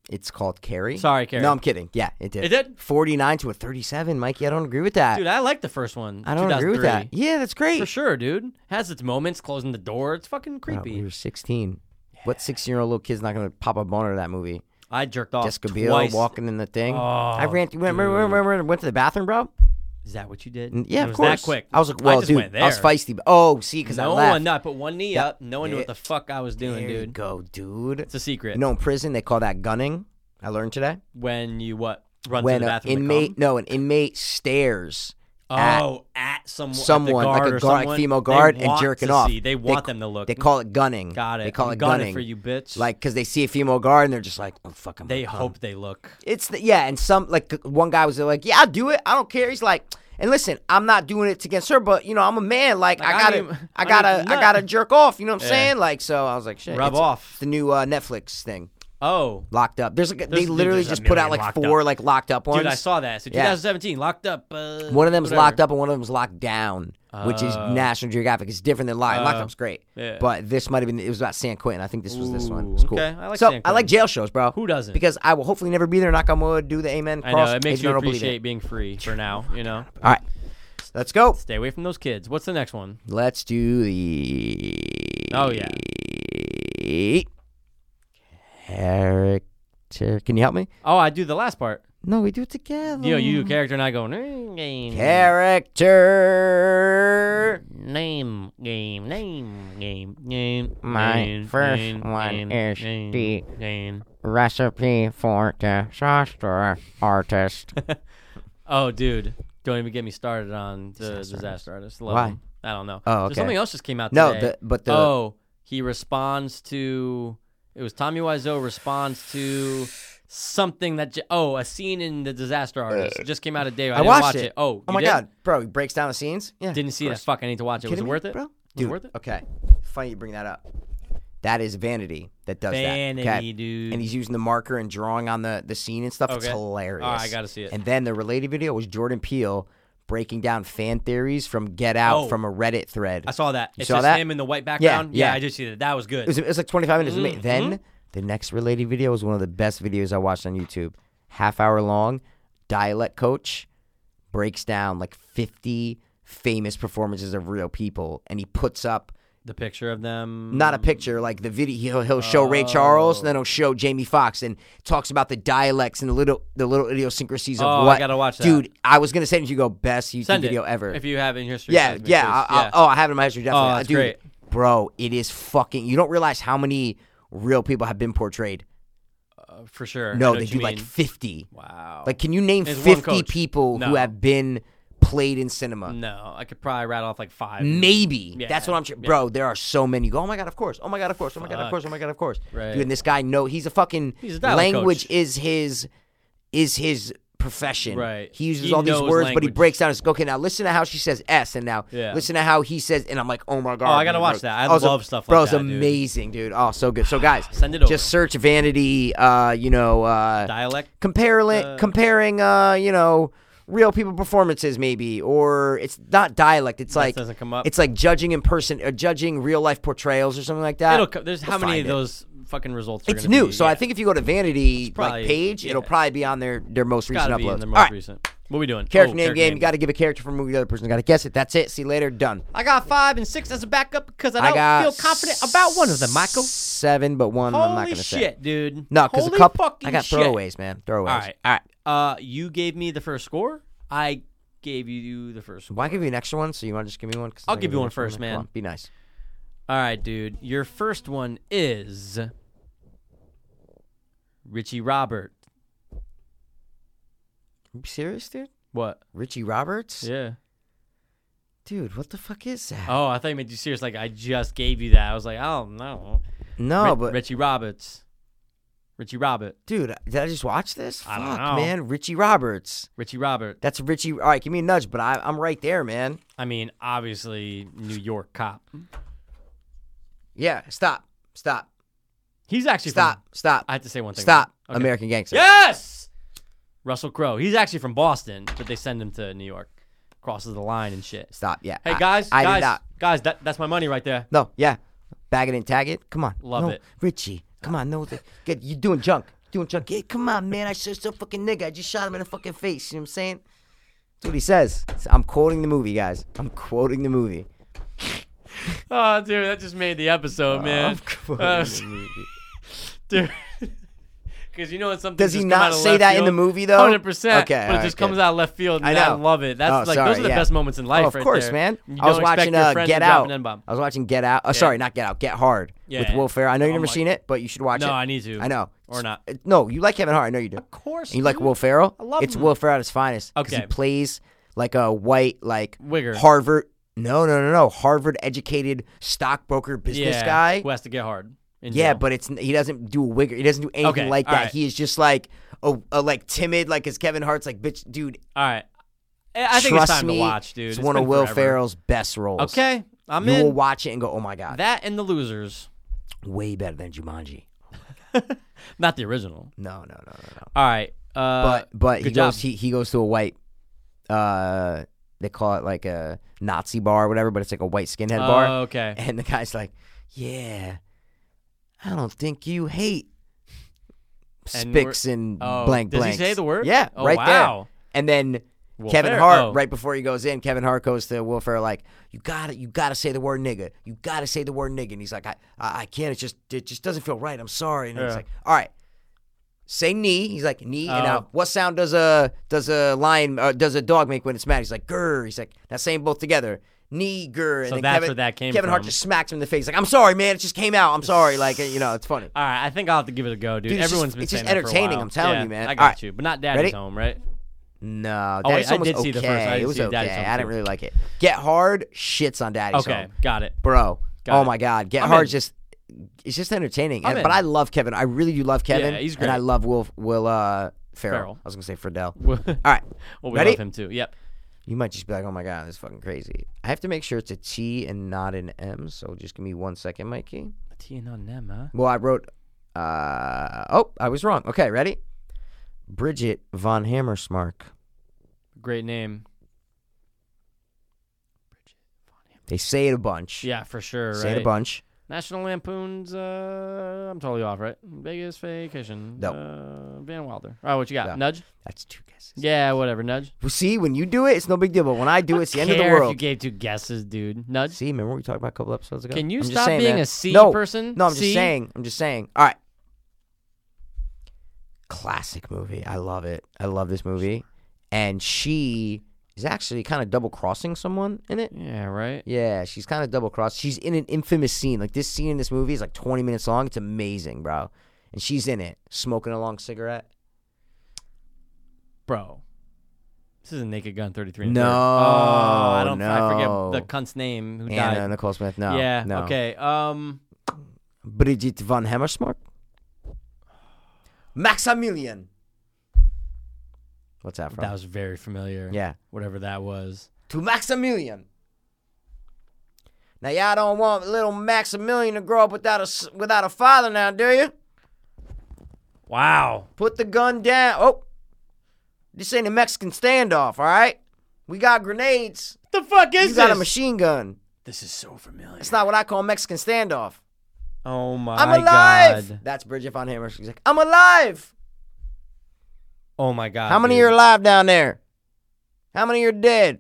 Speaker 1: it's called Carrie.
Speaker 2: Sorry, Carrie.
Speaker 1: No, I'm kidding. Yeah, it did.
Speaker 2: It did?
Speaker 1: 49 to a 37, Mikey. I don't agree with that.
Speaker 2: Dude, I like the first one.
Speaker 1: I don't agree with
Speaker 2: 2003.
Speaker 1: that. Yeah, that's great.
Speaker 2: For sure, dude. Has its moments, closing the door. It's fucking
Speaker 1: Wow, Uh, we
Speaker 2: creepy.
Speaker 1: were 16. What 16 year old little kid's not going to pop a boner to that movie?
Speaker 2: I jerked off
Speaker 1: Jessica Biel
Speaker 2: Oh, twice.
Speaker 1: walking in the thing.
Speaker 2: Oh,
Speaker 1: I ran. Remember, remember, remember, went to the bathroom, bro.
Speaker 2: Is that what you did?
Speaker 1: And yeah,
Speaker 2: it
Speaker 1: of
Speaker 2: was
Speaker 1: course.
Speaker 2: That quick.
Speaker 1: I was like, well,
Speaker 2: I just
Speaker 1: dude,
Speaker 2: went there.
Speaker 1: I was feisty. but- Oh, see, because I
Speaker 2: No
Speaker 1: left.
Speaker 2: one, no, I put one knee up. No one knew what the fuck I was
Speaker 1: there
Speaker 2: doing,
Speaker 1: you
Speaker 2: dude.
Speaker 1: go, dude.
Speaker 2: It's a secret.
Speaker 1: You know, in prison they call that gunning. I learned today
Speaker 2: When you what? Run
Speaker 1: when
Speaker 2: to the
Speaker 1: an
Speaker 2: bathroom. to
Speaker 1: inmate,
Speaker 2: come?
Speaker 1: no, an inmate stares. at
Speaker 2: Oh, at some, at the
Speaker 1: someone like
Speaker 2: guard
Speaker 1: a
Speaker 2: or
Speaker 1: guard,
Speaker 2: someone,
Speaker 1: like female
Speaker 2: they
Speaker 1: guard, and
Speaker 2: want
Speaker 1: jerking
Speaker 2: to
Speaker 1: off.
Speaker 2: see. They want
Speaker 1: c-
Speaker 2: them to look.
Speaker 1: They call it gunning.
Speaker 2: Got it.
Speaker 1: They call
Speaker 2: I'm
Speaker 1: it
Speaker 2: gunning
Speaker 1: gunning
Speaker 2: for you, bitch.
Speaker 1: Like because they see a female guard and they're just like, oh fuck, I'm
Speaker 2: They
Speaker 1: gonna cum.
Speaker 2: hope they look.
Speaker 1: It's the, yeah, and some like one guy was like, "Yeah, I do it. I don't care." He's like, "And listen, I'm not doing it against her, but you know, I'm a man. Like,
Speaker 2: Like,
Speaker 1: I
Speaker 2: I
Speaker 1: gotta,
Speaker 2: don't even-
Speaker 1: I
Speaker 2: I don't
Speaker 1: gotta,
Speaker 2: even
Speaker 1: I
Speaker 2: nut."
Speaker 1: gotta jerk off." You know what I'm
Speaker 2: Yeah.
Speaker 1: saying? Like, so I was like, "Shit,
Speaker 2: Rub
Speaker 1: it's-
Speaker 2: off.
Speaker 1: it's the new uh, Netflix thing,
Speaker 2: Oh,
Speaker 1: Locked Up." There's like a- they
Speaker 2: dude,
Speaker 1: literally
Speaker 2: there's a
Speaker 1: just put out
Speaker 2: million
Speaker 1: like
Speaker 2: Locked
Speaker 1: four
Speaker 2: Up.
Speaker 1: like locked up ones.
Speaker 2: dude, I saw that. So
Speaker 1: Yeah.
Speaker 2: 2017, locked up. Uh,
Speaker 1: One of them's
Speaker 2: whatever.
Speaker 1: locked up and one of them's locked down, which is National Geographic. It's different than locked. locked
Speaker 2: Oh.
Speaker 1: up's great,
Speaker 2: Yeah.
Speaker 1: but this might have been. It was about San Quentin. I think this was this one.
Speaker 2: Ooh,
Speaker 1: It's cool.
Speaker 2: okay. I like
Speaker 1: so
Speaker 2: San
Speaker 1: I like
Speaker 2: Quentin.
Speaker 1: jail shows, bro.
Speaker 2: Who doesn't?
Speaker 1: Because I will hopefully never be there. Knock on wood. Do the amen.
Speaker 2: I
Speaker 1: cross,
Speaker 2: know it makes
Speaker 1: Adrian,
Speaker 2: you
Speaker 1: I don't believe it.
Speaker 2: appreciate being free for now. You know.
Speaker 1: All right. Let's go.
Speaker 2: Stay away from those kids. What's the next one?
Speaker 1: Let's do the
Speaker 2: Oh yeah.
Speaker 1: character. Can you help me?
Speaker 2: Oh, I do the last part.
Speaker 1: No, we do it together.
Speaker 2: You know, you do character and I go name game.
Speaker 1: Character.
Speaker 2: name game name game name.
Speaker 4: My
Speaker 2: name,
Speaker 4: first
Speaker 2: name,
Speaker 4: one
Speaker 2: name,
Speaker 4: is
Speaker 2: name,
Speaker 4: the-
Speaker 2: name.
Speaker 4: Recipe for disaster artist.
Speaker 2: Oh, dude, don't even get me started on the disaster, artist. Love
Speaker 1: Why?
Speaker 2: him. I don't know.
Speaker 1: Oh,
Speaker 2: There's
Speaker 1: okay.
Speaker 2: Something else just came out.
Speaker 1: (laughs) No,
Speaker 2: today.
Speaker 1: the- but the-
Speaker 2: oh, he responds to it was Tommy Wiseau responds to something that j- oh a scene in the disaster artist It just came out a day. I,
Speaker 1: Uh, I,
Speaker 2: didn't
Speaker 1: watched
Speaker 2: watch
Speaker 1: it.
Speaker 2: Oh,
Speaker 1: oh
Speaker 2: you
Speaker 1: my
Speaker 2: did?
Speaker 1: god, bro! He breaks down the scenes. Yeah.
Speaker 2: Didn't see
Speaker 1: of
Speaker 2: it. Fuck, I need to watch it. Was
Speaker 1: Kidding
Speaker 2: it
Speaker 1: me,
Speaker 2: worth it,
Speaker 1: bro?
Speaker 2: Was it
Speaker 1: Dude,
Speaker 2: worth it?
Speaker 1: Okay. Funny you bring that up. That is vanity that does that.
Speaker 2: Vanity,
Speaker 1: Okay?
Speaker 2: dude.
Speaker 1: And he's using the marker and drawing on the, the scene and stuff. It's
Speaker 2: Okay.
Speaker 1: hilarious.
Speaker 2: All right, I gotta see it.
Speaker 1: And then the related video was Jordan Peele breaking down fan theories from Get Out
Speaker 2: Oh.
Speaker 1: from a Reddit thread.
Speaker 2: I saw that.
Speaker 1: You
Speaker 2: it's
Speaker 1: saw
Speaker 2: just
Speaker 1: that?
Speaker 2: him in the white background.
Speaker 1: yeah.
Speaker 2: I just see that. That was good.
Speaker 1: It was, it was like 25 minutes. It
Speaker 2: Mm-hmm.
Speaker 1: was ama- Then the next related video was one of the best videos I watched on YouTube. Half hour long, dialect coach breaks down like 50 famous performances of real people and he puts up
Speaker 2: the picture of them.
Speaker 1: not a picture like the video he'll, he'll show ray charles and then he'll show jamie Foxx and talks about the dialects and the little the little idiosyncrasies of
Speaker 2: Oh, I
Speaker 1: what
Speaker 2: gotta watch that.
Speaker 1: dude i was gonna send you go best youtube
Speaker 2: Send it
Speaker 1: video ever
Speaker 2: If you have it in history.
Speaker 1: yeah
Speaker 2: send it to me,
Speaker 1: yeah, I,
Speaker 2: please.
Speaker 1: I, oh i have it in my history definitely
Speaker 2: that's
Speaker 1: dude,
Speaker 2: great.
Speaker 1: bro it is fucking you don't realize how many real people have been portrayed
Speaker 2: Uh, for sure. I know
Speaker 1: no
Speaker 2: what
Speaker 1: they
Speaker 2: you
Speaker 1: do like
Speaker 2: mean.
Speaker 1: 50
Speaker 2: Wow.
Speaker 1: like can you name
Speaker 2: There's one
Speaker 1: 50
Speaker 2: coach.
Speaker 1: people
Speaker 2: No.
Speaker 1: who have been played in cinema
Speaker 2: no, I could probably rattle off like five.
Speaker 1: Maybe
Speaker 2: Yeah,
Speaker 1: that's what I'm. tr-
Speaker 2: yeah.
Speaker 1: Bro, there are so many. You go. Oh my god, of course. Oh my god, of course. Oh my god, of course. Oh my god, of course.
Speaker 2: Right.
Speaker 1: Dude, and this guy no, he's a fucking
Speaker 2: He's a dialect
Speaker 1: language
Speaker 2: coach.
Speaker 1: is his is his profession.
Speaker 2: Right.
Speaker 1: He uses
Speaker 2: He
Speaker 1: all these
Speaker 2: knows
Speaker 1: words, but he
Speaker 2: languages.
Speaker 1: breaks down. It's okay. Now listen to how she says s, and now
Speaker 2: Yeah.
Speaker 1: listen to how he says, and I'm like, oh my god.
Speaker 2: I gotta
Speaker 1: dude,
Speaker 2: watch
Speaker 1: bro.
Speaker 2: that. I
Speaker 1: was a-
Speaker 2: love stuff like
Speaker 1: bro, it's
Speaker 2: that, dude.
Speaker 1: amazing, dude. Oh, so good. So guys,
Speaker 2: (sighs) Send it over.
Speaker 1: Just search vanity. Uh, you know, uh,
Speaker 2: Dialect.
Speaker 1: compare li- comparing uh you know real people performances maybe or it's not dialect it's like
Speaker 2: doesn't come up.
Speaker 1: it's like judging in person or judging real life portrayals or something like that
Speaker 2: It'll. co- There's how
Speaker 1: We'll
Speaker 2: many of
Speaker 1: find it.
Speaker 2: those fucking results? Are
Speaker 1: it's
Speaker 2: gonna
Speaker 1: new
Speaker 2: be-
Speaker 1: so
Speaker 2: yeah.
Speaker 1: i think if you go to vanity
Speaker 2: probably-
Speaker 1: like page it'll
Speaker 2: yeah.
Speaker 1: probably be on their their most recent
Speaker 2: gotta be
Speaker 1: uploads
Speaker 2: in the
Speaker 1: all
Speaker 2: most
Speaker 1: right
Speaker 2: recent. What we doing?
Speaker 1: character
Speaker 2: Oh,
Speaker 1: name game you got to give a character from a movie the other person got to guess it that's it see you later done
Speaker 2: I got five and six as a backup because I don't
Speaker 1: i got
Speaker 2: feel confident about one of them, Michael.
Speaker 1: seven but one i'm not
Speaker 2: Holy
Speaker 1: gonna
Speaker 2: shit,
Speaker 1: say
Speaker 2: dude!
Speaker 1: no because a
Speaker 2: Holy
Speaker 1: couple
Speaker 2: fucking
Speaker 1: i got
Speaker 2: shit.
Speaker 1: throwaways man throwaways
Speaker 2: All right, all right. Uh, you gave me the first score. I gave you the first. Score.
Speaker 1: why give you an extra one so you want to just give me one 'Cause
Speaker 2: I'll
Speaker 1: I
Speaker 2: give
Speaker 1: gave
Speaker 2: you one
Speaker 1: an extra
Speaker 2: first, man.
Speaker 1: Come on, be nice
Speaker 2: All right, dude. Your first one is Richie Robert.
Speaker 1: you serious dude
Speaker 2: What?
Speaker 1: Richie Roberts?
Speaker 2: Yeah.
Speaker 1: Dude, what the fuck is that?
Speaker 2: Oh, I thought you meant you serious. Like I just gave you that. I was like, oh no.
Speaker 1: no,
Speaker 2: Ri-
Speaker 1: but
Speaker 2: Richie Roberts. Richie Robert.
Speaker 1: dude, did I just watch this?
Speaker 2: I don't
Speaker 1: fuck,
Speaker 2: know.
Speaker 1: man. Richie Roberts.
Speaker 2: Richie Robert.
Speaker 1: That's Richie. All right, give me a nudge, but I, I'm right there, man.
Speaker 2: I mean, obviously New York cop.
Speaker 1: Yeah, stop, stop,
Speaker 2: He's actually
Speaker 1: stop,
Speaker 2: From,
Speaker 1: stop,
Speaker 2: I have to say one thing.
Speaker 1: stop.
Speaker 2: Okay.
Speaker 1: American Gangster.
Speaker 2: Yes. Russell Crowe. He's actually from Boston, but they send him to New York. Crosses the line and shit.
Speaker 1: Stop. Yeah.
Speaker 2: Hey
Speaker 1: I-
Speaker 2: guys,
Speaker 1: I,
Speaker 2: guys,
Speaker 1: did not.
Speaker 2: guys. That, that's my money right there.
Speaker 1: No. Yeah. Bag it and tag it. Come on.
Speaker 2: Love
Speaker 1: No,
Speaker 2: it.
Speaker 1: Richie. Come on. No. th- Good. You're doing junk. Doing junk. Hey, come on, man. I said some fucking nigga. I just shot him in the fucking face. You know what I'm saying? That's what he says. I'm quoting the movie, guys. I'm quoting the movie.
Speaker 2: Oh, dude, that just made the episode, man.
Speaker 1: quoting
Speaker 2: Uh,
Speaker 1: the movie.
Speaker 2: dude. (laughs) Because you know when something
Speaker 1: Does he
Speaker 2: just come out
Speaker 1: not
Speaker 2: of
Speaker 1: say
Speaker 2: left
Speaker 1: that in
Speaker 2: field?
Speaker 1: the movie, though?
Speaker 2: Hundred percent.
Speaker 1: Okay,
Speaker 2: but it
Speaker 1: alright,
Speaker 2: just comes
Speaker 1: good.
Speaker 2: out of left field. And
Speaker 1: I
Speaker 2: I,
Speaker 1: know.
Speaker 2: love it. That's
Speaker 1: Oh,
Speaker 2: like those
Speaker 1: sorry,
Speaker 2: are the
Speaker 1: yeah.
Speaker 2: best moments in life.
Speaker 1: Oh, of
Speaker 2: right
Speaker 1: course,
Speaker 2: there.
Speaker 1: man.
Speaker 2: You
Speaker 1: I was
Speaker 2: don't expect
Speaker 1: watching
Speaker 2: your
Speaker 1: uh,
Speaker 2: friend
Speaker 1: Get
Speaker 2: to drop an
Speaker 1: Out.
Speaker 2: N-bomb.
Speaker 1: I was watching Get Out. Oh, sorry, not Get Out. Get Hard with
Speaker 2: Yeah.
Speaker 1: Will Ferrell. I know you've
Speaker 2: Oh
Speaker 1: never
Speaker 2: my-
Speaker 1: seen it, but you should watch
Speaker 2: No,
Speaker 1: it.
Speaker 2: I need to.
Speaker 1: I know.
Speaker 2: Or not.
Speaker 1: It's- No, you like Kevin Hart. I know you do. Of
Speaker 2: course,
Speaker 1: you like
Speaker 2: dude.
Speaker 1: Will Ferrell.
Speaker 2: I love
Speaker 1: It's
Speaker 2: him.
Speaker 1: Will Ferrell at his finest. 'cause
Speaker 2: Okay.
Speaker 1: He plays like a white, like
Speaker 2: Wigger.
Speaker 1: Harvard. No, no, no, no. Harvard educated stockbroker business
Speaker 2: yeah,
Speaker 1: guy.
Speaker 2: who has to get hard. in
Speaker 1: Yeah,
Speaker 2: jail.
Speaker 1: but it's he doesn't do a wigger. He doesn't do anything
Speaker 2: Okay,
Speaker 1: like
Speaker 2: all
Speaker 1: that.
Speaker 2: right.
Speaker 1: He is just like a, a like timid, like as Kevin Hart's like bitch, dude.
Speaker 2: all right. I I think
Speaker 1: trust
Speaker 2: it's time
Speaker 1: me,
Speaker 2: to watch, dude.
Speaker 1: It's, one
Speaker 2: been
Speaker 1: of Will
Speaker 2: forever.
Speaker 1: Ferrell's best roles.
Speaker 2: Okay, I'm
Speaker 1: you will
Speaker 2: in.
Speaker 1: watch it and go, oh my god,
Speaker 2: That and the losers,
Speaker 1: way better than Jumanji.
Speaker 2: not the original.
Speaker 1: No, no, no, no, no.
Speaker 2: All right, uh,
Speaker 1: but but he
Speaker 2: good job.
Speaker 1: goes he, he goes to a white, uh, they call it like a Nazi bar or whatever, but it's like a white skinhead bar.
Speaker 2: Oh, okay.
Speaker 1: And the guy's like, yeah, I don't think you hate
Speaker 2: And
Speaker 1: spics and Oh,
Speaker 2: oh,
Speaker 1: blank
Speaker 2: does he
Speaker 1: blanks.
Speaker 2: say the word?
Speaker 1: Yeah,
Speaker 2: Oh,
Speaker 1: right
Speaker 2: wow.
Speaker 1: there. And then
Speaker 2: Will
Speaker 1: Kevin
Speaker 2: Ferrell-
Speaker 1: Hart,
Speaker 2: oh.
Speaker 1: right before he goes in, Kevin Hart goes to Will Ferrell like, "You gotta, you gotta say the word nigga. You gotta say the word nigga." And he's like, "I, I, I can't. It just, it just doesn't feel right. I'm sorry." And he's
Speaker 2: Yeah.
Speaker 1: like, "All right, say knee." He's like, "Knee." And
Speaker 2: Oh.
Speaker 1: now, what sound does a does a lion uh, does a dog make when it's mad? He's like, "Grr." He's like, "Now say 'em both together." Knee, grr. And
Speaker 2: So
Speaker 1: then
Speaker 2: that's
Speaker 1: Kevin,
Speaker 2: where that came
Speaker 1: Kevin Hart
Speaker 2: from.
Speaker 1: just smacks him in the face. Like, "I'm sorry, man. It just came out. I'm sorry." Like, you know, it's funny.
Speaker 2: All right, I think I'll have to give it a go, dude.
Speaker 1: Dude, it's
Speaker 2: Everyone's
Speaker 1: just-
Speaker 2: been
Speaker 1: it's
Speaker 2: saying
Speaker 1: just
Speaker 2: that for a
Speaker 1: entertaining,
Speaker 2: while.
Speaker 1: I'm telling
Speaker 2: Yeah,
Speaker 1: you, man.
Speaker 2: I
Speaker 1: All
Speaker 2: got
Speaker 1: right.
Speaker 2: you, but not Daddy's
Speaker 1: Ready?
Speaker 2: home, right?
Speaker 1: No,
Speaker 2: Oh, wait,
Speaker 1: Daddy's
Speaker 2: I
Speaker 1: Home was
Speaker 2: did see the
Speaker 1: okay.
Speaker 2: first. I
Speaker 1: it
Speaker 2: didn't
Speaker 1: was
Speaker 2: see
Speaker 1: okay.
Speaker 2: Daddy's Home
Speaker 1: I didn't
Speaker 2: too.
Speaker 1: really like it. Get hard shits on Daddy's
Speaker 2: Okay,
Speaker 1: Home,
Speaker 2: got it. (laughs)
Speaker 1: bro.
Speaker 2: Got
Speaker 1: oh
Speaker 2: it.
Speaker 1: my God, Get
Speaker 2: I'm
Speaker 1: Hard
Speaker 2: in.
Speaker 1: just it's just entertaining.
Speaker 2: I'm
Speaker 1: And,
Speaker 2: in.
Speaker 1: but I love Kevin. I really do love Kevin.
Speaker 2: Yeah, he's
Speaker 1: And I
Speaker 2: great.
Speaker 1: love Will Will uh, Ferrell.
Speaker 2: Ferrell.
Speaker 1: I was gonna say Friedel.
Speaker 2: Well,
Speaker 1: All right,
Speaker 2: we
Speaker 1: ready?
Speaker 2: love him too. Yep.
Speaker 1: You might just be like, oh my God, this is fucking crazy. I have to make sure it's a T and not an M. So just give me one second, Mikey.
Speaker 2: T and on them, huh?
Speaker 1: Well, I wrote. Uh, oh, I was wrong. Okay, ready? Bridget von Hammersmark.
Speaker 2: Great name.
Speaker 1: They say it a bunch.
Speaker 2: Yeah, for sure.
Speaker 1: say
Speaker 2: right?
Speaker 1: it a bunch.
Speaker 2: National Lampoon's. Uh, I'm totally off, right? Vegas Vacation.
Speaker 1: Nope.
Speaker 2: Uh, Van Wilder. All right, what you got?
Speaker 1: No.
Speaker 2: Nudge.
Speaker 1: That's two guesses.
Speaker 2: Yeah, whatever. Nudge.
Speaker 1: Well, see, when you do it, it's no big deal. But when I do it, it's the end of the
Speaker 2: Care if
Speaker 1: world.
Speaker 2: you gave two guesses, dude. Nudge.
Speaker 1: see, remember we talked about a couple episodes ago.
Speaker 2: Can you
Speaker 1: I'm just
Speaker 2: stop
Speaker 1: saying,
Speaker 2: being
Speaker 1: man.
Speaker 2: a C
Speaker 1: no,
Speaker 2: person?
Speaker 1: No, I'm
Speaker 2: C?
Speaker 1: just saying. I'm just saying. All right. Classic movie. I love it. I love this movie. And she is actually kind of double crossing someone in it.
Speaker 2: Yeah, right.
Speaker 1: Yeah, she's kind of double crossed. She's in an infamous scene. Like this scene in this movie is like 20 minutes long. It's amazing, bro. And she's in it, smoking a long cigarette.
Speaker 2: bro. This is a Naked Gun 33. and a
Speaker 1: No,
Speaker 2: third. oh, I don't.
Speaker 1: no.
Speaker 2: I forget the cunt's name who
Speaker 1: Anna
Speaker 2: died.
Speaker 1: Nicole Smith. No.
Speaker 2: yeah.
Speaker 1: No.
Speaker 2: Okay. Um.
Speaker 1: Brigitte von Hammersmark? Maximilian. What's that from?
Speaker 2: That was very familiar.
Speaker 1: yeah.
Speaker 2: Whatever that was.
Speaker 1: To Maximilian. Now y'all don't want little Maximilian to grow up without a s- without a father now, do you?
Speaker 2: Wow.
Speaker 1: Put the gun down. Oh. This ain't a Mexican standoff, all right? We got grenades.
Speaker 2: The fuck is
Speaker 1: You got a
Speaker 2: this?
Speaker 1: machine gun.
Speaker 2: this is so familiar.
Speaker 1: It's not what I call Mexican standoff.
Speaker 2: Oh my
Speaker 1: I'm alive.
Speaker 2: god.
Speaker 1: That's Bridget von Hammersmark. She's like, I'm alive.
Speaker 2: Oh my god.
Speaker 1: How many
Speaker 2: dude.
Speaker 1: are alive down there? How many are dead?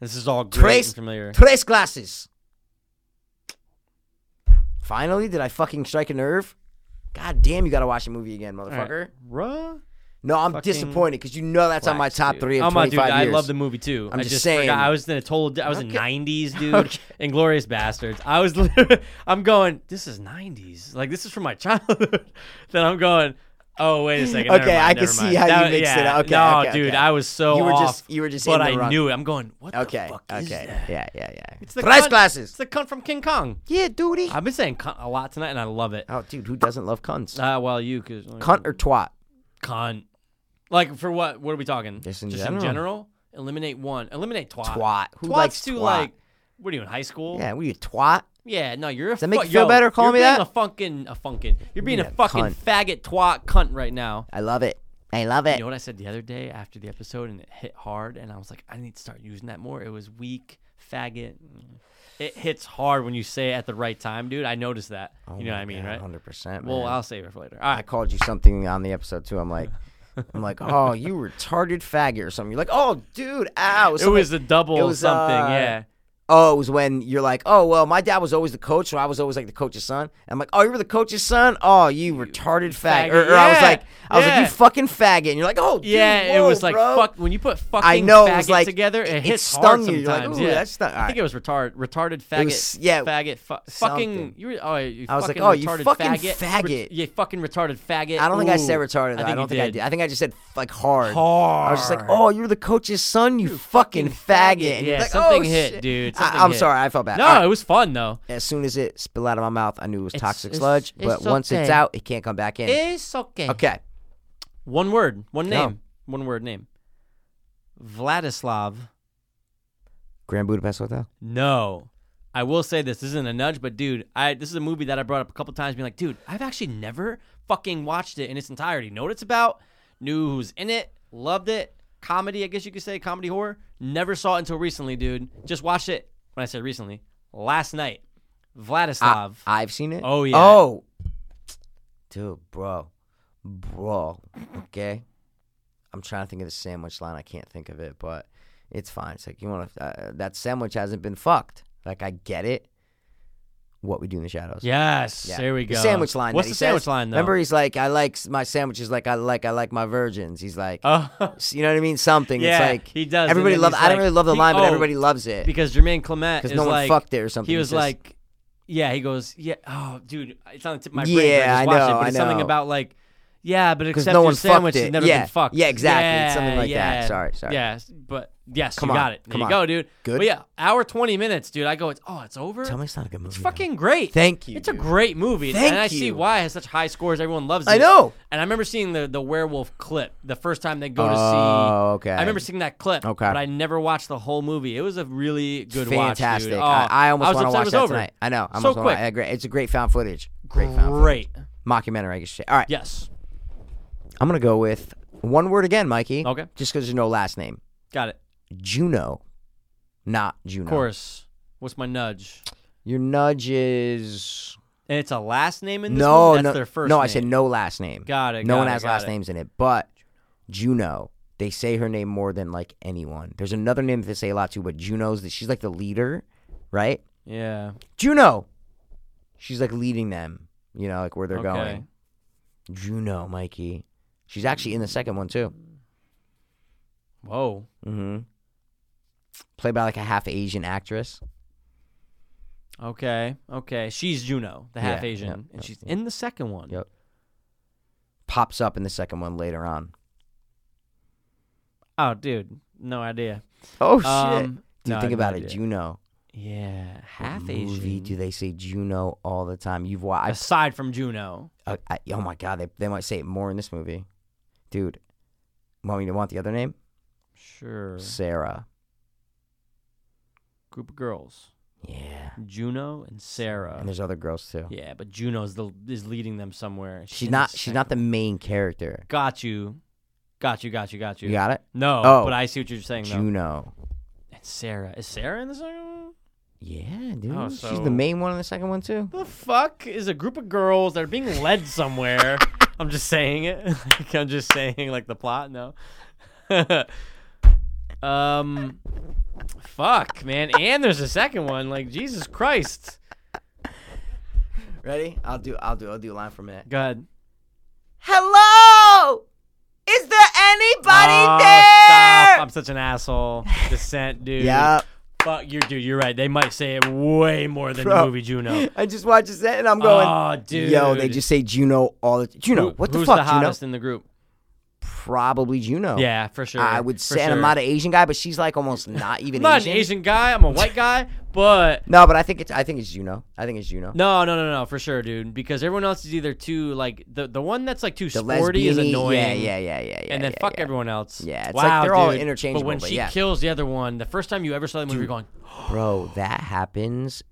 Speaker 2: This is all great
Speaker 1: Trace-
Speaker 2: and familiar.
Speaker 1: Tres glasses. Finally, did I fucking strike a nerve? God damn, you gotta watch the movie again,
Speaker 2: All right.
Speaker 1: motherfucker.
Speaker 2: Ruh.
Speaker 1: No, I'm
Speaker 2: Fucking
Speaker 1: disappointed because you know that's on my
Speaker 2: Wax,
Speaker 1: top
Speaker 2: dude.
Speaker 1: three of
Speaker 2: oh my
Speaker 1: 25
Speaker 2: dude, I
Speaker 1: years.
Speaker 2: love the movie too.
Speaker 1: I'm
Speaker 2: I
Speaker 1: just
Speaker 2: just
Speaker 1: saying.
Speaker 2: Forgot. I was in a total. I was in
Speaker 1: (laughs) Okay.
Speaker 2: '90s, dude. Inglorious Bastards. I was. literally- (laughs) I'm going. This is '90s. Like this is from my childhood. (laughs) then I'm going. Oh wait a second.
Speaker 1: Okay, I can see how you mixed it up. Okay,
Speaker 2: no,
Speaker 1: okay,
Speaker 2: dude,
Speaker 1: okay.
Speaker 2: I was so
Speaker 1: You were
Speaker 2: off.
Speaker 1: just- you were just
Speaker 2: But
Speaker 1: in the
Speaker 2: I
Speaker 1: run.
Speaker 2: knew it. I'm going. What
Speaker 1: Okay,
Speaker 2: the fuck
Speaker 1: okay.
Speaker 2: is that?
Speaker 1: Yeah, yeah, yeah.
Speaker 2: It's the
Speaker 1: Tres
Speaker 2: cunt-
Speaker 1: glasses.
Speaker 2: It's the cunt from King Kong.
Speaker 1: yeah, dude.
Speaker 2: I've been saying cunt a lot tonight, and I love it.
Speaker 1: Oh, dude, who doesn't love cunts?
Speaker 2: Uh, well, you cause
Speaker 1: Cunt or twat?
Speaker 2: cunt. Like for what? What are we talking?
Speaker 1: Just in
Speaker 2: in
Speaker 1: general.
Speaker 2: general. Eliminate one. Eliminate twat.
Speaker 1: Twat. Who
Speaker 2: Twat's
Speaker 1: likes
Speaker 2: too
Speaker 1: twat?
Speaker 2: like. What are you in high school?
Speaker 1: Yeah, what are you, twat?
Speaker 2: Yeah, No, you're a. Does
Speaker 1: that make you feel better calling
Speaker 2: you're
Speaker 1: me
Speaker 2: being
Speaker 1: that?
Speaker 2: A fucking a funkin. You're being
Speaker 1: being
Speaker 2: a
Speaker 1: a
Speaker 2: fucking
Speaker 1: cunt.
Speaker 2: faggot twat cunt right now.
Speaker 1: I love it. I love it.
Speaker 2: You know what I said the other day after the episode, and it hit hard, and I was like, I need to start using that more. It was weak faggot. Mm. It hits hard when you say it at the right time, dude. I noticed that. you know what I mean, right?
Speaker 1: Oh Hundred percent.
Speaker 2: Well, I'll save it for later. All
Speaker 1: I
Speaker 2: right.
Speaker 1: called you something on the episode too. I'm like, I'm
Speaker 2: (laughs)
Speaker 1: like, oh, you retarded faggot or something. You're like, oh, dude, ow.
Speaker 2: It was a
Speaker 1: it
Speaker 2: double
Speaker 1: was,
Speaker 2: something,
Speaker 1: uh,
Speaker 2: yeah.
Speaker 1: oh, it was when you're like, oh, well, my dad was always the coach, so I was always like the coach's son. I'm like, oh, you were the coach's son. Oh, you retarded faggot.
Speaker 2: faggot.
Speaker 1: Or, or I was
Speaker 2: Yeah,
Speaker 1: like, I was like,
Speaker 2: yeah.
Speaker 1: you fucking faggot. And you're like, oh, dude,
Speaker 2: Yeah,
Speaker 1: whoa,
Speaker 2: it was like
Speaker 1: bro.
Speaker 2: fuck. When you put fucking
Speaker 1: I know, it
Speaker 2: faggot
Speaker 1: was like-
Speaker 2: together,
Speaker 1: it-
Speaker 2: it
Speaker 1: it
Speaker 2: hits
Speaker 1: stung
Speaker 2: hard
Speaker 1: you.
Speaker 2: sometimes.
Speaker 1: You're like, "Ooh,
Speaker 2: yeah,
Speaker 1: that stung."
Speaker 2: I think it was retarded, retarded faggot.
Speaker 1: was- yeah,
Speaker 2: faggot, fu- fucking.
Speaker 1: something.
Speaker 2: You were, oh, you
Speaker 1: I was like,
Speaker 2: fucking
Speaker 1: "Oh, you
Speaker 2: retarded
Speaker 1: fucking
Speaker 2: faggot,
Speaker 1: faggot.
Speaker 2: Re- yeah, fucking retarded faggot.
Speaker 1: I don't think I said
Speaker 2: Ooh,
Speaker 1: retarded. Though. I,
Speaker 2: think
Speaker 1: don't
Speaker 2: you
Speaker 1: think I did. I think I just said like hard.
Speaker 2: Hard.
Speaker 1: I was just like, oh, you're the coach's son, you, fucking faggot.
Speaker 2: faggot.
Speaker 1: And you're
Speaker 2: Yeah,
Speaker 1: like,
Speaker 2: something
Speaker 1: "Oh,
Speaker 2: hit,
Speaker 1: shit."
Speaker 2: dude,
Speaker 1: I,
Speaker 2: something
Speaker 1: am
Speaker 2: hit.
Speaker 1: sorry, I felt bad.
Speaker 2: No,
Speaker 1: All right.
Speaker 2: it was fun though.
Speaker 1: as soon as it spilled out of my mouth, I knew it was
Speaker 2: It's-
Speaker 1: toxic
Speaker 2: it's-
Speaker 1: sludge.
Speaker 2: it's
Speaker 1: but once it's
Speaker 2: okay.
Speaker 1: out, it can't come back in.
Speaker 2: It's okay.
Speaker 1: okay.
Speaker 2: One word. One
Speaker 1: No.
Speaker 2: name. One word name. Vladislav.
Speaker 1: Grand Budapest Hotel.
Speaker 2: No. I will say this. This isn't a nudge, but dude, I this is a movie that I brought up a couple times, being like, dude, I've actually never fucking watched it in its entirety. Know what it's about? Knew who's in it. Loved it. Comedy, I guess you could say, comedy horror. Never saw it until recently, dude. Just watched it when I say recently. Last night. Vladislav.
Speaker 1: I've seen it.
Speaker 2: Oh, yeah.
Speaker 1: Oh, dude, bro, bro. Okay. I'm trying to think of the sandwich line. I can't think of it, but it's fine. It's like you want to. Uh, that sandwich hasn't been fucked. Like I get it. What we do in the shadows.
Speaker 2: Yes.
Speaker 1: Yeah.
Speaker 2: There we go.
Speaker 1: The sandwich line.
Speaker 2: What's
Speaker 1: that
Speaker 2: the
Speaker 1: he
Speaker 2: sandwich
Speaker 1: says.
Speaker 2: line though?
Speaker 1: Remember, he's like, I like s- my sandwiches. Like I like I like my virgins. He's like,
Speaker 2: Oh, (laughs)
Speaker 1: s- you know what I mean? Something.
Speaker 2: Yeah,
Speaker 1: it's like
Speaker 2: he does, and
Speaker 1: Everybody
Speaker 2: then
Speaker 1: loves.
Speaker 2: he's
Speaker 1: I don't
Speaker 2: like-
Speaker 1: really love the
Speaker 2: he-
Speaker 1: line, but
Speaker 2: oh,
Speaker 1: everybody loves it.
Speaker 2: because Jermaine Clement
Speaker 1: 'Cause
Speaker 2: is
Speaker 1: no one
Speaker 2: like,
Speaker 1: fucked it or something,
Speaker 2: He
Speaker 1: he
Speaker 2: was
Speaker 1: says.
Speaker 2: like, yeah, he goes, yeah, oh, dude, it's on the tip of my brain. but
Speaker 1: Yeah,
Speaker 2: I,
Speaker 1: I
Speaker 2: just watched
Speaker 1: know,
Speaker 2: It, but
Speaker 1: I
Speaker 2: it's something
Speaker 1: know.
Speaker 2: about like, yeah, but except
Speaker 1: no
Speaker 2: your
Speaker 1: one fucked
Speaker 2: sandwich has
Speaker 1: it.
Speaker 2: never
Speaker 1: Yeah,
Speaker 2: been fucked.
Speaker 1: yeah, exactly. It's something like
Speaker 2: yeah,
Speaker 1: that. Sorry, sorry.
Speaker 2: Yes, but yes,
Speaker 1: Come
Speaker 2: you
Speaker 1: on,
Speaker 2: got it. There
Speaker 1: come
Speaker 2: you
Speaker 1: on.
Speaker 2: go, dude.
Speaker 1: Good?
Speaker 2: But yeah, hour twenty minutes, dude. I go, it's oh, it's over.
Speaker 1: Tell me it's not a good movie.
Speaker 2: It's fucking great.
Speaker 1: Thank you,
Speaker 2: It's a
Speaker 1: dude.
Speaker 2: great movie,
Speaker 1: Thank
Speaker 2: and I see
Speaker 1: you.
Speaker 2: why it has such high scores. Everyone loves it.
Speaker 1: I know.
Speaker 2: And I remember seeing the the werewolf clip the first time they go to see.
Speaker 1: Oh, okay.
Speaker 2: I remember seeing that clip.
Speaker 1: Okay.
Speaker 2: But I never watched the whole movie. It was a really good watch.
Speaker 1: fantastic.
Speaker 2: dude.
Speaker 1: I,
Speaker 2: Oh,
Speaker 1: I almost
Speaker 2: was
Speaker 1: want to
Speaker 2: upset it
Speaker 1: watch
Speaker 2: was
Speaker 1: that
Speaker 2: over.
Speaker 1: tonight. I know. I
Speaker 2: so
Speaker 1: almost
Speaker 2: quick.
Speaker 1: wanna- I agree. It's a great found footage. Great found footage.
Speaker 2: Great.
Speaker 1: Mockumentary, I guess. Shit. All right.
Speaker 2: Yes.
Speaker 1: I'm gonna go with one word again, Mikey.
Speaker 2: Okay.
Speaker 1: Just because there's no last name.
Speaker 2: Got it.
Speaker 1: Juno, not Juno.
Speaker 2: Of course. What's my nudge?
Speaker 1: Your nudge is
Speaker 2: And it's a last name in this
Speaker 1: no,
Speaker 2: movie? That's
Speaker 1: no.
Speaker 2: their first
Speaker 1: no, I
Speaker 2: name.
Speaker 1: said no last name.
Speaker 2: Got it,
Speaker 1: No
Speaker 2: got
Speaker 1: one
Speaker 2: it,
Speaker 1: has
Speaker 2: got
Speaker 1: last
Speaker 2: it.
Speaker 1: names in it, but Juno. They say her name more than like anyone. There's another name that they say a lot too, but Juno's. The, she's like the leader, right?
Speaker 2: Yeah.
Speaker 1: Juno. She's like leading them. You know, like where they're
Speaker 2: okay.
Speaker 1: going. Juno, Mikey. She's actually in the second one too.
Speaker 2: Whoa.
Speaker 1: Mm-hmm. Played by like a half Asian actress.
Speaker 2: Okay. Okay. She's Juno, the
Speaker 1: Yeah,
Speaker 2: half Asian.
Speaker 1: yep,
Speaker 2: and she's in the second one.
Speaker 1: Yep. Pops up in the second one later on.
Speaker 2: Oh, dude. No idea.
Speaker 1: Oh shit!
Speaker 2: Um,
Speaker 1: Dude,
Speaker 2: no, I
Speaker 1: think
Speaker 2: have no
Speaker 1: about it,
Speaker 2: idea.
Speaker 1: Juno.
Speaker 2: Yeah. Half
Speaker 1: what movie
Speaker 2: Asian.
Speaker 1: Do they say Juno all the time? You've watched.
Speaker 2: Aside from Juno.
Speaker 1: I, I, oh my god, they, they might say it more in this movie, dude. Want me to want the other name?
Speaker 2: Sure.
Speaker 1: Sarah.
Speaker 2: Group of girls.
Speaker 1: Yeah.
Speaker 2: Juno and Sarah.
Speaker 1: And there's other girls too.
Speaker 2: Yeah, but Juno's the is leading them somewhere.
Speaker 1: She's
Speaker 2: in the
Speaker 1: not. She's not the
Speaker 2: second-
Speaker 1: main character.
Speaker 2: Got you, got you, got you, got you.
Speaker 1: You got it.
Speaker 2: No,
Speaker 1: Oh.
Speaker 2: but I see what you're saying. though.
Speaker 1: Juno.
Speaker 2: And Sarah is Sarah in the second one?
Speaker 1: Yeah, dude.
Speaker 2: Oh,
Speaker 1: She's
Speaker 2: so-
Speaker 1: the main one in the second one too.
Speaker 2: The fuck is a group of girls that are being led somewhere? I'm just saying it. (laughs) Like, I'm just saying like the plot. No. (laughs) um, fuck, man. And there's a second one. Like Jesus Christ.
Speaker 1: Ready? I'll do. I'll do. I'll do a line for a minute.
Speaker 2: Go ahead.
Speaker 1: Hello. Is there anybody
Speaker 2: Oh,
Speaker 1: there?
Speaker 2: Stop. I'm such an asshole.
Speaker 1: (laughs)
Speaker 2: Descent, dude.
Speaker 1: Yep.
Speaker 2: Fuck, you're dude. You're right. They might say it way more than the
Speaker 1: Bro. (laughs)
Speaker 2: movie Juno.
Speaker 1: I just watched a set and I'm going.
Speaker 2: oh, dude.
Speaker 1: Yo, they just say Juno all the Juno.
Speaker 2: Who-
Speaker 1: what the
Speaker 2: who's
Speaker 1: fuck,
Speaker 2: the
Speaker 1: Juno?
Speaker 2: hottest in the group?
Speaker 1: Probably Juno.
Speaker 2: Yeah, for sure.
Speaker 1: I would
Speaker 2: for
Speaker 1: say and
Speaker 2: sure.
Speaker 1: I'm not an Asian guy, but she's like
Speaker 2: (laughs)
Speaker 1: almost not even
Speaker 2: I'm not
Speaker 1: Asian.
Speaker 2: an Asian guy. I'm a white guy, but
Speaker 1: No, but I think it's I think it's Juno. I think it's Juno.
Speaker 2: no, no, no, no, for sure, dude. Because everyone else is either too like the the one that's like too
Speaker 1: the
Speaker 2: sporty
Speaker 1: lesbian.
Speaker 2: is annoying.
Speaker 1: Yeah, yeah, yeah, yeah, yeah.
Speaker 2: and then
Speaker 1: yeah,
Speaker 2: fuck
Speaker 1: yeah.
Speaker 2: everyone else.
Speaker 1: Yeah, it's
Speaker 2: wow,
Speaker 1: like they're all
Speaker 2: dude.
Speaker 1: interchangeable,
Speaker 2: But when
Speaker 1: but
Speaker 2: she
Speaker 1: yeah.
Speaker 2: kills the other one, the first time you ever saw the movie, you're going,
Speaker 1: Bro, that happens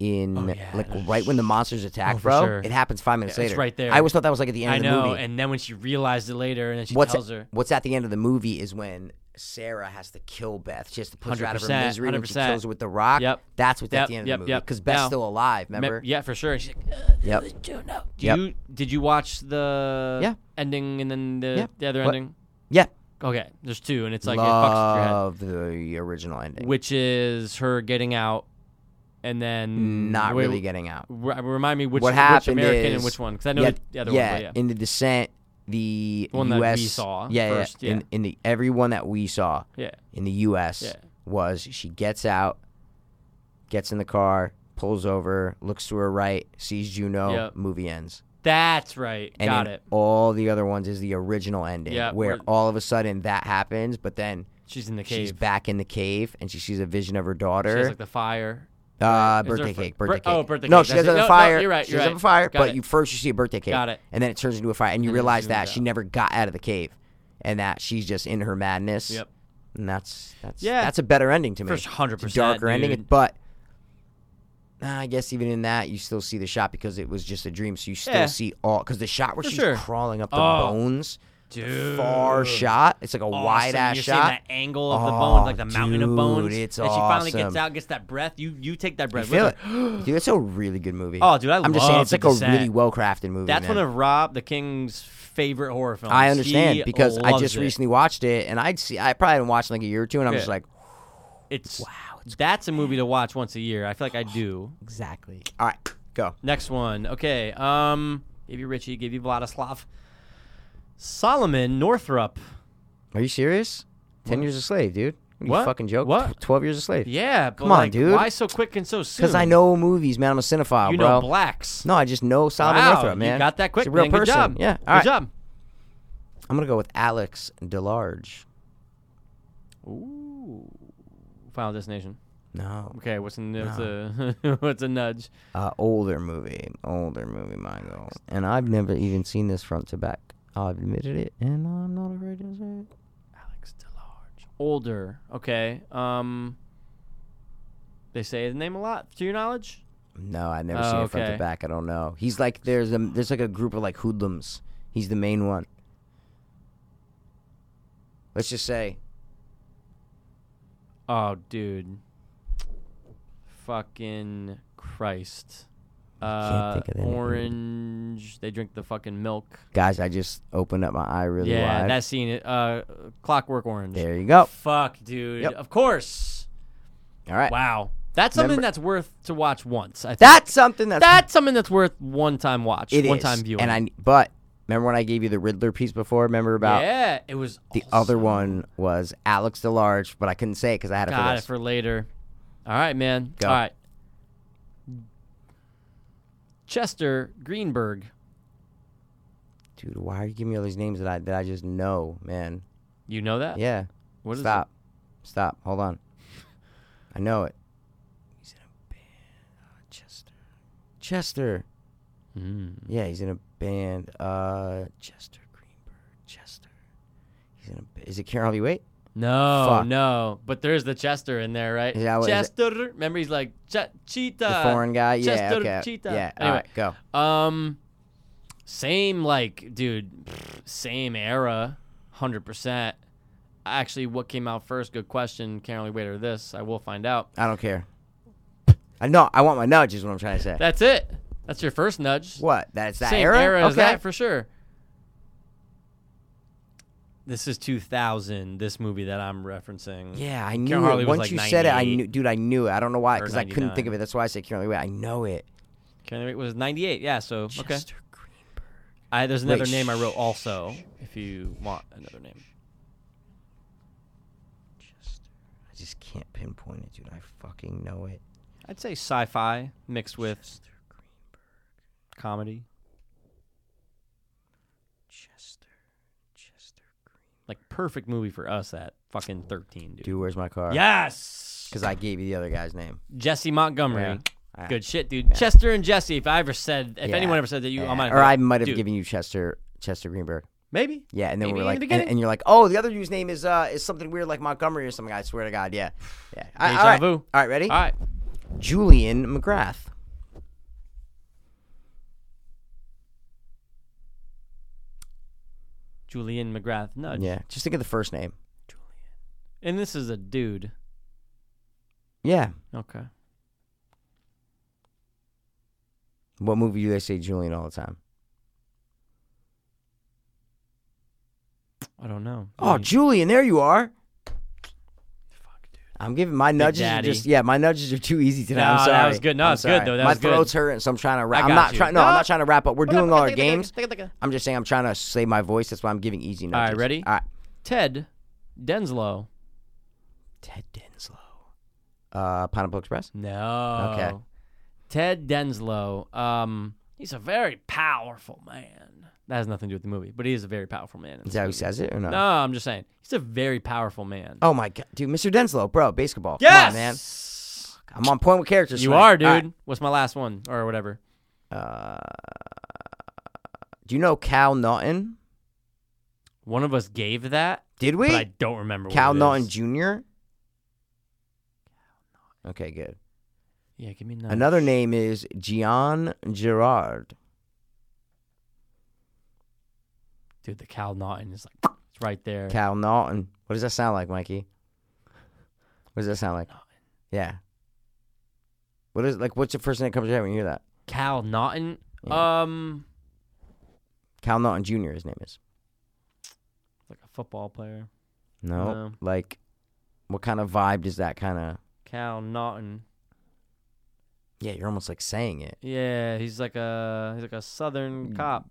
Speaker 1: in
Speaker 2: Oh, yeah,
Speaker 1: like
Speaker 2: there's-
Speaker 1: right when the monsters attack,
Speaker 2: Oh, for
Speaker 1: bro.
Speaker 2: sure.
Speaker 1: It happens five minutes
Speaker 2: Yeah, it's
Speaker 1: later.
Speaker 2: right there.
Speaker 1: I always thought that was like at the end
Speaker 2: I
Speaker 1: of the
Speaker 2: know.
Speaker 1: movie.
Speaker 2: And then when she realized it later, and then she
Speaker 1: what's
Speaker 2: tells her,
Speaker 1: what's at the end of the movie is when Sarah has to kill Beth. She has to push her out of her
Speaker 2: 100%,
Speaker 1: misery when she
Speaker 2: 100%.
Speaker 1: kills her with the rock.
Speaker 2: Yep.
Speaker 1: That's what's
Speaker 2: Yep,
Speaker 1: at the end
Speaker 2: yep,
Speaker 1: of the movie
Speaker 2: yep.
Speaker 1: because Beth's
Speaker 2: Now-
Speaker 1: still alive.
Speaker 2: Me- (laughs)
Speaker 1: Remember?
Speaker 2: Yeah, for sure. And she's like,
Speaker 1: Yep.
Speaker 2: Juno. Do
Speaker 1: Yep.
Speaker 2: you did you watch the
Speaker 1: Yeah.
Speaker 2: ending and then the,
Speaker 1: Yeah.
Speaker 2: the other
Speaker 1: What-
Speaker 2: ending?
Speaker 1: Yeah.
Speaker 2: Okay, there's two, and it's like it fucks with your head,
Speaker 1: Love the original ending.
Speaker 2: which is her getting out, and then
Speaker 1: Not
Speaker 2: wait,
Speaker 1: really getting out.
Speaker 2: re- remind me which,
Speaker 1: what
Speaker 2: which
Speaker 1: happened
Speaker 2: American
Speaker 1: is
Speaker 2: and which one? Because I know
Speaker 1: yeah,
Speaker 2: the, the other
Speaker 1: yeah,
Speaker 2: one. But yeah,
Speaker 1: in the descent, the
Speaker 2: one that we
Speaker 1: U.S.
Speaker 2: saw
Speaker 1: yeah,
Speaker 2: first, yeah.
Speaker 1: In, in the everyone that we saw
Speaker 2: yeah,
Speaker 1: in the U.S.
Speaker 2: Yeah.
Speaker 1: was she gets out, gets in the car, pulls over, looks to her right, sees Juno.
Speaker 2: Yep.
Speaker 1: Movie ends.
Speaker 2: that's right.
Speaker 1: and
Speaker 2: Got
Speaker 1: in
Speaker 2: it.
Speaker 1: all the other ones is the original ending
Speaker 2: Yeah,
Speaker 1: where
Speaker 2: where-
Speaker 1: all of a sudden that happens but then
Speaker 2: She's in the
Speaker 1: she's
Speaker 2: cave.
Speaker 1: back in the cave and she sees a vision of her
Speaker 2: She has
Speaker 1: daughter
Speaker 2: like the fire.
Speaker 1: uh,
Speaker 2: Is there
Speaker 1: birthday
Speaker 2: a fir-
Speaker 1: cake,
Speaker 2: bir-
Speaker 1: birthday cake.
Speaker 2: oh, birthday
Speaker 1: No,
Speaker 2: cake,
Speaker 1: she has
Speaker 2: that's it.
Speaker 1: a
Speaker 2: No, no,
Speaker 1: fire.
Speaker 2: you're right,
Speaker 1: She
Speaker 2: you're
Speaker 1: has a
Speaker 2: right.
Speaker 1: fire,
Speaker 2: Got
Speaker 1: but
Speaker 2: it.
Speaker 1: you first you see a birthday cake.
Speaker 2: Got it.
Speaker 1: And then it turns into a fire, and you
Speaker 2: And then it
Speaker 1: realize
Speaker 2: zooms
Speaker 1: that
Speaker 2: out.
Speaker 1: she never got out of the cave, and that she's just in her madness.
Speaker 2: Yep.
Speaker 1: And that's that's
Speaker 2: Yeah.
Speaker 1: that's a better ending to me.
Speaker 2: For hundred
Speaker 1: It's a
Speaker 2: percent,
Speaker 1: darker ending,
Speaker 2: dude.
Speaker 1: but uh, I guess even in that you still see the shot because it was just a dream, so you still
Speaker 2: Yeah.
Speaker 1: see all because the shot where
Speaker 2: For
Speaker 1: she's
Speaker 2: sure.
Speaker 1: crawling up the
Speaker 2: Oh.
Speaker 1: bones
Speaker 2: Dude.
Speaker 1: far shot. It's like a wide ass
Speaker 2: You're
Speaker 1: shot.
Speaker 2: Seeing that angle of the bone,
Speaker 1: Oh,
Speaker 2: like the mountain of bones.
Speaker 1: dude, it's
Speaker 2: and she finally gets
Speaker 1: awesome.
Speaker 2: out, gets that breath. You you take that
Speaker 1: You
Speaker 2: breath.
Speaker 1: feel
Speaker 2: with
Speaker 1: it,
Speaker 2: her. (gasps)
Speaker 1: dude. That's a really good movie.
Speaker 2: Oh, dude, I
Speaker 1: I'm just saying,
Speaker 2: love
Speaker 1: it's
Speaker 2: The
Speaker 1: like a
Speaker 2: Descent.
Speaker 1: really well crafted movie.
Speaker 2: That's
Speaker 1: man.
Speaker 2: one of Rob the King's favorite horror films.
Speaker 1: I understand
Speaker 2: Oh, He
Speaker 1: because I
Speaker 2: loves
Speaker 1: just
Speaker 2: it.
Speaker 1: recently watched it, and I'd see I probably haven't watched in like a year or two, and I'm
Speaker 2: Yeah.
Speaker 1: just like,
Speaker 2: It's wow. that's a movie to watch once a year. I feel like I do.
Speaker 5: Exactly.
Speaker 1: all right, go.
Speaker 2: Next one. Okay. Um, give you Richie. Give you Vladislav. Solomon Northrop.
Speaker 1: Are you serious? Ten years a slave, dude. What? Are you
Speaker 2: What?
Speaker 1: fucking joke?
Speaker 2: What?
Speaker 1: Twelve years a slave.
Speaker 2: Yeah. But
Speaker 1: Come on,
Speaker 2: like,
Speaker 1: dude.
Speaker 2: Why so quick and so soon?
Speaker 1: Because I know movies, man. I'm a cinephile,
Speaker 2: you
Speaker 1: bro.
Speaker 2: know blacks.
Speaker 1: No, I just know Solomon
Speaker 2: wow,
Speaker 1: Northrop, man.
Speaker 2: You got that quick.
Speaker 1: He's a real
Speaker 2: man.
Speaker 1: person.
Speaker 2: Good job.
Speaker 1: Yeah.
Speaker 2: Good
Speaker 1: All right.
Speaker 2: job.
Speaker 1: I'm gonna go with Alex Delarge.
Speaker 2: Ooh. Final Destination.
Speaker 1: No,
Speaker 2: Okay. What's in what's a (laughs) what's a nudge?
Speaker 1: uh, older movie, older movie, Michael. And I've never even seen this front to back. I've admitted it, and I'm not afraid to say it.
Speaker 2: Alex DeLarge. Older. Okay. Um. They say his name a lot. To your knowledge.
Speaker 1: No, I've never
Speaker 2: Oh,
Speaker 1: seen it front
Speaker 2: okay.
Speaker 1: to back. I don't know. He's like there's a there's like a group of like hoodlums. He's the main one. Let's just say
Speaker 2: Oh, dude. Fucking Christ. Uh,
Speaker 1: think of anything.
Speaker 2: orange. They drink the fucking milk.
Speaker 1: Guys, I just opened up my eye really
Speaker 2: yeah,
Speaker 1: wide.
Speaker 2: that scene. it- Uh, Clockwork Orange. Oh,
Speaker 1: there you go.
Speaker 2: Fuck, dude.
Speaker 1: Yep.
Speaker 2: Of course.
Speaker 1: All right.
Speaker 2: Wow. That's something
Speaker 1: Remember-
Speaker 2: that's worth to watch once. I think.
Speaker 1: That's something that's
Speaker 2: that's something that's worth one time watch,
Speaker 1: it
Speaker 2: one
Speaker 1: is.
Speaker 2: time viewing.
Speaker 1: And I but remember when I gave you the Riddler piece before? Remember about
Speaker 2: yeah, it was
Speaker 1: the other one was Alex DeLarge, but I couldn't say because I had it for
Speaker 2: Got it
Speaker 1: this.
Speaker 2: for later. All right, man.
Speaker 1: Go.
Speaker 2: All right. Chester Greenberg.
Speaker 1: Dude, why are you giving me all these names that I that I just know, man?
Speaker 2: You know that?
Speaker 1: Yeah.
Speaker 2: What is it?
Speaker 1: Stop. Stop. Hold on. I know it. He's in a band. Uh, Chester. Chester.
Speaker 2: Mm.
Speaker 1: Yeah, he's in a band. Uh, Chester Greenberg. Chester. He's in a. ba- Is it Karen Harvey Wait?
Speaker 2: No,
Speaker 1: Fuck.
Speaker 2: no. But there's the Chester in there, right?
Speaker 1: Yeah, what is it?
Speaker 2: Chester. Remember, he's like che- cheetah.
Speaker 1: The foreign guy. Yeah.
Speaker 2: Chester
Speaker 1: okay.
Speaker 2: Cheetah.
Speaker 1: Yeah.
Speaker 2: Anyway.
Speaker 1: All right. Go.
Speaker 2: Um, same like, dude, pfft, same era, hundred percent. Actually, what came out first? Good question. Can't really wait or this. I will find out.
Speaker 1: I don't care. I know. I want my nudge. Is what I'm trying to say.
Speaker 2: That's it. That's your first nudge.
Speaker 1: what? That's that
Speaker 2: same
Speaker 1: era.
Speaker 2: as
Speaker 1: okay.
Speaker 2: that for sure. This is 2000. This movie that I'm referencing.
Speaker 1: yeah, I knew
Speaker 2: Harley
Speaker 1: it.
Speaker 2: was
Speaker 1: Once
Speaker 2: like
Speaker 1: you said it, I
Speaker 2: 98.
Speaker 1: knew, dude. I knew it. I don't know why,
Speaker 2: Or
Speaker 1: because I couldn't think
Speaker 2: 99.
Speaker 1: of it. That's why I said Karen Harvey Wait. I know it.
Speaker 2: Can't remember- it was 98. Yeah. So okay.
Speaker 1: Chester Greenberg.
Speaker 2: I, there's another
Speaker 1: Wait,
Speaker 2: name I wrote
Speaker 1: shh.
Speaker 2: also. If you want another name.
Speaker 1: Chester. I just can't pinpoint it, dude. I fucking know it.
Speaker 2: I'd say sci-fi mixed with
Speaker 1: Chester Greenberg.
Speaker 2: comedy,
Speaker 1: Chester. Chester Greenberg.
Speaker 2: like perfect movie for us at fucking 13, dude.
Speaker 1: Dude, where's my car?
Speaker 2: Yes,
Speaker 1: Because I gave you the other guy's name.
Speaker 2: Jesse Montgomery.
Speaker 1: Yeah. Alright.
Speaker 2: Good shit, dude. Chester and Jesse. If I ever said, if
Speaker 1: Yeah.
Speaker 2: anyone ever said that, you, I
Speaker 1: Yeah.
Speaker 2: might have
Speaker 1: or I might have
Speaker 2: dude.
Speaker 1: given you Chester Chester Greenberg.
Speaker 2: maybe.
Speaker 1: Yeah, and then
Speaker 2: Maybe
Speaker 1: we were
Speaker 2: in the
Speaker 1: like, and,
Speaker 2: beginning?
Speaker 1: and you're like, oh, the other dude's name is uh is something weird like Montgomery or something. I swear to God, yeah, yeah. I-
Speaker 2: Deja
Speaker 1: all right,
Speaker 2: vu.
Speaker 1: all right, ready?
Speaker 2: All right,
Speaker 1: Julian McGrath.
Speaker 2: Julian McGrath. Nudge.
Speaker 1: Yeah, just think of the first name.
Speaker 2: And this is a dude.
Speaker 1: Yeah.
Speaker 2: Okay.
Speaker 1: What movie do they say Julian all the time?
Speaker 2: I don't know.
Speaker 1: Oh,
Speaker 2: Maybe-
Speaker 1: Julian, there you are.
Speaker 2: Fuck, Mm. dude.
Speaker 1: I'm giving my nudges are
Speaker 2: Daddy.
Speaker 1: just yeah, my nudges are too easy today.
Speaker 2: No,
Speaker 1: I'm
Speaker 2: that
Speaker 1: sorry.
Speaker 2: was good. No,
Speaker 1: I'm
Speaker 2: it's good,
Speaker 1: sorry.
Speaker 2: though. That
Speaker 1: my
Speaker 2: was good.
Speaker 1: throat's hurting, so I'm trying to wrap. I'm
Speaker 2: got
Speaker 1: not
Speaker 2: you.
Speaker 1: trying. No, I'm
Speaker 2: No.
Speaker 1: not trying to wrap up. We're doing all our games.
Speaker 2: Ted
Speaker 1: I'm just saying I'm trying to save my voice. That's why I'm giving easy
Speaker 2: right,
Speaker 1: nudges.
Speaker 2: ready?
Speaker 1: All right.
Speaker 2: Denslow.
Speaker 1: Ted Denslow. Uh, Pineapple Express.
Speaker 2: No.
Speaker 1: Okay.
Speaker 2: Ted Denslow. Um, he's a very powerful man. That has nothing to do with the movie, but he is a very powerful man. in
Speaker 1: Is
Speaker 2: this
Speaker 1: that who
Speaker 2: movie.
Speaker 1: says it or no?
Speaker 2: No, I'm just saying he's a very powerful man.
Speaker 1: Oh my god, dude, Mr. Denslow, bro, basketball. Come on, man.
Speaker 2: yes,
Speaker 1: I'm on point with characters.
Speaker 2: you
Speaker 1: tonight.
Speaker 2: are, dude.
Speaker 1: All right.
Speaker 2: What's my last one or whatever?
Speaker 1: Do you know Cal Naughton?
Speaker 2: One of us gave that,
Speaker 1: Did
Speaker 2: but I
Speaker 1: we?
Speaker 2: don't remember.
Speaker 1: Cal
Speaker 2: what it
Speaker 1: Naughton
Speaker 2: is.
Speaker 1: Jr. Okay, good.
Speaker 2: Yeah, give me another.
Speaker 1: Another name is Gian Gerard.
Speaker 2: dude, the Cal Naughton is like (laughs) it's right there.
Speaker 1: Cal Naughton. What does that sound like, Mikey? What does that sound like? Yeah. What is like? What's the first thing that comes to your head when you hear that?
Speaker 2: Cal Naughton. Um,
Speaker 1: Cal Naughton Jr. His name is.
Speaker 2: like a football player.
Speaker 1: No.
Speaker 2: No.
Speaker 1: Like, what kind of vibe does that kind of?
Speaker 2: Cal Naughton.
Speaker 1: Yeah, you're almost like saying it.
Speaker 2: Yeah, he's like a he's like a Southern
Speaker 1: Mm.
Speaker 2: cop.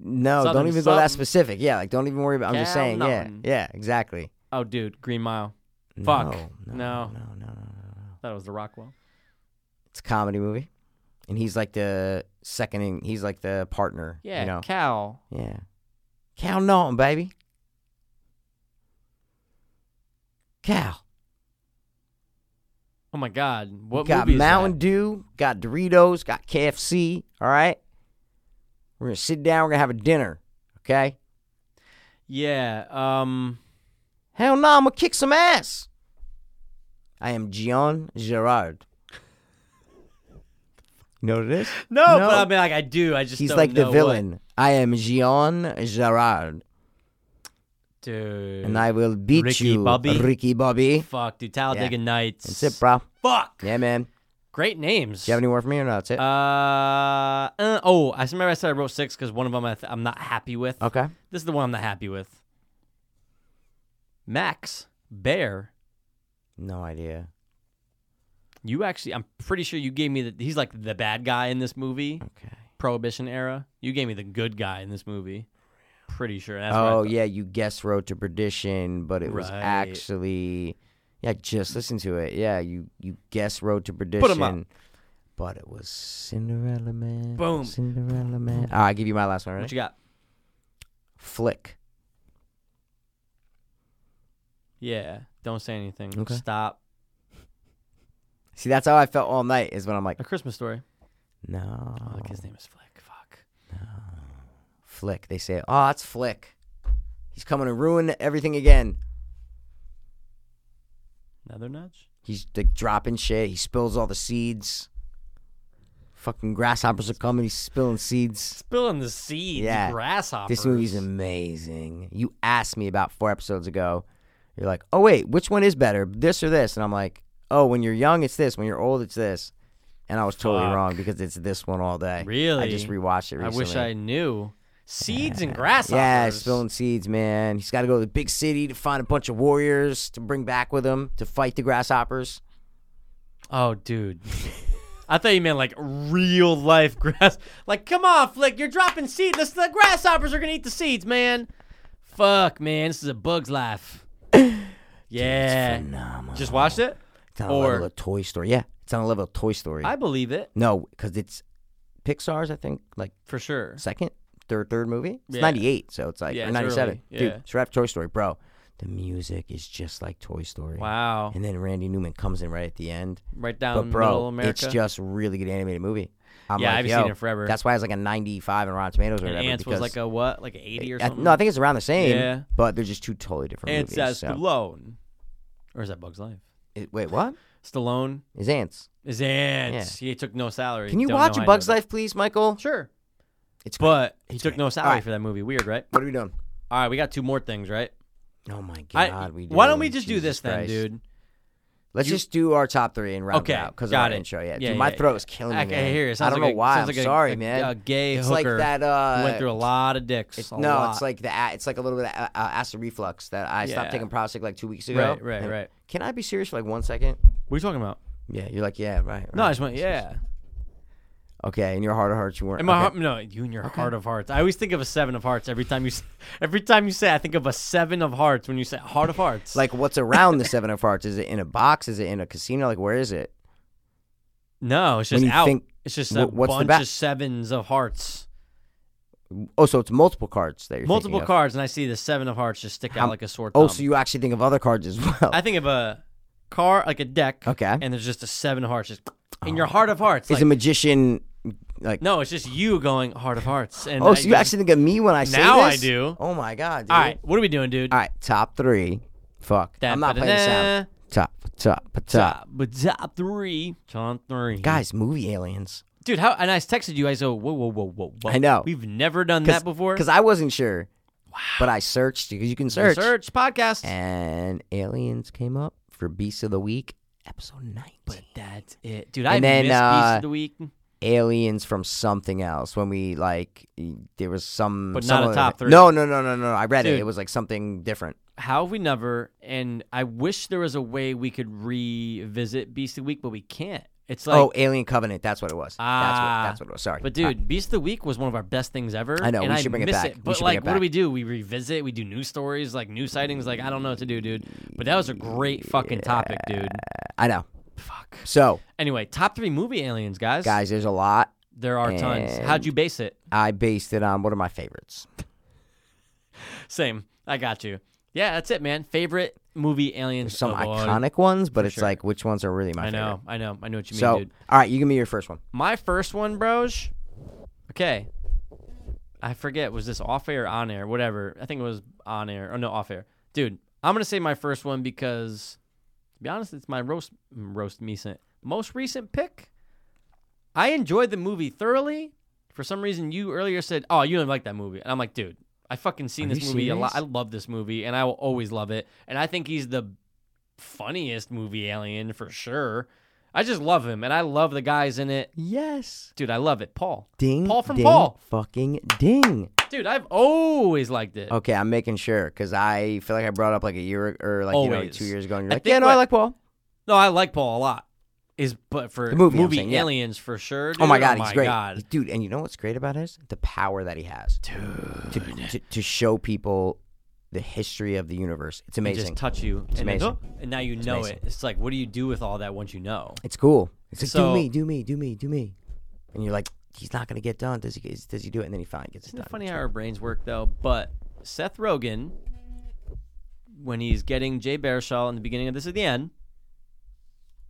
Speaker 1: No,
Speaker 2: Southern
Speaker 1: don't even go that
Speaker 2: something.
Speaker 1: specific. Yeah, like don't even worry about. I'm just
Speaker 2: Cal
Speaker 1: saying.
Speaker 2: Naughton.
Speaker 1: Yeah, yeah, exactly.
Speaker 2: Oh, dude, Green Mile. Fuck.
Speaker 1: No,
Speaker 2: No.
Speaker 1: no, no, no, no.
Speaker 2: That was the Rockwell.
Speaker 1: It's a comedy movie, and he's like the seconding. He's like the partner.
Speaker 2: Yeah,
Speaker 1: you know.
Speaker 2: Cal.
Speaker 1: yeah. Cal Naughton, baby. Cal.
Speaker 2: Oh my God, what
Speaker 1: got
Speaker 2: movie is
Speaker 1: Mountain
Speaker 2: that?
Speaker 1: Dew, got Doritos, got KFC. All right, we're gonna sit down. We're gonna have a dinner. Okay.
Speaker 2: Yeah. Um.
Speaker 1: Hell no, I'm gonna kick some ass. I am Gian Gerard. You know what it is?
Speaker 2: No, but I mean, like, I do. I just
Speaker 1: he's
Speaker 2: don't
Speaker 1: like
Speaker 2: know
Speaker 1: the
Speaker 2: what-
Speaker 1: villain. I am Gian Gerard,
Speaker 2: dude.
Speaker 1: and I will beat
Speaker 2: Ricky
Speaker 1: you,
Speaker 2: Bobby.
Speaker 1: Ricky Bobby.
Speaker 2: Fuck, dude. Talladega Nights.
Speaker 1: That's it, bro.
Speaker 2: Fuck.
Speaker 1: Yeah, man. Do
Speaker 2: Great names.
Speaker 1: you have any more for me or not? That's it.
Speaker 2: uh, uh, oh, I remember I said I wrote six because one of them I th- I'm not happy with.
Speaker 1: okay.
Speaker 2: This is the one I'm not happy with. Max Bear,
Speaker 1: No idea.
Speaker 2: you actually, I'm pretty sure you gave me the. He's like the bad guy in this movie,
Speaker 1: Okay.
Speaker 2: Prohibition era. You gave me the good guy in this movie. Pretty sure. That's what I
Speaker 1: oh
Speaker 2: thought.
Speaker 1: yeah, you guessed Road to Perdition, but it was
Speaker 2: Right.
Speaker 1: actually yeah. Just listen to it. Yeah, you you guessed Road to Perdition.
Speaker 2: 'em up.
Speaker 1: But it was Cinderella Man.
Speaker 2: Boom.
Speaker 1: Cinderella Man. Ah, I give you my last one.
Speaker 2: What
Speaker 1: Right?
Speaker 2: you got?
Speaker 1: Flick.
Speaker 2: Yeah. Don't say anything.
Speaker 1: Okay.
Speaker 2: Stop.
Speaker 1: See, that's how I felt all night. Is when I'm like,
Speaker 2: A Christmas story.
Speaker 1: no,
Speaker 2: Oh, like his name is Flick. Fuck.
Speaker 1: Flick. They say, oh, it's Flick. He's coming to ruin everything again.
Speaker 2: Another nudge.
Speaker 1: He's like dropping shit. He spills all the seeds. Fucking grasshoppers are coming. He's spilling seeds.
Speaker 2: Spilling the seeds.
Speaker 1: Yeah.
Speaker 2: Grasshopper.
Speaker 1: This movie's amazing. You asked me about four episodes ago. You're like, oh wait, which one is better, this or this? And I'm like, oh, when you're young, it's this. When you're old, it's this. And I was totally
Speaker 2: Fuck.
Speaker 1: wrong because it's this one all day. I
Speaker 2: Really?
Speaker 1: just rewatched it.
Speaker 2: I
Speaker 1: Recently.
Speaker 2: wish I knew. Seeds and grasshoppers.
Speaker 1: Yeah, spilling seeds, man. He's got to go to the big city to find a bunch of warriors to bring back with him to fight the grasshoppers.
Speaker 2: Oh, dude. I thought you meant like real life grass. Like, come on, Flick, you're dropping seeds. This, the grasshoppers are gonna eat the seeds, man. Fuck, man, this is a bug's
Speaker 1: (coughs)
Speaker 2: life. Yeah.
Speaker 1: Phenomenal.
Speaker 2: Just watched it.
Speaker 1: It's on a
Speaker 2: Eh. or-
Speaker 1: level of Toy Story. Yeah, it's on a level of Toy Story.
Speaker 2: I believe it
Speaker 1: no, because it's Pixar's. I think like
Speaker 2: for sure.
Speaker 1: second, third, third movie. It's
Speaker 2: Yeah.
Speaker 1: ninety eight, so it's like
Speaker 2: Yeah,
Speaker 1: or
Speaker 2: it's
Speaker 1: ninety seven.
Speaker 2: early.
Speaker 1: Dude,
Speaker 2: Yeah.
Speaker 1: it's right after Toy Story, bro. The music is just like Toy Story.
Speaker 2: Wow.
Speaker 1: And then Randy Newman comes in right at the end.
Speaker 2: Right
Speaker 1: But
Speaker 2: down middle
Speaker 1: bro,
Speaker 2: America.
Speaker 1: it's just really good animated movie. I'm
Speaker 2: Yeah, I
Speaker 1: like,
Speaker 2: haven't
Speaker 1: yo,
Speaker 2: seen it forever.
Speaker 1: That's why it's like a 95 in Rotten Tomatoes or
Speaker 2: and
Speaker 1: whatever.
Speaker 2: ants was
Speaker 1: because
Speaker 2: like a what, like an eighty or
Speaker 1: I-
Speaker 2: something.
Speaker 1: no, I think it's around the same.
Speaker 2: Yeah.
Speaker 1: But they're just two totally different
Speaker 2: Ants
Speaker 1: movies.
Speaker 2: as
Speaker 1: so-
Speaker 2: Stallone, or is that Bugs Life?
Speaker 1: It- wait, what?
Speaker 2: Stallone
Speaker 1: Is ants?
Speaker 2: is ants. He took no salary.
Speaker 1: Can you
Speaker 2: Don't know
Speaker 1: watch
Speaker 2: how
Speaker 1: a
Speaker 2: I
Speaker 1: Bug's
Speaker 2: know that.
Speaker 1: Life, please, Michael?
Speaker 2: Sure.
Speaker 1: It's great.
Speaker 2: But he took
Speaker 1: great.
Speaker 2: no salary
Speaker 1: Alright.
Speaker 2: for that movie. Weird, right?
Speaker 1: What are we doing?
Speaker 2: All right, we got two more things, right?
Speaker 1: Oh my
Speaker 2: I-
Speaker 1: god, we.
Speaker 2: why don't
Speaker 1: do.
Speaker 2: we just do
Speaker 1: Jesus
Speaker 2: this then,
Speaker 1: Christ.
Speaker 2: dude?
Speaker 1: Let's
Speaker 2: You-
Speaker 1: just do our top three and round
Speaker 2: Okay,
Speaker 1: it out because
Speaker 2: got
Speaker 1: our
Speaker 2: it.
Speaker 1: intro. Yeah,
Speaker 2: Yeah,
Speaker 1: dude, my
Speaker 2: yeah,
Speaker 1: throat
Speaker 2: yeah.
Speaker 1: is killing
Speaker 2: I,
Speaker 1: me.
Speaker 2: I
Speaker 1: man.
Speaker 2: hear it.
Speaker 1: I
Speaker 2: Sounds
Speaker 1: don't
Speaker 2: like
Speaker 1: know
Speaker 2: a-
Speaker 1: why.
Speaker 2: sounds
Speaker 1: I'm
Speaker 2: like a-
Speaker 1: sorry,
Speaker 2: a,
Speaker 1: man.
Speaker 2: A gay
Speaker 1: it's like
Speaker 2: hooker
Speaker 1: that. Uh,
Speaker 2: who went through a lot of dicks.
Speaker 1: It's,
Speaker 2: a
Speaker 1: no,
Speaker 2: lot.
Speaker 1: it's like the a- it's like a little bit of uh, uh, acid reflux that I stopped
Speaker 2: Yeah.
Speaker 1: taking Prozac like two weeks ago.
Speaker 2: right, right,
Speaker 1: And-
Speaker 2: right.
Speaker 1: Can I be serious for like one second?
Speaker 2: What are you talking about?
Speaker 1: Yeah, you're like yeah, right. right.
Speaker 2: No, I just went yeah.
Speaker 1: okay. In your heart of hearts, you weren't.
Speaker 2: In my
Speaker 1: okay.
Speaker 2: heart, no, you and your heart of hearts. I always think of a seven of hearts every time you, s- every time you say. I think of a seven of hearts when you say heart of hearts.
Speaker 1: Like what's around the seven of hearts? Is it in a box? Is it in a casino? Like where is it?
Speaker 2: no, it's
Speaker 1: when
Speaker 2: just
Speaker 1: you
Speaker 2: out.
Speaker 1: think-
Speaker 2: it's just
Speaker 1: wh-
Speaker 2: a
Speaker 1: what's the
Speaker 2: bunch
Speaker 1: back?
Speaker 2: of sevens of hearts,
Speaker 1: Oh, so it's multiple cards that you're
Speaker 2: multiple
Speaker 1: thinking of.
Speaker 2: cards, and I see the seven of hearts just stick out like a sore thumb.
Speaker 1: Oh, so you actually think of other cards as (laughs) well?
Speaker 2: I think of a car, like a deck.
Speaker 1: Okay. Oh.
Speaker 2: And there's just a seven of hearts, just in your heart of hearts.
Speaker 1: is
Speaker 2: like,
Speaker 1: a magician like?
Speaker 2: no, it's just you going heart of hearts. And
Speaker 1: Oh,
Speaker 2: I
Speaker 1: so you
Speaker 2: just-
Speaker 1: actually think of me when I say
Speaker 2: Now I
Speaker 1: this?
Speaker 2: do.
Speaker 1: Oh my god! Dude.
Speaker 2: All right, what are we doing, dude?
Speaker 1: all right. Top three. Fuck. I'm not playing the sound. Top, top, top,
Speaker 2: Top, but top three, top three.
Speaker 1: Guys, movie aliens.
Speaker 2: dude, how? And I texted you. I said, whoa, whoa, whoa, whoa, whoa.
Speaker 1: I know.
Speaker 2: We've never done that before.
Speaker 1: Because I wasn't sure. But I searched because you can search,
Speaker 2: Search podcast.
Speaker 1: and aliens came up for Beast of the Week episode nine.
Speaker 2: That's it, dude. I
Speaker 1: And then,
Speaker 2: missed Beast
Speaker 1: uh,
Speaker 2: of the week,
Speaker 1: aliens from something else when we like y- there was some
Speaker 2: But
Speaker 1: some
Speaker 2: not a
Speaker 1: other-
Speaker 2: top three.
Speaker 1: No, no, no, no, no. I read it.
Speaker 2: Dude.
Speaker 1: It was like something different.
Speaker 2: how have we never? And I wish there was a way we could revisit Beast of the week, but we can't. It's like,
Speaker 1: oh, Alien Covenant. That's what it was.
Speaker 2: Ah.
Speaker 1: that's, what, that's what it was. Sorry.
Speaker 2: but dude, Beast of the week was one of our best things ever.
Speaker 1: I know,
Speaker 2: and
Speaker 1: we should bring it
Speaker 2: miss
Speaker 1: back. We
Speaker 2: But
Speaker 1: should bring
Speaker 2: like,
Speaker 1: it
Speaker 2: what do
Speaker 1: back.
Speaker 2: we do? We revisit. We do news stories, like news sightings. Like, I don't know what to do, dude. But that was a great fucking topic, dude.
Speaker 1: I, I know.
Speaker 2: Fuck.
Speaker 1: So
Speaker 2: Anyway, top three movie aliens, guys.
Speaker 1: guys, there's a lot.
Speaker 2: there are tons.
Speaker 1: and-
Speaker 2: How'd you base it?
Speaker 1: I based it on one of my favorites.
Speaker 2: Same. I got you. Yeah, that's it, man. Favorite movie aliens.
Speaker 1: Some
Speaker 2: of all-
Speaker 1: iconic ones, but it's
Speaker 2: Oh, sure.
Speaker 1: like which ones are really my
Speaker 2: I
Speaker 1: favorite.
Speaker 2: know, I know, I know what you mean,
Speaker 1: So
Speaker 2: dude.
Speaker 1: all right, you give me your first one.
Speaker 2: My first one, bros. Okay. I forget. Was this off air, or on air, whatever? I think it was on air. or no, off air. Dude, I'm gonna say my first one because, to be honest, it's my roast mm, roast recent most recent pick. I enjoyed the movie thoroughly. For some reason, you earlier said, "Oh, you don't like that movie," and I'm like, "Dude, I fucking seen
Speaker 1: Are
Speaker 2: this
Speaker 1: you
Speaker 2: movie a lot. I
Speaker 1: serious?
Speaker 2: love this movie, and I will always love it. And I think he's the funniest movie alien for sure. I just love him, and I love the guys in it.
Speaker 1: Yes.
Speaker 2: Dude, I love it. Paul.
Speaker 1: Ding.
Speaker 2: Paul from
Speaker 1: ding,
Speaker 2: Paul.
Speaker 1: Fucking ding.
Speaker 2: Dude, I've always liked it.
Speaker 1: Okay, I'm making sure because I feel like I brought up like a year or like you know, like
Speaker 2: Always.
Speaker 1: two years ago, and you're
Speaker 2: I
Speaker 1: like,
Speaker 2: think
Speaker 1: yeah, no, I
Speaker 2: what-
Speaker 1: like Paul.
Speaker 2: No, I like Paul a lot. Is but for
Speaker 1: The movie, I'm saying, yeah.
Speaker 2: aliens for sure.
Speaker 1: Oh my
Speaker 2: dude.
Speaker 1: god, he's great,
Speaker 2: God.
Speaker 1: dude! And you know what's great about his the power that he has, dude, to, to, to show people the history of the universe. It's
Speaker 2: They
Speaker 1: amazing.
Speaker 2: Just touch you. and then,
Speaker 1: amazing.
Speaker 2: "Oh," and now you know
Speaker 1: amazing.
Speaker 2: it. It's like, what do you do with all that once you know?
Speaker 1: it's cool. It's like
Speaker 2: So-
Speaker 1: do me, do me, do me, do me, and you're like, he's not gonna get done. Does he? is- Does he do it? And then he finally gets it
Speaker 2: Isn't
Speaker 1: done.
Speaker 2: it funny how our brains work though? But Seth Rogen, when he's getting Jay Baruchel in the beginning of this at the end,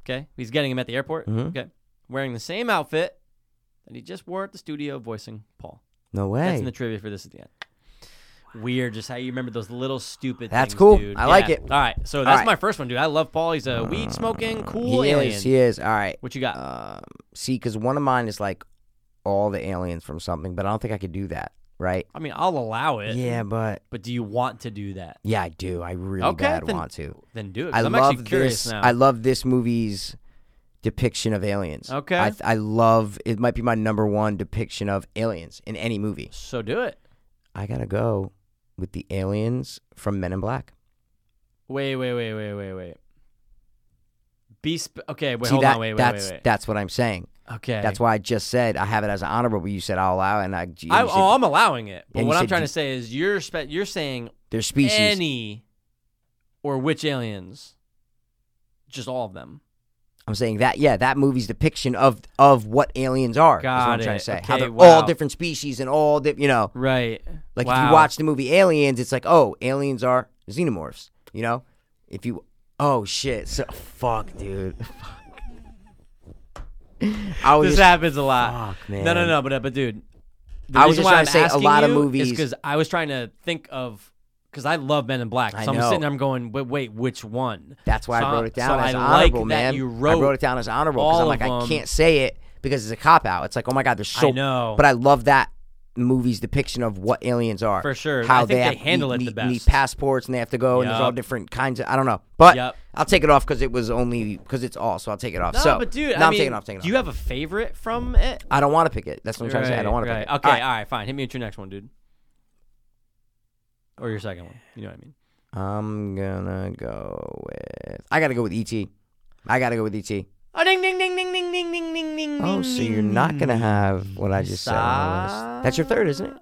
Speaker 2: okay, he's getting him at the airport,
Speaker 1: Mm-hmm.
Speaker 2: okay, wearing the same outfit that he just wore at the studio voicing Paul.
Speaker 1: No
Speaker 2: That's
Speaker 1: way.
Speaker 2: in the trivia for this at the end. Weird, just how you remember those little stupid.
Speaker 1: That's
Speaker 2: things,
Speaker 1: cool.
Speaker 2: dude.
Speaker 1: I like it.
Speaker 2: All right, so that's
Speaker 1: right. Uh,
Speaker 2: my first one, dude. I love Paul. He's a weed smoking cool
Speaker 1: he
Speaker 2: alien.
Speaker 1: is. He is. All right.
Speaker 2: What you got?
Speaker 1: Um, see, because one of mine is like all the aliens from something, but I don't think I could do that. Right?
Speaker 2: I mean, I'll allow it.
Speaker 1: Yeah, but
Speaker 2: But do you want to do that?
Speaker 1: yeah, I do. I really
Speaker 2: Okay,
Speaker 1: bad
Speaker 2: then-
Speaker 1: want to.
Speaker 2: Then do it. 'cause
Speaker 1: I
Speaker 2: I'm
Speaker 1: love
Speaker 2: actually curious
Speaker 1: this.
Speaker 2: now.
Speaker 1: I love this movie's depiction of aliens.
Speaker 2: Okay.
Speaker 1: I, I love. It might be my number one depiction of aliens in any movie.
Speaker 2: so do it.
Speaker 1: I gotta go with the aliens from Men in Black.
Speaker 2: Wait, wait, wait, wait, wait, wait. Be sp- okay. Wait,
Speaker 1: See
Speaker 2: hold
Speaker 1: that?
Speaker 2: on. Wait, wait,
Speaker 1: that's
Speaker 2: wait, wait.
Speaker 1: that's what I'm saying.
Speaker 2: okay.
Speaker 1: That's why I just said I have it as an honorable. But you said I'll allow, it, and I. you
Speaker 2: I,
Speaker 1: said
Speaker 2: oh, I'm allowing it. But
Speaker 1: And you
Speaker 2: what I'm
Speaker 1: said
Speaker 2: trying
Speaker 1: you-
Speaker 2: to say is, you're spe- you're saying
Speaker 1: their species.
Speaker 2: any or which aliens? Just all of them.
Speaker 1: I'm saying that. Yeah, that movie's depiction of of what aliens are. is what
Speaker 2: Got
Speaker 1: I'm trying
Speaker 2: it.
Speaker 1: to say. How
Speaker 2: Okay,
Speaker 1: they're
Speaker 2: wow.
Speaker 1: all different species and all di- You know,
Speaker 2: Right.
Speaker 1: Like if
Speaker 2: Wow.
Speaker 1: you watch the movie Aliens, it's like, oh, aliens are xenomorphs. You know, if you, oh shit, so fuck, dude. (laughs) I was
Speaker 2: this
Speaker 1: just-
Speaker 2: happens a lot.
Speaker 1: Fuck, man.
Speaker 2: No, no, no, but but dude, the
Speaker 1: I was just
Speaker 2: reason why
Speaker 1: trying
Speaker 2: I'm
Speaker 1: to say a
Speaker 2: asking
Speaker 1: lot of
Speaker 2: you is
Speaker 1: movies-
Speaker 2: because I was trying to think of because I love Men in Black. So
Speaker 1: I
Speaker 2: I'm
Speaker 1: know.
Speaker 2: sitting there, I'm going, wait, wait, which one?
Speaker 1: that's why
Speaker 2: So
Speaker 1: I wrote it
Speaker 2: so
Speaker 1: down as
Speaker 2: I
Speaker 1: honorable,
Speaker 2: like
Speaker 1: man.
Speaker 2: That you wrote,
Speaker 1: I wrote it down as honorable because
Speaker 2: all
Speaker 1: I'm like,
Speaker 2: of
Speaker 1: I
Speaker 2: 'em.
Speaker 1: can't say it because it's a cop out. It's like, oh my god, there's so.
Speaker 2: I know.
Speaker 1: But I love that movie's depiction of what aliens are
Speaker 2: For sure.
Speaker 1: How
Speaker 2: I think
Speaker 1: they,
Speaker 2: they
Speaker 1: have-
Speaker 2: handle it
Speaker 1: need,
Speaker 2: the
Speaker 1: need- Need
Speaker 2: best.
Speaker 1: passports and they have to go and there's
Speaker 2: Yup.
Speaker 1: all different kinds of. I don't know, but
Speaker 2: Yup.
Speaker 1: I'll take it off because it was only because it's all. So I'll take it off.
Speaker 2: no,
Speaker 1: so
Speaker 2: but dude,
Speaker 1: no,
Speaker 2: I
Speaker 1: am
Speaker 2: mean,
Speaker 1: taking it off. Taking it off.
Speaker 2: do you have a favorite from it?
Speaker 1: I don't want to pick it. That's what I'm trying to say. I don't want to
Speaker 2: right.
Speaker 1: pick it.
Speaker 2: Okay, all
Speaker 1: All
Speaker 2: right. fine. Hit me with your next one, dude. Or your second one. You know what I mean?
Speaker 1: right. I'm gonna go with. I gotta go with ET. I gotta go with E ET.
Speaker 2: Oh, ding, ding, ding, ding, ding, ding, ding, ding, ding.
Speaker 1: Oh, so you're not
Speaker 2: Mm.
Speaker 1: gonna have what I just said. on the list. That's your third, isn't it?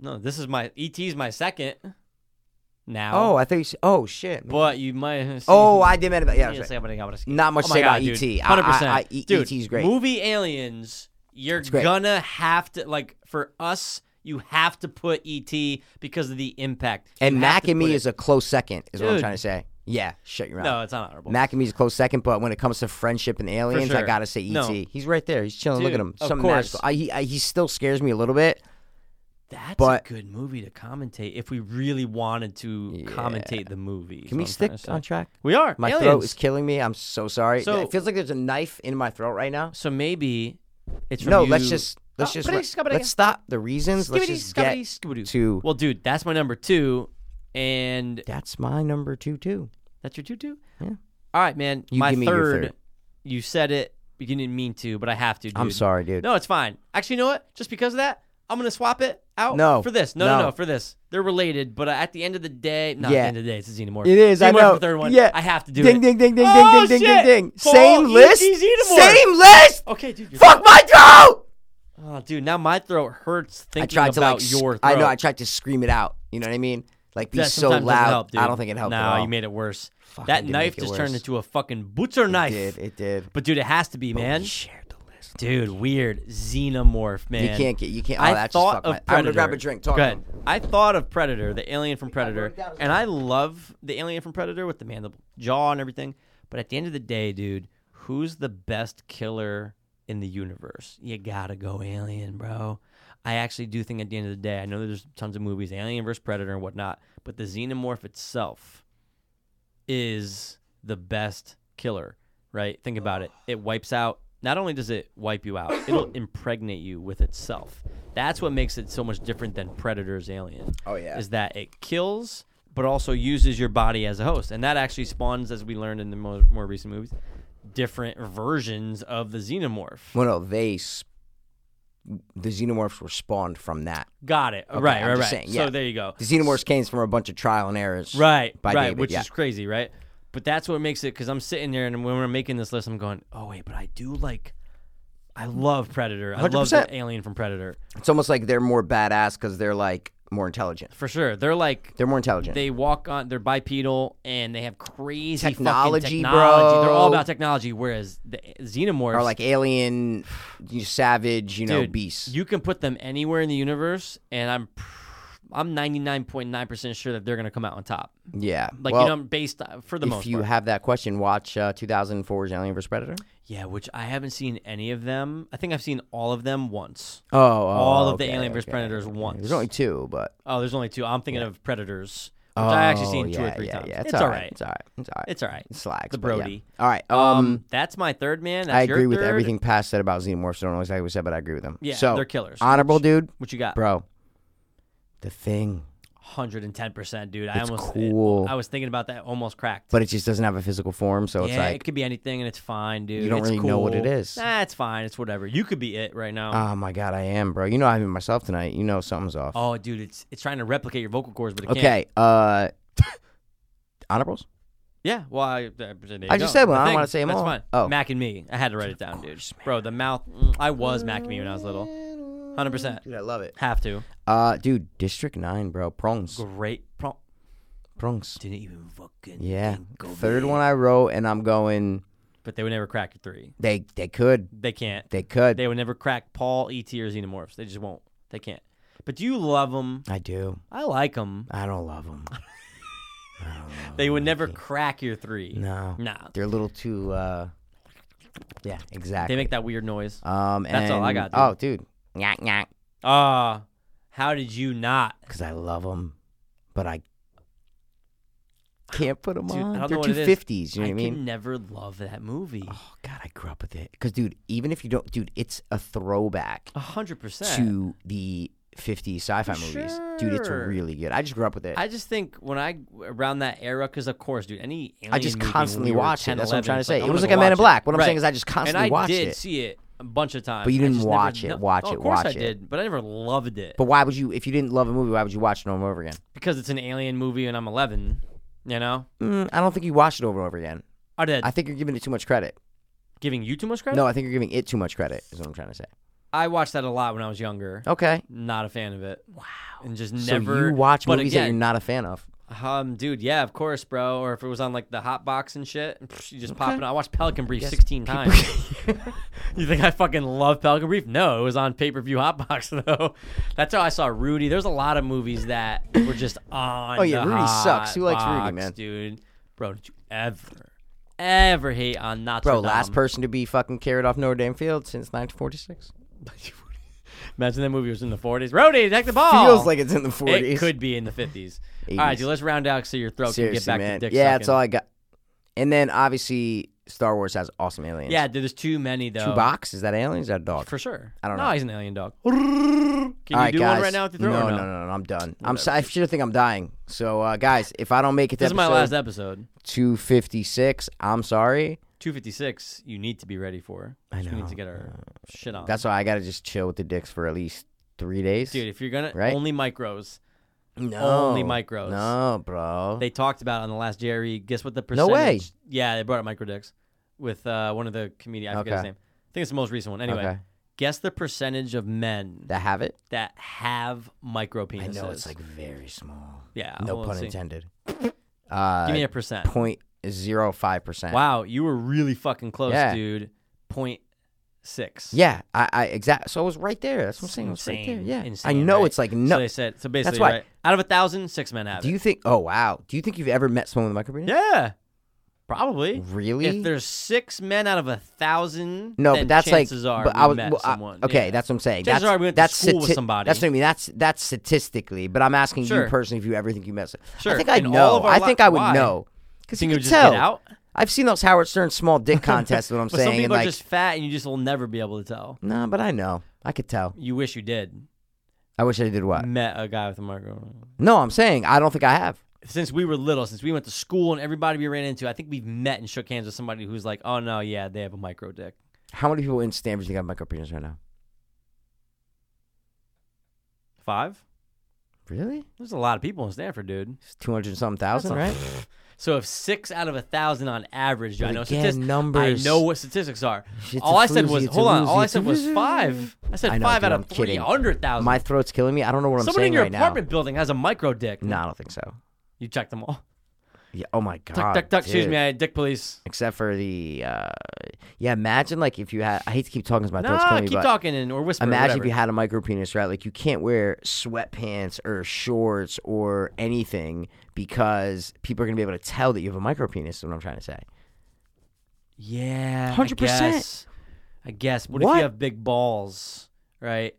Speaker 2: No, this is my ET's my second. Now,
Speaker 1: Oh, I think. Oh shit.
Speaker 2: but you might.
Speaker 1: Oh, I did meant about yeah.
Speaker 2: Yeah,
Speaker 1: that's
Speaker 2: say
Speaker 1: right.
Speaker 2: about it, about it.
Speaker 1: Not much
Speaker 2: oh
Speaker 1: to
Speaker 2: my
Speaker 1: say about
Speaker 2: God, dude.
Speaker 1: ET. I-
Speaker 2: 100%.
Speaker 1: I- I- E-
Speaker 2: dude,
Speaker 1: ET's great.
Speaker 2: Movie Aliens, you're
Speaker 1: great.
Speaker 2: gonna have to like for us. You have to put ET because of the impact.
Speaker 1: And
Speaker 2: You have
Speaker 1: Mac
Speaker 2: to
Speaker 1: and
Speaker 2: put
Speaker 1: me
Speaker 2: it-
Speaker 1: is a close second. Is what I'm
Speaker 2: Dude.
Speaker 1: trying to say. Yeah. Shut your mouth.
Speaker 2: no, it's not honorable.
Speaker 1: Mac and me is a close second, but when it comes to friendship and aliens, I
Speaker 2: sure.
Speaker 1: gotta say ET.
Speaker 2: No.
Speaker 1: He's right there. He's chilling. Look at
Speaker 2: Dude,
Speaker 1: him.
Speaker 2: of
Speaker 1: Something
Speaker 2: course.
Speaker 1: magical. I, he, I, he still scares me a little bit.
Speaker 2: That's
Speaker 1: but-
Speaker 2: a good movie to commentate if we really wanted to commentate the movie. is
Speaker 1: Can we
Speaker 2: what I'm trying
Speaker 1: stick
Speaker 2: to say.
Speaker 1: on track?
Speaker 2: We are
Speaker 1: My
Speaker 2: aliens.
Speaker 1: throat is killing me. I'm so sorry.
Speaker 2: So-
Speaker 1: it feels like there's a knife in my throat right now.
Speaker 2: so maybe it's from
Speaker 1: No, let's
Speaker 2: you-
Speaker 1: just Let's
Speaker 2: Oh,
Speaker 1: just
Speaker 2: pretty scuba
Speaker 1: let's
Speaker 2: digga.
Speaker 1: stop the reasons. Let's
Speaker 2: Skibbity,
Speaker 1: just get
Speaker 2: skibbity, skibidoo.
Speaker 1: to
Speaker 2: Well, dude, that's my number two, and
Speaker 1: that's my number two too.
Speaker 2: that's your two two.
Speaker 1: Yeah.
Speaker 2: All right, man.
Speaker 1: You
Speaker 2: my
Speaker 1: give me your third.
Speaker 2: You said it. You didn't mean to, but I have to. Dude.
Speaker 1: I'm sorry, dude.
Speaker 2: No, it's fine. Actually, you know what? Just because of that, I'm gonna swap it out.
Speaker 1: No.
Speaker 2: for this. No, no, no,
Speaker 1: No.
Speaker 2: for this. They're related, but at the end of the day, not at
Speaker 1: Yeah.
Speaker 2: the end of the day, it's a xenomorph.
Speaker 1: It is. I
Speaker 2: Xenomorph
Speaker 1: know.
Speaker 2: The third one.
Speaker 1: Yeah.
Speaker 2: I have to do
Speaker 1: ding,
Speaker 2: it.
Speaker 1: Ding, ding, ding,
Speaker 2: Oh,
Speaker 1: ding, ding,
Speaker 2: shit! E
Speaker 1: ding, ding, ding.
Speaker 2: Full
Speaker 1: Same
Speaker 2: ET
Speaker 1: list.
Speaker 2: Xenomorph.
Speaker 1: Same list.
Speaker 2: Okay, dude. Oh, You're
Speaker 1: Fuck my throat.
Speaker 2: Oh, dude, now my throat hurts thinking
Speaker 1: I tried
Speaker 2: about
Speaker 1: to like. s-
Speaker 2: your. Throat.
Speaker 1: I know. I tried to scream it out. You know what I mean? Like be
Speaker 2: That
Speaker 1: so
Speaker 2: sometimes doesn't
Speaker 1: loud.
Speaker 2: help, dude.
Speaker 1: I don't think it helped.
Speaker 2: No,
Speaker 1: at all.
Speaker 2: you made it worse.
Speaker 1: Fuck, it
Speaker 2: that
Speaker 1: did
Speaker 2: knife
Speaker 1: make it
Speaker 2: just turned
Speaker 1: worse.
Speaker 2: into a fucking butcher knife.
Speaker 1: It did. It did.
Speaker 2: But dude, it has to be, man.
Speaker 1: We shared the list.
Speaker 2: Dude, weird xenomorph, man.
Speaker 1: You can't get. You can't. Oh,
Speaker 2: I
Speaker 1: that's just
Speaker 2: thought
Speaker 1: fucked
Speaker 2: of
Speaker 1: my, I'm
Speaker 2: Predator.
Speaker 1: gonna grab a drink. Talk. to
Speaker 2: Go ahead.
Speaker 1: him.
Speaker 2: I thought of Predator, the alien from Predator,
Speaker 1: wrote down his
Speaker 2: and I love the alien from Predator with the mandible jaw and everything. But at the end of the day, dude, who's the best killer in the universe? You gotta go alien, bro. I actually do think at the end of the day, I know there's tons of movies, Alien versus Predator and whatnot, but the xenomorph itself is the best killer, right? Think about it. It wipes out. Not only does it wipe you out,
Speaker 1: (clears throat)
Speaker 2: it'll impregnate you with itself. That's what makes it so much different than Predator's Alien.
Speaker 1: Oh, yeah.
Speaker 2: Is that it kills, but also uses your body as a host, and that actually spawns, as we learned in the more, more recent movies, different versions of the xenomorph.
Speaker 1: Well, no, they. s- The xenomorphs were spawned from that.
Speaker 2: Got it. right.
Speaker 1: I'm
Speaker 2: right.
Speaker 1: just
Speaker 2: Right.
Speaker 1: saying,
Speaker 2: So
Speaker 1: yeah.
Speaker 2: there you go.
Speaker 1: The xenomorphs came from a bunch of trial and errors.
Speaker 2: right
Speaker 1: by
Speaker 2: right
Speaker 1: David,
Speaker 2: which
Speaker 1: yeah.
Speaker 2: is crazy right but that's what makes it because i'm sitting there and when we're making this list i'm going oh wait but i do like i love predator i love the
Speaker 1: 100%.
Speaker 2: alien from predator
Speaker 1: It's almost like they're more badass because they're like more intelligent.
Speaker 2: for sure they're like
Speaker 1: They're more intelligent.
Speaker 2: they walk on they're bipedal and they have crazy fucking
Speaker 1: Technology,
Speaker 2: technology. they're all
Speaker 1: bro.
Speaker 2: about technology whereas the xenomorphs
Speaker 1: are like alien, you savage, you know,
Speaker 2: Dude,
Speaker 1: beasts.
Speaker 2: You can put them anywhere in the universe, and I'm I'm 99.9% sure that they're gonna come out on top.
Speaker 1: yeah.
Speaker 2: Like
Speaker 1: well,
Speaker 2: you know, based uh, for the
Speaker 1: if
Speaker 2: most
Speaker 1: you
Speaker 2: part.
Speaker 1: have that question, watch uh, 2004's Alien vs Predator.
Speaker 2: yeah, which I haven't seen any of them. I think I've seen all of them once.
Speaker 1: Oh,
Speaker 2: all of the Alien vs. Predators once.
Speaker 1: There's only two, but
Speaker 2: oh, there's only two. I'm thinking of Predators, which I actually
Speaker 1: Oh,
Speaker 2: seen two or
Speaker 1: yeah,
Speaker 2: three
Speaker 1: yeah,
Speaker 2: times.
Speaker 1: Yeah, it's,
Speaker 2: it's
Speaker 1: all
Speaker 2: all
Speaker 1: right. It's all right. It's all right.
Speaker 2: It's all right.
Speaker 1: It slags,
Speaker 2: The
Speaker 1: but yeah.
Speaker 2: Brody.
Speaker 1: All right. Um,
Speaker 2: Um, that's my third man. That's
Speaker 1: I
Speaker 2: your
Speaker 1: agree with
Speaker 2: third.
Speaker 1: everything past said about xenomorphs. I don't know exactly what said, but I agree with them.
Speaker 2: Yeah,
Speaker 1: so
Speaker 2: they're killers.
Speaker 1: Honorable dude,
Speaker 2: What you got?
Speaker 1: bro. The thing,
Speaker 2: 110%, dude. I
Speaker 1: It's
Speaker 2: almost
Speaker 1: cool.
Speaker 2: I was thinking about that almost cracked.
Speaker 1: but it just doesn't have a physical form, so it's
Speaker 2: yeah,
Speaker 1: like,
Speaker 2: it could be anything and it's fine, dude.
Speaker 1: You don't
Speaker 2: It's
Speaker 1: really know what it
Speaker 2: cool.
Speaker 1: is.
Speaker 2: Nah, it's fine. It's whatever. You could be it right now.
Speaker 1: oh my god, I am, bro. You know, I'm myself tonight. You know, something's off.
Speaker 2: oh, dude, it's it's trying to replicate your vocal cords, but it can't.
Speaker 1: okay. Uh, (laughs) honorables.
Speaker 2: Yeah, well, I, there
Speaker 1: I
Speaker 2: you
Speaker 1: just
Speaker 2: go.
Speaker 1: said one.
Speaker 2: The
Speaker 1: I don't
Speaker 2: thing.
Speaker 1: wanna say 'em
Speaker 2: That's
Speaker 1: all.
Speaker 2: fine.
Speaker 1: Oh.
Speaker 2: Mac and me. I had to write it down, dude. Bro, the mouth. mm, I was Mac and me when I was little. 100%.
Speaker 1: Dude, I love it.
Speaker 2: Have to.
Speaker 1: Uh, dude, District Nine, bro. Prongs,
Speaker 2: Great. Pro-
Speaker 1: prongs.
Speaker 2: didn't even fucking.
Speaker 1: Yeah.
Speaker 2: think of
Speaker 1: Third
Speaker 2: it.
Speaker 1: one I wrote, and I'm going.
Speaker 2: But they would never crack a three.
Speaker 1: They they could
Speaker 2: They can't. They,
Speaker 1: they could.
Speaker 2: would never crack Paul, E.T., or Xenomorphs. They just won't. They can't. But do you love them?
Speaker 1: I do.
Speaker 2: I like them.
Speaker 1: I don't love
Speaker 2: (laughs)
Speaker 1: them.
Speaker 2: They would never crack your three.
Speaker 1: Oh, No.
Speaker 2: Nah.
Speaker 1: They're a little too. uh Yeah,
Speaker 2: They
Speaker 1: exactly.
Speaker 2: make that weird noise.
Speaker 1: um,
Speaker 2: That's all I
Speaker 1: and-
Speaker 2: got,
Speaker 1: Oh, dude, nyak nyak,
Speaker 2: Ah, how did you not?
Speaker 1: because I love them, but I can't put them
Speaker 2: Dude, I
Speaker 1: on.
Speaker 2: don't know
Speaker 1: They're
Speaker 2: what it is.
Speaker 1: 250s. You know
Speaker 2: I
Speaker 1: what I mean?
Speaker 2: can never love that movie.
Speaker 1: Oh God, I grew up with it. Cause, dude, even if you don't, dude, it's a throwback
Speaker 2: A hundred percent.
Speaker 1: to the 50s sci-fi movies. Dude, it's
Speaker 2: Sure.
Speaker 1: really good. I just grew up with it.
Speaker 2: I just think when I around that era, because of course, dude, any alien
Speaker 1: I just
Speaker 2: movie when
Speaker 1: constantly
Speaker 2: we were
Speaker 1: watched it.
Speaker 2: 10,
Speaker 1: That's what I'm
Speaker 2: 11,
Speaker 1: trying to
Speaker 2: it's
Speaker 1: say.
Speaker 2: I'm
Speaker 1: it was
Speaker 2: gonna
Speaker 1: like a
Speaker 2: go
Speaker 1: Man in
Speaker 2: watch it.
Speaker 1: Black. What I'm
Speaker 2: Right.
Speaker 1: saying is, I just constantly
Speaker 2: and I
Speaker 1: watched
Speaker 2: did
Speaker 1: it.
Speaker 2: see it a bunch of times,
Speaker 1: But you
Speaker 2: I
Speaker 1: didn't
Speaker 2: just
Speaker 1: watch it,
Speaker 2: never, no-
Speaker 1: watch
Speaker 2: oh,
Speaker 1: it,
Speaker 2: Of course
Speaker 1: watch
Speaker 2: I
Speaker 1: it.
Speaker 2: did, but I never loved it
Speaker 1: but why would you? If you didn't love a movie, why would you watch it over and over again?
Speaker 2: because it's an alien movie and I'm 11. You know,
Speaker 1: Mm, I don't think you watched it over and over again.
Speaker 2: I did
Speaker 1: I think you're giving it too much credit.
Speaker 2: giving you too much credit.
Speaker 1: No, I think you're giving it too much credit. Is what I'm trying to say.
Speaker 2: I watched that a lot when I was younger.
Speaker 1: Okay.
Speaker 2: Not a fan of it. Wow. And just
Speaker 1: Oh. So
Speaker 2: never
Speaker 1: you watch
Speaker 2: but
Speaker 1: movies that
Speaker 2: again,
Speaker 1: you're not a fan of.
Speaker 2: Um, dude, yeah, of course, bro. Or if it was on like the hot box and shit, psh, you just pop it. on. I watched Pelican Brief
Speaker 1: (laughs)
Speaker 2: sixteen times. you think I fucking love Pelican Brief? No, it was on pay per view hot box (laughs) though. That's how I saw Rudy. There's a lot of movies that were
Speaker 1: (laughs)
Speaker 2: just on.
Speaker 1: Oh, yeah,
Speaker 2: the
Speaker 1: Rudy sucks. Who likes Rudy,
Speaker 2: Hotbox,
Speaker 1: man?
Speaker 2: Dude, bro, did you ever, ever hate on Notre
Speaker 1: Bro,
Speaker 2: Dame?
Speaker 1: last person to be fucking carried off Notre Dame field since 1946.
Speaker 2: Imagine that movie was in the 40s. Rudy, take the ball.
Speaker 1: Feels like it's in the 40s.
Speaker 2: it could be in the 50s. All right,
Speaker 1: 80s.
Speaker 2: dude, let's round out so your throat
Speaker 1: Seriously,
Speaker 2: can get back
Speaker 1: man.
Speaker 2: to dick
Speaker 1: yeah,
Speaker 2: sucking.
Speaker 1: that's all I got. And then obviously Star Wars has awesome aliens.
Speaker 2: Yeah, dude, there's too many though.
Speaker 1: Chewbacca is that an alien? Is that a dog?
Speaker 2: For sure.
Speaker 1: I don't
Speaker 2: no,
Speaker 1: know.
Speaker 2: he's an alien dog. Can you
Speaker 1: All right,
Speaker 2: do
Speaker 1: guys.
Speaker 2: one right now with the throat?
Speaker 1: no,
Speaker 2: or
Speaker 1: no, no, no, I'm done. I'm. So, I sure think I'm dying. So, uh, guys, if I don't make it to
Speaker 2: This is
Speaker 1: episode
Speaker 2: my last episode.
Speaker 1: 256, I'm sorry.
Speaker 2: 256, you need to be ready for. I know. We need to get our shit on.
Speaker 1: That's why I gotta just chill with the dicks for at least three days.
Speaker 2: Dude, if you're going
Speaker 1: Right?
Speaker 2: to only micros.
Speaker 1: no,
Speaker 2: only micros.
Speaker 1: No, bro.
Speaker 2: They talked about it on the last Jerry. Guess what the
Speaker 1: No
Speaker 2: percentage?
Speaker 1: way.
Speaker 2: Yeah, they brought up microdicks with uh, one of the comedians. I forget his
Speaker 1: Okay.
Speaker 2: name. I think it's the most recent one. Anyway,
Speaker 1: Okay.
Speaker 2: guess the percentage of men that,
Speaker 1: that have it.
Speaker 2: have micro
Speaker 1: I
Speaker 2: penises.
Speaker 1: know it's like very small.
Speaker 2: yeah,
Speaker 1: No
Speaker 2: well,
Speaker 1: pun
Speaker 2: let's see. (laughs)
Speaker 1: intended. Uh,
Speaker 2: Give me a percent.
Speaker 1: point zero five percent.
Speaker 2: Wow, you were really fucking close,
Speaker 1: Yeah.
Speaker 2: dude. Point six.
Speaker 1: Yeah, I, I exact. So it was right there. That's what I'm saying. It was right there.
Speaker 2: Insane.
Speaker 1: Yeah, I
Speaker 2: Insane,
Speaker 1: know
Speaker 2: right?
Speaker 1: it's like
Speaker 2: So
Speaker 1: no.
Speaker 2: they said. So basically,
Speaker 1: why-
Speaker 2: right, out of a thousand, six men have
Speaker 1: do
Speaker 2: it.
Speaker 1: you think? Oh wow. Do you think you've ever met someone with micropenis?
Speaker 2: yeah, probably.
Speaker 1: Really?
Speaker 2: If there's six men out of a thousand,
Speaker 1: no,
Speaker 2: then
Speaker 1: but that's
Speaker 2: chances
Speaker 1: like.
Speaker 2: are
Speaker 1: but
Speaker 2: we
Speaker 1: I was,
Speaker 2: met
Speaker 1: well, I-
Speaker 2: someone.
Speaker 1: okay,
Speaker 2: Yeah.
Speaker 1: that's what I'm saying.
Speaker 2: Chances
Speaker 1: that's
Speaker 2: are we went to
Speaker 1: that's
Speaker 2: school with
Speaker 1: stati-
Speaker 2: somebody.
Speaker 1: That's what I mean. That's that's statistically. But I'm asking
Speaker 2: Sure.
Speaker 1: you personally if you ever think you met. some- I
Speaker 2: Sure.
Speaker 1: think I
Speaker 2: In all
Speaker 1: know.
Speaker 2: of our
Speaker 1: I think
Speaker 2: li-
Speaker 1: I would
Speaker 2: why?
Speaker 1: know. Because
Speaker 2: Think
Speaker 1: you
Speaker 2: it
Speaker 1: could
Speaker 2: would just
Speaker 1: tell.
Speaker 2: get out.
Speaker 1: I've seen those Howard Stern small
Speaker 2: (laughs)
Speaker 1: dick contests. what I'm
Speaker 2: But
Speaker 1: saying.
Speaker 2: some people
Speaker 1: and
Speaker 2: are
Speaker 1: like,
Speaker 2: just fat, and you just will never be able to tell.
Speaker 1: no, but I know. I could tell.
Speaker 2: You wish you did.
Speaker 1: I wish I did what?
Speaker 2: Met a guy with a micro.
Speaker 1: No, I'm saying I don't think I have.
Speaker 2: Since we were little, since we went to school, and everybody we ran into, I think we've met and shook hands with somebody who's like, "Oh no, yeah, they have a micro dick."
Speaker 1: How many people in Stanford think I have micropenis right now?
Speaker 2: Five.
Speaker 1: Really?
Speaker 2: There's a lot of people in Stanford, dude.
Speaker 1: It's 200 and something thousand,
Speaker 2: That's
Speaker 1: right?
Speaker 2: a- So if six out of a thousand on average, I
Speaker 1: But
Speaker 2: know
Speaker 1: again,
Speaker 2: statistics.
Speaker 1: numbers-
Speaker 2: I know what statistics are.
Speaker 1: It's
Speaker 2: all
Speaker 1: a
Speaker 2: I said
Speaker 1: floozy,
Speaker 2: was,
Speaker 1: it's a
Speaker 2: hold on. All
Speaker 1: loozy,
Speaker 2: I
Speaker 1: it's a
Speaker 2: said was
Speaker 1: (laughs) woozy.
Speaker 2: five. I said
Speaker 1: I know,
Speaker 2: five
Speaker 1: dude,
Speaker 2: out
Speaker 1: I'm
Speaker 2: of
Speaker 1: kidding.
Speaker 2: three hundred thousand.
Speaker 1: My throat's killing me. I don't know what
Speaker 2: Somebody
Speaker 1: I'm saying
Speaker 2: in your
Speaker 1: right
Speaker 2: apartment building has a micro dick.
Speaker 1: now. No, I don't think so.
Speaker 2: You checked them
Speaker 1: (laughs)
Speaker 2: all.
Speaker 1: Yeah, oh my god.
Speaker 2: Duck, duck, duck. Excuse
Speaker 1: dude.
Speaker 2: me, I dick police.
Speaker 1: Except for the, uh, yeah. Imagine like if you had. I hate to keep talking because my
Speaker 2: No,
Speaker 1: throat's killing me.
Speaker 2: keep
Speaker 1: but
Speaker 2: talking and or whisper.
Speaker 1: Imagine
Speaker 2: whatever.
Speaker 1: if you had a micropenis, right? Like you can't wear sweatpants or shorts or anything because people are gonna be able to tell that you have a micropenis. Is what I'm trying to say.
Speaker 2: Yeah,
Speaker 1: 100%.
Speaker 2: I guess. I guess. What, if
Speaker 1: What?
Speaker 2: you have big balls, right?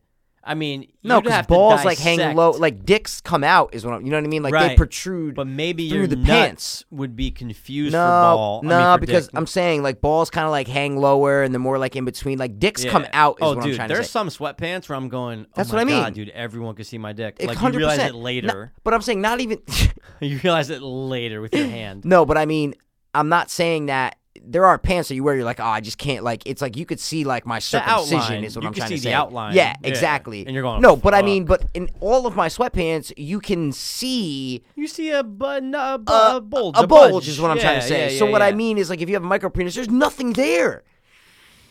Speaker 2: I mean,
Speaker 1: No,
Speaker 2: because
Speaker 1: because balls like hang low, like dicks come out. Is what I'm, you know what I mean? Like they
Speaker 2: Right.
Speaker 1: protrude.
Speaker 2: but maybe
Speaker 1: through
Speaker 2: your
Speaker 1: the
Speaker 2: nuts
Speaker 1: pants.
Speaker 2: would be confused
Speaker 1: no,
Speaker 2: for ball. I mean,
Speaker 1: no,
Speaker 2: for
Speaker 1: because
Speaker 2: dick.
Speaker 1: I'm saying like balls kind of like hang lower, and they're more like in between. Like dicks
Speaker 2: Yeah.
Speaker 1: come out. Is
Speaker 2: oh,
Speaker 1: what
Speaker 2: dude,
Speaker 1: I'm trying
Speaker 2: there's
Speaker 1: to say.
Speaker 2: some sweatpants where I'm going. oh
Speaker 1: That's
Speaker 2: my
Speaker 1: what I mean.
Speaker 2: God, dude, everyone could see my dick.
Speaker 1: It-
Speaker 2: like you realize
Speaker 1: 100%.
Speaker 2: it later. (laughs)
Speaker 1: No, but I'm saying not even. (laughs)
Speaker 2: you realize it later with
Speaker 1: (clears throat)
Speaker 2: your hand.
Speaker 1: no, but I mean, I'm not saying that. There are pants that you wear. You're like, oh, I just can't. Like, it's like you could see like my
Speaker 2: The
Speaker 1: circumcision
Speaker 2: outline.
Speaker 1: is what
Speaker 2: you
Speaker 1: I'm
Speaker 2: can
Speaker 1: trying
Speaker 2: see
Speaker 1: to say.
Speaker 2: the outline.
Speaker 1: Yeah, exactly.
Speaker 2: And you're going.
Speaker 1: no, but I
Speaker 2: "Fuck."
Speaker 1: mean, but in all of my sweatpants, you can see
Speaker 2: you see a button, a, bu-
Speaker 1: Uh,
Speaker 2: a bulge,
Speaker 1: a bulge is what I'm
Speaker 2: Yeah,
Speaker 1: trying to say.
Speaker 2: yeah,
Speaker 1: so
Speaker 2: yeah,
Speaker 1: what I
Speaker 2: yeah.
Speaker 1: mean is like if you have a micro penis, there's nothing there.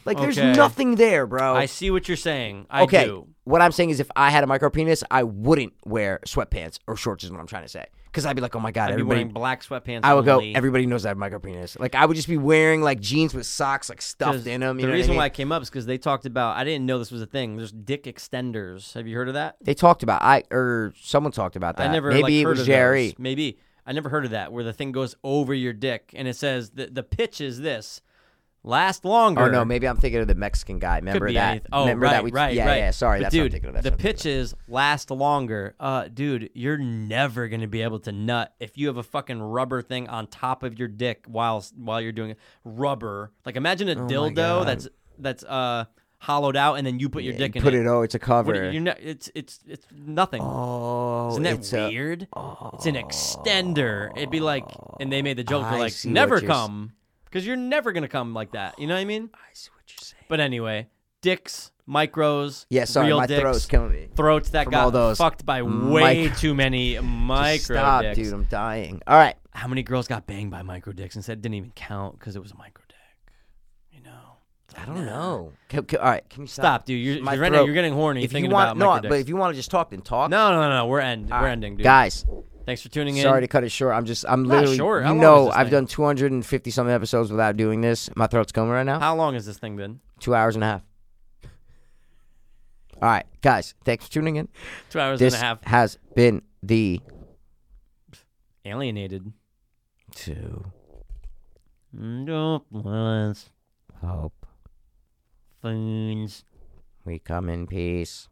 Speaker 1: Like there's
Speaker 2: Okay.
Speaker 1: nothing there, bro.
Speaker 2: I see what you're saying. I
Speaker 1: okay.
Speaker 2: do.
Speaker 1: What I'm saying is if I had a micro penis, I wouldn't wear sweatpants or shorts is what I'm trying to say. Because I'd be like, oh my god,
Speaker 2: I'd be
Speaker 1: everybody.
Speaker 2: wearing black sweatpants.
Speaker 1: I would go.
Speaker 2: only.
Speaker 1: Everybody knows I have micro penis. Like I would just be wearing like jeans with socks like
Speaker 2: 'Cause
Speaker 1: stuffed in them.
Speaker 2: The reason why I came up is because they talked about. I didn't know this was a thing. There's dick extenders. Have you heard of that?
Speaker 1: they talked about I or someone talked about that.
Speaker 2: I never.
Speaker 1: Maybe
Speaker 2: like,
Speaker 1: it
Speaker 2: heard
Speaker 1: was
Speaker 2: of
Speaker 1: Jerry.
Speaker 2: those. Maybe I never heard of that. Where the thing goes over your dick and it says the the pitch is this. Last longer.
Speaker 1: Oh no, maybe I'm thinking of the Mexican guy.
Speaker 2: Could
Speaker 1: Remember
Speaker 2: be
Speaker 1: that?
Speaker 2: anything. Oh,
Speaker 1: Remember
Speaker 2: right,
Speaker 1: that? We,
Speaker 2: right,
Speaker 1: yeah,
Speaker 2: right.
Speaker 1: yeah. Sorry,
Speaker 2: But
Speaker 1: that's
Speaker 2: dude,
Speaker 1: what I'm thinking of. That's
Speaker 2: the
Speaker 1: what I'm thinking of.
Speaker 2: pitches last longer. Uh, dude, you're never gonna be able to nut if you have a fucking rubber thing on top of your dick while while you're doing it. Rubber, like imagine a dildo
Speaker 1: Oh God.
Speaker 2: that's that's uh hollowed out, and then you put your dick in
Speaker 1: put
Speaker 2: it.
Speaker 1: it. Oh, it's a cover.
Speaker 2: What do you- you're not- it's it's it's nothing.
Speaker 1: Oh,
Speaker 2: Isn't that
Speaker 1: it's a-
Speaker 2: weird? it's an extender. It'd be like, and they made the joke,
Speaker 1: I
Speaker 2: they're like,
Speaker 1: see what
Speaker 2: never
Speaker 1: you're s-
Speaker 2: come, because you're never gonna come like that. You know what I mean? I see what you're saying. But anyway, dicks, micros,
Speaker 1: yeah, sorry,
Speaker 2: real
Speaker 1: my
Speaker 2: dicks,
Speaker 1: throat's killing me.
Speaker 2: throats that
Speaker 1: from
Speaker 2: got
Speaker 1: all those
Speaker 2: fucked by way
Speaker 1: mic- (laughs)
Speaker 2: too many micro
Speaker 1: Stop,
Speaker 2: dicks.
Speaker 1: dude. I'm dying. All right.
Speaker 2: How many girls got banged by micro dicks and said it didn't even count because it was a micro dick? You know.
Speaker 1: I don't know. Ca- ca- all right. Can you stop?
Speaker 2: Stop, dude. You're,
Speaker 1: My
Speaker 2: right now
Speaker 1: throat.
Speaker 2: you're getting horny
Speaker 1: If you
Speaker 2: thinking
Speaker 1: want,
Speaker 2: about
Speaker 1: no,
Speaker 2: micro
Speaker 1: but
Speaker 2: dicks.
Speaker 1: if you want to just talk, then talk.
Speaker 2: no, no, no, no. We're end.
Speaker 1: All
Speaker 2: we're
Speaker 1: right.
Speaker 2: ending, dude.
Speaker 1: Guys,
Speaker 2: Thanks for tuning in.
Speaker 1: sorry to cut it short. I'm just, I'm
Speaker 2: Not
Speaker 1: literally,
Speaker 2: short. How
Speaker 1: you
Speaker 2: long is
Speaker 1: know,
Speaker 2: this
Speaker 1: I've
Speaker 2: thing?
Speaker 1: done 250 something episodes without doing this. My throat's coming right now.
Speaker 2: How long has this thing been?
Speaker 1: Two hours and a half. All right, guys, thanks for tuning in.
Speaker 2: Two hours
Speaker 1: This
Speaker 2: and a half.
Speaker 1: has been the
Speaker 2: Alienated.
Speaker 1: two
Speaker 2: Don't want
Speaker 1: hope
Speaker 2: phones.
Speaker 1: we come in peace.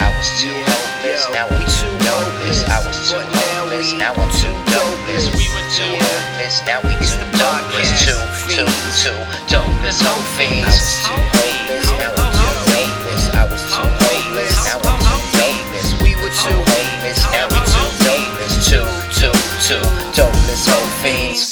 Speaker 3: I was too hopeless, now we too hopeless. I was too hopeless, dopeless, now I'm too dopeless. We were too hopeless, now we too dopeless. Two, two, two, dopeless, whole fiends. I was too hopeless, now I'm too dopeless. I was too hopeless, now I'm too dopeless. We were too hopeless, now we too dopeless. Two, two, two, dopeless, whole fiends.